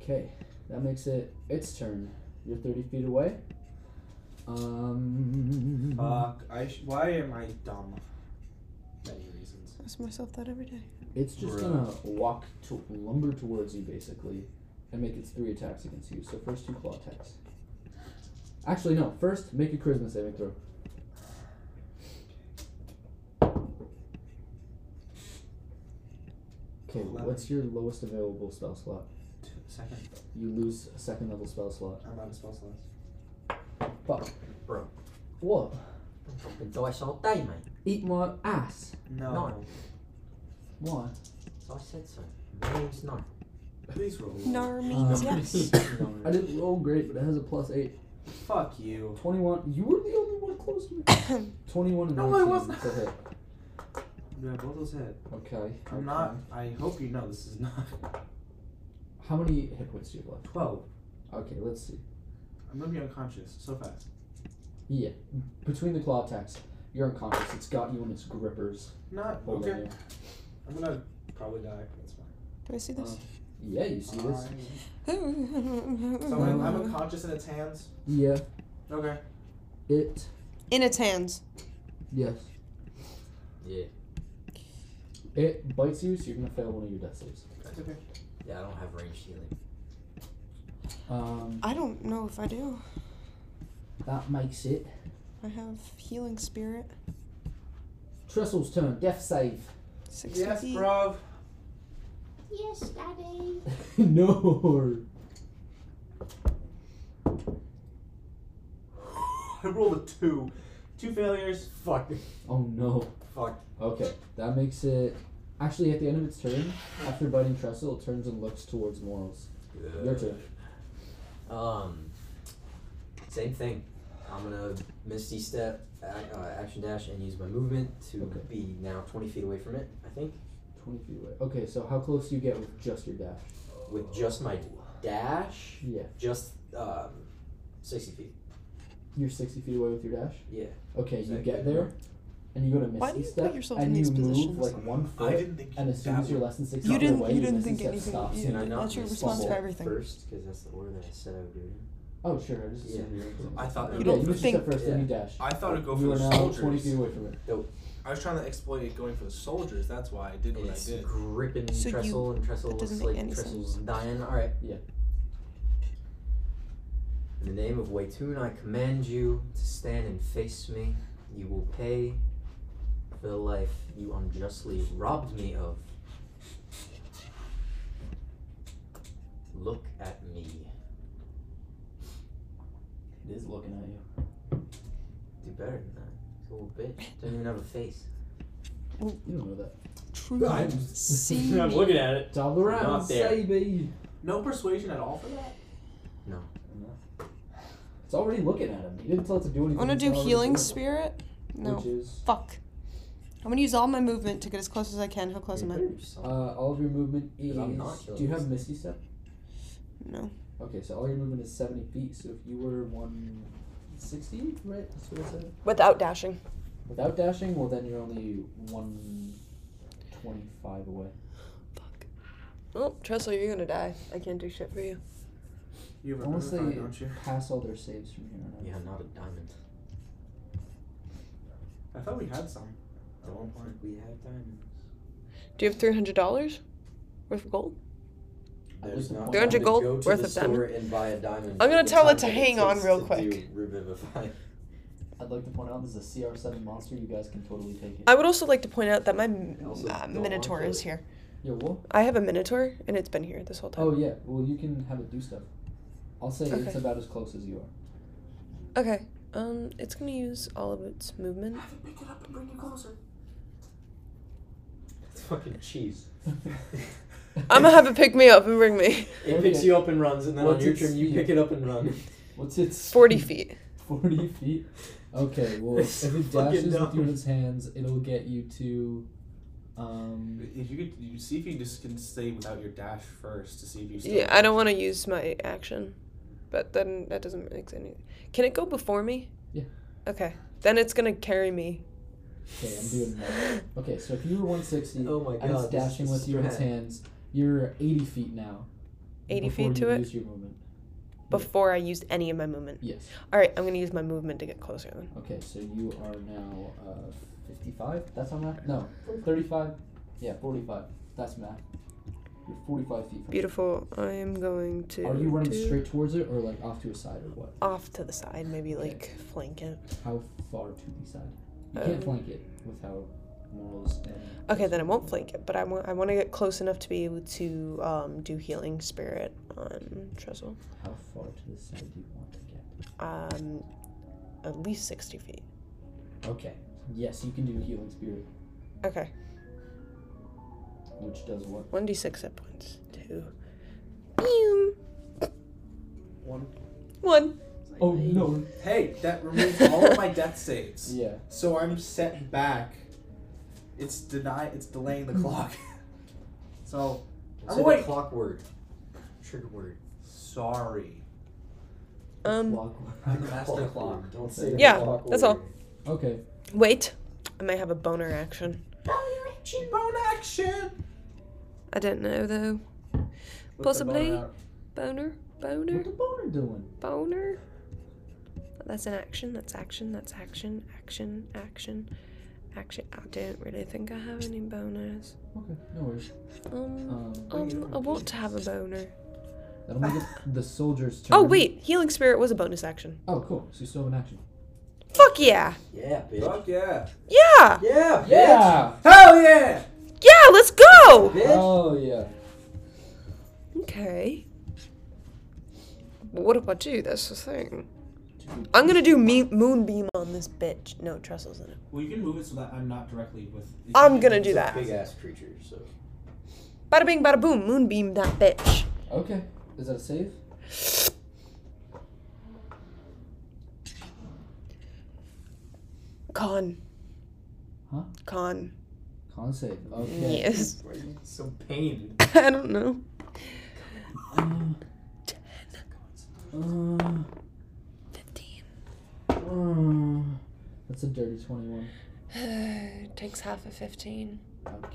[SPEAKER 2] Okay, that makes it its turn. You're 30 feet away. Um.
[SPEAKER 4] Fuck. I sh- why am I dumb? Many reasons.
[SPEAKER 1] I ask myself that every day.
[SPEAKER 2] It's just
[SPEAKER 4] Bruh.
[SPEAKER 2] gonna walk to lumber towards you basically, and make its three attacks against you. So first two claw attacks. Actually, no. First, make a charisma saving throw. Okay, what's your lowest available spell slot?
[SPEAKER 4] T- Second,
[SPEAKER 2] You lose a second level spell slot.
[SPEAKER 4] I'm out of spell slots.
[SPEAKER 2] Fuck.
[SPEAKER 5] Bro.
[SPEAKER 2] What?
[SPEAKER 5] I'm fucking dice all day, mate.
[SPEAKER 2] Eat my ass.
[SPEAKER 4] No.
[SPEAKER 5] No.
[SPEAKER 2] Why?
[SPEAKER 5] So I said so. My name's not.
[SPEAKER 4] Please roll.
[SPEAKER 1] Nar means
[SPEAKER 2] Um,
[SPEAKER 1] yes.
[SPEAKER 2] I didn't roll great, but it has a plus eight.
[SPEAKER 4] Fuck you.
[SPEAKER 2] 21. You were the only one close to me. 21 and
[SPEAKER 4] No, I
[SPEAKER 2] 19
[SPEAKER 4] wasn't.
[SPEAKER 2] to hit.
[SPEAKER 4] Yeah, both those hit.
[SPEAKER 2] Okay.
[SPEAKER 4] I'm not. I hope you know this is not
[SPEAKER 2] How many hit points do you have left?
[SPEAKER 4] twelve.
[SPEAKER 2] Okay, let's see.
[SPEAKER 4] I'm gonna be unconscious so fast.
[SPEAKER 2] Yeah. Between the claw attacks, You're unconscious. It's got you in its grippers.
[SPEAKER 4] Not
[SPEAKER 2] holding
[SPEAKER 4] okay.
[SPEAKER 2] you.
[SPEAKER 4] I'm gonna probably die. That's fine.
[SPEAKER 1] Do I see this?
[SPEAKER 2] Yeah, you see this?
[SPEAKER 4] So I'm, I'm unconscious in its hands.
[SPEAKER 2] Yeah.
[SPEAKER 4] Okay.
[SPEAKER 2] It.
[SPEAKER 1] In its hands.
[SPEAKER 2] Yes.
[SPEAKER 5] Yeah.
[SPEAKER 2] It bites you, so you're gonna fail one of your death saves.
[SPEAKER 4] That's okay.
[SPEAKER 5] Yeah, I don't have range healing.
[SPEAKER 2] Um,
[SPEAKER 1] I don't know if I do.
[SPEAKER 2] that makes it.
[SPEAKER 1] I have healing spirit.
[SPEAKER 2] Trestle's turn. Death save.
[SPEAKER 1] 60
[SPEAKER 4] Yes,
[SPEAKER 1] feet.
[SPEAKER 4] bruv.
[SPEAKER 3] Yes, daddy.
[SPEAKER 2] no.
[SPEAKER 4] I rolled a two. Two failures.
[SPEAKER 5] Fuck.
[SPEAKER 2] Oh no.
[SPEAKER 5] Fuck.
[SPEAKER 2] Okay, that makes it. Actually, at the end of its turn, after biting Trestle, it turns and looks towards Morals. Your turn.
[SPEAKER 4] Uh.
[SPEAKER 5] Um. Same thing. I'm gonna misty step, a- uh, action dash, and use my movement to
[SPEAKER 2] Okay.
[SPEAKER 5] be now 20 feet away from it. I think
[SPEAKER 2] 20 feet away. Okay, so how close do you get with just your dash?
[SPEAKER 5] with just my dash,
[SPEAKER 2] Yeah.
[SPEAKER 5] just um, 60 feet.
[SPEAKER 2] You're 60 feet away with your dash?
[SPEAKER 5] Yeah.
[SPEAKER 2] Okay,
[SPEAKER 5] Is
[SPEAKER 2] you
[SPEAKER 5] that
[SPEAKER 2] get
[SPEAKER 5] good?
[SPEAKER 2] there, and you go to Misty
[SPEAKER 1] Why do you put
[SPEAKER 2] Step,
[SPEAKER 1] yourself
[SPEAKER 2] and
[SPEAKER 1] in
[SPEAKER 2] you
[SPEAKER 1] these
[SPEAKER 2] move
[SPEAKER 1] positions?
[SPEAKER 2] like one
[SPEAKER 4] I
[SPEAKER 2] foot,
[SPEAKER 4] didn't think.
[SPEAKER 2] and as soon as you're less than 60
[SPEAKER 1] You
[SPEAKER 2] feet
[SPEAKER 1] didn't.
[SPEAKER 2] away,
[SPEAKER 1] You
[SPEAKER 2] your
[SPEAKER 1] didn't
[SPEAKER 2] Misty
[SPEAKER 1] think
[SPEAKER 2] Step
[SPEAKER 1] anything.
[SPEAKER 2] stops.
[SPEAKER 1] you-
[SPEAKER 5] Can I not
[SPEAKER 1] that's your
[SPEAKER 5] miss
[SPEAKER 1] response for
[SPEAKER 5] that
[SPEAKER 1] everything.
[SPEAKER 5] First, because that's the order that I said I would do it.
[SPEAKER 2] Oh, sure, I just
[SPEAKER 5] Yeah.
[SPEAKER 2] assumed you were doing
[SPEAKER 4] I
[SPEAKER 2] that.
[SPEAKER 4] thought
[SPEAKER 1] You
[SPEAKER 4] that-
[SPEAKER 2] Yeah,
[SPEAKER 1] don't
[SPEAKER 2] you Misty
[SPEAKER 1] think-
[SPEAKER 2] Step first, then you dash.
[SPEAKER 4] I thought it'd go for
[SPEAKER 2] you
[SPEAKER 4] the
[SPEAKER 2] are now
[SPEAKER 4] soldiers.
[SPEAKER 2] 20 feet away from it.
[SPEAKER 4] I was trying to exploit it going for the soldiers. That's why I
[SPEAKER 5] And
[SPEAKER 4] did what I
[SPEAKER 5] it's
[SPEAKER 4] did.
[SPEAKER 5] gripping
[SPEAKER 1] So you-
[SPEAKER 5] trestle, and trestle
[SPEAKER 1] that doesn't
[SPEAKER 5] looks
[SPEAKER 1] make
[SPEAKER 5] like
[SPEAKER 1] any
[SPEAKER 5] trestle's dying. All right.
[SPEAKER 2] Yeah.
[SPEAKER 5] In the name of Waitun, I command you to stand and face me. You will pay for the life you unjustly robbed me of. Look at me.
[SPEAKER 2] It is looking at you.
[SPEAKER 5] Do better than that. It's a little bitch. Don't even have a face.
[SPEAKER 2] You don't know that.
[SPEAKER 1] Truly see
[SPEAKER 17] I'm
[SPEAKER 1] me.
[SPEAKER 17] looking at it.
[SPEAKER 2] Top of the round,
[SPEAKER 17] Not there.
[SPEAKER 2] baby.
[SPEAKER 4] No persuasion at all for that.
[SPEAKER 2] It's already looking at him. You didn't tell it to do anything.
[SPEAKER 1] I want to
[SPEAKER 2] It's
[SPEAKER 1] do
[SPEAKER 2] already
[SPEAKER 1] healing
[SPEAKER 2] doing it.
[SPEAKER 1] spirit.
[SPEAKER 2] Which
[SPEAKER 1] No.
[SPEAKER 2] is
[SPEAKER 1] Fuck. I'm gonna use all my movement to get as close as I can. How close am I?
[SPEAKER 5] Better do something.
[SPEAKER 2] uh, all of your movement is.
[SPEAKER 5] 'Cause I'm not
[SPEAKER 2] do you have
[SPEAKER 5] healing.
[SPEAKER 2] Misty Step?
[SPEAKER 1] No.
[SPEAKER 2] Okay, so all your movement is seventy feet. So if you were one sixty, right? That's what I said.
[SPEAKER 1] Without dashing.
[SPEAKER 2] Without dashing, well then you're only one twenty-five away.
[SPEAKER 1] Fuck. Oh, Trestle, you're gonna die. I can't do shit for you.
[SPEAKER 4] You have a
[SPEAKER 2] Unless
[SPEAKER 4] modifier,
[SPEAKER 2] they-
[SPEAKER 4] don't you?
[SPEAKER 2] Pass all their saves from here on
[SPEAKER 4] Uh,
[SPEAKER 2] out.
[SPEAKER 5] Yeah, not a diamond.
[SPEAKER 4] I thought we had some at one point.
[SPEAKER 5] We have diamonds.
[SPEAKER 1] Do you have three hundred dollars worth of gold?
[SPEAKER 5] There's not.
[SPEAKER 1] 300
[SPEAKER 5] time to
[SPEAKER 1] gold
[SPEAKER 5] go to
[SPEAKER 1] worth
[SPEAKER 5] the
[SPEAKER 1] of diamond.
[SPEAKER 5] store and buy a diamond.
[SPEAKER 1] I'm gonna
[SPEAKER 5] The
[SPEAKER 1] tell it
[SPEAKER 5] time
[SPEAKER 1] to
[SPEAKER 5] that
[SPEAKER 1] hang on
[SPEAKER 5] takes
[SPEAKER 1] real
[SPEAKER 5] to
[SPEAKER 1] quick.
[SPEAKER 5] do Revivify.
[SPEAKER 2] I'd like to point out this is a CR7 monster. You guys can totally take it.
[SPEAKER 1] I would also like to point out that my m-
[SPEAKER 5] Also,
[SPEAKER 1] uh,
[SPEAKER 5] don't
[SPEAKER 1] minotaur
[SPEAKER 5] want to.
[SPEAKER 1] is here.
[SPEAKER 2] Yo, what?
[SPEAKER 1] I have a minotaur, and it's been here this whole time.
[SPEAKER 2] Oh yeah. Well, you can have it do stuff. I'll say it's
[SPEAKER 1] Okay.
[SPEAKER 2] about as close as you are. Oh.
[SPEAKER 1] Okay. Um, it's gonna use all of its movement.
[SPEAKER 15] Have it pick it up and bring you closer.
[SPEAKER 5] It's fucking cheese.
[SPEAKER 1] I'm gonna have it pick me up and bring me
[SPEAKER 17] It picks you up and runs, and then
[SPEAKER 2] What's
[SPEAKER 17] on your
[SPEAKER 2] its
[SPEAKER 17] turn, you
[SPEAKER 2] speed?
[SPEAKER 17] pick it up and run.
[SPEAKER 2] What's its
[SPEAKER 1] forty feet.
[SPEAKER 2] 40 feet. Okay, well,
[SPEAKER 17] It's
[SPEAKER 2] if it
[SPEAKER 17] fucking
[SPEAKER 2] dashes with
[SPEAKER 17] dumb.
[SPEAKER 2] you in its hands, it'll get you to. Um,
[SPEAKER 4] If you could, you see if you just can stay without your dash first to see if you. Still
[SPEAKER 1] Yeah, I don't want to use my action, but then that doesn't make any. Can it go before me?
[SPEAKER 2] Yeah.
[SPEAKER 1] Okay, then it's gonna carry me.
[SPEAKER 2] okay, I'm doing that. Okay, so if you were 160
[SPEAKER 5] Oh my
[SPEAKER 2] and it's
[SPEAKER 5] god. this
[SPEAKER 2] dashing
[SPEAKER 5] is
[SPEAKER 2] with you in its
[SPEAKER 5] strat.
[SPEAKER 2] hands, you're 80 feet now.
[SPEAKER 1] 80
[SPEAKER 2] before
[SPEAKER 1] feet
[SPEAKER 2] you
[SPEAKER 1] to it?
[SPEAKER 2] Use your movement.
[SPEAKER 1] Before I used any of my movement.
[SPEAKER 2] Yes.
[SPEAKER 1] All right, I'm gonna use my movement to get closer. Then
[SPEAKER 2] Okay, so you are now uh, 55. That's on math? No, 35. Yeah, 45. That's math. You're 45 feet from
[SPEAKER 1] beautiful. I am going to.
[SPEAKER 2] Are you running
[SPEAKER 1] do
[SPEAKER 2] straight towards it or like off to a side or what?
[SPEAKER 1] Off to the side, maybe like flank it.
[SPEAKER 2] How far to the side? You can't
[SPEAKER 1] Um,
[SPEAKER 2] flank it with how morals and.
[SPEAKER 1] Okay, then I won't flank it, but I want I want to get close enough to be able to um, do healing spirit on Trestle.
[SPEAKER 2] How far to the side do you want to get?
[SPEAKER 1] Um, at least sixty feet.
[SPEAKER 2] Okay. Yes, you can do healing spirit,
[SPEAKER 1] Okay,
[SPEAKER 2] which does what?
[SPEAKER 1] one d six hit points. Two. Boom.
[SPEAKER 4] One.
[SPEAKER 1] One.
[SPEAKER 2] Oh no!
[SPEAKER 4] Hey, that removes all of my death saves,
[SPEAKER 2] Yeah.
[SPEAKER 4] so I'm set back. It's deny. It's delaying the clock. so I'm
[SPEAKER 5] Say the
[SPEAKER 4] awake.
[SPEAKER 5] clock word. Trigger word.
[SPEAKER 4] Sorry.
[SPEAKER 1] Um.
[SPEAKER 2] Clock-
[SPEAKER 5] Master
[SPEAKER 2] clock.
[SPEAKER 5] Don't say the
[SPEAKER 1] Yeah,
[SPEAKER 5] clock
[SPEAKER 1] Um, that's
[SPEAKER 5] word.
[SPEAKER 2] Okay.
[SPEAKER 1] Wait, I may have a boner action.
[SPEAKER 3] Boner action.
[SPEAKER 4] Bone action.
[SPEAKER 1] I don't know though.
[SPEAKER 2] the
[SPEAKER 1] Possibly.
[SPEAKER 2] boner out.
[SPEAKER 1] Boner, boner,
[SPEAKER 2] What's the boner doing?
[SPEAKER 1] boner. That's an action. That's action. That's action. Action. Action. Action. I don't really think I have any boners.
[SPEAKER 2] Okay, no worries.
[SPEAKER 1] Um,
[SPEAKER 2] Um,
[SPEAKER 1] um, I want to have a boner.
[SPEAKER 2] that'll make it the soldier's turn.
[SPEAKER 1] Oh wait, healing spirit was a bonus action.
[SPEAKER 2] Oh, cool. So you still have an action.
[SPEAKER 1] Fuck yeah!
[SPEAKER 5] Yeah, bitch.
[SPEAKER 6] Fuck yeah.
[SPEAKER 1] Yeah!
[SPEAKER 5] Yeah, bitch.
[SPEAKER 2] Yeah.
[SPEAKER 6] Hell yeah!
[SPEAKER 1] Yeah, let's go!
[SPEAKER 5] Bitch.
[SPEAKER 2] Oh yeah.
[SPEAKER 1] Okay. But what if I do? That's the thing. I'm gonna do me- moonbeam on this bitch. No trestles in it.
[SPEAKER 4] Well, you can move it so that I'm not directly with.
[SPEAKER 1] I'm gonna do that.
[SPEAKER 5] Big ass creature, so.
[SPEAKER 1] Bada bing, bada boom. Moonbeam that bitch.
[SPEAKER 2] Okay. Is that a save?
[SPEAKER 1] Con.
[SPEAKER 2] Huh?
[SPEAKER 1] Con.
[SPEAKER 2] Con save. Okay.
[SPEAKER 1] Yes.
[SPEAKER 8] Why are you so pained?
[SPEAKER 1] I don't know.
[SPEAKER 2] Uh, uh,
[SPEAKER 1] 15.
[SPEAKER 2] uh, that's a dirty twenty-one.
[SPEAKER 1] Takes half of 15.
[SPEAKER 2] Okay.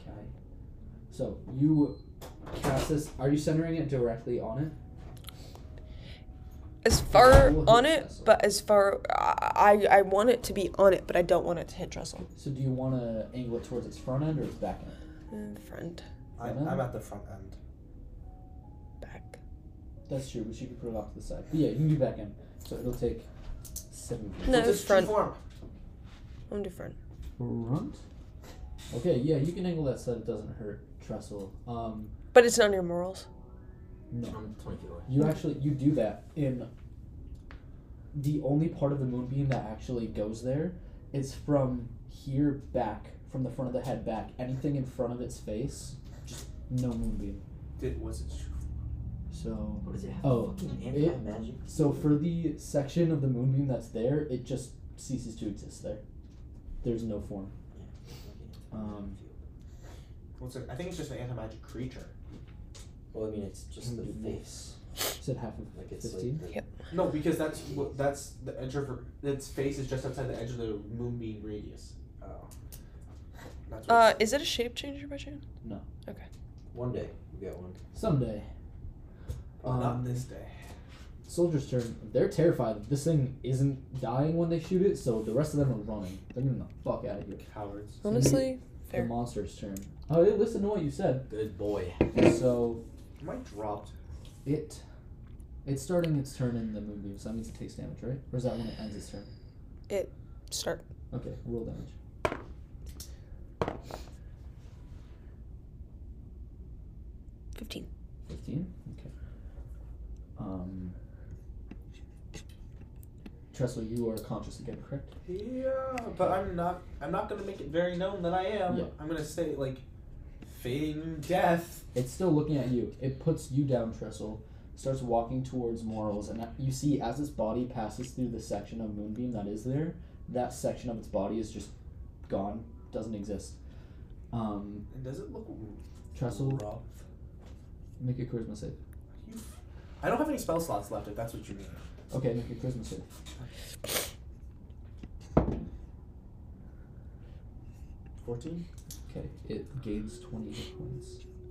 [SPEAKER 2] So you cast this. Are you centering it directly on it?
[SPEAKER 1] As far
[SPEAKER 2] We'll hit
[SPEAKER 1] on it,
[SPEAKER 2] Trestle.
[SPEAKER 1] but as far I I I want it to be on it, but I don't want it to hit Trestle.
[SPEAKER 2] So do you want to angle it towards its front end or its back end?
[SPEAKER 1] Uh, Front,
[SPEAKER 6] I'm, I'm at the front end.
[SPEAKER 1] back.
[SPEAKER 2] That's true, but you can put it off to the side. But yeah, you can do back end. So it'll take seven.
[SPEAKER 1] No,
[SPEAKER 6] What's
[SPEAKER 1] it's
[SPEAKER 6] its true
[SPEAKER 1] front.
[SPEAKER 6] form?
[SPEAKER 1] I'm do front.
[SPEAKER 2] Front. Okay, yeah, you can angle that so that it doesn't hurt Trestle. Um,
[SPEAKER 1] But it's not your morals.
[SPEAKER 2] no.
[SPEAKER 5] I'm 20 feet away.
[SPEAKER 2] You actually you do that in the only part of the moonbeam that actually goes there is from here back, from the front of the head back. Anything in front of its face, just no moonbeam.
[SPEAKER 6] Did, was it true?
[SPEAKER 2] So
[SPEAKER 5] What does it have?
[SPEAKER 2] Oh,
[SPEAKER 5] Fucking
[SPEAKER 2] it-
[SPEAKER 5] anti-magic.
[SPEAKER 2] so for the section of the moonbeam that's there, it just ceases to exist there. There's no form. Um,
[SPEAKER 6] What's it? I think it's just an anti-magic creature.
[SPEAKER 5] Well, I mean, it's just the
[SPEAKER 2] Mm.
[SPEAKER 5] face.
[SPEAKER 2] Is it half of
[SPEAKER 5] Like it's
[SPEAKER 2] fifteen?
[SPEAKER 5] like.
[SPEAKER 6] No, because that's what that's the edge of her, its face is just outside the edge of the moonbeam radius.
[SPEAKER 5] The, oh,
[SPEAKER 6] That's what
[SPEAKER 1] Uh, is it a shape changer by chance?
[SPEAKER 5] one day we got one.
[SPEAKER 2] Someday.
[SPEAKER 6] Well,
[SPEAKER 2] Um,
[SPEAKER 6] not this day.
[SPEAKER 2] Soldier's turn. They're terrified. that This thing isn't dying when they shoot it, so the rest of them are running. They're getting the fuck out of here.
[SPEAKER 6] Cowards.
[SPEAKER 1] Mm-hmm. Honestly,
[SPEAKER 2] The
[SPEAKER 1] Fair.
[SPEAKER 2] monster's turn. Oh, it listened to what you said.
[SPEAKER 5] Good boy.
[SPEAKER 2] So
[SPEAKER 6] Am I dropped?
[SPEAKER 2] it it's starting its turn in the moonbeam, so that means it takes damage, right? Or is that when it ends its turn?
[SPEAKER 1] start.
[SPEAKER 2] Okay, roll damage.
[SPEAKER 1] Fifteen.
[SPEAKER 2] Fifteen. Okay. Um. Trestle, you are conscious again, correct?
[SPEAKER 6] Yeah, but I'm not. I'm not gonna make it very known that I am.
[SPEAKER 2] Yeah.
[SPEAKER 6] I'm gonna say like, fading death.
[SPEAKER 2] It's still looking at you. It puts you down, Trestle. Starts walking towards Morals, and you see as its body passes through the section of Moonbeam that is there, that section of its body is just gone, doesn't exist. Um,
[SPEAKER 6] And does it look?
[SPEAKER 2] Trestle,
[SPEAKER 6] rough?
[SPEAKER 2] make a charisma save.
[SPEAKER 6] You- I don't have any spell slots left. If that's what you mean.
[SPEAKER 2] Okay, make a charisma save.
[SPEAKER 6] Fourteen.
[SPEAKER 2] Okay, it gains twenty hit points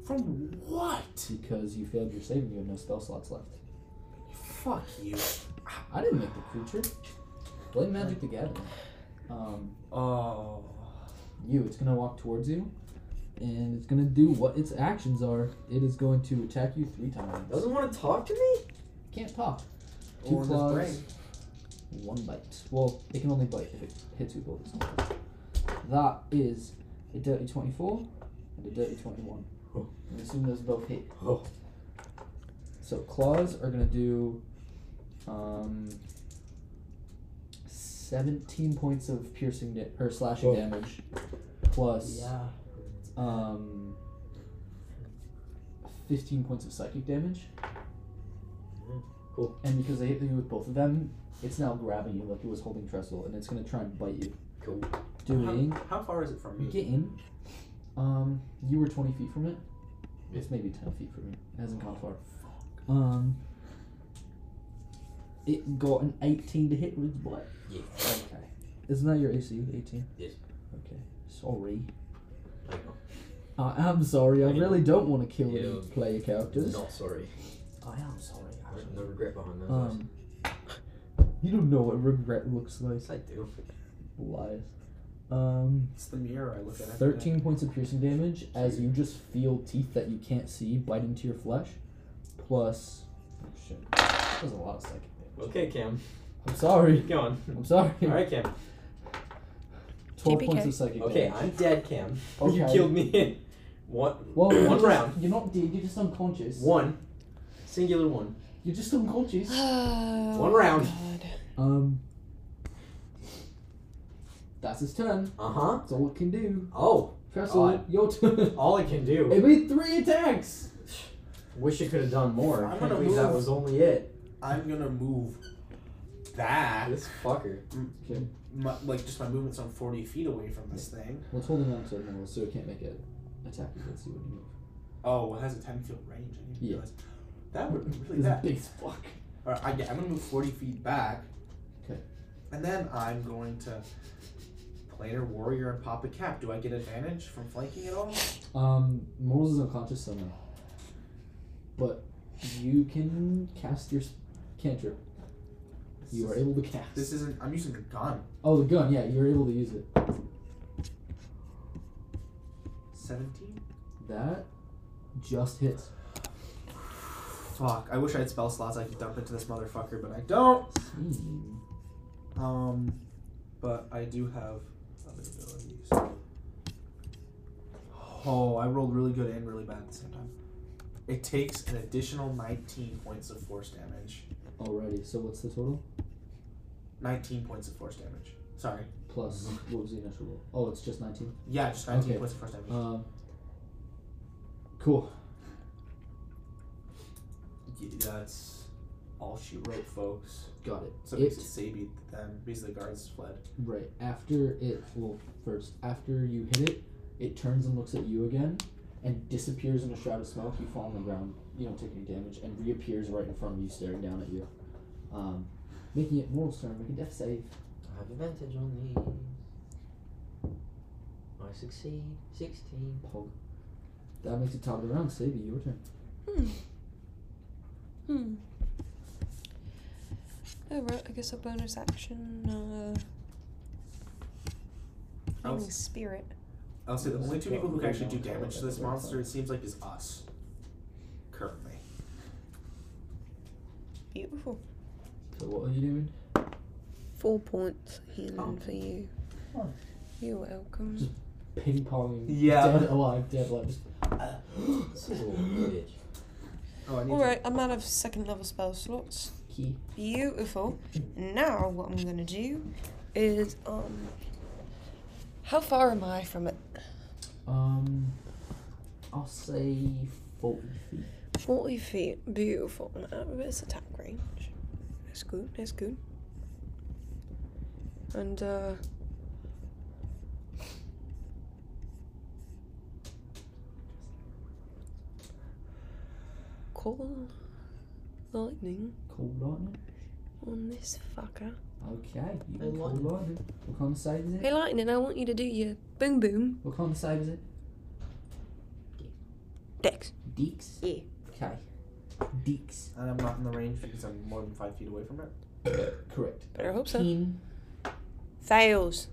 [SPEAKER 6] From what?
[SPEAKER 2] because you failed your save and you have no spell slots left.
[SPEAKER 6] Fuck you.
[SPEAKER 2] I didn't make the creature. Blame Magic the Gathering. Um,
[SPEAKER 6] Oh.
[SPEAKER 2] you. It's gonna walk towards you, and it's gonna do what its actions are. It is going to attack you three times.
[SPEAKER 5] Doesn't want to talk to me?
[SPEAKER 2] Can't talk. Two
[SPEAKER 6] Or in
[SPEAKER 2] claws,
[SPEAKER 6] his brain.
[SPEAKER 2] one bite. Well, it can only bite if it hits you both. That is a dirty twenty-four and a dirty twenty-one.
[SPEAKER 5] Oh.
[SPEAKER 2] I assume those both hit.
[SPEAKER 5] Oh.
[SPEAKER 2] So claws are gonna do um, seventeen points of piercing da- or slashing
[SPEAKER 5] Oh.
[SPEAKER 2] damage, plus
[SPEAKER 5] Yeah.
[SPEAKER 2] um, 15 points of psychic damage.
[SPEAKER 5] Cool.
[SPEAKER 2] And because they hit you with both of them, it's now grabbing you like it was holding Trestle, and it's gonna try and bite you.
[SPEAKER 5] Cool.
[SPEAKER 2] Doing
[SPEAKER 6] How, how far is it from me?
[SPEAKER 2] getting. Um, you were 20 feet from it. It's maybe 10 feet from you. It hasn't gone far. Um, it got an 18 to hit with what?
[SPEAKER 5] Yeah.
[SPEAKER 2] Okay. Isn't that your AC? 18?
[SPEAKER 5] Yes.
[SPEAKER 2] Okay. Sorry.
[SPEAKER 5] I know.
[SPEAKER 2] I am sorry. I
[SPEAKER 5] I know.
[SPEAKER 2] really don't want to kill
[SPEAKER 5] You-
[SPEAKER 2] you player
[SPEAKER 5] Oh,
[SPEAKER 2] characters.
[SPEAKER 5] Not sorry.
[SPEAKER 2] I am sorry.
[SPEAKER 5] There's no regret behind those. Um,
[SPEAKER 2] Um, you don't know what regret looks like.
[SPEAKER 5] yes, I do.
[SPEAKER 2] Lies. Um,
[SPEAKER 6] It's the mirror I look at. every day.
[SPEAKER 2] 13 points of piercing damage as you just feel teeth that you can't see bite into your flesh. Plus. Oh shit. That was a lot of psychic damage.
[SPEAKER 5] Okay, Cam.
[SPEAKER 2] I'm sorry.
[SPEAKER 5] Keep going.
[SPEAKER 2] I'm sorry.
[SPEAKER 5] All right, Cam.
[SPEAKER 2] 12 points
[SPEAKER 1] TPK.
[SPEAKER 2] of psychic
[SPEAKER 5] Okay,
[SPEAKER 2] damage.
[SPEAKER 5] I'm dead, Cam. You
[SPEAKER 2] Okay.
[SPEAKER 5] killed me in one,
[SPEAKER 2] Well, you're
[SPEAKER 5] one
[SPEAKER 2] just-
[SPEAKER 5] round.
[SPEAKER 2] You're not dead, you're just unconscious.
[SPEAKER 5] One. Singular one.
[SPEAKER 2] You're just unconscious.
[SPEAKER 1] Oh,
[SPEAKER 5] One round.
[SPEAKER 1] God.
[SPEAKER 2] Um. That's his turn.
[SPEAKER 5] Uh huh.
[SPEAKER 2] That's all it can do.
[SPEAKER 5] Oh,
[SPEAKER 2] Trestle,
[SPEAKER 5] God.
[SPEAKER 2] your turn.
[SPEAKER 5] all I can do.
[SPEAKER 2] It made three attacks!
[SPEAKER 5] Wish I could have done more.
[SPEAKER 4] I'm
[SPEAKER 5] I
[SPEAKER 4] gonna
[SPEAKER 5] can't believe that
[SPEAKER 4] move.
[SPEAKER 5] was only it.
[SPEAKER 4] I'm gonna move that.
[SPEAKER 5] This fucker.
[SPEAKER 4] My, like just my movement's on 40 feet away from this thing.
[SPEAKER 2] Well, it's holding on to the wall, so it can't make an attack against you when you move.
[SPEAKER 4] Oh, well, it has a 10 foot range. I didn't
[SPEAKER 2] Yeah.
[SPEAKER 4] realize. That would be really
[SPEAKER 2] It's
[SPEAKER 4] bad.
[SPEAKER 2] big as fuck.
[SPEAKER 4] All right, I, yeah, I'm gonna move 40 feet back.
[SPEAKER 2] 'Kay.
[SPEAKER 4] And then I'm going to planar warrior and pop a cap. Do I get advantage from flanking at all?
[SPEAKER 2] Um, Morals is unconscious somehow. But you can cast your s- cantrip. You are able to cast.
[SPEAKER 4] This isn't. I'm using a gun.
[SPEAKER 2] oh, the gun, yeah, you're able to use it.
[SPEAKER 4] 17.
[SPEAKER 2] That just hits.
[SPEAKER 4] Fuck. I wish I had spell slots I could dump into this motherfucker, but I don't.
[SPEAKER 2] Hmm.
[SPEAKER 4] Um, but I do have other abilities. Oh, I rolled really good and really bad at the same time. It takes an additional 19 points of force damage.
[SPEAKER 2] Alrighty, so what's the total?
[SPEAKER 4] 19 points of force damage. Sorry.
[SPEAKER 2] Plus,
[SPEAKER 4] Mm-hmm.
[SPEAKER 2] what was the initial roll? Oh, it's just 19?
[SPEAKER 4] Yeah, just 19
[SPEAKER 2] Okay.
[SPEAKER 4] points of force damage.
[SPEAKER 2] Um, cool.
[SPEAKER 4] Yeah, that's all she wrote, folks.
[SPEAKER 2] Got it.
[SPEAKER 4] So
[SPEAKER 2] it
[SPEAKER 4] it's Sabi then because the guards fled.
[SPEAKER 2] Right. After it, well, first, after you hit it, it turns and looks at you again and disappears in a shroud of smoke. You fall on the ground, you don't take any damage, and reappears right in front of you, staring down at you. Um, making it mortal turn, make a death save.
[SPEAKER 5] I have advantage on these. I succeed. 16.
[SPEAKER 2] Pog. That makes it top of the round. Save your turn.
[SPEAKER 1] Hmm. Hmm. Oh, right, I guess a bonus action. Uh,
[SPEAKER 4] I'll,
[SPEAKER 1] healing spirit.
[SPEAKER 4] I'll say the only two people who can actually do damage to this
[SPEAKER 2] Yeah.
[SPEAKER 4] monster, it seems like, is us. Currently.
[SPEAKER 1] Beautiful.
[SPEAKER 2] So what are you doing?
[SPEAKER 1] Four points healing
[SPEAKER 5] Oh.
[SPEAKER 1] for you.
[SPEAKER 2] Oh.
[SPEAKER 1] You're welcome.
[SPEAKER 2] Just- Ping ponging.
[SPEAKER 4] Yeah.
[SPEAKER 2] Dead alive. Dead alive. Just
[SPEAKER 5] Oh, bitch.
[SPEAKER 4] Oh, I need
[SPEAKER 1] All right, I'm out of second level spell slots.
[SPEAKER 2] key.
[SPEAKER 1] Beautiful. Now what I'm gonna do is um. How far am I from it?
[SPEAKER 2] Um, I'll say forty feet.
[SPEAKER 1] Forty feet. Beautiful. Now it's attack range. That's good. That's good. And uh. Call lightning
[SPEAKER 2] Cold lightning.
[SPEAKER 1] on this fucker.
[SPEAKER 2] Okay. You can
[SPEAKER 5] Hey,
[SPEAKER 2] cold
[SPEAKER 5] lightning.
[SPEAKER 2] lightning. What kind of save is it?
[SPEAKER 1] Hey, Lightning, I want you to do your boom boom.
[SPEAKER 2] What kind of save is it?
[SPEAKER 1] Dex.
[SPEAKER 2] Deeks?
[SPEAKER 1] Yeah.
[SPEAKER 2] Okay. Deeks.
[SPEAKER 4] And I'm not in the range because I'm more than five feet away from it.
[SPEAKER 2] Correct.
[SPEAKER 1] Better hope so.
[SPEAKER 2] Teen.
[SPEAKER 1] Fails.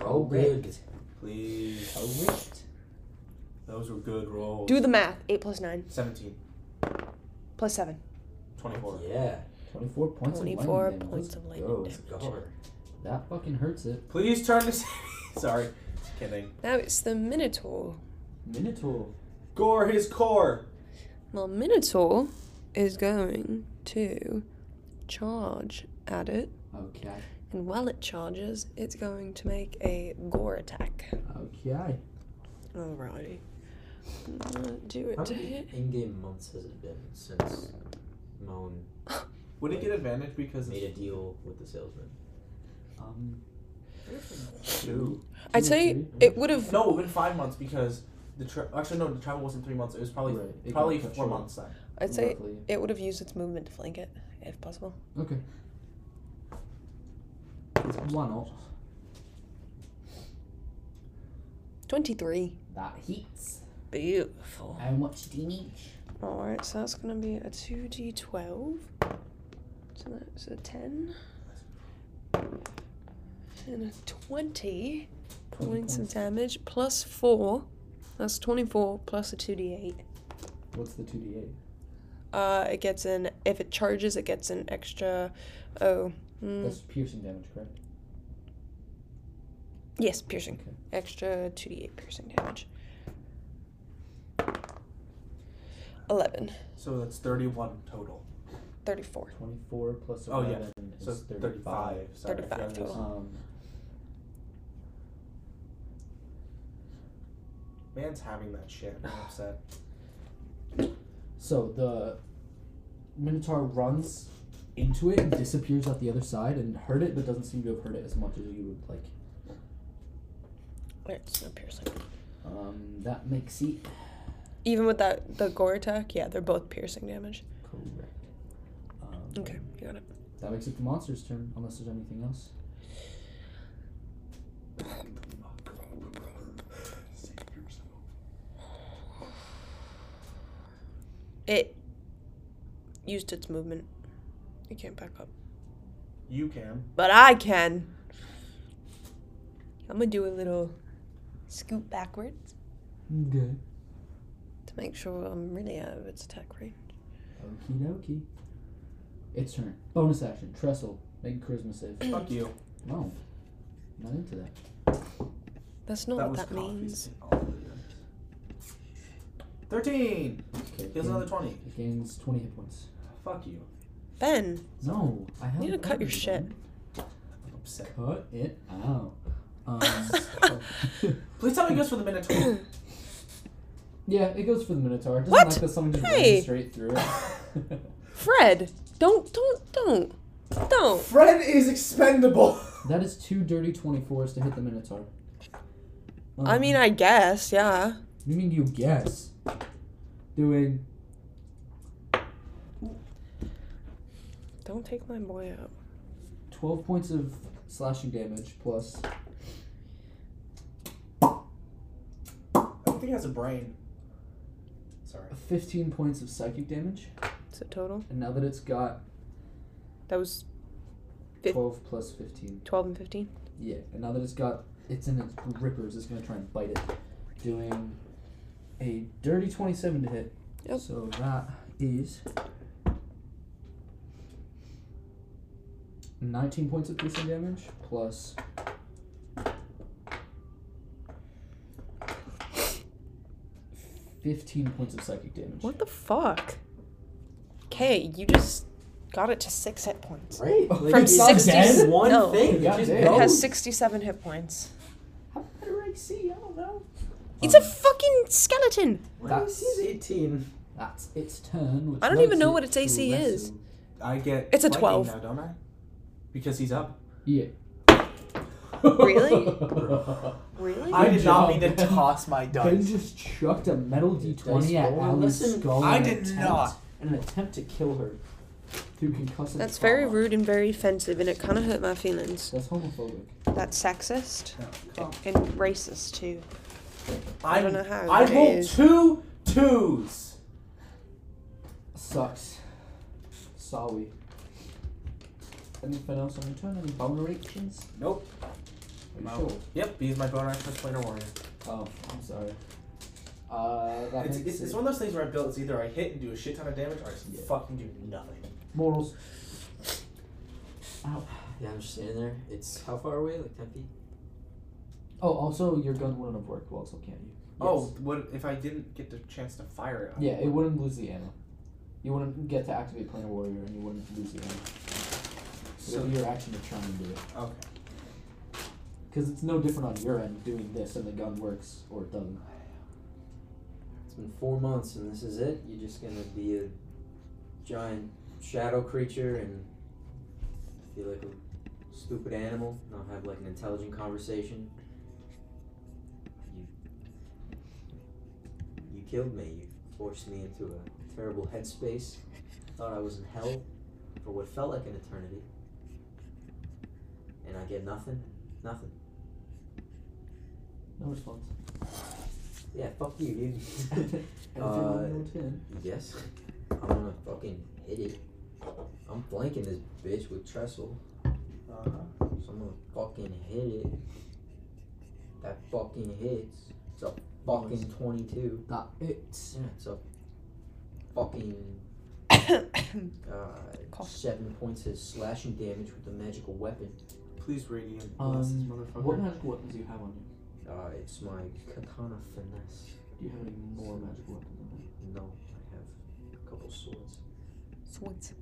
[SPEAKER 5] Oh, good.
[SPEAKER 4] Please.
[SPEAKER 2] Correct.
[SPEAKER 4] Those were good rolls.
[SPEAKER 1] Do the math. 8 plus 9
[SPEAKER 4] 17.
[SPEAKER 1] plus 7.
[SPEAKER 4] 24.
[SPEAKER 5] Yeah.
[SPEAKER 2] 24 points
[SPEAKER 1] 24
[SPEAKER 2] of lightning damage.
[SPEAKER 1] points
[SPEAKER 2] Let's
[SPEAKER 1] of lightning
[SPEAKER 2] go.
[SPEAKER 1] damage.
[SPEAKER 5] God.
[SPEAKER 2] That fucking hurts it.
[SPEAKER 4] Please turn to Sabi. Sorry. Kidding.
[SPEAKER 1] Now it's the Minotaur.
[SPEAKER 2] Minotaur.
[SPEAKER 4] Gore his core!
[SPEAKER 1] Well, Minotaur is going to charge at it.
[SPEAKER 2] Okay.
[SPEAKER 1] And while it charges, it's going to make a gore attack.
[SPEAKER 2] Okay.
[SPEAKER 1] Alrighty. I'm gonna Uh, Do
[SPEAKER 5] How
[SPEAKER 1] it to
[SPEAKER 5] many
[SPEAKER 1] hit.
[SPEAKER 5] in-game months has it been since Moan
[SPEAKER 4] Would it get advantage because
[SPEAKER 5] made a deal with the salesman?
[SPEAKER 2] Um,
[SPEAKER 4] two?
[SPEAKER 1] I'd say
[SPEAKER 2] three.
[SPEAKER 1] it would have.
[SPEAKER 4] No, it would been five months because the tra- actually no, the travel wasn't three months. It was probably
[SPEAKER 2] Right, it got
[SPEAKER 4] probably
[SPEAKER 2] cut
[SPEAKER 4] four
[SPEAKER 2] short.
[SPEAKER 4] months then.
[SPEAKER 1] I'd say
[SPEAKER 2] Roughly.
[SPEAKER 1] it would have used its movement to flank it, if possible.
[SPEAKER 2] Okay. Why not?
[SPEAKER 1] 23.
[SPEAKER 2] That heats.
[SPEAKER 1] Beautiful.
[SPEAKER 2] How much damage?
[SPEAKER 1] Alright, so that's gonna be a 2d12. So that's a 10. And a 20 points of damage plus 4. That's 24 plus a 2d8.
[SPEAKER 2] What's the two d eight?
[SPEAKER 1] Uh, it gets an, if it charges, it gets an extra, oh, mm,
[SPEAKER 2] That's piercing damage, correct?
[SPEAKER 1] yes, piercing.
[SPEAKER 2] Okay.
[SPEAKER 1] Extra 2d8 piercing damage. 11,
[SPEAKER 4] So that's 31 total.
[SPEAKER 1] 34.
[SPEAKER 2] Twenty four plus
[SPEAKER 4] Oh, yeah.
[SPEAKER 2] eleven is
[SPEAKER 4] So
[SPEAKER 2] thirty five.
[SPEAKER 4] 35. Sorry.
[SPEAKER 1] 35
[SPEAKER 4] yeah,
[SPEAKER 1] total.
[SPEAKER 2] Um,
[SPEAKER 4] Man's having that shit. I'm upset.
[SPEAKER 2] so the Minotaur runs into it and disappears out the other side and hurt it, but doesn't seem to have hurt it as much as you would like.
[SPEAKER 1] Alright, so no piercing.
[SPEAKER 2] Um, that makes it
[SPEAKER 1] Even with that, the gore attack, yeah, they're both piercing damage.
[SPEAKER 2] correct. Um,
[SPEAKER 1] Okay, you got it.
[SPEAKER 2] That makes it the monster's turn, unless there's anything else.
[SPEAKER 1] It used its movement. It can't back up.
[SPEAKER 4] You can.
[SPEAKER 1] But I can. I'm gonna do a little scoot backwards
[SPEAKER 2] Okay.
[SPEAKER 1] to make sure I'm really out of its attack range.
[SPEAKER 2] Okie dokie. Its turn. Bonus action. Trestle. Make a charisma save.
[SPEAKER 4] Fuck you.
[SPEAKER 2] No. Not into that.
[SPEAKER 1] That's not what
[SPEAKER 4] that was
[SPEAKER 1] that
[SPEAKER 4] coffee.
[SPEAKER 1] means.
[SPEAKER 4] Thirteen.
[SPEAKER 2] Okay.
[SPEAKER 4] Here's another twenty.
[SPEAKER 2] It gains 20 hit points.
[SPEAKER 4] Fuck you.
[SPEAKER 1] Ben,
[SPEAKER 2] No. I have
[SPEAKER 1] You need to cut your shit.
[SPEAKER 4] I'm upset.
[SPEAKER 2] Cut it out. Um,
[SPEAKER 4] Please tell me it goes for the Minotaur.
[SPEAKER 2] yeah, it goes for the Minotaur. It doesn't
[SPEAKER 1] What?
[SPEAKER 2] like that someone just
[SPEAKER 1] Hey.
[SPEAKER 2] ran straight through it.
[SPEAKER 1] Fred, don't, don't, don't, don't.
[SPEAKER 18] Fred is expendable.
[SPEAKER 2] that is two dirty 24s to hit the Minotaur.
[SPEAKER 1] I
[SPEAKER 2] Um,
[SPEAKER 1] mean, I guess, yeah.
[SPEAKER 2] You mean you guess? Doing
[SPEAKER 1] Don't take my boy out.
[SPEAKER 2] 12 points of slashing damage plus.
[SPEAKER 4] I don't think it has a brain. Sorry.
[SPEAKER 2] 15 points of psychic damage.
[SPEAKER 1] So total,
[SPEAKER 2] And now that it's got
[SPEAKER 1] that was Fif-
[SPEAKER 2] 12 plus 15.
[SPEAKER 1] twelve and fifteen.
[SPEAKER 2] Yeah, and now that it's got. It's in its grippers, it's going to try and bite it. Doing a dirty 27 to hit.
[SPEAKER 1] Yep.
[SPEAKER 2] So that is. 19 points of piercing damage plus. Fifteen points of psychic damage.
[SPEAKER 1] What the fuck? Okay, you just got it to six hit points.
[SPEAKER 5] Great. Like,
[SPEAKER 1] From
[SPEAKER 5] it's
[SPEAKER 1] 60
[SPEAKER 5] just one
[SPEAKER 1] no.
[SPEAKER 5] thing.
[SPEAKER 2] Yeah,
[SPEAKER 5] just
[SPEAKER 2] it
[SPEAKER 1] It
[SPEAKER 5] goes.
[SPEAKER 18] Oh.
[SPEAKER 1] has 67 hit points.
[SPEAKER 5] How bad do I see? I don't know.
[SPEAKER 1] It's a fucking skeleton!
[SPEAKER 2] That's-
[SPEAKER 5] That's he's 18.
[SPEAKER 2] That's its turn. Which
[SPEAKER 1] I don't even
[SPEAKER 2] makes
[SPEAKER 1] know
[SPEAKER 2] it
[SPEAKER 1] what its AC is.
[SPEAKER 2] wrestle.
[SPEAKER 4] I get.
[SPEAKER 1] It's a
[SPEAKER 4] lightning
[SPEAKER 1] 12.
[SPEAKER 4] Now, don't I? Because he's up.
[SPEAKER 2] Yeah.
[SPEAKER 1] Really? Really?
[SPEAKER 18] I
[SPEAKER 2] Good
[SPEAKER 18] did not
[SPEAKER 2] job,
[SPEAKER 18] mean to
[SPEAKER 2] Ben.
[SPEAKER 18] toss my
[SPEAKER 2] Ben
[SPEAKER 18] dice.
[SPEAKER 2] just chucked a metal d20
[SPEAKER 5] Dice
[SPEAKER 2] at
[SPEAKER 5] roll.
[SPEAKER 2] Ali's
[SPEAKER 5] Listen,
[SPEAKER 2] skull.
[SPEAKER 18] I
[SPEAKER 2] in an
[SPEAKER 18] did
[SPEAKER 2] attempt-
[SPEAKER 18] not.
[SPEAKER 2] In an attempt to kill her through concussive
[SPEAKER 1] That's very
[SPEAKER 2] trauma.
[SPEAKER 1] rude and very offensive, and it kind of hurt my feelings.
[SPEAKER 2] That's homophobic.
[SPEAKER 1] That's sexist and racist, too. I don't know how.
[SPEAKER 18] I
[SPEAKER 1] that
[SPEAKER 18] rolled
[SPEAKER 1] is.
[SPEAKER 18] two twos.
[SPEAKER 2] Sucks. Sorry. Anything else on your turn? Any boner actions?
[SPEAKER 4] Nope.
[SPEAKER 2] Are you
[SPEAKER 4] No.
[SPEAKER 2] sure?
[SPEAKER 4] Yep. He's my bone action planar warrior.
[SPEAKER 2] Oh, I'm sorry. Uh, that
[SPEAKER 4] It's,
[SPEAKER 2] makes
[SPEAKER 4] it's, it's
[SPEAKER 2] it-
[SPEAKER 4] one of those things where I build. It's either I hit and do a shit ton of damage, or I just
[SPEAKER 2] Yeah.
[SPEAKER 4] fucking do nothing.
[SPEAKER 2] morals.
[SPEAKER 5] Yeah, I'm just standing there. It's how far away? Like 10 feet?
[SPEAKER 2] Oh, also your gun wouldn't have worked well, so can't you?
[SPEAKER 4] Oh, what if I didn't get the chance to fire it?
[SPEAKER 2] Yeah, it wouldn't lose the ammo. You wouldn't get to activate Planar Warrior, and you wouldn't lose the ammo. So
[SPEAKER 4] So-
[SPEAKER 2] it'd be your action to try and do it,
[SPEAKER 4] Okay.
[SPEAKER 2] because it's no different on your end doing this, and the gun works or it doesn't.
[SPEAKER 5] It's been four months and this is it? You're just gonna be a giant shadow creature and be like a stupid animal, not have like an intelligent conversation. You You killed me. You forced me into a terrible headspace. Thought I was in hell for what felt like an eternity. And I get nothing? Nothing.
[SPEAKER 2] No response.
[SPEAKER 5] Yeah, fuck you, dude.
[SPEAKER 2] Everything
[SPEAKER 5] Uh,
[SPEAKER 2] on your ten.
[SPEAKER 5] yes. I'm gonna fucking hit it. I'm flanking this bitch with trestle.
[SPEAKER 4] Uh-huh.
[SPEAKER 5] So I'm gonna fucking hit it. That fucking hits. It's a fucking 22.
[SPEAKER 2] That it's
[SPEAKER 5] Yeah, it's a fucking uh,
[SPEAKER 1] Cough.
[SPEAKER 5] seven points of slashing damage with the magical weapon.
[SPEAKER 6] Please radiant
[SPEAKER 2] Um,
[SPEAKER 6] bless this motherfucker.
[SPEAKER 2] what magical weapons do you have on you?
[SPEAKER 5] Uh, it's my katana finesse.
[SPEAKER 2] Do you have any more magical weapons on you?
[SPEAKER 5] No, I have a couple swords.
[SPEAKER 1] Swords.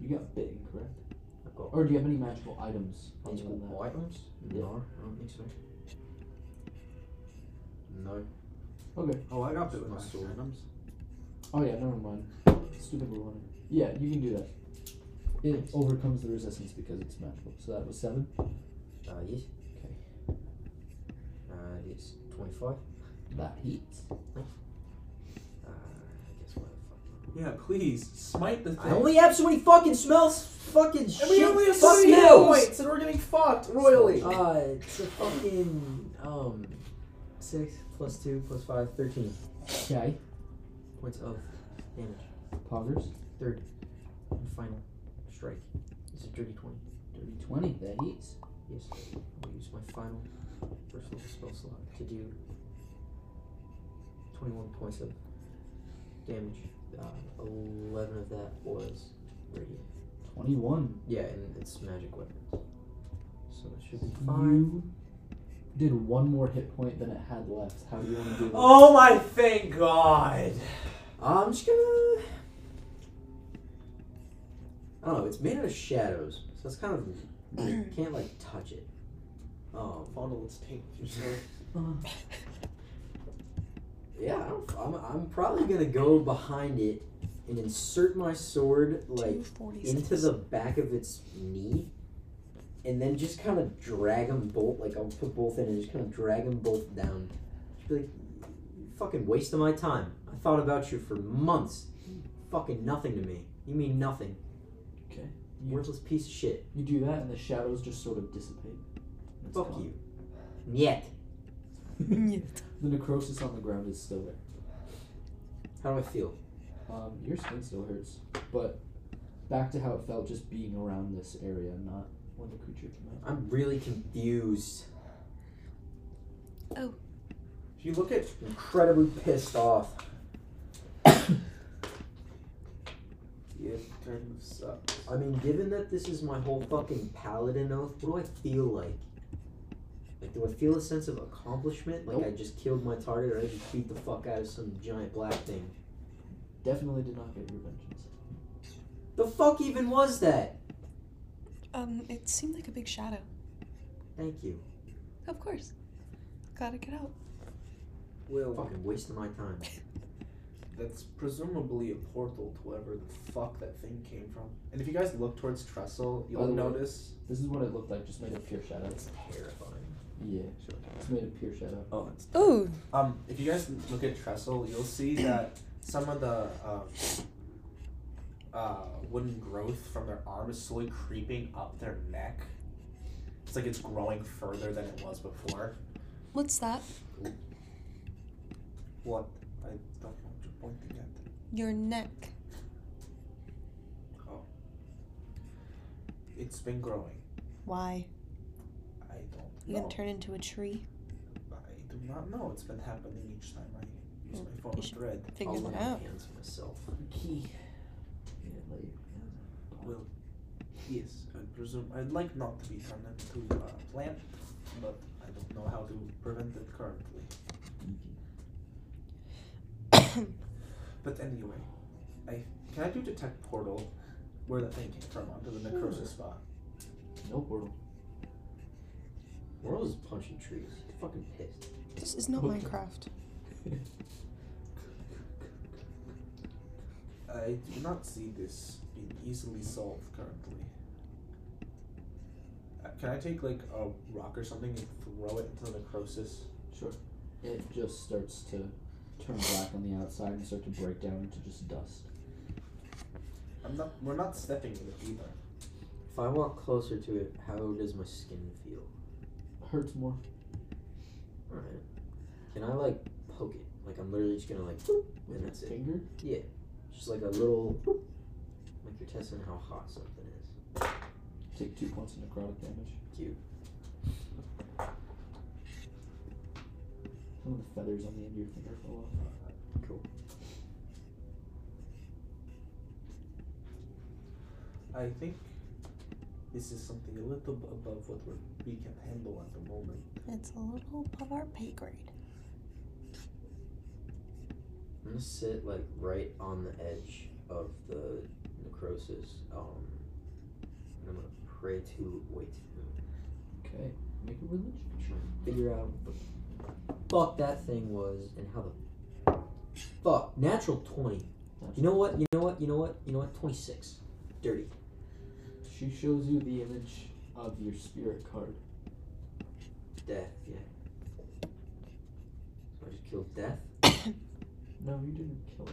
[SPEAKER 2] You got bitten, correct?
[SPEAKER 5] I've got
[SPEAKER 2] Or do you have any magical items? other
[SPEAKER 5] magical
[SPEAKER 2] than that?
[SPEAKER 5] items?
[SPEAKER 2] Oh. Yeah.
[SPEAKER 5] No, I don't think so. No.
[SPEAKER 2] Okay.
[SPEAKER 6] Oh, I got
[SPEAKER 5] It's
[SPEAKER 6] bit with
[SPEAKER 5] my
[SPEAKER 6] my
[SPEAKER 5] sword.
[SPEAKER 6] items.
[SPEAKER 2] Oh yeah, never mind. Stupid Luana. Yeah, you can do that. It overcomes the resistance because it's magical. So that was seven.
[SPEAKER 5] Uh, yes.
[SPEAKER 2] Okay.
[SPEAKER 5] Uh, it's 25.
[SPEAKER 2] That hits.
[SPEAKER 5] Uh, I guess what the fuck.
[SPEAKER 6] Yeah, please smite the
[SPEAKER 5] I
[SPEAKER 6] thing.
[SPEAKER 5] only have so many fucking smells. Fucking shit.
[SPEAKER 4] And we only have
[SPEAKER 5] fuck
[SPEAKER 4] so many hit
[SPEAKER 5] smells.
[SPEAKER 4] points, and we're getting fucked royally.
[SPEAKER 5] Uh, it's a fucking um, six plus two plus five, thirteen
[SPEAKER 2] Okay.
[SPEAKER 5] points of damage.
[SPEAKER 2] Poggers.
[SPEAKER 5] Third and final strike. It's a dirty twenty.
[SPEAKER 2] Dirty twenty. That hits.
[SPEAKER 5] Yes. I'll use my final first level spell slot to do twenty-one points of damage. Uh, Eleven of that was radiant.
[SPEAKER 2] Twenty-one.
[SPEAKER 5] Yeah, and it's magic weapons, so it should be fine.
[SPEAKER 2] You did one more hit point than it had left. How do you want to do this?
[SPEAKER 8] Oh my thank God.
[SPEAKER 5] Uh, I'm just gonna. I don't know. It's made out of shadows, so it's kind of you can't like touch it. Um,
[SPEAKER 4] Fondle its taint.
[SPEAKER 5] yeah, I don't, I'm, I'm probably gonna go behind it and insert my sword like
[SPEAKER 1] Two forty six.
[SPEAKER 5] into the back of its knee, and then just kind of drag them both. Like I'll put both in and just kind of drag them both down. Just be like, "You fucking waste of my time. I thought about you for months. Fucking nothing to me. You mean nothing.
[SPEAKER 2] Okay.
[SPEAKER 5] Worthless piece of shit.
[SPEAKER 2] You do that, and the shadows just sort of dissipate. It's
[SPEAKER 5] Fuck
[SPEAKER 2] gone.
[SPEAKER 5] you. Yet.
[SPEAKER 2] The necrosis on the ground is still there.
[SPEAKER 5] How do I feel?
[SPEAKER 2] Um, your skin still hurts, but back to how it felt just being around this area, not when the creature came out.
[SPEAKER 5] I'm really confused.
[SPEAKER 4] If you look at
[SPEAKER 5] Incredibly pissed off.
[SPEAKER 4] yeah, kind of sucks.
[SPEAKER 5] I mean, given that this is my whole fucking paladin oath, what do I feel like? Like, do I feel a sense of accomplishment? Like I just killed my target, or I just beat the fuck out of some giant black thing.
[SPEAKER 2] Definitely did not get your vengeance.
[SPEAKER 5] The fuck even was that?
[SPEAKER 1] Um, it seemed like a big shadow.
[SPEAKER 5] Thank you.
[SPEAKER 1] Of course. Gotta get out.
[SPEAKER 4] Well,
[SPEAKER 5] Fucking wasting my time.
[SPEAKER 4] that's presumably a portal to wherever the fuck that thing came from. And if you guys look towards Trestle,
[SPEAKER 2] By
[SPEAKER 4] you'll
[SPEAKER 2] the way-
[SPEAKER 4] notice.
[SPEAKER 2] This is what it looked like, just made of pure shadow.
[SPEAKER 5] That's terrifying.
[SPEAKER 2] Yeah, it's made of pure shadow.
[SPEAKER 4] Oh, it's
[SPEAKER 1] Ooh.
[SPEAKER 4] Um, if you guys look at Trestle, you'll see that some of the um, uh, wooden growth from their arm is slowly creeping up their neck. It's like it's growing further than it was before.
[SPEAKER 1] What's that?
[SPEAKER 4] What? I don't know what you're pointing at.
[SPEAKER 1] Your neck.
[SPEAKER 4] It's been growing.
[SPEAKER 1] Why?
[SPEAKER 4] I don't
[SPEAKER 1] You
[SPEAKER 4] know.
[SPEAKER 1] can turn into a tree.
[SPEAKER 4] I do not know. It's been happening each time I use
[SPEAKER 1] Well,
[SPEAKER 4] my
[SPEAKER 1] you
[SPEAKER 4] phone
[SPEAKER 1] should-
[SPEAKER 4] thread.
[SPEAKER 1] Figure
[SPEAKER 5] I'll lay
[SPEAKER 1] that
[SPEAKER 5] my
[SPEAKER 1] out.
[SPEAKER 5] hands on myself.
[SPEAKER 2] Key. Yeah, like,
[SPEAKER 4] Yes, I presume. I'd like not to be turned into a uh, plant, but I don't know how to prevent it currently. But anyway, I can I do detect portal where the thing came from onto the necrosis spot?
[SPEAKER 2] no portal.
[SPEAKER 5] World is punching trees. Fucking pissed.
[SPEAKER 1] This is not
[SPEAKER 2] Okay.
[SPEAKER 1] Minecraft.
[SPEAKER 4] I do not see this being easily solved currently. Uh, Can I take like a rock or something and throw it into the necrosis?
[SPEAKER 2] Sure. It just starts to turn black on the outside and start to break down into just dust.
[SPEAKER 4] I'm not. We're not stepping in it either.
[SPEAKER 5] If I walk closer to it, how does my skin feel?
[SPEAKER 2] Hurts more.
[SPEAKER 5] Alright. Can I like poke it? Like I'm literally just gonna like, boop, and that's it.
[SPEAKER 19] Finger?
[SPEAKER 5] Yeah, just like a little, boop. like you're testing how hot something is.
[SPEAKER 2] Take two points of necrotic damage.
[SPEAKER 5] Cute.
[SPEAKER 2] Some of the feathers on the end of your finger fall off.
[SPEAKER 4] I think this is something a little b- above what we're, we can handle at the moment.
[SPEAKER 20] It's a little above our pay grade.
[SPEAKER 5] I'm gonna sit like right on the edge of the necrosis. Um, and I'm gonna pray to wait.
[SPEAKER 2] Okay, make a religion check.
[SPEAKER 5] Figure out what the fuck that thing was and how the fuck natural twenty. You know what? You know what? You know what? You know what? Twenty six. Dirty.
[SPEAKER 2] She shows you the image of your spirit card.
[SPEAKER 5] Death. Yeah. So I just killed death.
[SPEAKER 2] No, you didn't kill it.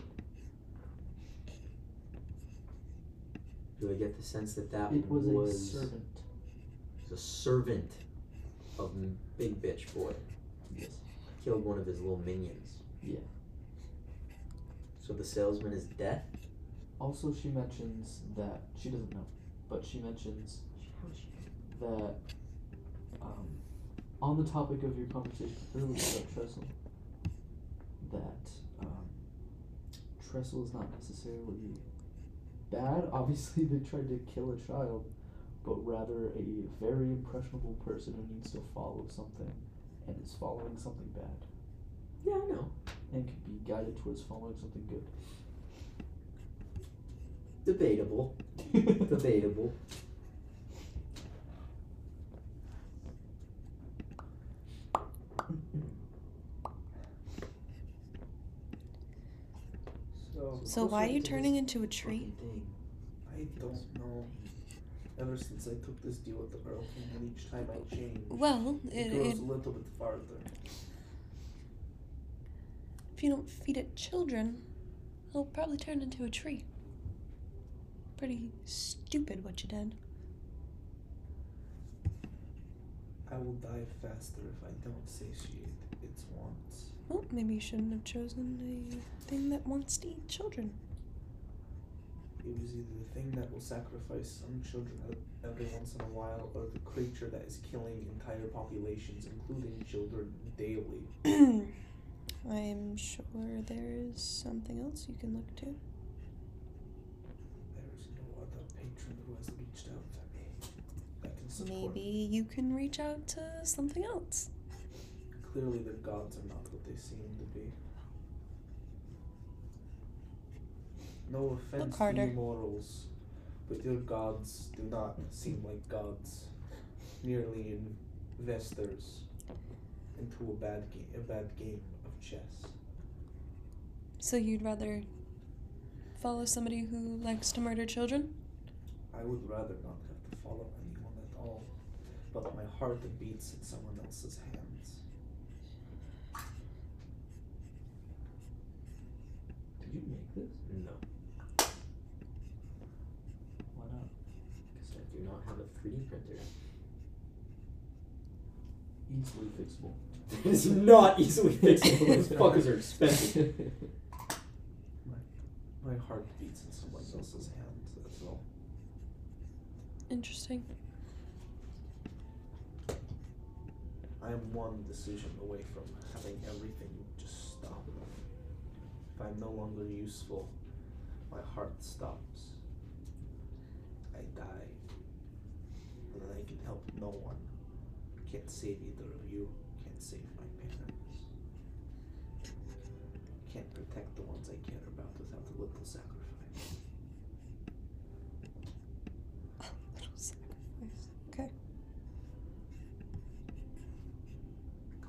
[SPEAKER 5] Do I get the sense that that
[SPEAKER 2] It was,
[SPEAKER 5] was
[SPEAKER 2] a servant.
[SPEAKER 5] the servant of M- Big Bitch Boy.
[SPEAKER 2] Yes.
[SPEAKER 5] Killed one of his little minions.
[SPEAKER 2] Yeah.
[SPEAKER 5] So the salesman is death?
[SPEAKER 2] Also, she mentions that she doesn't know, but she mentions that um, on the topic of your conversation earlier about Trestle, that um, Trestle is not necessarily bad. Obviously, they tried to kill a child, but rather a very impressionable person who needs to follow something and is following something bad
[SPEAKER 5] Yeah, I know.
[SPEAKER 2] and can be guided towards following something
[SPEAKER 5] Debatable.
[SPEAKER 2] good.
[SPEAKER 5] Debatable.
[SPEAKER 4] So
[SPEAKER 1] So why are you turning into a tree?
[SPEAKER 5] Fucking thing.
[SPEAKER 4] I don't know. Ever since I took this deal with the Earl King, and each time I change,
[SPEAKER 1] Well,
[SPEAKER 4] it
[SPEAKER 1] it,
[SPEAKER 4] goes
[SPEAKER 1] it,
[SPEAKER 4] a little bit farther.
[SPEAKER 1] if you don't feed it children, it'll probably turn into a tree. Pretty stupid what you did.
[SPEAKER 4] I will die faster if I don't satiate its wants.
[SPEAKER 1] Well, maybe you shouldn't have chosen a thing that wants to eat children.
[SPEAKER 4] It was either the thing that will sacrifice some children o- every once in a while, or the creature that is killing entire populations, including children, daily.
[SPEAKER 1] I am sure there is something else you can look to.
[SPEAKER 4] There is no other patron who has reached out to me that can support.
[SPEAKER 1] Maybe you can reach out to something else.
[SPEAKER 4] Clearly, their gods are not what they seem to be. No offense to
[SPEAKER 1] harder.
[SPEAKER 4] you morals, but your gods do not seem like gods, merely investors into a bad game, a bad game of chess.
[SPEAKER 1] So you'd rather follow somebody who likes to murder children?
[SPEAKER 4] I would rather not have to follow anyone at all, but my heart beats in someone else's hands.
[SPEAKER 2] Did you make this?
[SPEAKER 5] No,
[SPEAKER 2] Why not?
[SPEAKER 5] because I do not have a 3D printer.
[SPEAKER 2] Easily fixable.
[SPEAKER 5] it's not easily fixable. Those fuckers are expensive.
[SPEAKER 2] That's
[SPEAKER 4] My heart beats in someone else's hands. That's all.
[SPEAKER 1] Interesting.
[SPEAKER 4] I am one decision away from having everything just stop. If I'm no longer useful, my heart stops. I die. And then I can help no one. Can't save either of you. Can't save my parents. Can't protect the ones I care about without a little sacrifice.
[SPEAKER 1] Little sacrifice. Okay.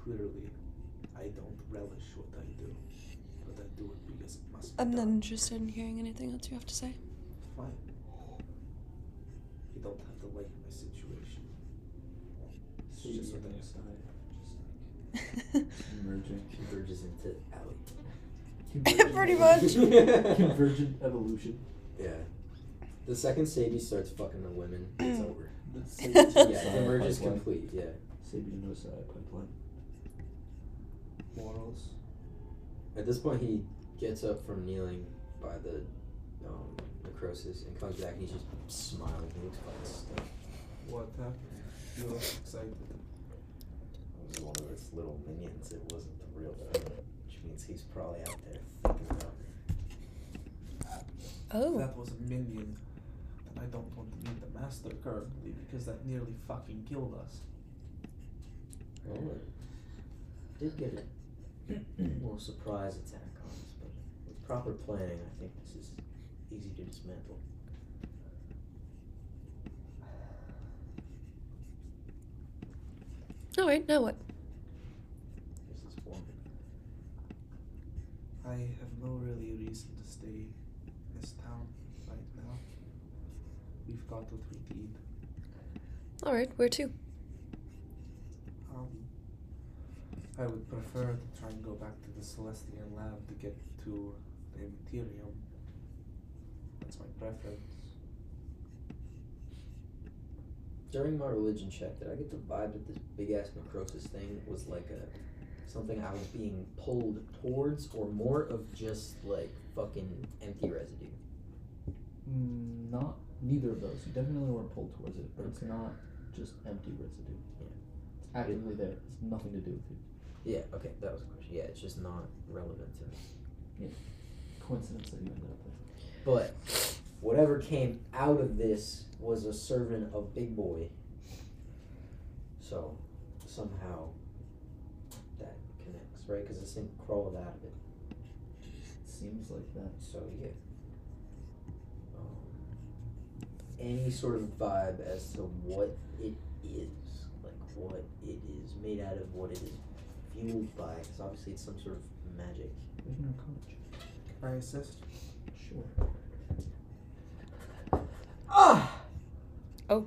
[SPEAKER 4] Clearly, I don't relish what I do, but I do it because it must be
[SPEAKER 1] I'm
[SPEAKER 4] done.
[SPEAKER 1] not interested in hearing anything else you have to say.
[SPEAKER 4] Fine. You don't have to like my situation. It's just what I said.
[SPEAKER 2] Convergent.
[SPEAKER 5] Converges into alley.
[SPEAKER 1] Pretty much.
[SPEAKER 2] Convergent evolution.
[SPEAKER 5] Yeah. The second Sadie starts fucking the women, it's over.
[SPEAKER 2] Sabian
[SPEAKER 5] Yeah, the merge is
[SPEAKER 2] pipeline.
[SPEAKER 5] complete. Yeah.
[SPEAKER 2] Sabian no side pipeline.
[SPEAKER 8] morals. At this point, he gets up from kneeling by the um, necrosis and comes back and he's just smiling. He looks quite stoked.
[SPEAKER 6] What happened? You look excited.
[SPEAKER 8] It was one of his little minions. It wasn't the real thing, which means he's probably out there fucking around.
[SPEAKER 1] Oh,
[SPEAKER 4] That was a minion. And I don't want to meet the master currently because that nearly fucking killed us.
[SPEAKER 8] Oh,
[SPEAKER 5] Well, it did get a little surprise attack on us, but with proper planning, I think this is easy to dismantle.
[SPEAKER 1] all right. Now what?
[SPEAKER 5] There's this woman.
[SPEAKER 4] I have no really reason to stay in this town right now. We've got what we need.
[SPEAKER 1] All right. Where to?
[SPEAKER 4] Um, I would prefer to try and go back to the Celestian Lab to get to the Imperium. That's my preference.
[SPEAKER 5] During my religion check, did I get the vibe that this big ass necrosis thing was like a something I was being pulled towards, or more of just like fucking empty residue?
[SPEAKER 2] Mm, Not neither of those. You definitely were pulled towards it, but it's not just empty residue. Actively there. It's nothing to do with you.
[SPEAKER 5] Yeah. Okay, that was a question. Yeah, it's just not relevant to me.
[SPEAKER 2] Coincidence that you ended up there.
[SPEAKER 5] But whatever came out of this was a servant of Big Boy. So somehow that connects, right? Because this thing crawled out of it.
[SPEAKER 2] Seems like that.
[SPEAKER 5] So yeah. Um, any sort of vibe as to what it is, like what it is made out of, what it is fueled by. Because obviously it's some sort of magic.
[SPEAKER 2] Make an arcana check.
[SPEAKER 6] I assist.
[SPEAKER 2] Sure.
[SPEAKER 5] Ah.
[SPEAKER 1] Oh.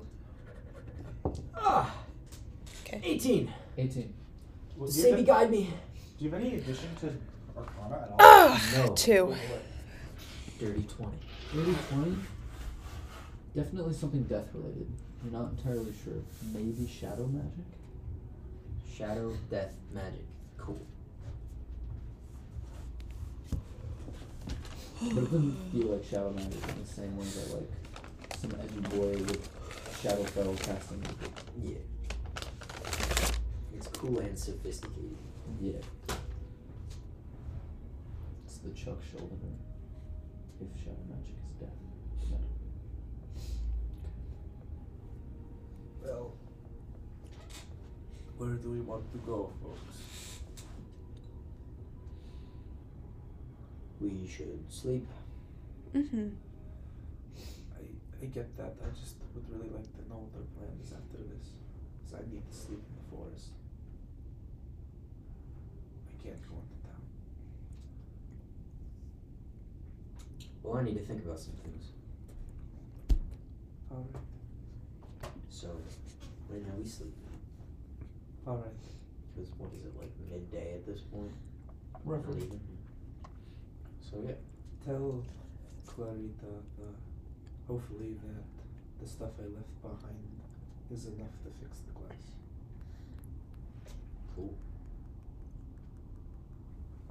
[SPEAKER 5] Ah.
[SPEAKER 1] 'Kay.
[SPEAKER 5] Eighteen.
[SPEAKER 2] 18.
[SPEAKER 6] Well, do, you have,
[SPEAKER 5] Sadie,
[SPEAKER 6] any-
[SPEAKER 5] guide me.
[SPEAKER 6] do you have any addition to Arcana at all?
[SPEAKER 1] Ah,
[SPEAKER 5] No.
[SPEAKER 1] two.
[SPEAKER 5] Dirty twenty.
[SPEAKER 2] Maybe 20? Definitely something death related. You're not entirely sure. Maybe shadow magic?
[SPEAKER 5] Shadow, death, magic. Cool.
[SPEAKER 2] But it doesn't feel like shadow magic in the same way that, like, some edgy boy with shadow spell casting.
[SPEAKER 5] Yeah. It's cool and sophisticated.
[SPEAKER 2] Yeah. It's the Chuck Schuldiner. If shadow magic is death.
[SPEAKER 4] Well, where do we want to go, folks?
[SPEAKER 5] We should sleep.
[SPEAKER 1] Mm-hmm.
[SPEAKER 4] I, I get that. I just would really like to know what their plan is after this. Because I need to sleep in the forest. I can't go into town.
[SPEAKER 5] Well, I need to think about some things.
[SPEAKER 4] Alright,
[SPEAKER 5] So, right now we sleep.
[SPEAKER 4] alright.
[SPEAKER 5] Because what is it, like midday at this point? Not
[SPEAKER 2] Roughly.
[SPEAKER 5] even. So, yeah.
[SPEAKER 4] Tell Clarita that hopefully that the stuff I left behind is enough to fix the glass.
[SPEAKER 5] Cool.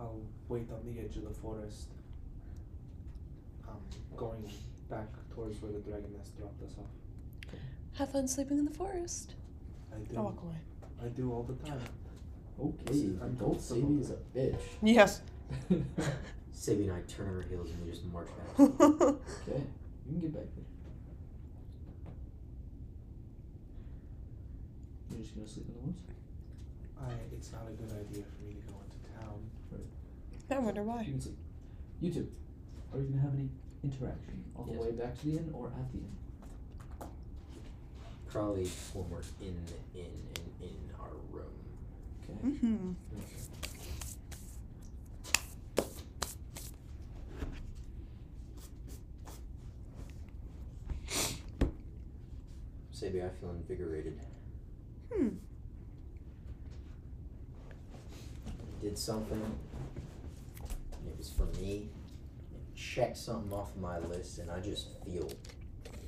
[SPEAKER 4] I'll wait on the edge of the forest. Um, going back towards where the dragon has dropped us off.
[SPEAKER 1] Have fun sleeping in the forest.
[SPEAKER 4] I do.
[SPEAKER 1] away.
[SPEAKER 4] I do all the time.
[SPEAKER 2] Okay,
[SPEAKER 4] I'm
[SPEAKER 2] adult Sadie is a bitch.
[SPEAKER 1] Yes.
[SPEAKER 2] okay,
[SPEAKER 5] Sibby and I turn on our heels and we just march back.
[SPEAKER 1] All
[SPEAKER 2] you can get back there. You're just gonna sleep in the woods?
[SPEAKER 4] I, it's not a good idea for me to go into town.
[SPEAKER 1] I wonder why.
[SPEAKER 2] You can sleep. You two, are you gonna have any interaction on the
[SPEAKER 5] Yes.
[SPEAKER 2] way back to the inn or at the inn?
[SPEAKER 5] Probably when we're in, in, in, in our room.
[SPEAKER 2] Okay.
[SPEAKER 1] Mm-hmm.
[SPEAKER 5] Sibby, I feel invigorated.
[SPEAKER 1] Hmm.
[SPEAKER 5] did something. And it was for me. It checked something off my list, and I just feel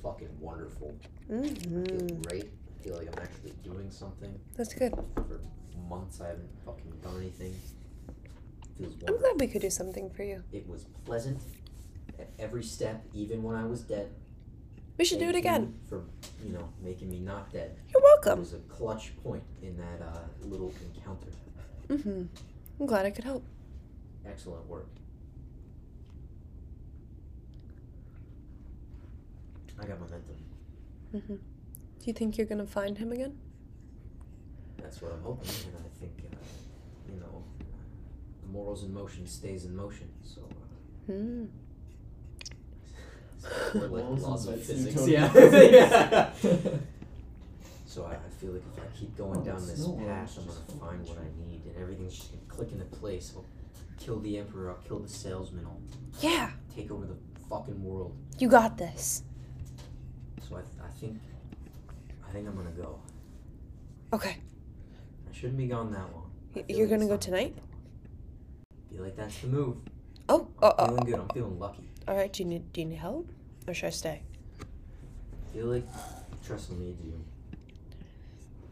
[SPEAKER 5] fucking wonderful. I feel
[SPEAKER 1] Mm-hmm.
[SPEAKER 5] great. I feel like I'm actually doing something.
[SPEAKER 1] That's good.
[SPEAKER 5] For months, I haven't fucking done anything. feels
[SPEAKER 1] I'm
[SPEAKER 5] wonderful.
[SPEAKER 1] glad we could do something for you.
[SPEAKER 5] It was pleasant at every step, even when I was dead.
[SPEAKER 1] We should do it
[SPEAKER 5] Thank you
[SPEAKER 1] again.
[SPEAKER 5] For you know, making me not dead.
[SPEAKER 1] You're
[SPEAKER 5] It
[SPEAKER 1] welcome.
[SPEAKER 5] was a clutch point in that uh, little encounter.
[SPEAKER 1] Mm-hmm. I'm glad I could help.
[SPEAKER 5] Excellent work. I got momentum.
[SPEAKER 1] Mm-hmm. Do you think you're gonna find him again?
[SPEAKER 5] That's what I'm hoping, and I think, uh, you know, uh, morals in motion stays in motion. So,
[SPEAKER 1] Hmm.
[SPEAKER 5] uh, or like
[SPEAKER 4] Morals in
[SPEAKER 5] laws of
[SPEAKER 4] motion,
[SPEAKER 5] physics, yeah.
[SPEAKER 4] Newtonian
[SPEAKER 5] yeah. so I, I feel like if I keep going
[SPEAKER 2] Oh,
[SPEAKER 5] down
[SPEAKER 2] it's
[SPEAKER 5] this
[SPEAKER 2] no
[SPEAKER 5] path,
[SPEAKER 2] worries,
[SPEAKER 5] I'm
[SPEAKER 2] just
[SPEAKER 5] gonna
[SPEAKER 2] follow
[SPEAKER 5] find
[SPEAKER 2] the
[SPEAKER 5] what I need, and everything's just gonna click into place. I'll kill the emperor. I'll kill the salesman. I'll
[SPEAKER 1] Yeah,
[SPEAKER 5] take over the fucking world.
[SPEAKER 1] you got this.
[SPEAKER 5] So I, I think, I think I'm gonna go.
[SPEAKER 1] Okay.
[SPEAKER 5] I shouldn't be gone that long. I
[SPEAKER 1] Y-
[SPEAKER 5] feel
[SPEAKER 1] you're
[SPEAKER 5] like
[SPEAKER 1] gonna
[SPEAKER 5] it's
[SPEAKER 1] go
[SPEAKER 5] not
[SPEAKER 1] tonight?
[SPEAKER 5] that long. Feel like that's the move.
[SPEAKER 1] Oh, oh, oh,
[SPEAKER 5] Feeling good. I'm feeling lucky.
[SPEAKER 1] all right. Do you need do you need help, or should I stay?
[SPEAKER 5] feel like trust me, you.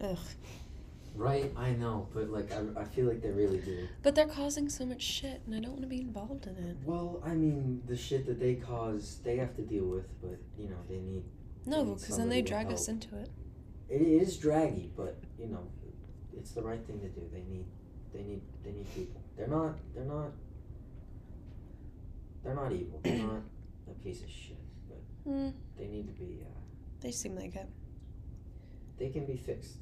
[SPEAKER 1] Ugh.
[SPEAKER 5] Right, I know, but like I, I feel like they really do.
[SPEAKER 1] But they're causing so much shit, and I don't want to be involved in it.
[SPEAKER 5] Well, I mean, the shit that they cause, they have to deal with, but you know, they need.
[SPEAKER 1] No,
[SPEAKER 5] need
[SPEAKER 1] because then they
[SPEAKER 5] somebody to
[SPEAKER 1] drag
[SPEAKER 5] help.
[SPEAKER 1] us into it.
[SPEAKER 5] It is draggy, but you know, it's the right thing to do. They need, they need, they need people. They're not. They're not. They're not evil. They're not a piece of shit.
[SPEAKER 1] Hmm.
[SPEAKER 5] They need to be. Uh,
[SPEAKER 1] They seem like it.
[SPEAKER 5] they can be fixed.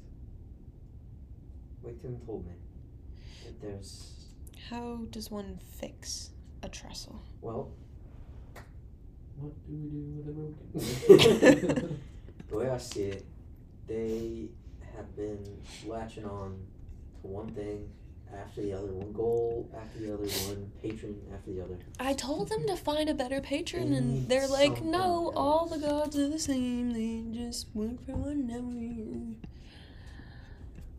[SPEAKER 5] Like Tim told me, that there's
[SPEAKER 1] How does one fix a trestle?
[SPEAKER 5] well.
[SPEAKER 2] What do we do with a broken?
[SPEAKER 5] the way I see it, they have been latching on to one thing after the other, one goal after the other, one patron after the other.
[SPEAKER 1] I told them to find a better patron,
[SPEAKER 5] They
[SPEAKER 1] and
[SPEAKER 5] need
[SPEAKER 1] they're like,
[SPEAKER 5] something
[SPEAKER 1] no, all
[SPEAKER 5] else."
[SPEAKER 1] the gods are the same. They just work for one memory.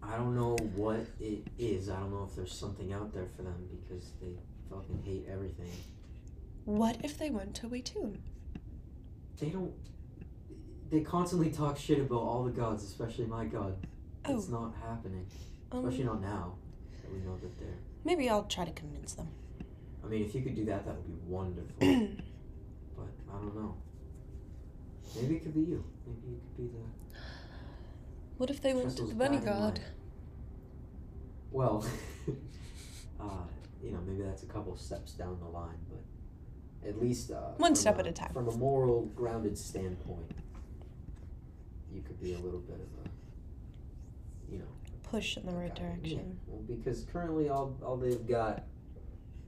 [SPEAKER 5] I don't know what it is. I don't know if there's something out there for them because they fucking hate everything.
[SPEAKER 1] What if they went to Weetune?
[SPEAKER 5] They don't. They constantly talk shit about all the gods, especially my god. It's not happening, especially
[SPEAKER 1] Oh. Um,
[SPEAKER 5] not now that we know that they're.
[SPEAKER 1] maybe I'll try to convince them.
[SPEAKER 5] I mean, if you could do that, that would be wonderful.
[SPEAKER 1] How
[SPEAKER 5] But I don't know. Maybe it could be you. Maybe you could be the.
[SPEAKER 1] What if they went to
[SPEAKER 5] Trestle's
[SPEAKER 1] the bunny
[SPEAKER 5] guiding
[SPEAKER 1] god?
[SPEAKER 5] light. Well, uh, you know, maybe that's a couple steps down the line, but at least uh,
[SPEAKER 1] One
[SPEAKER 5] from
[SPEAKER 1] step at a time.
[SPEAKER 5] From a moral grounded standpoint, you could be a little bit of a, you know,
[SPEAKER 1] Push in the right
[SPEAKER 5] Got it. Yeah.
[SPEAKER 1] direction.
[SPEAKER 5] Well, because currently all, all they've got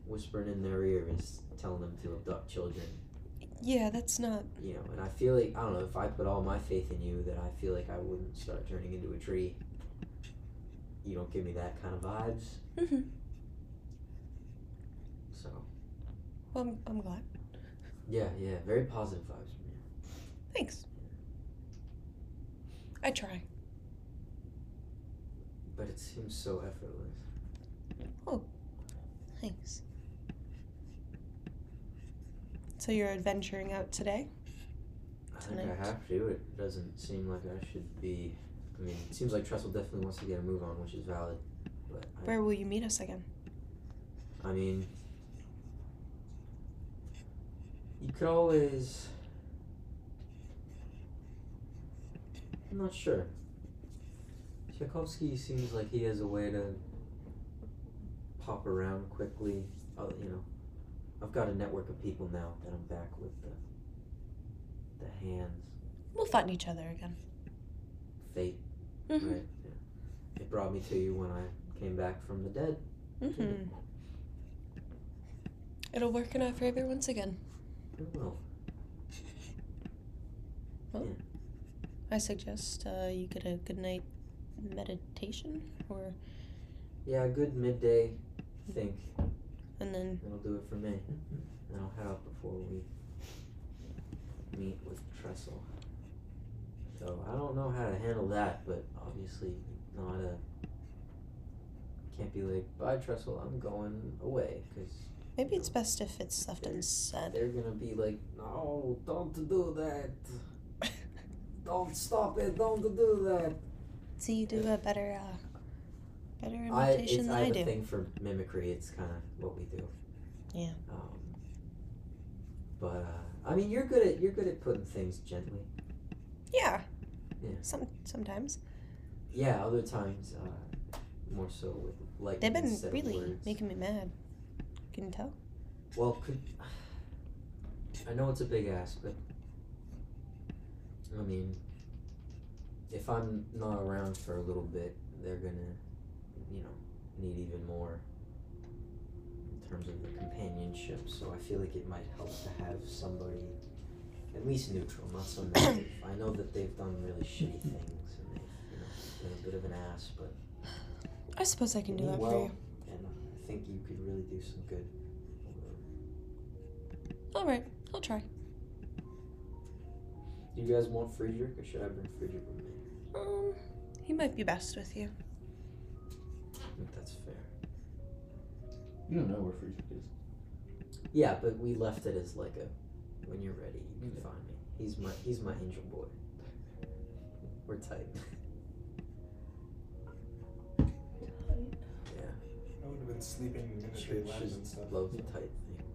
[SPEAKER 5] whispering in their ear is telling them to abduct children.
[SPEAKER 1] Yeah, that's not.
[SPEAKER 5] You know, and I feel like, I don't know, if I put all my faith in you, that I feel like I wouldn't start turning into a tree. You don't give me that kind of vibes,
[SPEAKER 1] Mhm.
[SPEAKER 5] so.
[SPEAKER 1] well, I'm, I'm glad.
[SPEAKER 5] Yeah, yeah, very positive vibes from you.
[SPEAKER 1] Thanks. I try.
[SPEAKER 5] But it seems so effortless.
[SPEAKER 1] Thanks. So you're adventuring out today?
[SPEAKER 5] I think I
[SPEAKER 1] Tonight.
[SPEAKER 5] have to. It doesn't seem like I should be. I mean, it seems like Trestle definitely wants to get a move on, which is valid. But I
[SPEAKER 1] Where will you meet us again?
[SPEAKER 5] I mean, you could always. I'm not sure. Tchaikovsky seems like he has a way to pop around quickly. Uh, you know, I've got a network of people now that I'm back with the the hands,
[SPEAKER 1] We'll find each other again.
[SPEAKER 5] fate,
[SPEAKER 1] Mm-hmm.
[SPEAKER 5] right? Yeah. It brought me to you when I came back from the dead.
[SPEAKER 1] Mm-hmm. It'll work in our favor once again.
[SPEAKER 5] It will.
[SPEAKER 1] I suggest uh, you get a good night meditation, or
[SPEAKER 5] Yeah, good midday. Think
[SPEAKER 1] and then
[SPEAKER 5] That'll do it for me. And I'll head out before we meet with Trestle. So I don't know how to handle that, but obviously not a. Can't be like, bye Trestle, I'm going away, because
[SPEAKER 1] Maybe it's best if it's left unsaid.
[SPEAKER 5] they're gonna be like, no, don't do that. Don't stop it, don't do that.
[SPEAKER 1] So you do a better uh, Better
[SPEAKER 5] I,
[SPEAKER 1] imitation
[SPEAKER 5] it's,
[SPEAKER 1] than
[SPEAKER 5] I
[SPEAKER 1] I
[SPEAKER 5] have a
[SPEAKER 1] do.
[SPEAKER 5] thing for mimicry. It's kind of what we do.
[SPEAKER 1] Yeah.
[SPEAKER 5] Um, but uh, I mean, you're good at you're good at putting things gently.
[SPEAKER 1] Yeah.
[SPEAKER 5] Yeah.
[SPEAKER 1] Some sometimes
[SPEAKER 5] Yeah, other times uh, more so with like
[SPEAKER 1] they've been
[SPEAKER 5] instead of
[SPEAKER 1] really
[SPEAKER 5] words.
[SPEAKER 1] making me mad. Can you tell?
[SPEAKER 5] Well, could I know it's a big ask, but I mean, if I'm not around for a little bit, they're gonna, you know, need even more in terms of the companionship. So I feel like it might help to have somebody at least neutral, not so negative. I know that they've done really shitty things and they've, you know, been a bit of an ass, but
[SPEAKER 1] I suppose I can do
[SPEAKER 5] mean
[SPEAKER 1] that
[SPEAKER 5] well,
[SPEAKER 1] for you.
[SPEAKER 5] and I think you could really do some good.
[SPEAKER 1] All right, I'll try.
[SPEAKER 5] Do you guys want Friedrich, or should I bring Friedrich with me?
[SPEAKER 1] Um, he might be best with you.
[SPEAKER 5] I think that's fair.
[SPEAKER 2] You don't know where Friedrich is.
[SPEAKER 5] Yeah, but we left it as like a when you're ready, you can
[SPEAKER 2] Yeah.
[SPEAKER 5] find me. He's my he's my angel boy. We're tight. Yeah,
[SPEAKER 6] I would have been sleeping in
[SPEAKER 5] Sure,
[SPEAKER 6] ministry
[SPEAKER 5] it's
[SPEAKER 6] labs
[SPEAKER 5] just
[SPEAKER 6] and stuff.
[SPEAKER 5] love the tight thing.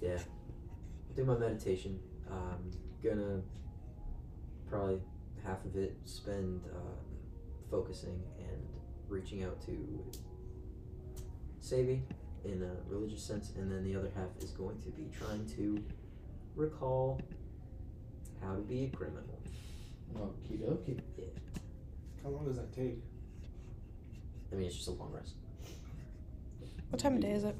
[SPEAKER 5] Yeah. Do my meditation. Um gonna probably half of it spend um, focusing and reaching out to Savi in a religious sense, and then the other half is going to be trying to recall how to be a criminal.
[SPEAKER 2] Okie dokie.
[SPEAKER 6] How long does that take?
[SPEAKER 5] I mean, it's just a long rest.
[SPEAKER 1] What time of day is it?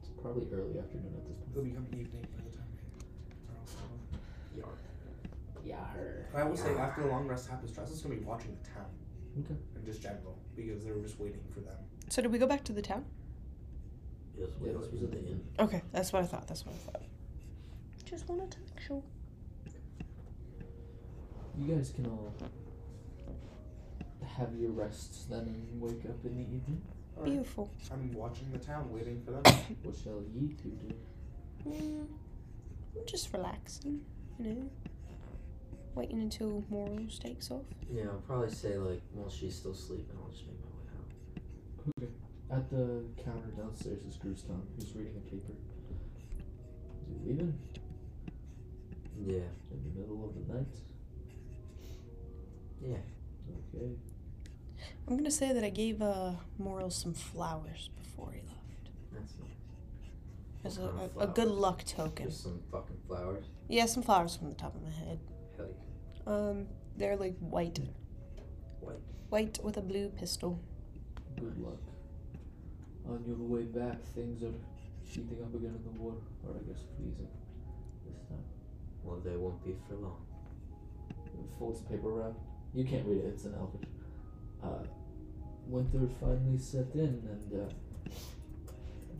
[SPEAKER 2] It's probably early afternoon at this
[SPEAKER 6] It'll
[SPEAKER 2] point.
[SPEAKER 6] become evening by the time. we- or else I'll-
[SPEAKER 5] Yar. Yar.
[SPEAKER 6] I will say, after the long rest happens, Tress is gonna be watching the town.
[SPEAKER 2] Okay.
[SPEAKER 6] And just general, because they were just waiting for them.
[SPEAKER 1] So did we go back to the town?
[SPEAKER 5] Yes, we
[SPEAKER 2] Yeah,
[SPEAKER 5] are.
[SPEAKER 2] this was at the end.
[SPEAKER 1] Okay, that's what I thought. That's what I thought. Just wanted to make sure.
[SPEAKER 2] You guys can all have your rests then and wake up in the evening.
[SPEAKER 6] Alright,
[SPEAKER 1] Beautiful.
[SPEAKER 6] I'm watching the town, waiting for them.
[SPEAKER 2] What shall ye two do?
[SPEAKER 1] Mm, I'm just relaxing, you know. Waiting until morals takes off.
[SPEAKER 5] Yeah, I'll probably say, like, while she's still sleeping, I'll just make my way out.
[SPEAKER 2] At the counter downstairs is Grueston, who's reading a paper. Is he leaving
[SPEAKER 5] Yeah.
[SPEAKER 2] in the middle of the night?
[SPEAKER 5] Yeah.
[SPEAKER 2] Okay.
[SPEAKER 1] I'm gonna say that I gave uh, Morals some flowers before he left.
[SPEAKER 5] That's nice.
[SPEAKER 1] As
[SPEAKER 5] What
[SPEAKER 1] a,
[SPEAKER 5] kind of
[SPEAKER 1] a, a good
[SPEAKER 5] flowers?
[SPEAKER 1] luck token.
[SPEAKER 5] Just some fucking flowers.
[SPEAKER 1] Yeah, some flowers from the top of my head.
[SPEAKER 5] Hell yeah.
[SPEAKER 1] Um, they're like white.
[SPEAKER 5] White.
[SPEAKER 1] White with a blue pistol.
[SPEAKER 2] Good luck. On your way back, things are heating up again in the water, or I guess freezing. This time.
[SPEAKER 5] Well, they won't be for long.
[SPEAKER 2] It folds the paper around. You can't read it, it's an Elvish. Uh, winter finally set in, and uh,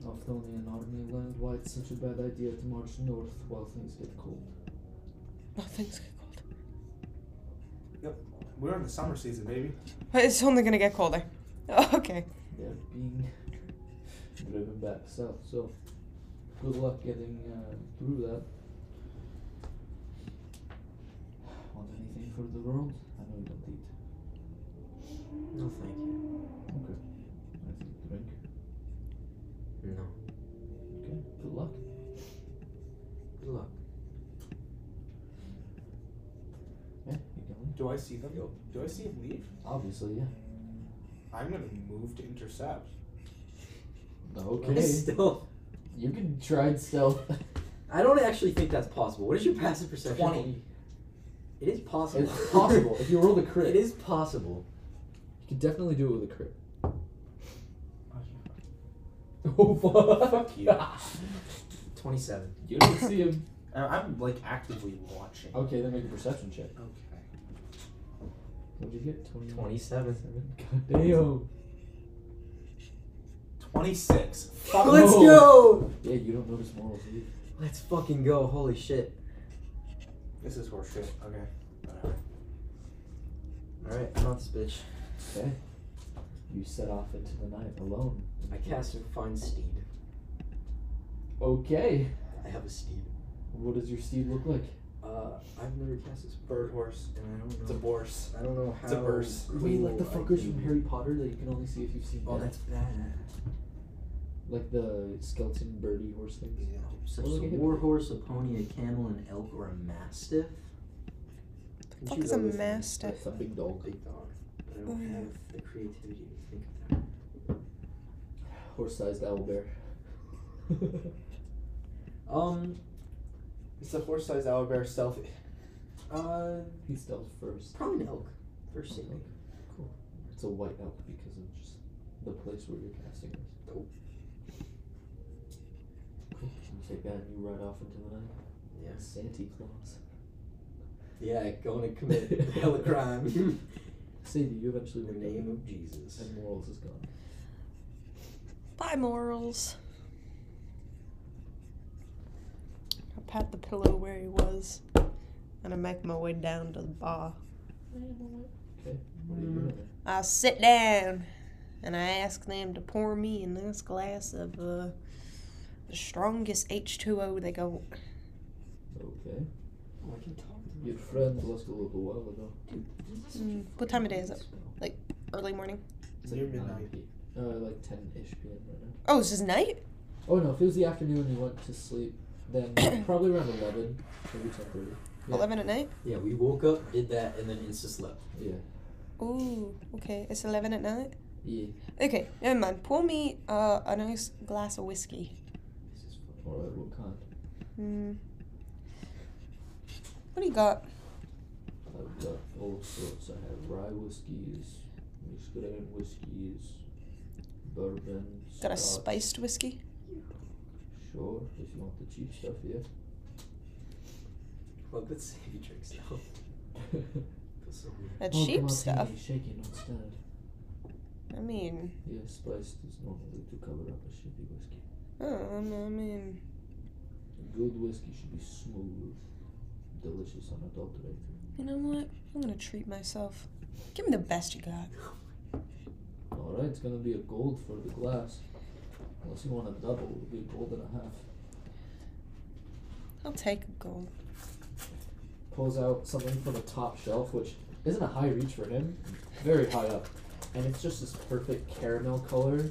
[SPEAKER 2] Nothdonian army land why it's such a bad idea to march north while things get cold.
[SPEAKER 1] Nothing's gonna cold.
[SPEAKER 6] We're in the summer season, baby.
[SPEAKER 1] But it's only gonna get colder. Okay.
[SPEAKER 2] They're being driven back south, so good luck getting uh, through that. Want anything for the world? I know you don't eat.
[SPEAKER 5] No, thank you.
[SPEAKER 2] Okay. I think drink.
[SPEAKER 5] No.
[SPEAKER 2] Okay. Good luck.
[SPEAKER 5] Good luck.
[SPEAKER 2] Yeah, you can leave.
[SPEAKER 6] Do I see them? Do I see him leave?
[SPEAKER 2] Obviously, yeah.
[SPEAKER 6] I'm gonna move to intercept.
[SPEAKER 2] Okay.
[SPEAKER 5] Still,
[SPEAKER 2] you can try and stealth.
[SPEAKER 5] I don't actually think that's possible. What is your passive perception? It is possible.
[SPEAKER 2] It's possible. If you roll the crit,
[SPEAKER 5] It is possible.
[SPEAKER 2] you can definitely do it with a crit.
[SPEAKER 6] Oh, yeah.
[SPEAKER 2] Oh fuck!
[SPEAKER 6] you.
[SPEAKER 5] Twenty-seven.
[SPEAKER 2] you don't see him.
[SPEAKER 6] Uh, I'm like actively watching.
[SPEAKER 2] Okay, then make a perception check.
[SPEAKER 6] Okay.
[SPEAKER 2] What'd you get? Twenty.
[SPEAKER 5] Twenty-seven.
[SPEAKER 2] God damn.
[SPEAKER 6] 26. Fuck
[SPEAKER 5] Let's
[SPEAKER 2] Oh.
[SPEAKER 5] go.
[SPEAKER 2] Yeah, you don't notice morals either.
[SPEAKER 5] Let's fucking go. Holy shit.
[SPEAKER 6] This is horseshit. Okay.
[SPEAKER 5] All right, I'm out this bitch.
[SPEAKER 2] Okay. You set off into the night alone.
[SPEAKER 5] I cast find steed.
[SPEAKER 2] Okay.
[SPEAKER 5] I have a steed.
[SPEAKER 2] What does your steed look like?
[SPEAKER 8] Uh, I've never cast this.
[SPEAKER 17] Bird horse.
[SPEAKER 8] And I don't know.
[SPEAKER 17] It's a borse.
[SPEAKER 8] I don't know how.
[SPEAKER 17] It's a verse.
[SPEAKER 2] Wait, like the
[SPEAKER 8] cool I
[SPEAKER 2] fuckers
[SPEAKER 8] can-
[SPEAKER 2] from Harry Potter that you can only see if you've seen.
[SPEAKER 8] Oh,
[SPEAKER 2] death.
[SPEAKER 8] that's bad.
[SPEAKER 2] like the skeleton birdie horse things.
[SPEAKER 8] So
[SPEAKER 2] Well,
[SPEAKER 8] it's
[SPEAKER 2] look
[SPEAKER 8] a
[SPEAKER 2] at it.
[SPEAKER 8] warhorse, a pony, a camel, an elk, or a mastiff.
[SPEAKER 1] The fuck is a mastiff?
[SPEAKER 2] That's a big dog.
[SPEAKER 8] Big dog. But I
[SPEAKER 1] Oh,
[SPEAKER 8] don't
[SPEAKER 1] yeah.
[SPEAKER 8] have the creativity to think of that.
[SPEAKER 2] Horse-sized owl bear.
[SPEAKER 8] Um.
[SPEAKER 17] It's a horse-sized owlbear selfie.
[SPEAKER 8] Uh.
[SPEAKER 2] he stealth first.
[SPEAKER 8] Probably an elk. First thing.
[SPEAKER 2] It's a white elk because of just the place where you're casting this.
[SPEAKER 8] Dope.
[SPEAKER 2] Cool. You take that and you ride off into the night.
[SPEAKER 8] Yeah.
[SPEAKER 2] Santa Claus.
[SPEAKER 8] Yeah, going to commit hella crime. In
[SPEAKER 2] Sadie, you eventually
[SPEAKER 8] the
[SPEAKER 2] wake
[SPEAKER 8] name
[SPEAKER 2] up
[SPEAKER 8] of Jesus.
[SPEAKER 2] and morals is gone.
[SPEAKER 1] Bye, morals. I pat the pillow where he was, and I make my way down to the bar.
[SPEAKER 2] Okay. What are you doing there?
[SPEAKER 1] I sit down and I ask them to pour me a nice glass of uh, the strongest H2O they got.
[SPEAKER 2] Okay.
[SPEAKER 8] Oh, I can talk to
[SPEAKER 2] Your friend lost a little while ago.
[SPEAKER 1] Mm, what time it is? Early morning.
[SPEAKER 2] It's like
[SPEAKER 6] Near
[SPEAKER 2] 9 p- Uh, like 10-ish p.m. right now.
[SPEAKER 1] Oh, it's this night?
[SPEAKER 2] Oh no, if it was the afternoon and you went to sleep, then probably around 11, maybe 10.30. Yeah.
[SPEAKER 1] 11 at night?
[SPEAKER 8] Yeah, we woke up, did that, and then insta slept.
[SPEAKER 2] Yeah.
[SPEAKER 1] Ooh, okay. It's 11 at night?
[SPEAKER 2] Yeah.
[SPEAKER 1] Okay, never mind. Pour me uh, a nice glass of whiskey.
[SPEAKER 8] This is fucking
[SPEAKER 2] Alright, what kind?
[SPEAKER 1] Mm. What do you got?
[SPEAKER 2] I've got all sorts. I have rye whiskeys, mixed grain whiskeys, bourbon,
[SPEAKER 1] Got a
[SPEAKER 2] scotch.
[SPEAKER 1] spiced whiskey?
[SPEAKER 2] Sure, if you want the cheap stuff, yeah.
[SPEAKER 8] Well, good savvy tricks though. Feels so weird.
[SPEAKER 1] That
[SPEAKER 2] Vodka
[SPEAKER 1] cheap
[SPEAKER 2] martini,
[SPEAKER 1] stuff.
[SPEAKER 2] Shaken, not stirred.
[SPEAKER 1] I mean,
[SPEAKER 2] Yeah, spiced is normally to cover up a shitty whiskey.
[SPEAKER 1] oh, I mean,
[SPEAKER 2] A good whiskey should be smooth, delicious, unadulterated.
[SPEAKER 1] you know what? I'm gonna treat myself. Give me the best you got.
[SPEAKER 2] Alright, it's gonna be a gold for the glass. Unless you want a double, it'll be a gold and a half.
[SPEAKER 1] I'll take a gold.
[SPEAKER 2] pulls out something from the top shelf, which isn't a high reach for him, very high up, and it's just this perfect caramel color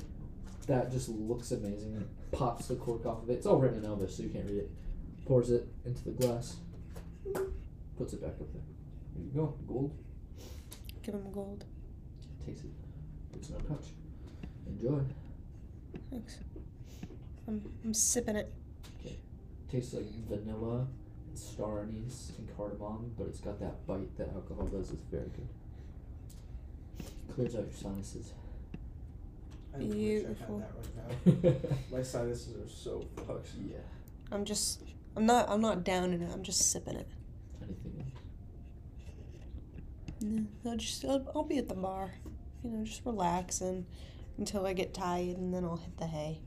[SPEAKER 2] that just looks amazing. And pops the cork off of it. It's all written in Elvish, so you can't read it. Pours it into the glass, puts it back up there. There you go, gold.
[SPEAKER 1] Give him a gold.
[SPEAKER 2] Takes it, puts it on touch. Enjoy.
[SPEAKER 1] Thanks. I'm, I'm sipping it.
[SPEAKER 2] Tastes like vanilla, and star anise, and cardamom, but it's got that bite that alcohol does. It's very good. Clears out your sinuses.
[SPEAKER 6] I wish I had
[SPEAKER 1] Beautiful.
[SPEAKER 6] that right now.
[SPEAKER 2] yeah.
[SPEAKER 17] My sinuses are so fucked.
[SPEAKER 1] I'm just, I'm not, I'm not down in it. I'm just sipping it.
[SPEAKER 2] Anything else?
[SPEAKER 1] No, I'll just, I'll, I'll be at the bar. You know, just relaxing until I get tired, and then I'll hit the hay.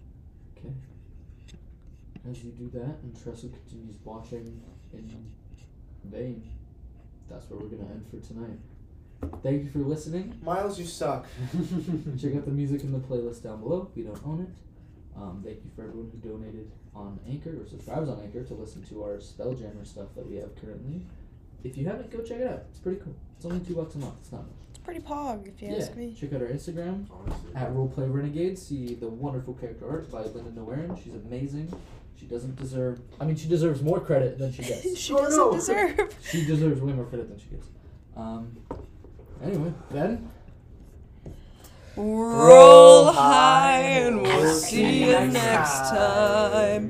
[SPEAKER 2] As you do that, and Tressa continues watching in vain. That's where we're gonna end for tonight. Thank you for listening.
[SPEAKER 4] Miles, you suck.
[SPEAKER 5] Mm-hmm.
[SPEAKER 2] Check out the music in the playlist down below. We don't own it. Um, thank you for everyone who donated on Anchor or subscribes on Anchor to listen to our Spelljammer stuff that we have currently. If you haven't, go check it out. It's pretty cool. It's only two bucks a month. It's not much.
[SPEAKER 1] It's pretty pog, if you ask me.
[SPEAKER 2] Check out our Instagram
[SPEAKER 8] Honestly.
[SPEAKER 2] at Roleplay Renegade, see the wonderful character art by Linda Noerin. She's amazing. She doesn't deserve. I mean, she deserves more credit than she gets.
[SPEAKER 1] she
[SPEAKER 8] Oh,
[SPEAKER 1] doesn't
[SPEAKER 8] no.
[SPEAKER 1] deserve.
[SPEAKER 2] she deserves way more credit than she gets. Um. Anyway, Ben.
[SPEAKER 1] Roll high, and
[SPEAKER 8] we'll
[SPEAKER 1] we'll see you next time.